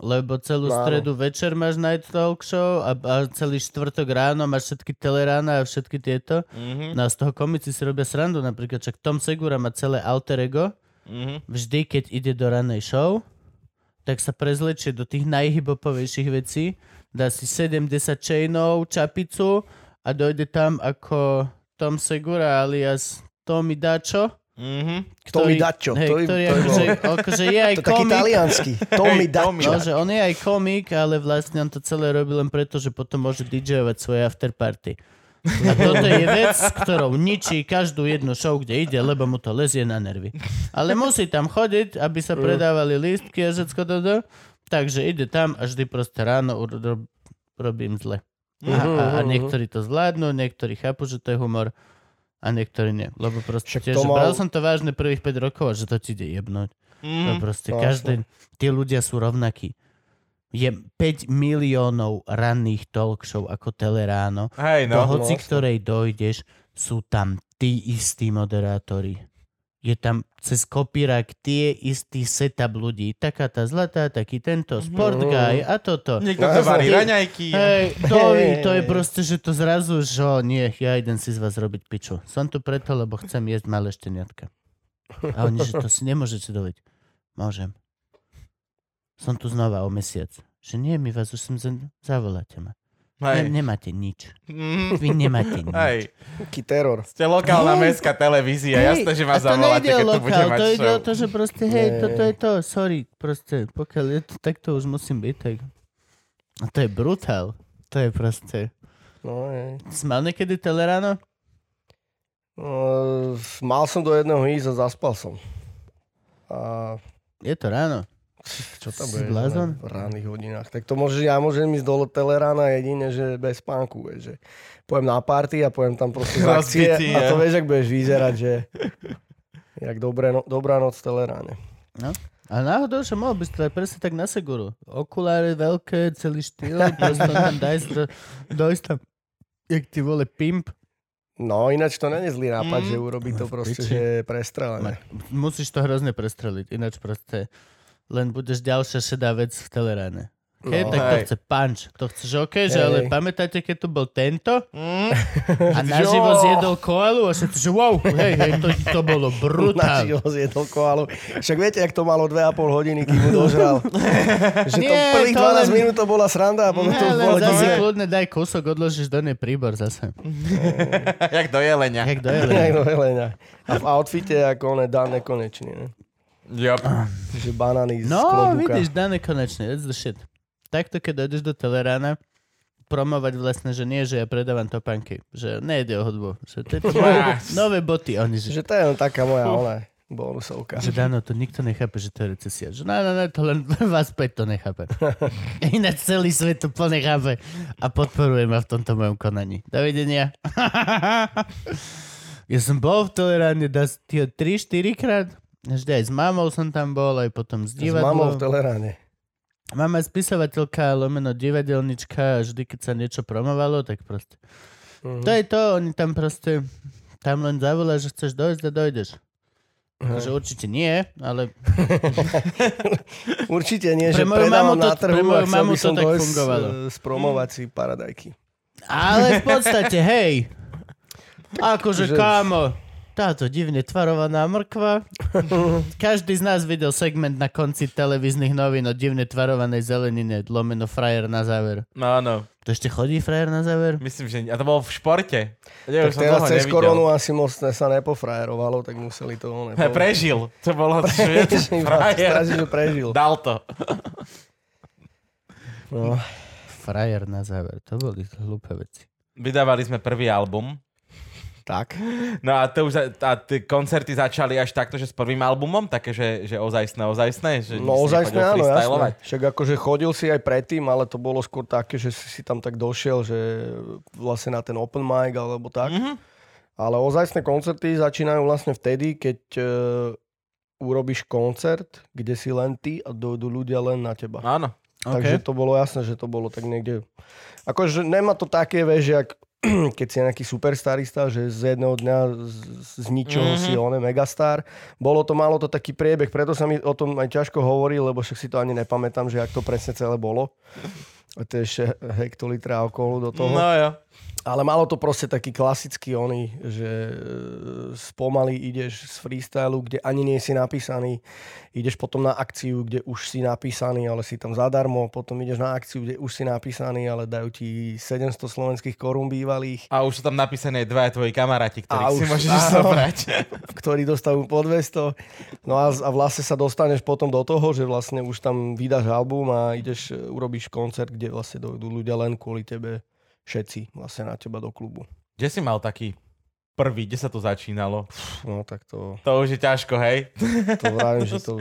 Speaker 1: lebo celú
Speaker 3: Áno.
Speaker 1: stredu večer máš night talk show a, a celý štvrtok ráno máš všetky telerána a všetky tieto.
Speaker 2: Mhm,
Speaker 1: No a z toho komici si robia srandu, napríklad však Tom Segura má celé alter ego,
Speaker 2: mhm.
Speaker 1: vždy keď ide do ranej show, tak sa prezlečie do tých najhibopovejších vecí, dá si 70 chainov, čapicu a dojde tam ako Tom Segura alias Tommy Dačo.
Speaker 2: Mhm.
Speaker 3: Tommy Dačo,
Speaker 1: Hej,
Speaker 3: to
Speaker 1: ktorý
Speaker 3: je- to je
Speaker 1: akože, akože je aj
Speaker 3: To taký
Speaker 1: komik,
Speaker 3: taliansky. Tommy
Speaker 2: Hej, Tommy.
Speaker 1: No,
Speaker 3: Dačo.
Speaker 1: že on je aj komik, ale vlastne on to celé robí len preto, že potom môže DJovať svoje afterparty. A toto je vec, ktorou ničí každú jednu show, kde ide, lebo mu to lezie na nervy. Ale musí tam chodiť, aby sa predávali lístky a všetko toto. Takže ide tam a vždy proste ráno ur- ro- robím zle.
Speaker 3: Mhm,
Speaker 1: A, a, a niektorí to zvládnu, niektorí chápu, že to je humor a niektorí nie. Lebo proste
Speaker 3: Však
Speaker 1: tiež,
Speaker 3: to
Speaker 1: že
Speaker 3: mal-
Speaker 1: bral som to vážne prvých 5 rokov a že to ti ide jebnúť. To
Speaker 2: Mhm.
Speaker 1: proste
Speaker 3: to
Speaker 1: každý, tí ľudia sú rovnakí. Je 5 miliónov ranných talk show ako teleráno.
Speaker 2: Hej,
Speaker 1: No,
Speaker 2: no.
Speaker 1: do hoci
Speaker 3: jasne.
Speaker 1: ktorej dojdeš, sú tam tí istí moderátori. Je tam cez kopírak tie istý setup ľudí. Taká tá zlatá, taký tento sport
Speaker 3: Mhm.
Speaker 1: guy a toto.
Speaker 2: Niekto
Speaker 3: No,
Speaker 2: to
Speaker 3: jasne.
Speaker 2: varí
Speaker 3: Ty-
Speaker 2: raňajky.
Speaker 1: Hej, to,
Speaker 3: Hej.
Speaker 1: to je proste, že to zrazu, že o, nie, ja idem si z vás robiť piču. Som tu preto, lebo chcem jesť malé šteniatka. A oni, že to si nemôžete dovoliť. Môžem. Som tu znova o mesiac. Že nie, my vás už sem za- zavoláte ma.
Speaker 2: Hej.
Speaker 1: Ne, nemáte nič.
Speaker 2: Mhm.
Speaker 1: Vy nemáte nič.
Speaker 2: Hej.
Speaker 3: Taký teror.
Speaker 2: Ste lokálna
Speaker 1: Hej.
Speaker 2: mestská televízia, jasné, že
Speaker 1: a
Speaker 2: ma
Speaker 1: to
Speaker 2: zavoláte,
Speaker 1: nejde o
Speaker 2: keď tu bude
Speaker 1: lokál,
Speaker 2: mať
Speaker 1: to ide
Speaker 2: show.
Speaker 1: o to, že proste, hej,
Speaker 3: Nie.
Speaker 1: toto je to, sorry, proste, pokiaľ je to, tak to už musím byť, tak... A to je brutál. To je proste...
Speaker 3: No, hej.
Speaker 1: Si mal niekedy teleráno?
Speaker 3: Uh, mal som do jedného ísť a zaspal som. A
Speaker 1: Je to ráno.
Speaker 3: čo tam
Speaker 1: Si
Speaker 3: bude?
Speaker 1: blázon?
Speaker 3: V ranných hodinách. Tak to môže, ja môžem ísť do telerána jedine, že bez spánku. Vieš, že pojem na party a pojem tam proste z akcie.
Speaker 2: Rozbitý,
Speaker 3: A to
Speaker 2: je.
Speaker 3: vieš, ak budeš vyzerať, že... Jak dobré no, dobrá noc teleráne.
Speaker 1: A náhodou, že mohol by si to aj presne tak na seguru. Okuláre veľké, celý štýl, proste tam daj to, dojsť tam. Jak ty vole pimp.
Speaker 3: No ináč to není zlý
Speaker 2: Mm.
Speaker 3: nápad, že urobiť to proste,
Speaker 1: piči.
Speaker 3: že prestrelené.
Speaker 1: Musíš to hrozne prestreliť, ináč proste len budeš ďalšia šedá vec v teleráne. Hej,
Speaker 3: No.
Speaker 1: tak to
Speaker 2: Hej.
Speaker 1: chce punch. To chce, že okej, že ale
Speaker 3: Hej.
Speaker 1: pamätáte, keď tu bol tento?
Speaker 2: Mhm.
Speaker 1: A naživo
Speaker 3: Jo.
Speaker 1: zjedol koalu a všetci, že wow, hej, hej, to, to bolo brutálne.
Speaker 3: Naživo zjedol koalu. Však viete, jak to malo 2,5 hodiny, kým mu dožral. že to
Speaker 1: Nie,
Speaker 3: prvých
Speaker 1: to
Speaker 3: 12
Speaker 1: len-
Speaker 3: minút to bola sranda a potom
Speaker 1: Ne,
Speaker 3: to už
Speaker 1: len
Speaker 3: bolo
Speaker 1: zase
Speaker 2: dobre.
Speaker 1: kľudne daj kúsok, odložíš do nej príbor zase.
Speaker 2: Jak do jelenia.
Speaker 1: Jak do
Speaker 3: Jak
Speaker 1: jelenia.
Speaker 3: do Helena. A v outfite ako one dá nekonečný, ne?
Speaker 2: Jop.
Speaker 3: Že banány z
Speaker 1: No,
Speaker 3: klobúka.
Speaker 1: vidíš, Dane konečne, that's the shit. Takto, keď dojdeš do Telerána, promovať vlastne, že nie, že ja predávam topanky. Že nejde o hudbu. Že to je to moje nové boty. Oni, že,
Speaker 3: Že to je len taká moja ona bonusovka.
Speaker 1: že Dano, to nikto nechápe, že to je recesia. Že no, no, no, to len vás päť to nechápe. Ináč celý svet to plne chápe. A podporuje ma v tomto mojom konaní. Dovidenia. ja som bol v Teleráne 3-4 krát. Vždy aj s mamou som tam bol, aj potom s
Speaker 3: S
Speaker 1: divadlom.
Speaker 3: mamou v Teleráne.
Speaker 1: Mama je spisovateľka, lomeno divadelnička a vždy, keď sa niečo promovalo, tak proste.
Speaker 3: Mhm.
Speaker 1: To je to, oni tam proste, tam len zavoláš, že chceš dojsť a dojdeš.
Speaker 3: Mhm.
Speaker 1: Takže určite nie, ale
Speaker 3: Určite nie,
Speaker 1: Pre
Speaker 3: že
Speaker 1: moju
Speaker 3: predávam
Speaker 1: mamu to-
Speaker 3: na trhu
Speaker 1: pre moju
Speaker 3: a chcel
Speaker 1: mamu
Speaker 3: by
Speaker 1: to
Speaker 3: som
Speaker 1: tak
Speaker 3: dojsť
Speaker 1: fungovalo.
Speaker 3: e, spromovať si paradajky.
Speaker 1: ale v podstate, hej. Akože
Speaker 3: že-
Speaker 1: kámo, táto divne tvarovaná mrkva. Každý z nás videl segment na konci televíznych novín o divne tvarovanej zelenine, lomeno frajer na záver.
Speaker 2: No, áno.
Speaker 1: To ešte chodí frajer na záver?
Speaker 2: Myslím, že... nie. A to bolo v športe. Ja
Speaker 3: Tak
Speaker 2: už som
Speaker 3: teraz
Speaker 2: dlho
Speaker 3: cez
Speaker 2: nevidel.
Speaker 3: koronu asi moc sa nepofrajerovalo, tak museli to ono.
Speaker 2: He, Prežil. To bolo...
Speaker 3: Prežil,
Speaker 2: Frajer.
Speaker 3: strašne, že prežil.
Speaker 2: Dal to.
Speaker 3: No.
Speaker 1: Frajer na záver, to boli hlúpe veci.
Speaker 2: Vydávali sme prvý album.
Speaker 3: Tak.
Speaker 2: No a, to už, za- a tie koncerty začali až takto, že s prvým albumom, také, že, že ozajstné, ozajstné. Že
Speaker 3: No ozaj sme, áno, jasné.
Speaker 2: jasné.
Speaker 3: Však akože chodil si aj predtým, ale to bolo skôr také, že si si tam tak došiel, že vlastne na ten open mic alebo tak.
Speaker 2: Mhm.
Speaker 3: Ale ozajstné koncerty začínajú vlastne vtedy, keď e, urobíš koncert, kde si len ty a dojdú ľudia len na teba.
Speaker 2: No, Áno.
Speaker 3: Takže to bolo jasné, že to bolo tak niekde... Akože nemá to také, vieš, jak keď si nejaký superstarista, že z jedného dňa z, z ničoho
Speaker 2: Mhm.
Speaker 3: mm-hmm. si on je megastar. Bolo to, malo to taký priebeh, preto sa mi o tom aj ťažko hovorí, lebo však si to ani nepamätám, že ak to presne celé bolo. A to je ešte hektolitra okolo do toho.
Speaker 2: No jo.
Speaker 3: Ale malo to proste taký klasický oný, že e, spomaly ideš z freestylu, kde ani nie si napísaný, ideš potom na akciu, kde už si napísaný, ale si tam zadarmo, potom ideš na akciu, kde už si napísaný, ale dajú ti 700 slovenských korún bývalých,
Speaker 2: A už sú tam napísané dvaja tvoji kamaráti, ktorých
Speaker 3: A
Speaker 2: si
Speaker 3: už-
Speaker 2: môžeš
Speaker 3: áno.
Speaker 2: zobrať.
Speaker 3: ktorí dostanú po 200. No a, z- a vlastne sa dostaneš potom do toho, že vlastne už tam vydáš album a ideš, e, urobíš koncert, kde vlastne dojdú ľudia len kvôli tebe, všetci vlastne na teba do klubu.
Speaker 2: Kde si mal taký prvý, kde sa to začínalo?
Speaker 3: No tak to,
Speaker 2: To už je ťažko, hej?
Speaker 3: to vravím, že to...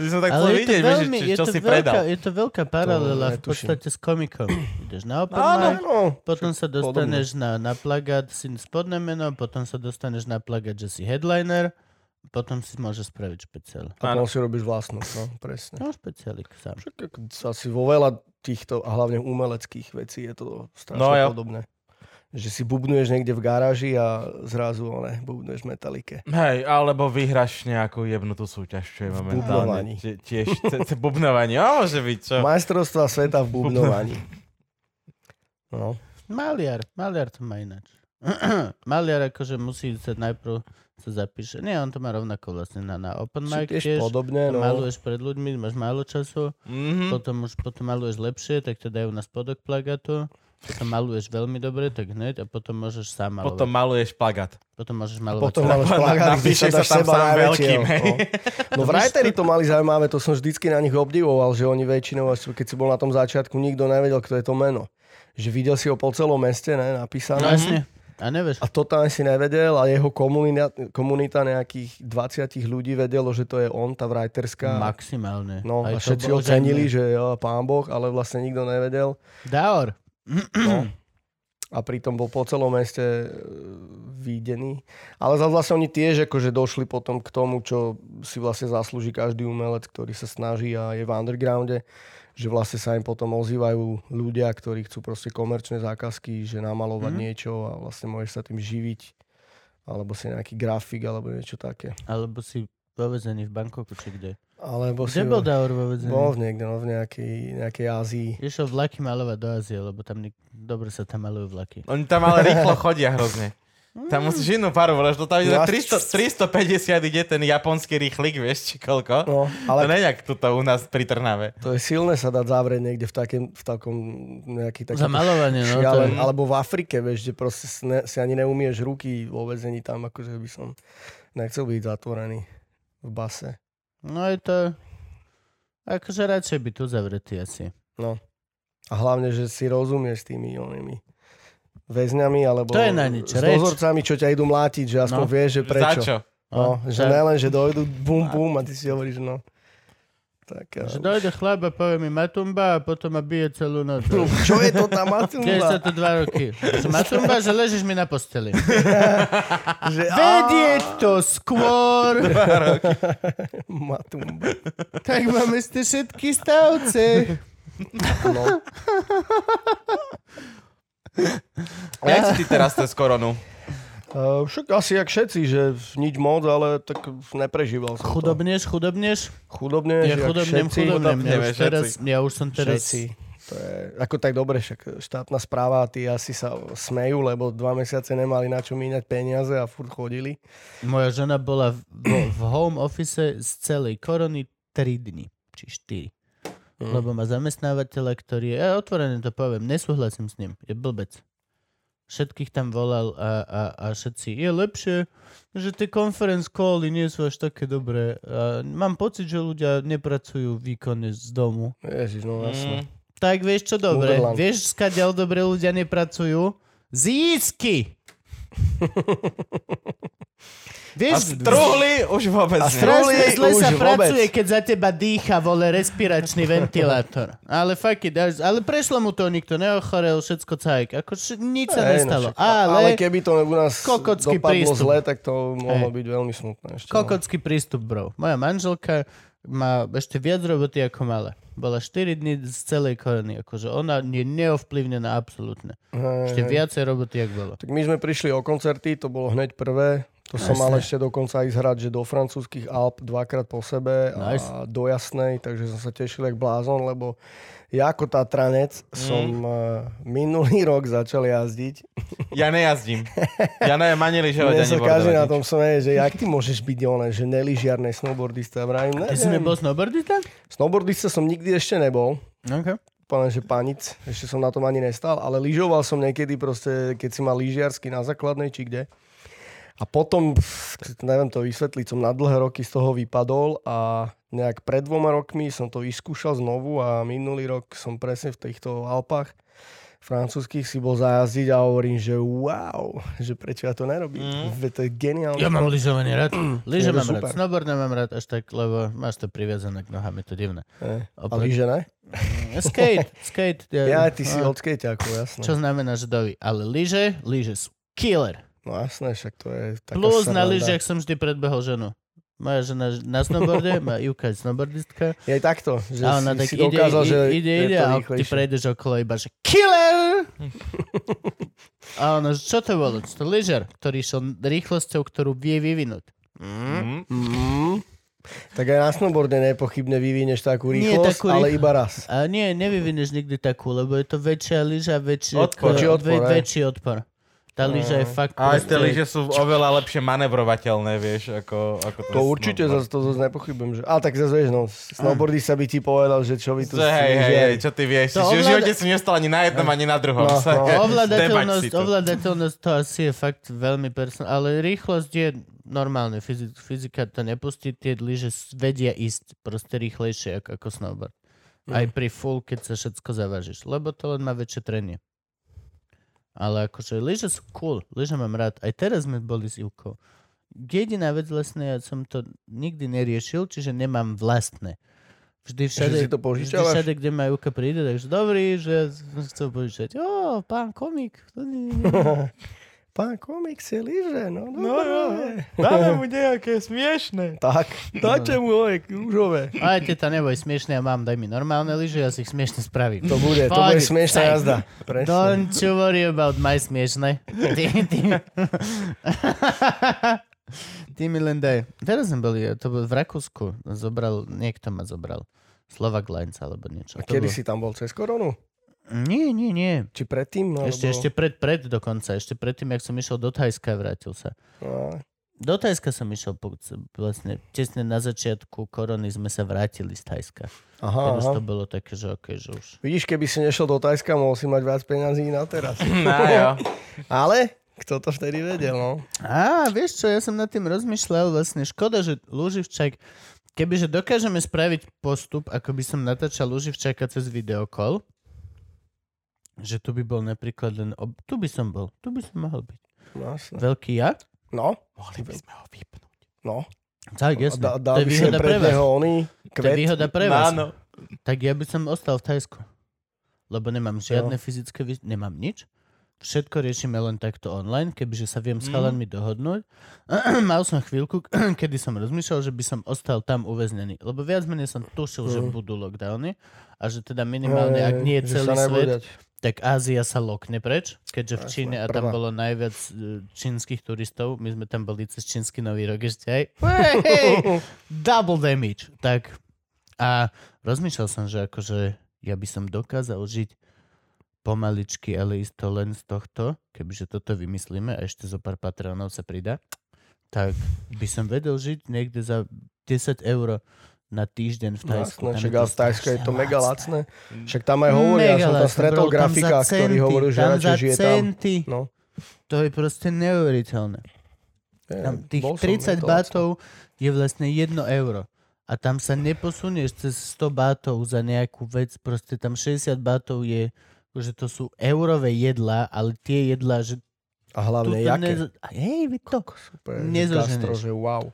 Speaker 2: Že som tak chcel vidieť, vieš, že či- čo si
Speaker 1: veľká,
Speaker 2: predal.
Speaker 1: je to veľká paralela v
Speaker 3: netuším.
Speaker 1: podstate s komikom. Ideš na open
Speaker 2: Áno.
Speaker 1: mic,
Speaker 3: Áno,
Speaker 1: potom sa
Speaker 3: podobné.
Speaker 1: dostaneš na, na plagát si spodné meno, potom sa dostaneš na plagát, že si headliner, potom si môžeš spraviť špeciál.
Speaker 3: A
Speaker 2: Áno.
Speaker 3: potom si robíš vlastnú, no, presne.
Speaker 1: No špeciálik sám.
Speaker 3: Však ako asi vo veľa týchto, a hlavne umeleckých vecí je to strašne
Speaker 2: No, jo.
Speaker 3: no, podobné. Že si bubnuješ niekde v garáži a zrazu, one, bubnuješ v metalike.
Speaker 2: Hej, alebo vyhraš nejakú jebnutú súťaž, čo je momentálne.
Speaker 3: bubnovaní.
Speaker 2: tie- Tiež ce- ce- bubnovanie, o, môže byť, čo?
Speaker 3: Majstrovstva sveta v bubnovaní. No.
Speaker 1: Maliar, maliar to má ináč. maliar akože musí sa najprv sa zapíše. Nie, on to má rovnako vlastne na, na open
Speaker 3: Sú
Speaker 1: mic
Speaker 3: tiež
Speaker 1: tiež.
Speaker 3: podobné, no.
Speaker 1: Maluješ pred ľuďmi, máš málo času.
Speaker 2: Mhm.
Speaker 1: Potom už potom maluješ lepšie, tak to dajú na spodok plagátu. Potom maluješ veľmi dobre, tak hneď a potom môžeš sám malovať.
Speaker 2: Potom maluješ plagát.
Speaker 1: potom môžeš malovať
Speaker 3: Potom
Speaker 1: sám.
Speaker 3: malo šplagát, kde sa
Speaker 2: napíšeš
Speaker 3: dáš
Speaker 2: sa tam
Speaker 3: seba
Speaker 2: sám
Speaker 3: najväčšieho.
Speaker 2: veľkým, hej.
Speaker 3: No. no v Rajteri to mali zaujímavé, to som vždycky na nich obdivoval, že oni väčšinou, až keď si bol na tom začiatku, nikto nevedel, kto je to meno. Že videl si ho po celom meste, ne, napísané.
Speaker 1: No jasne. A nevieš.
Speaker 3: A totálne si nevedel a jeho komunita, komunita nejakých 20 ľudí vedelo, že to je on, tá vrajterská.
Speaker 1: Maximálne.
Speaker 3: No
Speaker 1: Aj
Speaker 3: a
Speaker 1: to
Speaker 3: všetci
Speaker 1: bolo,
Speaker 3: ho cenili,
Speaker 1: nie.
Speaker 3: že jo, pán Boh, ale vlastne nikto nevedel.
Speaker 1: Daor. Mhm.
Speaker 3: No. A pritom bol po celom meste e, videný. Ale zase vlastne oni tiež akože došli potom k tomu, čo si vlastne zaslúži každý umelec, ktorý sa snaží a je v undergrounde, že vlastne sa im potom ozývajú ľudia, ktorí chcú proste komerčné zákazky, že namalovať
Speaker 1: Mhm.
Speaker 3: mm. niečo a vlastne môžeš sa tým živiť alebo si nejaký grafik alebo niečo také.
Speaker 1: Alebo si vo vezení v Bankoku, či kde.
Speaker 3: Alebo
Speaker 1: Kde
Speaker 3: si
Speaker 1: bol Daor vo vezení?
Speaker 3: bol v niekde, no, v nejakej, nejakej Ázii.
Speaker 1: Išiel vlaky malovať do Ázie, lebo tam nik- dobre sa tam malujú vlaky.
Speaker 2: Oni tam ale rýchlo chodia hrozne. Tam
Speaker 3: Mm.
Speaker 2: musíš inú paru, lebo to tam ide
Speaker 3: No
Speaker 2: na
Speaker 3: a-
Speaker 2: 300, 350 ide ten japonský rýchlik, vieš, či koľko.
Speaker 3: No,
Speaker 2: ale... To
Speaker 3: ale
Speaker 2: nie je jak tuto u nás pri Trnave.
Speaker 3: to je silné sa dať zavrieť niekde v, takém, v takom nejaký taký
Speaker 1: Za malovanie, no. To,
Speaker 3: šialen, alebo v Afrike, vieš, že proste si ne, si ani neumieš ruky vo vezení tam, akože by som nechcel byť zatvorený v base.
Speaker 1: no je to... Akože radšej by tu zavretý asi.
Speaker 3: A hlavne, že si rozumieš s tými onými väzňami, alebo
Speaker 1: To je na nič,
Speaker 3: s
Speaker 1: reč.
Speaker 3: dozorcami, čo ťa idú mlátiť, že aspoň
Speaker 1: No,
Speaker 3: no, vieš, že prečo.
Speaker 2: Za čo?
Speaker 3: No, že
Speaker 1: Za-
Speaker 3: nelen, že dojdú bum bum a ty si hovoríš, no. Tak,
Speaker 1: Že
Speaker 3: a-
Speaker 1: dojde chlap a povie mi Matumba a potom ma bije celú noc.
Speaker 3: čo je to tam
Speaker 1: Deje sa
Speaker 3: Matúma?
Speaker 1: to dva roky. Že Matumba, že ležíš mi na posteli.
Speaker 3: Že,
Speaker 1: Vedie to skôr,
Speaker 3: Matumba.
Speaker 1: tak máme ste všetky stavce.
Speaker 3: No.
Speaker 2: A jak si ty teraz cez koronu?
Speaker 3: Uh, však asi jak všetci, že nič moc, ale tak neprežíval som
Speaker 1: Chudobneš, chudobneš.
Speaker 3: to. Chudobne,
Speaker 1: Ja
Speaker 3: že jak
Speaker 1: chudobnem,
Speaker 3: všetci.
Speaker 1: chudobnem. Ja
Speaker 2: chudobneme
Speaker 1: už,
Speaker 2: všetci.
Speaker 1: teraz, ja už som teraz...
Speaker 3: Všetci. To je ako tak dobre, však štátna správa, tí asi sa smejú, lebo dva mesiace nemali na čo míňať peniaze a furt chodili.
Speaker 1: Moja žena bola v, vo, v home office z celej korony 3 dny, či 4. Mm. Lebo má zamestnávateľa, ktorý, ja otvorene to poviem, nesúhlasím s ním, je blbec. Všetkých tam volal a, a, a všetci, je lepšie, že tie conference cally nie sú až také dobré. A mám pocit, že ľudia nepracujú výkonne z domu.
Speaker 3: Ježiš, no jasne. Mm.
Speaker 1: Tak vieš čo dobre,
Speaker 3: Motherland.
Speaker 1: vieš skadiaľ dobre ľudia nepracujú? Získy!
Speaker 2: A
Speaker 1: vieš,
Speaker 2: strúhli už vôbec nie.
Speaker 3: A strú-
Speaker 1: Strašne
Speaker 3: Trolej
Speaker 1: zle
Speaker 3: už
Speaker 1: sa
Speaker 3: vôbec.
Speaker 1: pracuje, keď za teba dýcha, vole, respiračný ventilátor. Ale fuck it, až- ale prešlo mu to, nikto neochorel, všetko cajk. Ako š- nič sa
Speaker 3: Hej, no
Speaker 1: nestalo.
Speaker 3: však, ale
Speaker 1: Ale, ale
Speaker 3: keby to u nás
Speaker 1: Kokocký
Speaker 3: dopadlo
Speaker 1: prístup.
Speaker 3: zle, tak to mohlo
Speaker 1: Hej.
Speaker 3: byť veľmi smutné ešte. no.
Speaker 1: kokocký prístup, bro. Moja manželka má ešte viac roboty ako mala. Bola 4 dní z celej korony. Akože ona je neovplyvnená absolútne.
Speaker 3: Hej,
Speaker 1: Ešte
Speaker 3: hej.
Speaker 1: viacej roboty, jak bolo.
Speaker 3: Tak my sme prišli o koncerty, to bolo hneď prvé. To som
Speaker 1: Jasné.
Speaker 3: mal ešte dokonca ísť hrať, že do francúzských Alp dvakrát po sebe
Speaker 1: Nice.
Speaker 3: a do Jasnej, takže som sa tešil jak blázon, lebo ja ako Tatranec
Speaker 1: Mm.
Speaker 3: som eh, minulý rok začal jazdiť.
Speaker 2: Ja nejazdím. Ja ne, ani lyžovať,
Speaker 3: Mne
Speaker 2: ani
Speaker 3: sa každý na tom
Speaker 2: bordovať. nič.
Speaker 3: smeje, že jak ty môžeš byť oné, že neližiar, ne snowboardista. Vrajím,
Speaker 1: Ty si
Speaker 3: neviem.
Speaker 1: nebol snowboardista?
Speaker 3: Snowboardista som nikdy ešte nebol.
Speaker 1: Okay.
Speaker 3: Pane, že panic, ešte som na tom ani nestal, ale lyžoval som niekedy proste, keď si mal lyžiarsky na základnej či kde. A potom, pff, neviem to vysvetliť, som na dlhé roky z toho vypadol a nejak pred dvoma rokmi som to vyskúšal znovu a minulý rok som presne v týchto Alpách francúzských si bol zajazdiť a hovorím, že wow, že prečo ja to nerobím. Mm. To je geniálne.
Speaker 1: Ja mám lyžovanie rád. Lyže
Speaker 3: Je to
Speaker 1: mám rád,
Speaker 3: super.
Speaker 1: snowboard nemám rád až tak, lebo máš to priviazané k nohám, je to divné.
Speaker 3: Eh, A
Speaker 1: Oproti-
Speaker 3: lyže ne?
Speaker 1: Skate, skate.
Speaker 3: Ja, ty si
Speaker 1: no,
Speaker 3: od skejťákov, jasné.
Speaker 1: Čo znamená, že dovi. Ale lyže, lyže sú killer.
Speaker 3: No jasné, však to je taká
Speaker 1: Plus na
Speaker 3: sranda.
Speaker 1: lyžiach som vždy predbehol ženu. Moja žena ž- na snowboarde, má Ivka je snowboardistka.
Speaker 3: Je aj takto, že
Speaker 1: A ona
Speaker 3: si,
Speaker 1: tak
Speaker 3: si
Speaker 1: ide,
Speaker 3: dokázal,
Speaker 1: ide,
Speaker 3: že
Speaker 1: ide,
Speaker 3: je
Speaker 1: ide
Speaker 3: to
Speaker 1: a ty
Speaker 3: rýchlejšie.
Speaker 1: prejdeš okolo iba, že killer! A ona, že čo to bolo? Čo to lyžer, ktorý išiel rýchlosťou, ktorú vie vyvinúť.
Speaker 2: Mm.
Speaker 3: Mm. Tak aj na snowboarde nepochybne vyvinieš takú
Speaker 1: Nie
Speaker 3: rýchlosť,
Speaker 1: takú
Speaker 3: ale
Speaker 1: rýchlosť.
Speaker 3: iba raz.
Speaker 1: A nie, nevyvineš nikdy takú, lebo je to väčšia lyža, väčší
Speaker 2: Odpor.
Speaker 3: Väčší odpor, Mm. aj.
Speaker 1: väčší odpor. Tá lyža je fakt
Speaker 2: Aj
Speaker 1: proste-
Speaker 2: tie lyže sú oveľa lepšie manevrovateľné, vieš, ako, ako ten
Speaker 3: To určite
Speaker 2: snowboard.
Speaker 3: zase to zase nepochybujem. Že... A tak zase vieš, no, snowboardy sa by ti povedal, že čo vy tu
Speaker 2: Že Hej, hej,
Speaker 3: žiari.
Speaker 2: hej, čo ty vieš?
Speaker 1: To
Speaker 2: si v
Speaker 1: ovláda-
Speaker 2: živote si nestal ani na jednom, ani na druhom.
Speaker 3: No,
Speaker 2: Sa- Zdebať
Speaker 3: no.
Speaker 2: si
Speaker 1: Ovladateľnosť,
Speaker 2: to.
Speaker 1: ovladateľnosť to asi je fakt veľmi personálne, ale rýchlosť je normálne, Fyzi- fyzika to nepustí, tie lyže s- vedia ísť proste rýchlejšie ako, ako snowboard. Aj pri full, keď sa všetko zavážiš, lebo to len má väčšie trenie. Ale akože lyže sú cool, lyže mám rád. Aj teraz sme boli s Ivkou. Jediná vec vlastne, ja som to nikdy neriešil, čiže nemám vlastné. Vždy všade,
Speaker 3: si to
Speaker 1: vždy
Speaker 3: požičiavaš?
Speaker 1: všade, kde ma Juka príde, takže dobrý, že ja som si chcel požičať. O, pán komik.
Speaker 3: Pán komik si lyže, no.
Speaker 2: No
Speaker 3: dobre.
Speaker 2: jo, dáme mu nejaké smiešné.
Speaker 3: Tak, dáte mu ove, rúžové.
Speaker 1: Aj teta, neboj smiešne, ja mám, daj mi normálne lyže, ja si ich smiešne spravím.
Speaker 3: To bude, to
Speaker 1: Poď,
Speaker 3: bude smiešná
Speaker 1: cajk.
Speaker 3: jazda. Presne.
Speaker 1: Don't you worry about my smiešne. Ty, ty. ty mi len daj. Teraz sme boli, to bol v Rakúsku. Zobral, niekto ma zobral. Slovak Lines alebo niečo.
Speaker 3: A
Speaker 1: To
Speaker 3: kedy
Speaker 1: bolo-
Speaker 3: si tam bol? Cez koronu?
Speaker 1: Nie, nie, nie.
Speaker 3: Či predtým? Alebo...
Speaker 1: Ešte, ešte pred, pred dokonca. Ešte predtým, jak som išiel do Thajska, vrátil sa.
Speaker 3: No,
Speaker 1: Do Thajska som išiel, po, vlastne tesne na začiatku korony sme sa vrátili z Thajska.
Speaker 3: Aha,
Speaker 1: Keď už
Speaker 3: aha.
Speaker 1: to bolo také, že okej, že už.
Speaker 3: Vidíš, keby si nešiel do Tajska, mohol si mať viac peňazí na teraz.
Speaker 2: No jo.
Speaker 3: Ale kto to vtedy vedel, no?
Speaker 1: Á, vieš čo, ja som nad tým rozmýšľal vlastne. Škoda, že Luživčak, kebyže dokážeme spraviť postup, ako by som natáčal Luživčaka cez videokol, že tu by bol napríklad len... Ob... Tu by som bol, tu by som mohol byť.
Speaker 3: Jasné.
Speaker 1: Veľký ja?
Speaker 3: No,
Speaker 2: Mohli by sme ho vypnúť.
Speaker 3: no.
Speaker 1: Tak,
Speaker 3: A
Speaker 1: jasne.
Speaker 3: Da, dal
Speaker 1: to je
Speaker 3: by si
Speaker 1: výhoda pre
Speaker 3: pred
Speaker 1: vás.
Speaker 3: neho oný
Speaker 1: To je
Speaker 3: kvet.
Speaker 1: výhoda pre
Speaker 2: No,
Speaker 1: vás.
Speaker 2: Áno.
Speaker 1: Tak ja by som ostal v Thajsku. Lebo nemám žiadne fyzické, vys- nemám nič. Všetko riešime len takto online, kebyže sa
Speaker 3: Mhm.
Speaker 1: viem s chalanmi dohodnúť. Mal som chvíľku, kedy som rozmýšľal, že by som ostal tam uväznený. Lebo viac menej som tušil, že budú lockdowny a že teda minimálne, ak nie
Speaker 3: Mhm. Že
Speaker 1: je celý
Speaker 3: sa
Speaker 1: svet,
Speaker 3: nebudať.
Speaker 1: tak Ázia sa lokne preč, keďže v
Speaker 3: Jasné,
Speaker 1: Číne a tam
Speaker 3: prvá.
Speaker 1: bolo najviac e, čínskych turistov. My sme tam boli cez čínsky nový rok ešte aj. Hey, double damage. Tak a rozmýšľal som, že akože ja by som dokázal žiť pomaličky, ale isto len z tohto, kebyže toto vymyslíme a ešte zo pár patronov sa pridá, tak by som vedel žiť niekde za 10 eur na týždeň v
Speaker 3: No
Speaker 1: Tajsku.
Speaker 3: jasné,
Speaker 1: Tam
Speaker 3: však
Speaker 1: to
Speaker 3: ale v Tajsku je
Speaker 1: strašne
Speaker 3: to mega
Speaker 1: lacné.
Speaker 3: lacné. Však tam aj hovoria, ja som
Speaker 1: Mega
Speaker 3: tam
Speaker 1: lacné,
Speaker 3: stretol
Speaker 1: bro, tam za
Speaker 3: grafika, ktorý
Speaker 1: centy,
Speaker 3: hovoril, že
Speaker 1: tam
Speaker 3: radšej
Speaker 1: za
Speaker 3: žije tam.
Speaker 1: centy.
Speaker 3: No,
Speaker 1: To je proste neuveriteľné.
Speaker 3: je,
Speaker 1: Tam tých
Speaker 3: bol som, je
Speaker 1: 30
Speaker 3: to lacné.
Speaker 1: bátov je vlastne 1 euro. A tam sa neposunieš cez 100 bátov za nejakú vec. Proste tam 60 bátov je, že to sú eurové jedlá, ale tie jedlá, že...
Speaker 3: A hlavne
Speaker 1: tuto
Speaker 3: jaké.
Speaker 1: nez- A Hej, vy to.
Speaker 3: Super, že
Speaker 1: nezoženeš.
Speaker 3: gastro, že wow.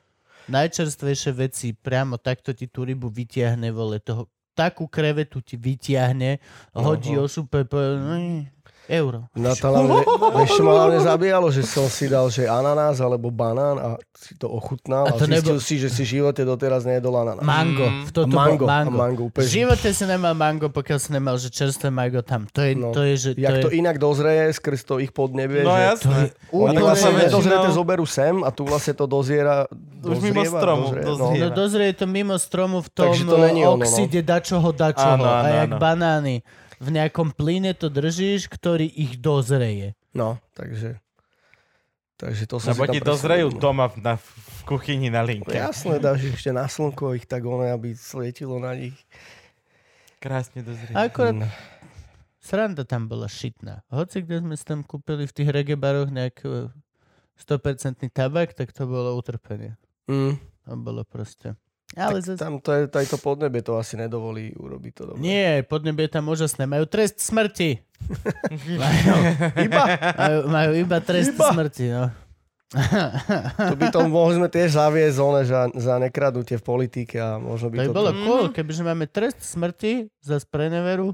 Speaker 1: Najčerstvejšie veci, priamo takto ti tú rybu vytiahne, vole, toho, takú krevetu ti vytiahne, hodí
Speaker 3: Oho.
Speaker 1: ošupe, povie, "Mm, euro.
Speaker 3: Na to hlavne, vieš, čo ma hlavne zabíjalo, že som si dal, že ananás alebo banán a si to ochutnal
Speaker 1: A
Speaker 3: a,
Speaker 1: to
Speaker 3: zistil
Speaker 1: nebo-
Speaker 3: si, že si v živote doteraz nejedol ananás.
Speaker 1: Mango. V
Speaker 2: Mm,
Speaker 1: toto mango,
Speaker 3: mango, a
Speaker 1: mango.
Speaker 3: mango,
Speaker 1: v
Speaker 3: úplne, že-
Speaker 1: živote si nemal mango, pokiaľ si nemal, že čerstvé mango tam. To je,
Speaker 3: No,
Speaker 1: to je že... To
Speaker 3: Jak
Speaker 1: je,
Speaker 3: to inak dozrie skrz to ich podnebie,
Speaker 2: No
Speaker 3: že
Speaker 2: jasné. No.
Speaker 3: oni
Speaker 1: úplne
Speaker 3: vlastne
Speaker 1: väčšinou-
Speaker 3: nedozrete zoberú sem a tu vlastne to doziera,
Speaker 2: Už mimo
Speaker 3: dozrieva,
Speaker 2: stromu,
Speaker 3: dozrie,
Speaker 2: dozrie.
Speaker 1: No
Speaker 2: Vieme.
Speaker 1: dozrie to mimo stromu v tom
Speaker 3: Takže to
Speaker 1: eh,
Speaker 3: není ono, no.
Speaker 1: oxide dačoho dačoho
Speaker 2: Áno, áno,
Speaker 1: a jak
Speaker 2: áno.
Speaker 1: banány. V nejakom plyne to držíš, ktorý ich dozreje.
Speaker 3: No, takže... Takže to som
Speaker 2: Lebo
Speaker 3: si tam
Speaker 2: ti
Speaker 3: predstavil,
Speaker 2: dozrejú
Speaker 3: no.
Speaker 2: doma v, na, v kuchyni na linke.
Speaker 3: Jasné, dáš ešte na slnko ich tak ono, aby svietilo na nich.
Speaker 2: Krásne dozrejú.
Speaker 3: Mm.
Speaker 1: Akorát sranda tam bola šitná. Hoci kde sme si tam kúpili v tých regebaroch nejaký eh, 100% tabak, tak to bolo utrpenie.
Speaker 3: Mm.
Speaker 1: To bolo proste. Ale
Speaker 3: Ale tak,
Speaker 1: zase...
Speaker 3: tam to, je, aj to podnebie to asi nedovolí urobiť to dobre.
Speaker 1: Nie, podnebie je tam úžasné. Majú trest smrti. majú,
Speaker 3: Iba?
Speaker 1: majú, majú iba trest iba.
Speaker 3: Iba.
Speaker 1: smrti, no.
Speaker 3: To by to mohli sme tiež zaviesť one za, za nekradnutie v politike a možno
Speaker 1: To
Speaker 3: by
Speaker 1: by
Speaker 3: to... Mhm.
Speaker 1: bolo cool, kebyže máme trest smrti za spreneveru.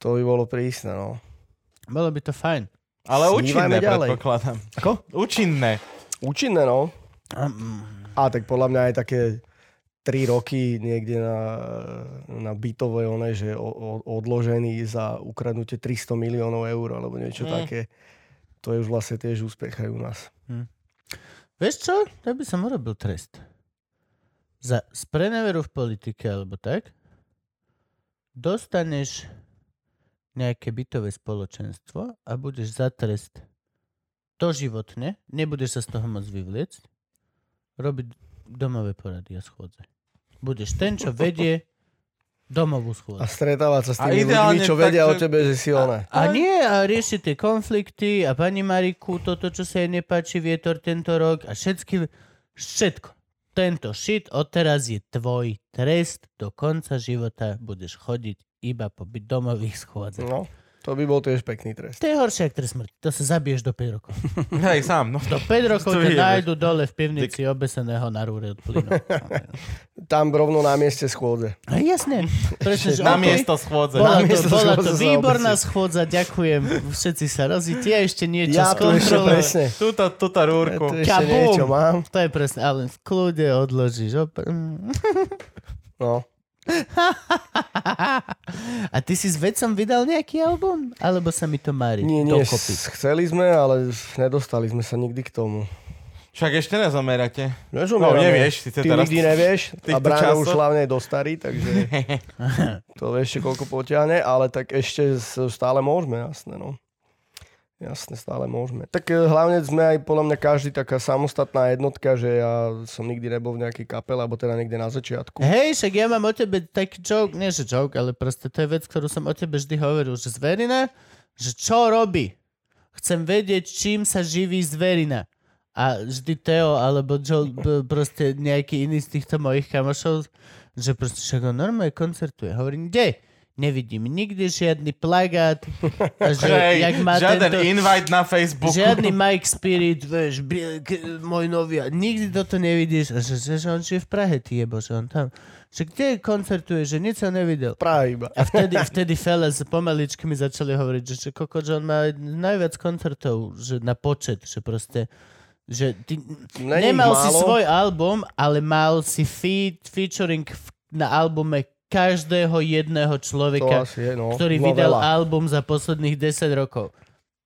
Speaker 3: to by bolo prísne, no.
Speaker 1: Bolo by to fajn.
Speaker 2: Ale účinné,
Speaker 3: Snívajme ďalej.
Speaker 2: predpokladám.
Speaker 3: Ako?
Speaker 2: Účinné.
Speaker 3: Účinné, no.
Speaker 1: Um,
Speaker 3: A tak podľa mňa aj také 3 roky niekde na, na bytovej one, že o, o, odložený za ukradnutie 300 miliónov eur alebo
Speaker 2: Mm.
Speaker 3: niečo mm. také. To je už vlastne tiež úspech aj u nás.
Speaker 1: vieš čo? Ja by som urobil trest. Za spreneveru v politike alebo tak dostaneš nejaké bytové spoločenstvo a budeš za trest doživotne, nebudeš sa z toho môcť vyvliecť, robiť domové porady a schôdze. Budeš ten, čo vedie domovú schôdzu.
Speaker 3: A stretávať sa s
Speaker 2: Vlastne. A
Speaker 3: tými ľuďmi,
Speaker 2: ideálne
Speaker 3: čo
Speaker 2: tak,
Speaker 3: vedia o
Speaker 2: že-
Speaker 3: tebe, že si ona.
Speaker 1: A nie, a rieši tie konflikty a pani Mariku, toto, čo sa jej nepáči, vietor tento rok a všetky, všetko. Tento shit odteraz je tvoj trest, do konca života budeš chodiť iba po by- domových schôdzach.
Speaker 3: No, to by bol tiež pekný trest.
Speaker 1: To je horšie ako trest smrti, to sa zabiješ do 5 rokov.
Speaker 2: Hej, sám, no.
Speaker 1: Do 5 rokov
Speaker 2: To
Speaker 1: ťa
Speaker 2: vyjebeš.
Speaker 1: nájdu dole v pivnici obeseného na rúre od plynu.
Speaker 3: Tam rovno na mieste schôdze.
Speaker 1: A jasne, presne, že
Speaker 2: Na
Speaker 1: OK.
Speaker 2: miesto schôdze.
Speaker 1: Bola to,
Speaker 3: miesto
Speaker 1: bola to
Speaker 3: schôdza sa
Speaker 1: výborná
Speaker 3: obesiť.
Speaker 1: schôdza, ďakujem. Všetci sa rozíte, ja ešte niečo
Speaker 3: Ja tu ešte
Speaker 1: skontrolujem.
Speaker 3: presne.
Speaker 2: Tuto, tuto
Speaker 3: Ja
Speaker 2: rúrku.
Speaker 3: tu ešte
Speaker 1: Kabum.
Speaker 3: niečo mám.
Speaker 1: To je presne, ale v kľude odložíš. Opr- mm.
Speaker 3: No.
Speaker 1: A ty si s vecom vydal nejaký album? Alebo sa mi to marí?
Speaker 3: Nie, nie,
Speaker 1: Dokopy.
Speaker 3: s- chceli sme, ale nedostali sme sa nikdy k tomu.
Speaker 2: Však ešte nezomerate. No,
Speaker 3: Nežomierame.
Speaker 2: nevieš, síce
Speaker 3: Ty
Speaker 2: teraz-
Speaker 3: nikdy nevieš.
Speaker 2: týchto
Speaker 3: A Bráno už
Speaker 2: časoch.
Speaker 3: hlavne je dostarý, takže to vie ešte koľko potiahne, ale tak ešte s- stále môžeme, jasné, no. Jasne, stále môžeme. Tak e, hlavne sme aj podľa mňa každý taká samostatná jednotka, že ja som nikdy nebol v nejakej kapele, alebo teda niekde na začiatku.
Speaker 1: Hej, však ja mám o tebe taký joke, nie že joke, ale proste to je vec, ktorú som o tebe vždy hovoril, že zverina, že čo robí? Chcem vedieť, čím sa živí zverina. A vždy Teo, alebo Joe, b- proste nejaký iný z týchto mojich kamošov, že proste však on normálne koncertuje. Hovorím, kde? Nevidím nikde žiadny plagát. A že,
Speaker 2: Hej,
Speaker 1: jak má
Speaker 2: žiaden
Speaker 1: tento...
Speaker 2: invite na Facebooku.
Speaker 1: Žiadny Mike Spirit, vieš, bri- k- môj nový, a nikdy toto nevidíš. A že, že, že on žije v Prahe, ty jebo, že on tam. Že kde koncertuje, že nič som nevidel.
Speaker 3: Práve iba.
Speaker 1: A vtedy, vtedy fele s pomaličky mi začali hovoriť, že, že Koko John má najviac koncertov že na počet, že proste že ty
Speaker 3: Není ich
Speaker 1: nemal si
Speaker 3: málo.
Speaker 1: svoj album, ale mal si feed, featuring v, na albume každého jedného
Speaker 3: To
Speaker 1: človeka
Speaker 3: asi je, no.
Speaker 1: ktorý
Speaker 3: no,
Speaker 1: vydal
Speaker 3: veľa.
Speaker 1: album za posledných 10 rokov.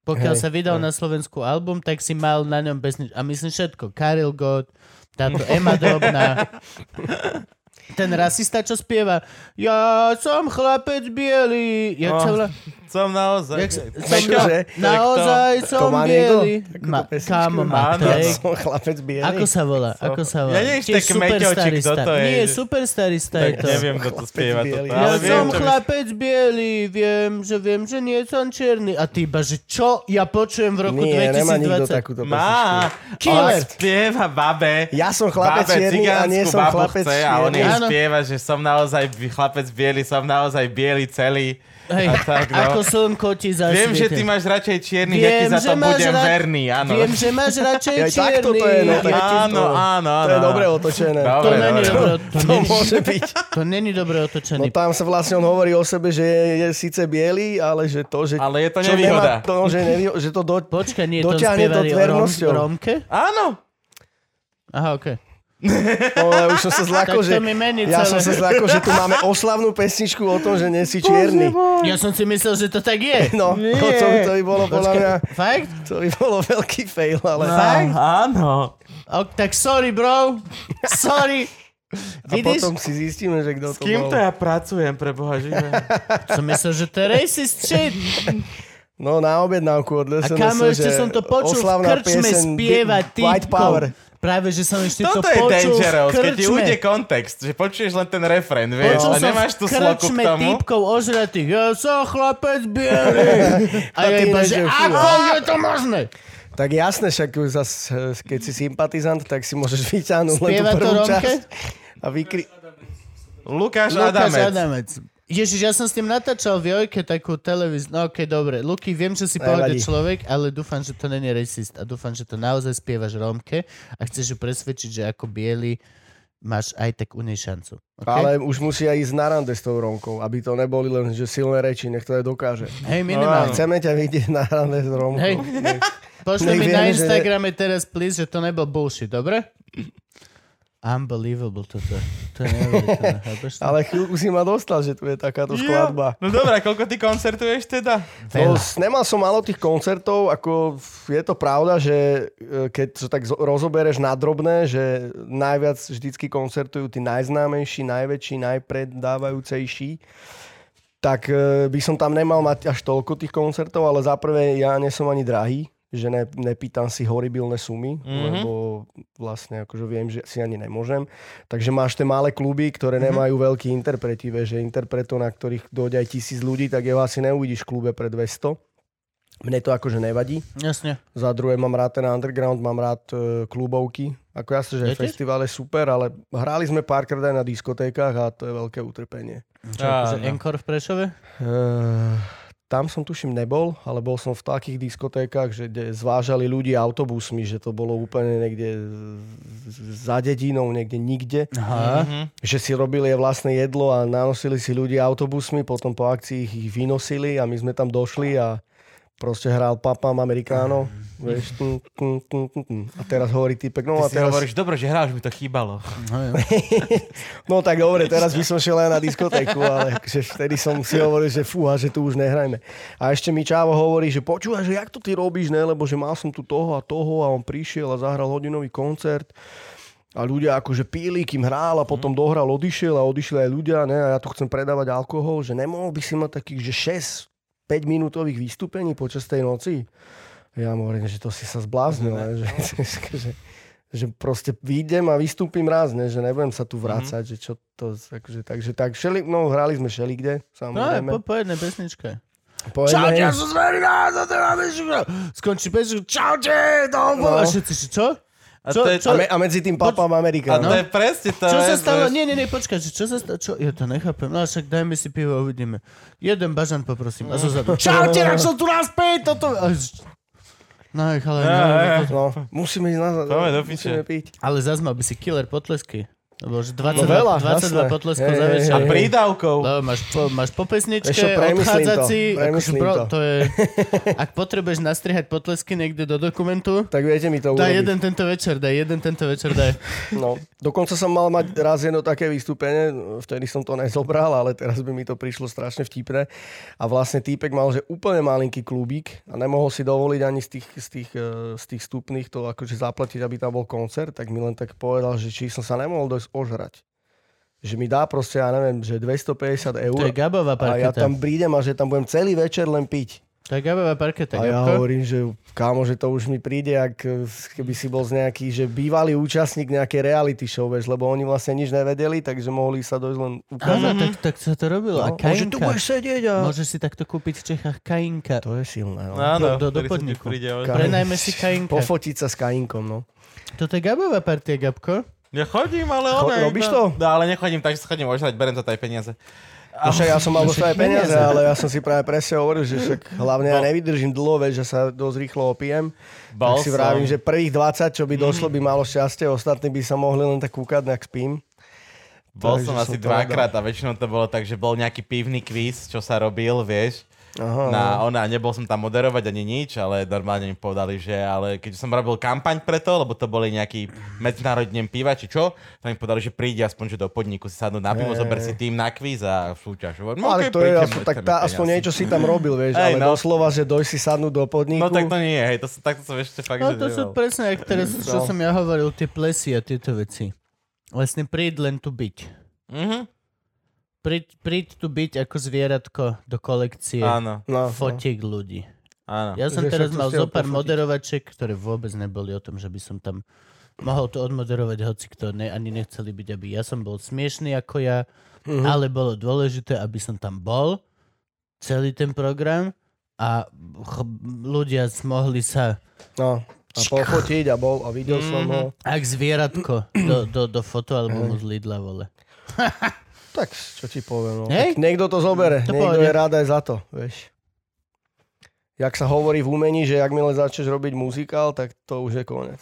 Speaker 1: Pokiaľ
Speaker 3: Hej,
Speaker 1: sa vydal
Speaker 3: hej.
Speaker 1: na Slovensku album, tak si mal na ňom pesničku. A myslím všetko. Karel God, táto Ema Drobná. Ten rasista, čo spieva Ja som chlapec bielý.
Speaker 3: No.
Speaker 1: Ja čo
Speaker 2: Oh,
Speaker 1: vla...
Speaker 2: Som naozaj.
Speaker 1: Jak s-
Speaker 2: Peťo,
Speaker 3: že?
Speaker 2: tak to-
Speaker 1: Naozaj
Speaker 3: To
Speaker 1: som
Speaker 3: má
Speaker 1: bielý.
Speaker 3: niekto?
Speaker 1: Ma,
Speaker 3: Takúto pesničku?
Speaker 1: kámo, má
Speaker 2: Áno.
Speaker 1: tak.
Speaker 3: Som chlapec bielý.
Speaker 1: Ako sa volá? Ako sa volá?
Speaker 2: Ja neviem,
Speaker 1: Tiež
Speaker 2: tak Meťo, či kto
Speaker 1: star.
Speaker 2: to je.
Speaker 1: Nie, superstarý star
Speaker 2: Tak
Speaker 1: je to.
Speaker 2: neviem, kto to
Speaker 3: Chlapec
Speaker 2: spieva
Speaker 3: bielý.
Speaker 2: toto.
Speaker 1: Ja
Speaker 2: ale
Speaker 1: som
Speaker 2: viem, čo myslíš.
Speaker 1: chlapec bielý, viem, že viem, že nie som čierny. A ty iba, že čo ja počujem v roku
Speaker 3: Nie, nemá nikto
Speaker 1: 2020?
Speaker 3: takúto pesničku.
Speaker 2: Má.
Speaker 1: Killer.
Speaker 2: On spieva babe.
Speaker 3: Ja som chlapec
Speaker 2: babe,
Speaker 3: čierny a nie
Speaker 2: cigánsku
Speaker 3: som
Speaker 2: babu
Speaker 3: chlapec
Speaker 2: chce, A on jej
Speaker 1: čierny. Áno.
Speaker 2: spieva, že som naozaj bi- chlapec biely, som naozaj biely celý.
Speaker 1: Hej,
Speaker 2: A tak, no.
Speaker 1: ako slnko ti zasviete.
Speaker 2: Viem, že ty máš radšej čierny, ja ti
Speaker 1: Viem,
Speaker 2: za
Speaker 1: že
Speaker 2: to
Speaker 1: máš
Speaker 2: budem
Speaker 1: rád-
Speaker 2: verný, áno.
Speaker 1: Viem, že máš radšej
Speaker 3: Aj takto
Speaker 1: čierny.
Speaker 3: to je, no, tak-
Speaker 1: ja ti-
Speaker 2: Áno, áno, áno.
Speaker 3: To je dobre otočené.
Speaker 1: to
Speaker 2: Dobre,
Speaker 1: není
Speaker 2: dobre.
Speaker 1: dobre, to,
Speaker 3: To
Speaker 1: není-
Speaker 3: môže byť.
Speaker 1: to není dobre
Speaker 3: No
Speaker 1: otočený.
Speaker 3: tam sa vlastne on hovorí o sebe, že je, je síce biely, ale že to, že...
Speaker 2: Ale je to
Speaker 3: čo
Speaker 2: nevýhoda.
Speaker 3: Nemá, to, že, nevýho- že to do...
Speaker 1: Počkaj, nie, to
Speaker 3: Dotiahne to
Speaker 1: spievali o Rom,
Speaker 3: tvernosťou.
Speaker 1: Romke?
Speaker 2: Áno.
Speaker 1: Aha, okej.
Speaker 3: Ole, no, už som sa
Speaker 1: Tak
Speaker 3: zlakol,
Speaker 1: to
Speaker 3: že...
Speaker 1: mi mení
Speaker 3: Ja
Speaker 1: celé.
Speaker 3: som sa zlakol, že tu máme oslavnú pesničku o tom, že nie si čierny.
Speaker 1: Ja som si myslel, že to tak je.
Speaker 3: No, to, to, by- to by bolo podľa mňa...
Speaker 1: Fakt?
Speaker 3: To by bolo veľký fail, ale...
Speaker 1: Fakt?
Speaker 2: Áno.
Speaker 1: O, tak sorry, bro. Sorry.
Speaker 3: A
Speaker 1: Vidíš?
Speaker 3: potom si zistíme, že
Speaker 2: S
Speaker 3: kto to
Speaker 2: kým to
Speaker 3: bol.
Speaker 2: ja pracujem, pre Boha živého?
Speaker 1: Som myslel, že to je racist shit.
Speaker 3: No na objednávku
Speaker 1: A
Speaker 3: od SNS,
Speaker 1: kámo, ešte som to počul v
Speaker 3: oslavná
Speaker 1: krčme
Speaker 3: pieseň
Speaker 1: spieva
Speaker 3: Bi- White
Speaker 1: týpko.
Speaker 3: Power.
Speaker 1: Práve, že som ešte
Speaker 2: Toto
Speaker 1: to
Speaker 2: je
Speaker 1: počul
Speaker 2: dangerous,
Speaker 1: v
Speaker 2: keď ti
Speaker 1: krčme.
Speaker 2: ujde kontext, že počuješ len ten refrén, vieš,
Speaker 1: Počul
Speaker 2: ale
Speaker 1: som
Speaker 2: nemáš
Speaker 1: v
Speaker 2: tú sloku k
Speaker 1: krčme
Speaker 2: tomu.
Speaker 1: týpkov ožratých. Ja som chlapec bielý. A
Speaker 3: A
Speaker 1: ja
Speaker 3: ty
Speaker 1: iba,
Speaker 3: ideš,
Speaker 1: že
Speaker 3: že fú,
Speaker 1: ako je to možné?
Speaker 3: Tak jasné, však ju zas, eh, keď si sympatizant, tak si môžeš vyťahnuť len tú
Speaker 1: Spieva to
Speaker 3: prvú
Speaker 1: Romke?
Speaker 3: časť. A vykri...
Speaker 1: Lukáš
Speaker 2: Lukáš Adamec.
Speaker 1: Adamec. Ježiš, ja som s tým natáčal v Jojke takú televíziu. No okej, dobre. Luky, viem, že si pohode
Speaker 3: Nevadí.
Speaker 1: človek, ale dúfam, že to není racist. A dúfam, že to naozaj spievaš Romke a chceš ju presvedčiť, že ako biely máš aj tak u nej šancu. Okay?
Speaker 3: Ale už musia ísť na rande s tou Romkou, aby to neboli len že silné reči, nech to aj dokáže.
Speaker 1: Hej, minimálne.
Speaker 3: Chceme ťa vidieť na rande s Romkou.
Speaker 1: Hej. Pošli
Speaker 3: Nech
Speaker 1: mi
Speaker 3: vieme,
Speaker 1: na
Speaker 3: že-
Speaker 1: Instagrame teraz, please, že to nebol bullshit, dobre? Unbelievable toto. To je neuveriteľné, chápeš to?
Speaker 3: Ale chvíľku si ma dostal, že tu je takáto skladba.
Speaker 2: No dobré, koľko ty koncertuješ teda?
Speaker 1: Veľa.
Speaker 3: No, s- nemal som málo tých koncertov, ako f- je to pravda, že e, keď to tak zo- rozobereš na drobné, že najviac vždycky koncertujú tí najznámejší, najväčší, najpredávajúcejší, tak e, by som tam nemal mať až toľko tých koncertov, ale za prvé ja nie som ani drahý, že ne, nepýtam si horibilné sumy, mm-hmm. lebo vlastne akože viem, že si ani nemôžem. Takže máš tie malé kluby, ktoré nemajú veľký interpreti, vieš, že interpretov, na ktorých dojde aj tisíc ľudí, tak jeho asi neuvidíš v klube pre 200. Mne to akože nevadí.
Speaker 1: Jasne.
Speaker 3: Za druhé mám rád ten underground, mám rád e, klubovky. Ako jasne, že
Speaker 1: Ja tiež.
Speaker 3: festival je super, ale hrali sme párkrát aj na diskotékach a to je veľké utrpenie.
Speaker 1: Čo, akože
Speaker 2: Áno.
Speaker 1: Encore v Prešove?
Speaker 3: Eh, tam som tuším nebol, ale bol som v takých diskotékach, že kde zvážali ľudí autobusmi, že to bolo úplne niekde z- z- za dedinou, niekde nikde.
Speaker 1: Aha.
Speaker 2: Mhm.
Speaker 3: Že si robili aj vlastné jedlo a nanosili si ľudí autobusmi, potom po akcii ich ich vynosili a my sme tam došli a proste hral papám Amerikánov. Vieš, tn, tn, tn, tn, tn. A teraz hovorí typek,
Speaker 2: Ty
Speaker 3: no a
Speaker 2: si
Speaker 3: teraz...
Speaker 2: hovoríš, dobre, že hráš, mi to chýbalo.
Speaker 3: No tak dobre, teraz by som šiel aj na diskotéku, ale že vtedy som si hovoril, že fúha, že tu už nehrajme. A ešte mi Čávo hovorí, že počúva, že jak to ty robíš, ne, lebo že mal som tu toho a toho a on prišiel a zahral hodinový koncert a ľudia akože píli, kým hral a
Speaker 1: Mhm.
Speaker 3: potom dohral, odišiel a odišli aj ľudia, ne, a ja tu chcem predávať alkohol, že nemohol by si mať takých, že 6 5 minútových vystúpení počas tej noci. Ja mu hovorím, že to si sa zbláznil, ne, že, že, že proste výjdem a vystúpim raz, ne, že nebudem sa tu
Speaker 1: Mhm.
Speaker 3: vrácať, že čo to, akože, takže tak, šeli, no hrali sme
Speaker 1: No
Speaker 3: šelikde,
Speaker 1: je,
Speaker 3: samozrejme.
Speaker 1: po, po jednej pesničke.
Speaker 3: Pojedeme.
Speaker 1: Čaute, ja som z Merida, za to máme všetko. Skončí pesničku, čaute, to bolo. A všetci, že čo?
Speaker 2: A
Speaker 1: Čo,
Speaker 2: to je-
Speaker 1: čo,
Speaker 3: a, me, a medzi tým papám
Speaker 2: A
Speaker 3: Amerikánov.
Speaker 2: to je presne to.
Speaker 1: čo sa
Speaker 2: je-
Speaker 1: stalo? Nie, nie, nie, počkaj, že čo sa stalo? Čo? Ja to nechápem. No a však dajme si pivo, uvidíme. Jeden bažan poprosím. A Zuzana, čaute, tak som tu naspäť, toto... A z- No, hej, chalani,
Speaker 2: Ja,
Speaker 1: no,
Speaker 2: ja.
Speaker 3: No, musíme ísť na
Speaker 2: Poďme do
Speaker 3: musíme piť.
Speaker 1: Ale zás mal by si killer potlesky. Lebo už 22,
Speaker 3: No veľa,
Speaker 1: 22
Speaker 3: jasné.
Speaker 1: potleskov
Speaker 3: Hej,
Speaker 1: za
Speaker 3: hej,
Speaker 1: večer.
Speaker 2: A
Speaker 3: hej.
Speaker 2: prídavkou.
Speaker 1: Lebo máš, po, máš po pesničke,
Speaker 3: Ešte premyslím to,
Speaker 1: odchádzací, akože
Speaker 3: premyslím
Speaker 1: bro,
Speaker 3: to.
Speaker 1: to je, ak potrebuješ nastrihať potlesky niekde do dokumentu,
Speaker 3: Tak viete mi to
Speaker 1: daj
Speaker 3: urobiť.
Speaker 1: jeden tento večer, daj jeden tento večer, daj.
Speaker 3: No, dokonca som mal mať raz jedno také vystúpenie, vtedy som to nezobral, ale teraz by mi to prišlo strašne vtipné. A vlastne týpek mal, že úplne malinký klubík a nemohol si dovoliť ani z tých, z tých, eh, z tých stupných to akože zaplatiť, aby tam bol koncert, tak mi len tak povedal, že či som sa nemohol dojsť ožrať. že mi dá proste, ja neviem, že 250 eur.
Speaker 1: To je Gabová
Speaker 3: a ja
Speaker 1: parketa.
Speaker 3: tam prídem a že tam budem celý večer len piť.
Speaker 1: To je Gabová parketa,
Speaker 3: A ja
Speaker 1: Gabko.
Speaker 3: hovorím, že kámo, že to už mi príde, ak eh, keby si bol z nejaký, že bývalý účastník nejakej reality show, vieš, lebo oni vlastne nič nevedeli, takže mohli sa dojsť len
Speaker 1: Áno,
Speaker 3: ukázať.
Speaker 1: tak, tak sa to robilo. a
Speaker 3: Mm-hmm. No, že tu
Speaker 1: kajinka.
Speaker 3: budeš sedieť a...
Speaker 1: Môžeš si takto kúpiť v Čechách kajinka.
Speaker 3: To je silné, no.
Speaker 1: Áno, do- do
Speaker 2: ktorý sa ti
Speaker 1: podniku.
Speaker 2: príde, ale-
Speaker 3: Ka-
Speaker 1: Prenajme si kajinka.
Speaker 3: Pofotiť sa s Kainkom, no.
Speaker 1: Toto je Gabová partia, Gabko.
Speaker 2: Ja chodím, ale
Speaker 3: Cho-
Speaker 2: ona...
Speaker 3: robíš
Speaker 2: iba-
Speaker 3: to?
Speaker 2: No, ale nechodím, takže sa chodím ožrať, berem za to aj peniaze.
Speaker 3: No však ja som mal dostať aj peniaze,
Speaker 1: peniaze.
Speaker 3: ale ja som si práve presne hovoril, že však hlavne ja nevydržím dlho, vieš, že sa dosť rýchlo opijem.
Speaker 2: Bol
Speaker 3: tak si vravím,
Speaker 2: som.
Speaker 3: že prvých 20, čo by došlo, by malo šťastie, ostatní by sa mohli len tak kúkať, ak spím.
Speaker 2: Bol
Speaker 3: Takže
Speaker 2: som asi
Speaker 3: som to
Speaker 2: dvakrát a väčšinou to bolo tak, že bol nejaký pivný kvíz, čo sa robil, vieš.
Speaker 3: Aha.
Speaker 2: Na ona, nebol som tam moderovať ani nič, ale normálne mi povedali, že ale keď som robil kampaň preto, lebo to boli nejaký medzinárodný deň piva, či čo, tak mi povedali, že príde aspoň že do podniku si sadnúť na pivo,
Speaker 3: Hej.
Speaker 2: zober si tým na kvíz a súťaž. Hovorím,
Speaker 3: No,
Speaker 2: "OK,
Speaker 3: ale to je
Speaker 2: prídem,
Speaker 3: aspoň,
Speaker 2: veď
Speaker 3: tak
Speaker 2: tam je
Speaker 3: tá,
Speaker 2: peniaz."
Speaker 3: aspoň niečo si tam robil, vieš,
Speaker 2: Hej,
Speaker 3: ale
Speaker 2: no.
Speaker 3: doslova, že doj si sadnúť do podniku.
Speaker 2: No tak to nie, hej, to, som- tak to som ešte fakt,
Speaker 1: No
Speaker 2: že
Speaker 1: to sú
Speaker 2: nevedel.
Speaker 1: presne, jak teraz, čo
Speaker 3: No.
Speaker 1: som ja hovoril, tie plesy a tieto veci. Vlastne príď len tu byť.
Speaker 2: Mhm,
Speaker 1: Príď, príď tu byť ako zvieratko do kolekcie.
Speaker 2: Áno,
Speaker 3: No,
Speaker 1: Fotiek ľudí.
Speaker 2: áno.
Speaker 1: Ja som
Speaker 3: Že
Speaker 1: teraz
Speaker 3: všetko
Speaker 1: mal
Speaker 3: ste
Speaker 1: zo pár
Speaker 3: odfotiť.
Speaker 1: moderovačiek, ktoré vôbec neboli o tom, že by som tam mohol to odmoderovať hoci kto, ne, ani nechceli byť, aby ja som bol smiešný ako ja,
Speaker 3: Mhm.
Speaker 1: mm-hmm. ale bolo dôležité, aby som tam bol celý ten program a ch- ľudia mohli sa
Speaker 3: no. A pofotiť a bol a videl som ho.
Speaker 1: ak zvieratko do, do, do foto albumu z Lidla vole.
Speaker 3: Tak čo ti poviem, no.
Speaker 1: Hej.
Speaker 3: Tak niekto to zobere,
Speaker 1: To
Speaker 3: niekto
Speaker 1: pohode.
Speaker 3: je rád aj za to, vieš. Jak sa hovorí v umení, že ak mi len začneš robiť muzikál, tak to už je koniec.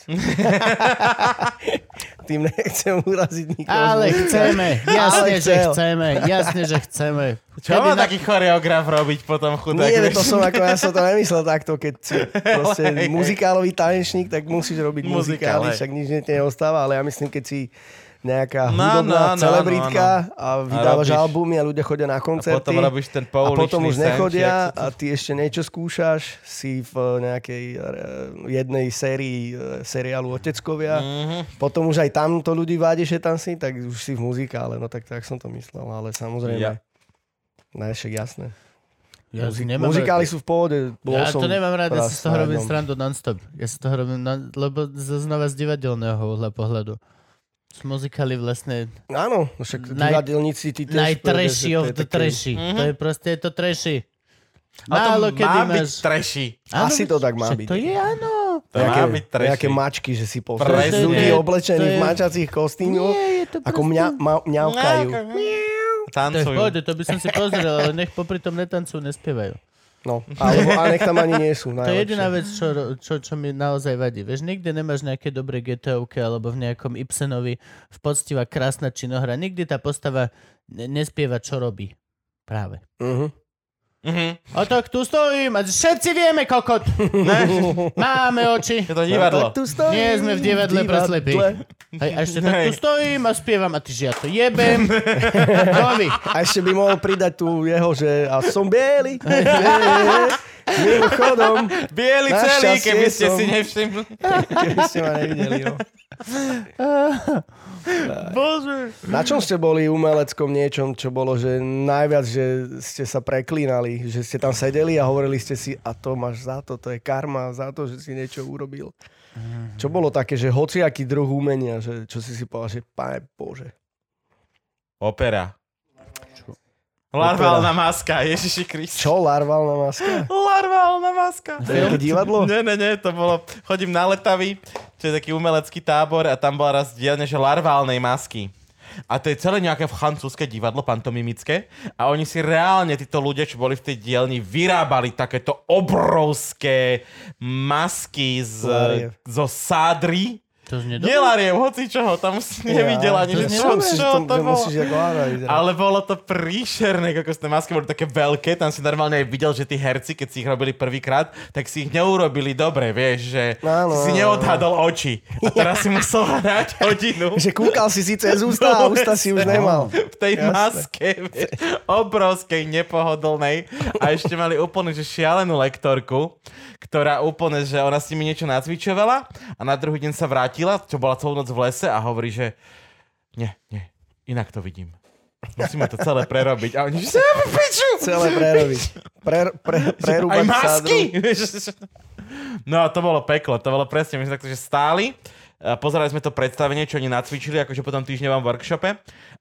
Speaker 3: Tým nechcem uraziť nikoho. z
Speaker 1: Ale
Speaker 3: muzikál.
Speaker 1: chceme, jasne,
Speaker 3: Ale
Speaker 1: že
Speaker 3: chcel.
Speaker 1: chceme, jasne, že chceme.
Speaker 2: Čo má taký choreograf robiť potom chudák?
Speaker 3: Nie, veď
Speaker 2: vieš?
Speaker 3: to som ako, ja som to nemyslel takto, keď si
Speaker 2: Hej, hej.
Speaker 3: proste muzikálový tanečník, tak musíš robiť
Speaker 2: Muzikál,
Speaker 3: muzikály,
Speaker 2: hej.
Speaker 3: však nič ti neostáva, ale ja myslím, keď si nejaká
Speaker 2: No, no,
Speaker 3: hudobná
Speaker 2: no,
Speaker 3: celebritka a vydávaš
Speaker 2: robíš.
Speaker 3: albumy a ľudia chodia na koncerty.
Speaker 2: potom robíš ten
Speaker 3: A
Speaker 2: pouličný
Speaker 3: potom už
Speaker 2: soundcheck,
Speaker 3: nechodia
Speaker 2: co to-
Speaker 3: a ty ešte niečo skúšaš, si v nejakej eh, jednej sérii eh, seriálu Oteckovia.
Speaker 2: Mhm.
Speaker 3: Potom už aj tam to ľudí vádi, že tam si, tak už si v muzikále. No tak tak som to myslel, ale samozrejme.
Speaker 2: Ja.
Speaker 3: Ja. Ne, však jasné.
Speaker 1: Ja
Speaker 3: Muzi-
Speaker 1: nemám
Speaker 3: muzikály sú v pohode. Bol
Speaker 1: ja
Speaker 3: som no.
Speaker 1: to nemám rád, ja
Speaker 3: raz
Speaker 1: si z toho
Speaker 3: na
Speaker 1: robím
Speaker 3: jednom.
Speaker 1: srandu non-stop. Ja si toho robím, non- lebo z- znova z divadelného uhla pohľadu. Z muzikály vlastne
Speaker 3: Áno, no však
Speaker 1: Naj-
Speaker 3: divadelníci ty tiež...
Speaker 1: najtrashy
Speaker 3: povedia, že to
Speaker 1: of
Speaker 3: je
Speaker 1: the
Speaker 3: také-
Speaker 1: trashy. To je proste, je to trashy.
Speaker 2: A to
Speaker 1: Málo kedy
Speaker 2: má byť
Speaker 1: máš...
Speaker 2: trashy.
Speaker 3: Asi to tak má
Speaker 1: však
Speaker 3: byť.
Speaker 1: To je, áno.
Speaker 2: To
Speaker 3: É
Speaker 2: má byť trashy.
Speaker 3: Nejaké mačky, že si
Speaker 2: Presne.
Speaker 3: pozrieš ľudí
Speaker 1: To je- to je-
Speaker 3: oblečení v mačacích kostýmoch.
Speaker 1: Nie, je to proste-
Speaker 3: Ako mňa, ma, mňavkajú.
Speaker 1: To je v
Speaker 2: Tancujú.
Speaker 1: pohode, to by som si pozrel, ale nech popri tom netancujú, nespievajú.
Speaker 3: No, alebo a nech tam ani nie sú.
Speaker 1: To je jediná
Speaker 3: Najlepšie.
Speaker 1: vec, čo, ro- čo, čo mi naozaj vadí. Vieš, nikdy nemáš nejaké dobré GTOK alebo v nejakom Ibsenovi v poctivá krásna činohra. Nikdy tá postava ne- nespieva, čo robí. Práve.
Speaker 3: Mhm.
Speaker 2: Mhm.
Speaker 1: A tak tu stojím a všetci vieme, kokot.
Speaker 2: Né?
Speaker 1: Máme oči.
Speaker 2: Je to
Speaker 3: Tá
Speaker 2: divadlo.
Speaker 3: Tak tu stojím,
Speaker 1: Nie sme v divadle pre slepých. Hej, a ešte tak tu
Speaker 2: Hej.
Speaker 1: stojím a spievam a ty že ja to jebem. Novi.
Speaker 3: A ešte by mohol pridať tu jeho, že a som biely. Mimochodom,
Speaker 2: Bielý celý,
Speaker 3: Našťastie
Speaker 2: keby ste
Speaker 3: som-
Speaker 2: si nevšimli.
Speaker 3: keby ste ma nevideli. No.
Speaker 2: Bože.
Speaker 3: Na čom ste boli umeleckom niečom, čo bolo, že najviac, že ste sa preklínali, že ste tam sedeli a hovorili ste si, a to máš za to, to je karma, za to, že si niečo urobil.
Speaker 2: Mhm.
Speaker 3: Čo bolo také, že hociaký druh umenia, že, čo si si povedal, že pane Bože.
Speaker 2: Opera. Larválna maska, Ježiši Kriste.
Speaker 3: Čo, larválna maska?
Speaker 2: Larválna maska.
Speaker 3: To je nejaké divadlo?
Speaker 2: Ne, ne, ne, to bolo, chodím na letavy, čo je taký umelecký tábor a tam bola raz dielne, že larválnej masky. A to je celé nejaké francúzske divadlo, pantomimické. A oni si reálne, títo ľudia, čo boli v tej dielni, vyrábali takéto obrovské masky z,
Speaker 3: Lariev.
Speaker 2: zo sádry.
Speaker 1: To znie
Speaker 2: Nie
Speaker 1: dobre.
Speaker 2: lariev, hoci čoho, tam si nevidel ani,
Speaker 1: to je
Speaker 2: že čo,
Speaker 1: dobre.
Speaker 2: čo to bolo.
Speaker 3: Musíš ako áno, vyzerá.
Speaker 2: Ale bolo to príšerné, ako tie masky boli také veľké, tam si normálne aj videl, že tí herci, keď si ich robili prvýkrát, tak si ich neurobili dobre, vieš, že si
Speaker 3: Áno,
Speaker 2: si
Speaker 3: áno,
Speaker 2: neodhadol oči. A teraz si musel hrať hodinu
Speaker 3: Že kúkal si si cez ústa a ústa si už nemal.
Speaker 2: v tej
Speaker 3: Jasné.
Speaker 2: maske, vieš, obrovskej, nepohodlnej. A ešte mali úplne že šialenú lektorku, ktorá úplne, že ona s nimi niečo nacvičovala a na druhý deň sa vrátila, čo bola celú noc v lese a hovorí, že nie, nie, inak to vidím. Musíme to celé prerobiť. A oni, že sa piču!
Speaker 3: Celé prerobiť. Pre, pre,
Speaker 2: Aj
Speaker 3: prerúbať sádru.
Speaker 2: masky! No a to bolo peklo, to bolo presne, my sme takto, že stáli, a pozerali sme to predstavenie, čo oni nacvičili, akože potom týždňovom workshope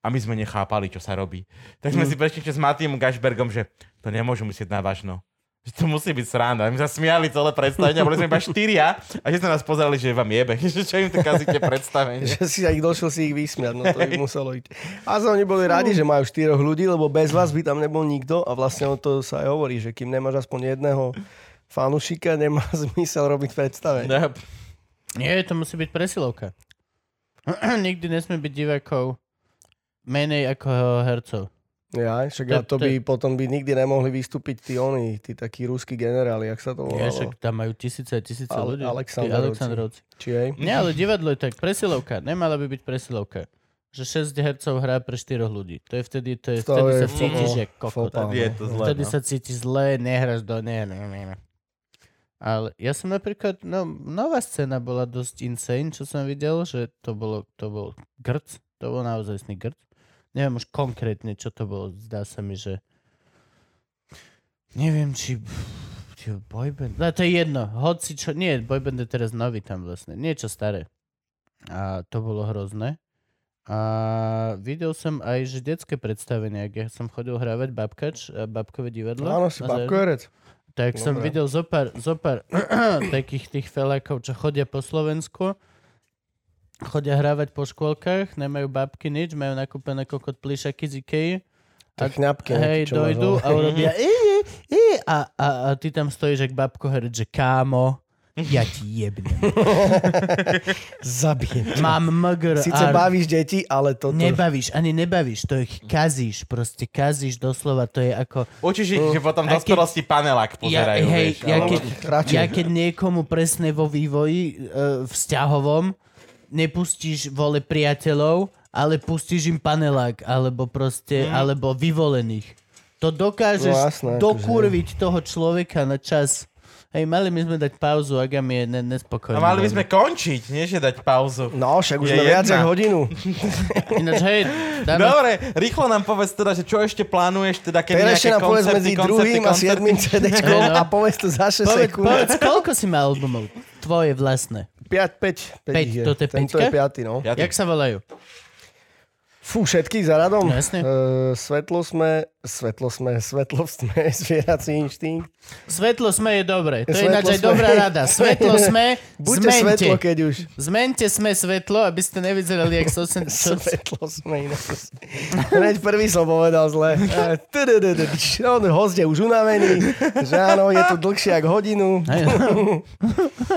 Speaker 2: a my sme nechápali, čo sa robí. Tak
Speaker 1: Mm.
Speaker 2: sme si prešli ešte s Matým Gašbergom, že to nemôžu myslieť na vážno. Že to musí byť sranda. My sme sa smiali celé predstavenie, a boli sme iba štyria a že sa nás pozerali, že vám jebe, že čo im to kazíte predstavenie.
Speaker 3: Že si ich došiel si ich vysmiať, no to by muselo ísť. A za oni boli radi, že majú štyroch ľudí, lebo bez vás by tam nebol nikto a vlastne o to sa aj hovorí, že kým nemáš aspoň jedného fanušika, nemá zmysel robiť predstavenie.
Speaker 2: No,
Speaker 1: Nie, to musí byť presilovka. Nikdy nesmie byť divákov menej ako hercov.
Speaker 3: Ja, však a to
Speaker 1: To- to-
Speaker 3: by potom by nikdy nemohli vystúpiť tí oni, tí takí ruskí generáli, jak sa to
Speaker 1: Nie,
Speaker 3: volalo.
Speaker 1: však tam majú tisíce a tisíce
Speaker 3: Ale-
Speaker 1: ľudí.
Speaker 3: Alexandrovci.
Speaker 1: Tí Alexandrovci.
Speaker 3: Či hej?
Speaker 1: Nie, ale divadlo je tak. Presilovka. Nemala by byť presilovka. Že 6 hercov hrá pre 4 ľudí. To je vtedy, to je,
Speaker 3: To
Speaker 1: vtedy
Speaker 3: je
Speaker 1: sa cítiš,
Speaker 3: fopa.
Speaker 1: že kokot.
Speaker 3: Fopa.
Speaker 2: je to zle.
Speaker 1: Vtedy
Speaker 2: No.
Speaker 1: sa cítiš zle, nehráš do ne, ne, ne, ne. Ale ja som napríklad, no, nová scéna bola dosť insane, čo som videl, že to bolo, to bol grc, to bol naozaj sný grc. Neviem už konkrétne, čo to bolo, zdá sa mi, že neviem, či či boyband, no to je jedno, hoci čo, nie, boyband je teraz nový tam vlastne, niečo staré. A to bolo hrozné. A videl som aj, že detské predstavenie, ak ja som chodil hrávať babkač, a babkové divadlo.
Speaker 3: Áno, si
Speaker 1: na záver-
Speaker 3: babkojerec.
Speaker 1: tak som
Speaker 3: Dobre.
Speaker 1: videl zopár, zopár takých tých felákov, čo chodia po Slovensku, chodia hrávať po škôlkach, nemajú babky nič, majú nakúpené kokot plíšaky z Ikei.
Speaker 3: Tak chňapky.
Speaker 1: Hej,
Speaker 3: nejaké, čo máš,
Speaker 1: dojdu
Speaker 3: no.
Speaker 1: a urobia "Ej, ej, ej", a, a, a ty tam stojíš, jak babko herec, že kámo, ja ti jebnem.
Speaker 3: Zabijem.
Speaker 1: Mám mgr.
Speaker 3: Sice
Speaker 1: a-
Speaker 3: bavíš deti, ale toto...
Speaker 1: Nebavíš, ani nebavíš, to ich kazíš, proste kazíš doslova, to je ako...
Speaker 2: Učíš ich, že potom v
Speaker 1: A keď-
Speaker 2: dospelosti panelák pozerajú,
Speaker 1: ja, hej,
Speaker 2: vieš,
Speaker 1: ja,
Speaker 2: alebo-
Speaker 1: keď,
Speaker 3: radšej.
Speaker 1: ja keď niekomu presne vo vývoji e, vzťahovom nepustíš vole priateľov, ale pustíš im panelák, alebo proste, alebo vyvolených. To dokážeš
Speaker 3: Mhm. No jasné, akože-
Speaker 1: dokurviť toho človeka na čas. Hej, mali by sme dať pauzu, Agam je ne- nespokojný.
Speaker 2: No mali by sme končiť, nie že dať pauzu.
Speaker 3: No, však už
Speaker 2: Je
Speaker 3: sme viac
Speaker 2: jedna.
Speaker 3: ako hodinu.
Speaker 1: Ináč, hej, dáme...
Speaker 2: Dobre, rýchlo nám povedz teda, že čo ešte plánuješ, teda keď
Speaker 3: Teraz ešte
Speaker 2: nejaké
Speaker 3: nám povedz
Speaker 2: koncerty,
Speaker 3: medzi
Speaker 2: koncerty,
Speaker 3: druhým a
Speaker 2: koncerty.
Speaker 3: siedmým CDčkom
Speaker 1: Hej, no.
Speaker 3: a povedz to za 6
Speaker 1: Poved,
Speaker 3: sekúnd.
Speaker 1: povedz, koľko si má albumov? Tvoje vlastné.
Speaker 3: 5, 5.
Speaker 1: Päť, toto je
Speaker 3: Tento
Speaker 1: peťka?
Speaker 3: je 5, no.
Speaker 2: Ja,
Speaker 1: Jak sa volajú?
Speaker 3: Fú, všetky za radom.
Speaker 1: No, jasne.
Speaker 3: Eh, svetlo sme, svetlo sme, svetlo sme, zvierací inštinkt.
Speaker 1: Svetlo sme je dobre. To je
Speaker 3: Svetlo
Speaker 1: ináč aj
Speaker 3: sme.
Speaker 1: dobrá rada. Svetlo sme,
Speaker 3: Buďte
Speaker 1: zmente.
Speaker 3: svetlo, keď už.
Speaker 1: Zmente sme svetlo, aby ste nevyzerali jak sosen... čo-
Speaker 3: Svetlo sme inak. Hneď prvý som povedal zle. Eh, tududududš. On host je už unavený, že áno, je tu dlhšie ako hodinu.
Speaker 1: Hej, no.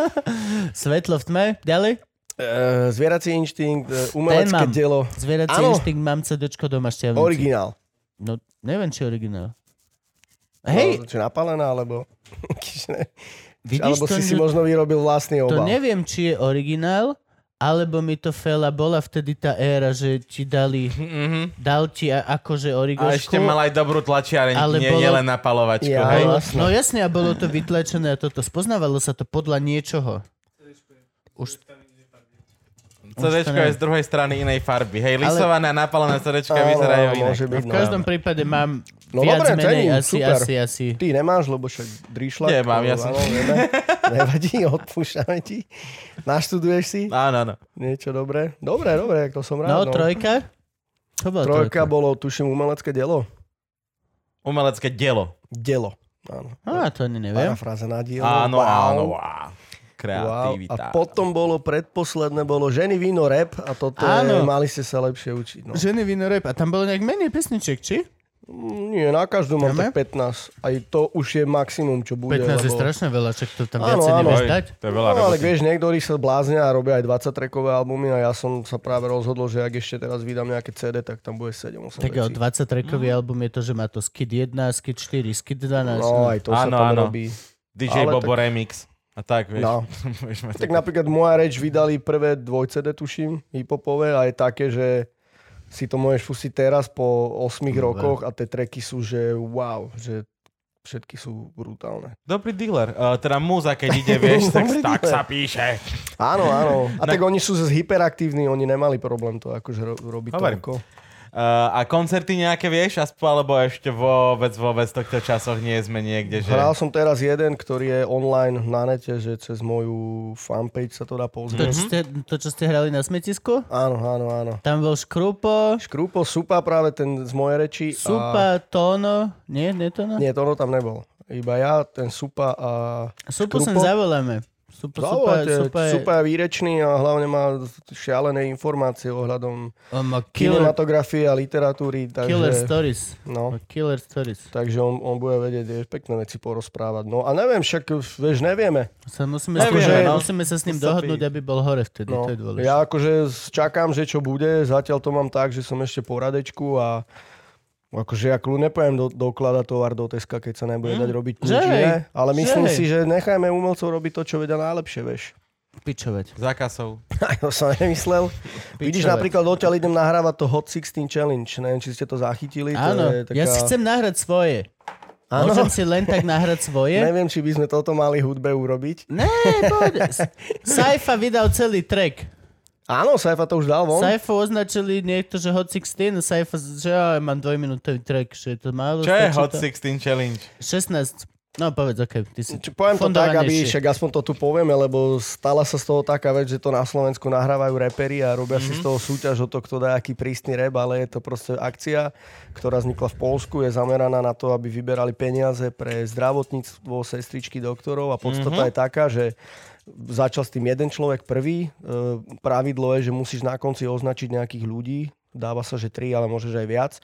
Speaker 1: svetlo v tme, ďalej.
Speaker 3: Eh, Zvierací inštinkt, eh,
Speaker 1: Ten
Speaker 3: umelecké
Speaker 1: mám.
Speaker 3: dielo.
Speaker 1: Zvierací
Speaker 3: Áno.
Speaker 1: inštinkt, mám CDčko doma šťavnici.
Speaker 3: Originál.
Speaker 1: No, neviem, či originál. Hej,
Speaker 3: No, Či napálená, alebo... Čiže-
Speaker 1: vidíš,
Speaker 3: Alebo
Speaker 1: to,
Speaker 3: si si
Speaker 1: ne-
Speaker 3: možno vyrobil vlastný
Speaker 1: to
Speaker 3: obal.
Speaker 1: neviem, či je originál, alebo mi to fela bola vtedy tá éra, že ti dali,
Speaker 2: Mhm.
Speaker 1: dal ti a- akože
Speaker 2: A
Speaker 1: origošku.
Speaker 2: ešte mal aj dobrú tlačiareň,
Speaker 1: Ale
Speaker 2: nie,
Speaker 1: bolo-
Speaker 2: nie len napalovačku.
Speaker 3: Ja.
Speaker 2: Hej?
Speaker 1: Bolo,
Speaker 3: Áno. jasné.
Speaker 1: no jasne, a bolo to vytlačené a toto. Spoznávalo sa to podľa niečoho. Už,
Speaker 2: Srdečko je z druhej strany inej farby. Hej,
Speaker 1: Ale-
Speaker 2: lisované a napálené srdečka
Speaker 3: Áno,
Speaker 2: vyzerajú
Speaker 3: áno,
Speaker 2: inak.
Speaker 3: môže
Speaker 1: no
Speaker 3: byť,
Speaker 1: v
Speaker 3: no.
Speaker 1: každom prípade mám
Speaker 3: No
Speaker 1: viac
Speaker 3: dobre, to je
Speaker 1: menej,
Speaker 3: nič,
Speaker 1: asi,
Speaker 3: super.
Speaker 1: asi, asi.
Speaker 3: Ty nemáš, lebo však drišla.
Speaker 2: Nemám, ja som-
Speaker 3: Nevadí, odpúšťame ti. Naštuduješ si
Speaker 2: Áno, áno.
Speaker 3: niečo dobré? Dobre, dobre, tak to som rád.
Speaker 1: No, trojka? To bola trojka.
Speaker 3: Trojka bolo, tuším, umelecké dielo.
Speaker 2: Umelecké dielo.
Speaker 3: Dielo. Áno.
Speaker 1: Á, to ani neviem.
Speaker 3: Parafráza na dielo.
Speaker 2: Áno,
Speaker 3: wow.
Speaker 2: áno, wow.
Speaker 3: Wow. A
Speaker 2: Kreativita.
Speaker 3: potom bolo predposledné, bolo ženy, víno, rap a toto je,
Speaker 1: Áno.
Speaker 3: mali ste sa lepšie učiť. No.
Speaker 1: Ženy vino rap. A tam bolo nejak menej pesniček, či?
Speaker 3: Mm, Nie, na každú mám
Speaker 1: Dáme?
Speaker 3: tak 15. Aj to už je maximum, čo bude.
Speaker 1: 15 je
Speaker 3: lebo-
Speaker 1: strašne veľa, čak to tam
Speaker 3: Áno,
Speaker 1: viacej
Speaker 3: áno.
Speaker 1: nevieš
Speaker 2: Hej,
Speaker 1: dať.
Speaker 2: To je veľa
Speaker 3: No, ale
Speaker 2: roboty.
Speaker 3: vieš, niektorí sa bláznia a robia aj 20-trackové albumy a ja som sa práve rozhodol, že ak ešte teraz vydám nejaké CD, tak tam bude 7 8
Speaker 1: Tak o 20 trackový album je to, že má to Skid 1, Skid 4, Skid 12.
Speaker 3: No, aj to sa
Speaker 2: Áno,
Speaker 3: tam
Speaker 2: áno.
Speaker 3: robí.
Speaker 2: DJ
Speaker 3: ale
Speaker 2: Bobo Remix. A tak, vieš.
Speaker 3: No.
Speaker 2: Budeš mať
Speaker 3: Tak
Speaker 2: také-
Speaker 3: napríklad moja reč vydali prvé dvoj CD, tuším, hip-hopové a je také, že si to môžeš pustiť teraz po 8 rokoch a tie tracky sú, že wow, že všetky sú brutálne.
Speaker 2: Dobrý dealer. Uh, teda múza, keď ide, vieš, tak,
Speaker 3: Dobrý
Speaker 2: tak
Speaker 3: dealer.
Speaker 2: sa píše.
Speaker 3: Áno, áno. A
Speaker 2: Na-
Speaker 3: tak oni sú zase hyperaktívni, oni nemali problém to akože ro- robiť
Speaker 2: Hovorím.
Speaker 3: toľko.
Speaker 4: Uh, a koncerty nejaké vieš, aspoň, alebo ešte vôbec, vôbec v týchto časoch nie sme niekde, že...
Speaker 3: Hral som teraz jeden, ktorý je online na nete, že cez moju fanpage sa to
Speaker 1: No,
Speaker 3: dá
Speaker 1: To,
Speaker 3: pozrieť.
Speaker 1: čo ste, to, čo ste hrali na smetisku?
Speaker 3: Áno, áno, áno.
Speaker 1: Tam bol Škrupo,
Speaker 3: Škrúpo, Supa práve ten z mojej reči. A...
Speaker 1: Supa, Tóno, nie, nie Tóno?
Speaker 3: Nie, to ono tam nebol. Iba ja, ten Supa a...
Speaker 1: Supu sem
Speaker 3: Škrupo.
Speaker 1: zavoláme. Supa, supa,
Speaker 3: Zavolajte,
Speaker 1: supa, je,
Speaker 3: Supa je výrečný a hlavne má šialené informácie ohľadom
Speaker 1: on má killer,
Speaker 3: kinematografie a literatúry. Takže...
Speaker 1: killer stories. Má
Speaker 3: No.
Speaker 1: Killer stories.
Speaker 3: Takže on, on bude vedieť je, pekné veci porozprávať. No a neviem, však vieš, nevieme.
Speaker 1: Sa musíme,
Speaker 3: Akože
Speaker 4: Nevieme,
Speaker 1: skúšať,
Speaker 4: no.
Speaker 1: musíme sa s
Speaker 4: To
Speaker 1: ním
Speaker 4: sa
Speaker 1: dohodnúť,
Speaker 4: pí-
Speaker 1: aby bol hore vtedy,
Speaker 3: No,
Speaker 1: to je dôležité.
Speaker 3: ja akože s- čakám, že čo bude. Zatiaľ to mám tak, že som ešte po radečku a akože ja kľú nepojem do, dokladať tovar do Teska, keď sa
Speaker 1: Hm?
Speaker 3: nebude dať robiť nič
Speaker 1: Že hej,
Speaker 3: iné. Ale myslím
Speaker 1: hej.
Speaker 3: si, že nechajme umelcov robiť to, čo vedia najlepšie, vieš.
Speaker 1: Pičovať.
Speaker 4: Zákazov.
Speaker 3: Aj to som nemyslel. Vidíš, napríklad odtiaľ idem nahrávať to Hot 16 Challenge. Neviem, či ste to zachytili.
Speaker 1: Áno,
Speaker 3: to je taká...
Speaker 1: ja si chcem nahrať svoje.
Speaker 3: Áno.
Speaker 1: Môžem si len tak nahrať svoje?
Speaker 3: Neviem, či by sme toto mali hudbe urobiť.
Speaker 1: Ne, pohode. S- Saifa vydal celý track.
Speaker 3: Áno, Saifa to už dal von.
Speaker 1: Saifa označili niekto, že Hot 16, a Saifa, že ja mám dvojminútový track, že je to málo.
Speaker 4: Čo je
Speaker 1: stačí
Speaker 4: Hot
Speaker 1: to?
Speaker 4: 16 Challenge?
Speaker 1: 16. No povedz, okej, ty si
Speaker 3: Čo, poviem to tak, aby
Speaker 1: fundovanejší.
Speaker 3: však aspoň to tu povieme, lebo stala sa z toho taká vec, že to na Slovensku nahrávajú repery a robia mm-hmm. si z toho súťaž o to, kto dá aký prísny rap, ale je to proste akcia, ktorá vznikla v Polsku, je zameraná na to, aby vyberali peniaze pre zdravotníctvo, sestričky, doktorov a podstata mm-hmm. je taká, že začal s tým jeden človek prvý. E, Pravidlo je, že musíš na konci označiť nejakých ľudí, dáva sa, že tri, ale môžeš aj viac.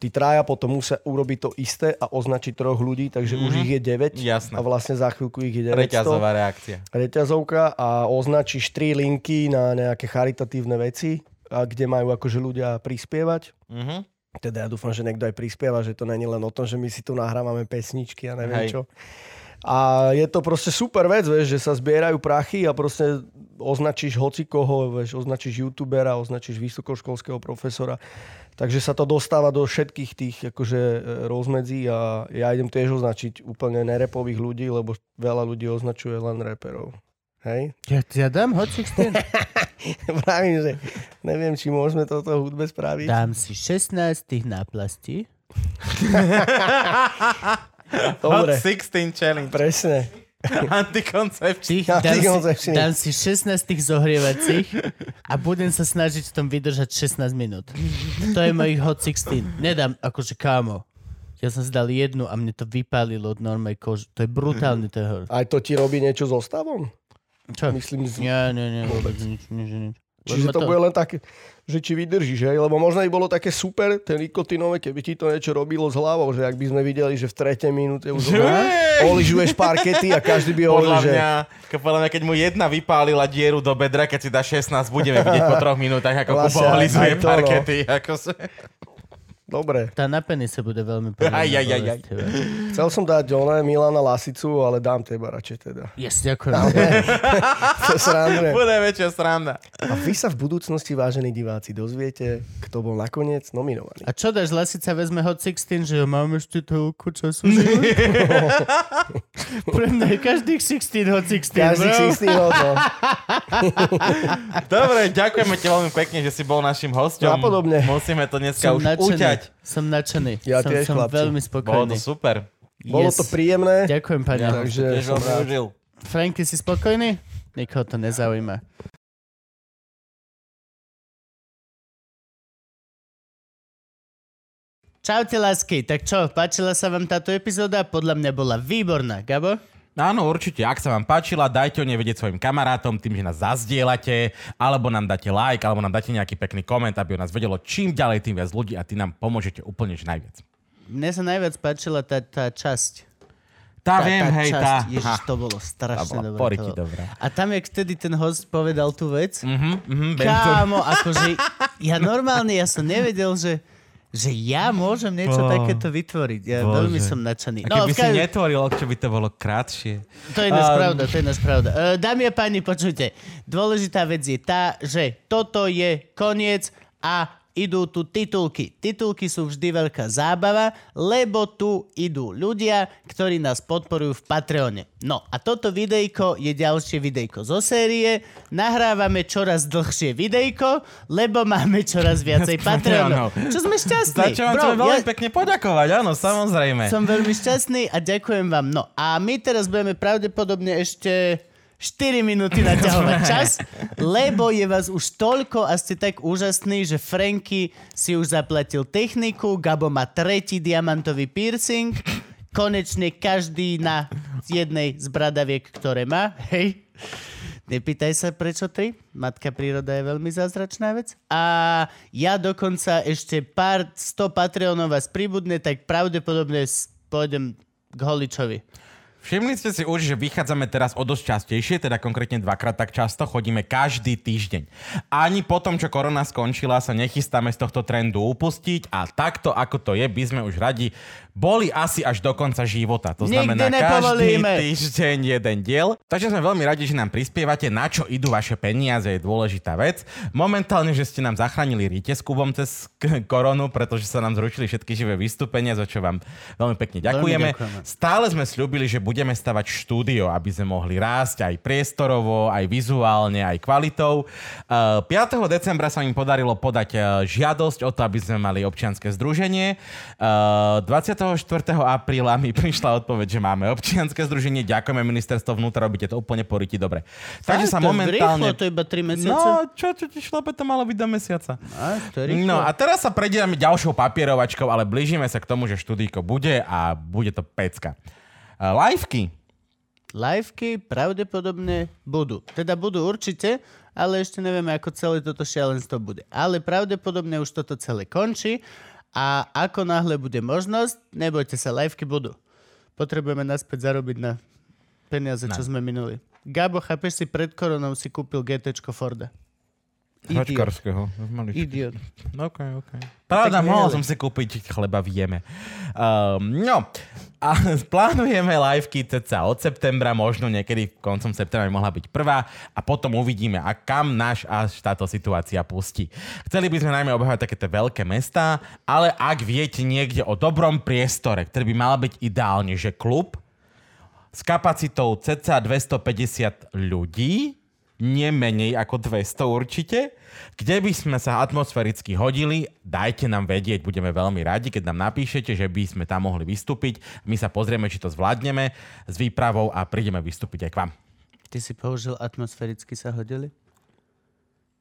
Speaker 3: Tí traja potom musia urobiť to isté a označiť troch ľudí, takže mm-hmm. už ich je 9
Speaker 4: Jasné.
Speaker 3: a vlastne za chvíľku ich je 900.
Speaker 4: Reťazová reakcia.
Speaker 3: Reťazovka a označíš tri linky na nejaké charitatívne veci, a kde majú akože ľudia prispievať.
Speaker 4: Mhm.
Speaker 3: Teda ja dúfam, že niekto aj prispieva, že to není len o tom, že my si tu nahrávame pesničky a neviem
Speaker 4: Hej.
Speaker 3: čo. A je to proste super vec, vieš, že sa zbierajú prachy a proste označíš hoci koho, vieš, označíš youtubera, označíš vysokoškolského profesora. Takže sa to dostáva do všetkých tých akože, e, rozmedzí a ja idem tiež označiť úplne nerepových ľudí, lebo veľa ľudí označuje len reperov. Hej?
Speaker 1: Ja, ja dám Hot 16.
Speaker 3: Pravím, že neviem, či môžeme toto hudbe spraviť.
Speaker 1: Dám si 16 tých náplastí.
Speaker 4: Hot
Speaker 3: Dobre,
Speaker 4: 16 Challenge.
Speaker 3: presne.
Speaker 4: Antikoncepčný.
Speaker 1: Tých,
Speaker 3: Ja,
Speaker 1: dám,
Speaker 3: ty
Speaker 1: si,
Speaker 3: koncepčný.
Speaker 1: dám si 16 tých zohrievacích a budem sa snažiť v tom vydržať 16 minút. To je mojich Hot 16. Nedám, akože kámo. Ja som si dal jednu a mne to vypálilo od normej kože. To je brutálne, to je hor.
Speaker 3: Aj to ti robí niečo so stavom?
Speaker 1: Čo?
Speaker 3: Myslím, z...
Speaker 1: Nie, nie, nie, vôbec nič, nič, nič. Lebo
Speaker 3: Čiže to bude len také, že či vydržíš, hej? Lebo možno by bolo také super, ten nikotinové, keby ti to niečo robilo s hlavou, že ak by sme videli, že v tretej minúte už
Speaker 4: Že-
Speaker 3: oližuješ parkety a každý by hovoril,
Speaker 4: Podľa
Speaker 3: že...
Speaker 4: mňa, ke- podľa mňa, keď mu jedna vypálila dieru do bedra, keď si dá 16, budeme vidieť po troch minútach, ako
Speaker 3: Vlastne
Speaker 4: Kubo
Speaker 3: aj-
Speaker 4: olizuje
Speaker 3: aj to, no.
Speaker 4: parkety. Ako sa...
Speaker 3: Dobre,
Speaker 1: Tá na penise bude veľmi
Speaker 4: Aj,
Speaker 1: podobná.
Speaker 4: aj, aj, aj.
Speaker 1: bolesť, tebe.
Speaker 3: chcel som dať ona Milana Lasicu, ale dám teba radšej teda.
Speaker 1: Yes, ďakujem.
Speaker 3: To je sranduje.
Speaker 4: Bude väčšia sranda.
Speaker 3: A vy sa v budúcnosti, vážení diváci, dozviete, kto bol nakoniec nominovaný.
Speaker 1: A čo dáš, Lasica vezme Hot 16, že mám ešte toľko času život? Pre mňa je každých 16 Hot 16,
Speaker 3: Každý
Speaker 1: bro.
Speaker 3: si istý, no, no.
Speaker 4: Dobre, ďakujeme ti veľmi pekne, že si bol našim hosťom.
Speaker 3: Napodobne.
Speaker 4: Musíme to dneska
Speaker 1: Som
Speaker 4: už
Speaker 1: nadšený.
Speaker 4: uťať.
Speaker 1: Som nadšený.
Speaker 3: Ja
Speaker 1: som,
Speaker 3: tiež,
Speaker 1: som
Speaker 3: chlapci.
Speaker 1: veľmi
Speaker 4: Bolo
Speaker 1: spokojný.
Speaker 4: to super.
Speaker 3: Bolo to príjemné.
Speaker 1: Ďakujem, pani.
Speaker 4: Ja
Speaker 3: Takže
Speaker 4: som tiež
Speaker 3: som
Speaker 4: veľmi
Speaker 3: rád.
Speaker 4: užil.
Speaker 1: Frank, ty si spokojný? Nikoho to nezaujíma. Čaute, lásky. Tak čo, páčila sa vám táto epizóda? Podľa mňa bola výborná. Gabo?
Speaker 2: No Áno, určite. Ak sa vám páčila, dajte o nej vedieť svojim kamarátom tým, že nás zazdielate, alebo nám dáte like, alebo nám dáte nejaký pekný koment, aby o nás vedelo čím ďalej, tým viac ľudí a ty nám pomôžete úplne že najviac.
Speaker 1: Mne sa najviac páčila tá, tá časť. Tá,
Speaker 2: Tá, viem,
Speaker 1: tá
Speaker 2: hej,
Speaker 1: časť,
Speaker 2: tá.
Speaker 1: Ježiš,
Speaker 2: Ha.
Speaker 1: to bolo strašne
Speaker 2: bola
Speaker 1: dobré.
Speaker 2: poriky
Speaker 1: to bolo.
Speaker 2: dobrá.
Speaker 1: A tam, jak vtedy ten host povedal tú vec,
Speaker 2: Mhm, mhm, viem to.
Speaker 1: Kámo, akože ja normálne, ja som nevedel, že že ja môžem niečo
Speaker 2: Bo-
Speaker 1: takéto vytvoriť. Ja
Speaker 2: Bože.
Speaker 1: veľmi som nadšený. No,
Speaker 2: A keby
Speaker 1: v
Speaker 2: si
Speaker 1: každom-
Speaker 2: netvoril, čo by to bolo krátšie.
Speaker 1: To je náš
Speaker 2: Um,
Speaker 1: pravda, to je náš pravda. E, dámy a páni, počujte, dôležitá vec je tá, že toto je koniec a idú tu titulky. Titulky sú vždy veľká zábava, lebo tu idú ľudia, ktorí nás podporujú v Patreone. No a toto videjko je ďalšie videjko zo série. Nahrávame čoraz dlhšie videjko, lebo máme čoraz viacej Patreonov. Čo sme šťastní.
Speaker 4: Začal vám
Speaker 1: Bro,
Speaker 4: chceme veľmi
Speaker 1: ja-
Speaker 4: pekne poďakovať, áno, samozrejme.
Speaker 1: som veľmi šťastný a ďakujem vám. No a my teraz budeme pravdepodobne ešte 4 minúty naťahovať čas, lebo je vás už toľko a ste tak úžasní, že Franky si už zaplatil techniku, Gabo má tretí diamantový piercing, konečne každý na jednej z bradaviek, ktoré má. Hej. Nepýtaj sa, prečo tri. Matka príroda je veľmi zázračná vec. A ja dokonca ešte pár 100 Patreonov vás pribudne, tak pravdepodobne s- pôjdem k Holičovi.
Speaker 2: Všimli ste si už, že vychádzame teraz o dosť častejšie, teda konkrétne dvakrát tak často, chodíme každý týždeň. Ani po tom, čo korona skončila, sa nechystáme z tohto trendu upustiť a takto, ako to je, by sme už radi boli asi až do konca života. To
Speaker 1: Nikdy
Speaker 2: znamená každý
Speaker 1: nepovolíme.
Speaker 2: týždeň jeden diel. Takže sme veľmi radi, že nám prispievate, na čo idú vaše peniaze, je dôležitá vec. Momentálne, že ste nám zachránili rite s Kubom cez k- koronu, pretože sa nám zrušili všetky živé vystúpenia, za čo vám veľmi pekne ďakujeme.
Speaker 1: ďakujeme.
Speaker 2: Stále sme slúbili, že budeme stavať štúdio, aby sme mohli rásť aj priestorovo, aj vizuálne, aj kvalitou. Eh, 5. decembra sa im podarilo podať eh, žiadosť o to, aby sme mali občianske združenie. Eh, 24. apríla mi prišla odpoveď, že máme občianske združenie. Ďakujeme ministerstvo vnútra, robíte to úplne poriti dobre. Takže
Speaker 1: Á,
Speaker 2: sa
Speaker 1: to je
Speaker 2: momentálne...
Speaker 1: Rýchlo, to je iba 3 mesiace.
Speaker 2: No, čo, čo ti šlo, to malo byť do mesiaca.
Speaker 1: Á, to je rýchlo.
Speaker 2: No a teraz sa prejdeme ďalšou papierovačkou, ale blížime sa k tomu, že študíko bude a bude to pecka. Uh, liveky.
Speaker 1: Liveky pravdepodobne budú. Teda budú určite, ale ešte nevieme, ako celé toto šialenstvo bude. Ale pravdepodobne už toto celé končí a ako náhle bude možnosť, nebojte sa, liveky budú. Potrebujeme naspäť zarobiť na peniaze, čo sme minuli. Gabo, chápeš si, pred koronou si kúpil GT Forda.
Speaker 2: E
Speaker 1: Idiot.
Speaker 2: Hačkarského. Maličko.
Speaker 1: Idiot.
Speaker 2: OK, OK.
Speaker 1: Tak
Speaker 2: Pravda, mohol
Speaker 1: nejeli.
Speaker 2: som si kúpiť chleba v jeme. Um, no, a plánujeme liveky ceca od septembra, možno niekedy koncom septembra by mohla byť prvá a potom uvidíme, a kam náš až táto situácia pustí. Chceli by sme najmä obhajovať takéto veľké mestá, ale ak viete niekde o dobrom priestore, ktorý by mal byť ideálne, že klub, s kapacitou cca 250 ľudí, nie menej ako 200 určite. Kde by sme sa atmosféricky hodili, dajte nám vedieť, budeme veľmi radi, keď nám napíšete, že by sme tam mohli vystúpiť. My sa pozrieme, či to zvládneme s výpravou a prídeme vystúpiť aj k vám.
Speaker 1: Ty si použil atmosféricky sa hodili?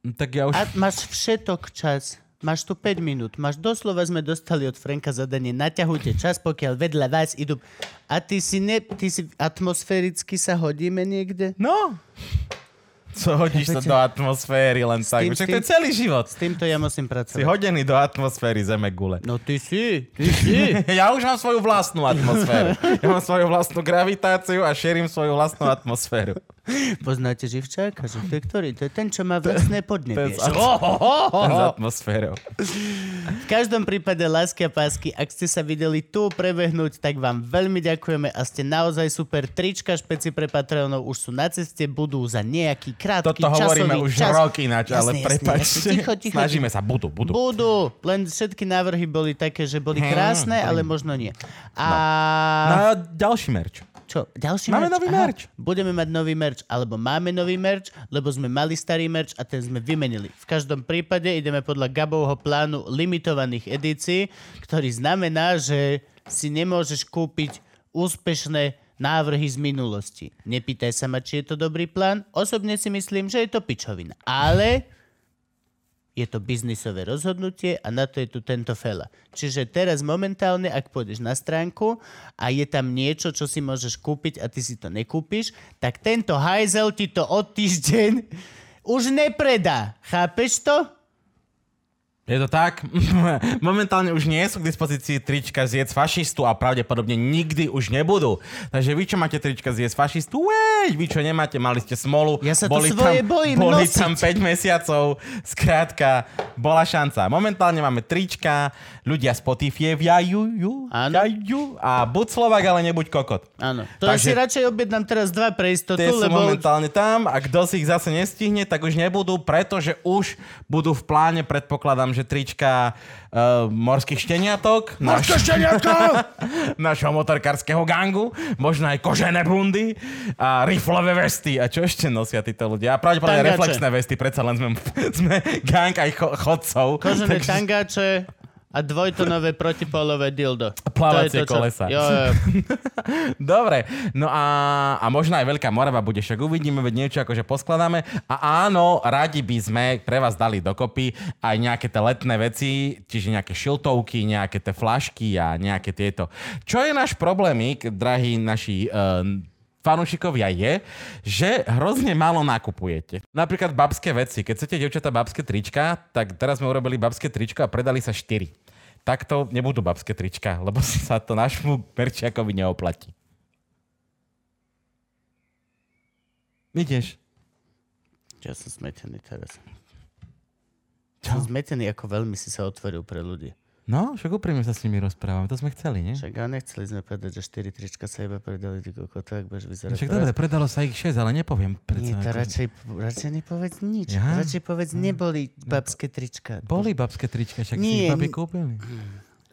Speaker 2: Mm, Tak ja už...
Speaker 1: A máš všetok čas. Máš tu 5 minút. Máš doslova sme dostali od Franka zadanie. Naťahujte čas, pokiaľ vedľa vás idú. A ty si, ne, ty si atmosféricky sa hodíme niekde?
Speaker 2: No! Co hodíš sa
Speaker 1: Chápete?
Speaker 2: do atmosféry len tak?
Speaker 1: tým-
Speaker 2: Však
Speaker 1: s
Speaker 2: to je
Speaker 1: tým-
Speaker 2: celý život.
Speaker 1: S týmto ja musím
Speaker 2: Si
Speaker 1: pracovať.
Speaker 2: hodený do atmosféry Zeme gule.
Speaker 1: No ty si, ty si.
Speaker 2: Ja už mám svoju vlastnú atmosféru. Ja mám svoju vlastnú gravitáciu a šerím svoju vlastnú atmosféru.
Speaker 1: Poznáte živčáka, že to je ktorý? To je ten, čo má vlastné podnebie.
Speaker 2: Bez, at- bez atmosférou.
Speaker 1: V každom prípade, lásky a pásky, ak ste sa videli tu prebehnúť, tak vám veľmi ďakujeme a ste naozaj super. Trička špeci pre Patreonov už sú na ceste, budú za nejaký krátky
Speaker 2: Toto
Speaker 1: časový
Speaker 2: hovoríme už
Speaker 1: čas.
Speaker 2: rok ináč,
Speaker 1: Jasne,
Speaker 2: ale
Speaker 1: jasne,
Speaker 2: prepačte.
Speaker 1: jasne. Ticho, ticho,
Speaker 2: Snažíme sa, budú, budú.
Speaker 1: Budú, len všetky návrhy boli také, že boli
Speaker 2: Hmm,
Speaker 1: krásne, ale možno nie. A
Speaker 2: Na ďalší merč.
Speaker 1: čo, ďalší
Speaker 2: Máme
Speaker 1: merch?
Speaker 2: nový
Speaker 1: Aha,
Speaker 2: merch.
Speaker 1: Budeme mať nový merch, alebo máme nový merch, lebo sme mali starý merch a ten sme vymenili. V každom prípade ideme podľa Gabovho plánu limitovaných edícií, ktorý znamená, že si nemôžeš kúpiť úspešné návrhy z minulosti. Nepýtaj sa ma, či je to dobrý plán. Osobne si myslím, že je to pičovina. Ale je to biznisové rozhodnutie a na to je tu tento fela. Čiže teraz momentálne, ak pôjdeš na stránku a je tam niečo, čo si môžeš kúpiť a ty si to nekúpiš, tak tento hajzel ti to od týždeň už nepredá. Chápeš to?
Speaker 2: Je to tak? Momentálne už nie sú k dispozícii trička z jedz fašistu a pravdepodobne nikdy už nebudú. Takže vy, čo máte trička z jedz fašistu, uej, vy, čo nemáte, mali ste smolu.
Speaker 1: Ja sa to svoje bojím
Speaker 2: Boli
Speaker 1: nosiť.
Speaker 2: tam 5 mesiacov, skrátka, bola šanca. Momentálne máme trička, ľudia spotifievajú ju,
Speaker 1: Áno.
Speaker 2: ťajú a buď Slovak, ale nebuď kokot.
Speaker 1: Áno. To Takže... si
Speaker 2: Takže-
Speaker 1: radšej objednám teraz dva pre istotu,
Speaker 2: Tie sú
Speaker 1: lebo...
Speaker 2: momentálne tam a kto si ich zase nestihne, tak už nebudú, pretože už budú v pláne, predpokladám, že že trička uh, morských šteniatok. Morské
Speaker 3: šteniatko!
Speaker 2: našho motorkárskeho gangu, možno aj kožené bundy a riflové vesty. A čo ešte nosia títo ľudia? A pravdepodobne
Speaker 1: Tangače.
Speaker 2: reflexné vesty, predsa len sme, sme gang aj cho, chodcov.
Speaker 1: Kožené tangáče a dvojtonové protipolové dildo. To je
Speaker 2: Plávacie
Speaker 1: to, čo-
Speaker 2: kolesa.
Speaker 1: Jo, jo.
Speaker 2: Dobre, no a, a možno aj Veľká Morava bude, však uvidíme, veď niečo akože poskladáme. A áno, radi by sme pre vás dali dokopy aj nejaké tie letné veci, čiže nejaké šiltovky, nejaké tie flašky a nejaké tieto. Čo je náš problémik, drahí naši uh, fanúšikovia je, že hrozne málo nakupujete. Napríklad babské veci. Keď chcete, devčata, babské trička, tak teraz sme urobili babské trička a predali sa 4. Takto nebudú babské trička, lebo sa to našmu merčiakovi neoplatí. Ideš.
Speaker 1: Ja som smetený teraz. Som zmetený, ako veľmi si sa otvoril pre ľudí.
Speaker 2: No, však úprimne sa s nimi rozprávame, to sme chceli, nie?
Speaker 1: Však ale nechceli sme povedať, že 4 trička sa iba predali, ty koko, tak budeš vyzerať.
Speaker 2: Však
Speaker 1: teraz.
Speaker 2: dobre, predalo sa ich 6, ale nepoviem.
Speaker 1: Nie,
Speaker 2: Predsa,
Speaker 1: to
Speaker 2: ako...
Speaker 1: radšej, radšej nepovedz nič.
Speaker 2: Ja?
Speaker 1: Radšej povedz, neboli babské trička.
Speaker 2: Boli babské trička, však si
Speaker 1: Nie,
Speaker 2: ich
Speaker 1: nie.
Speaker 2: babi kúpili.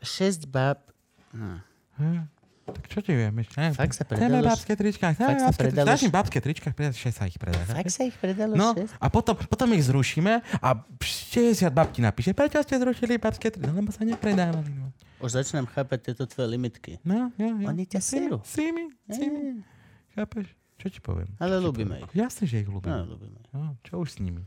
Speaker 1: 6 bab. No.
Speaker 2: Hm. Tak čo ti vieme?
Speaker 1: Fakt sa
Speaker 2: Chceme
Speaker 1: predáš?
Speaker 2: babské trička.
Speaker 1: Fakt
Speaker 2: Chceme
Speaker 1: sa
Speaker 2: babské trička.
Speaker 1: predáš?
Speaker 2: Našim babské trička, predá- 6 sa ich predá.
Speaker 1: Fakt sa ich predalo
Speaker 2: No
Speaker 1: 6?
Speaker 2: a potom, potom ich zrušíme a 60 babti napíše, prečo ste zrušili babské trička, lebo sa nepredávali. No,
Speaker 1: Už začnem chápať tieto tvoje limitky.
Speaker 2: no jo, jo.
Speaker 1: Oni ťa serú.
Speaker 2: Sími,
Speaker 1: Е,
Speaker 2: sími. Chápeš? Čo ti poviem?
Speaker 1: Ale ľúbime ich.
Speaker 2: Jasne, že ich ľúbim.
Speaker 1: No, ľúbime ich.
Speaker 2: No, čo už s nimi?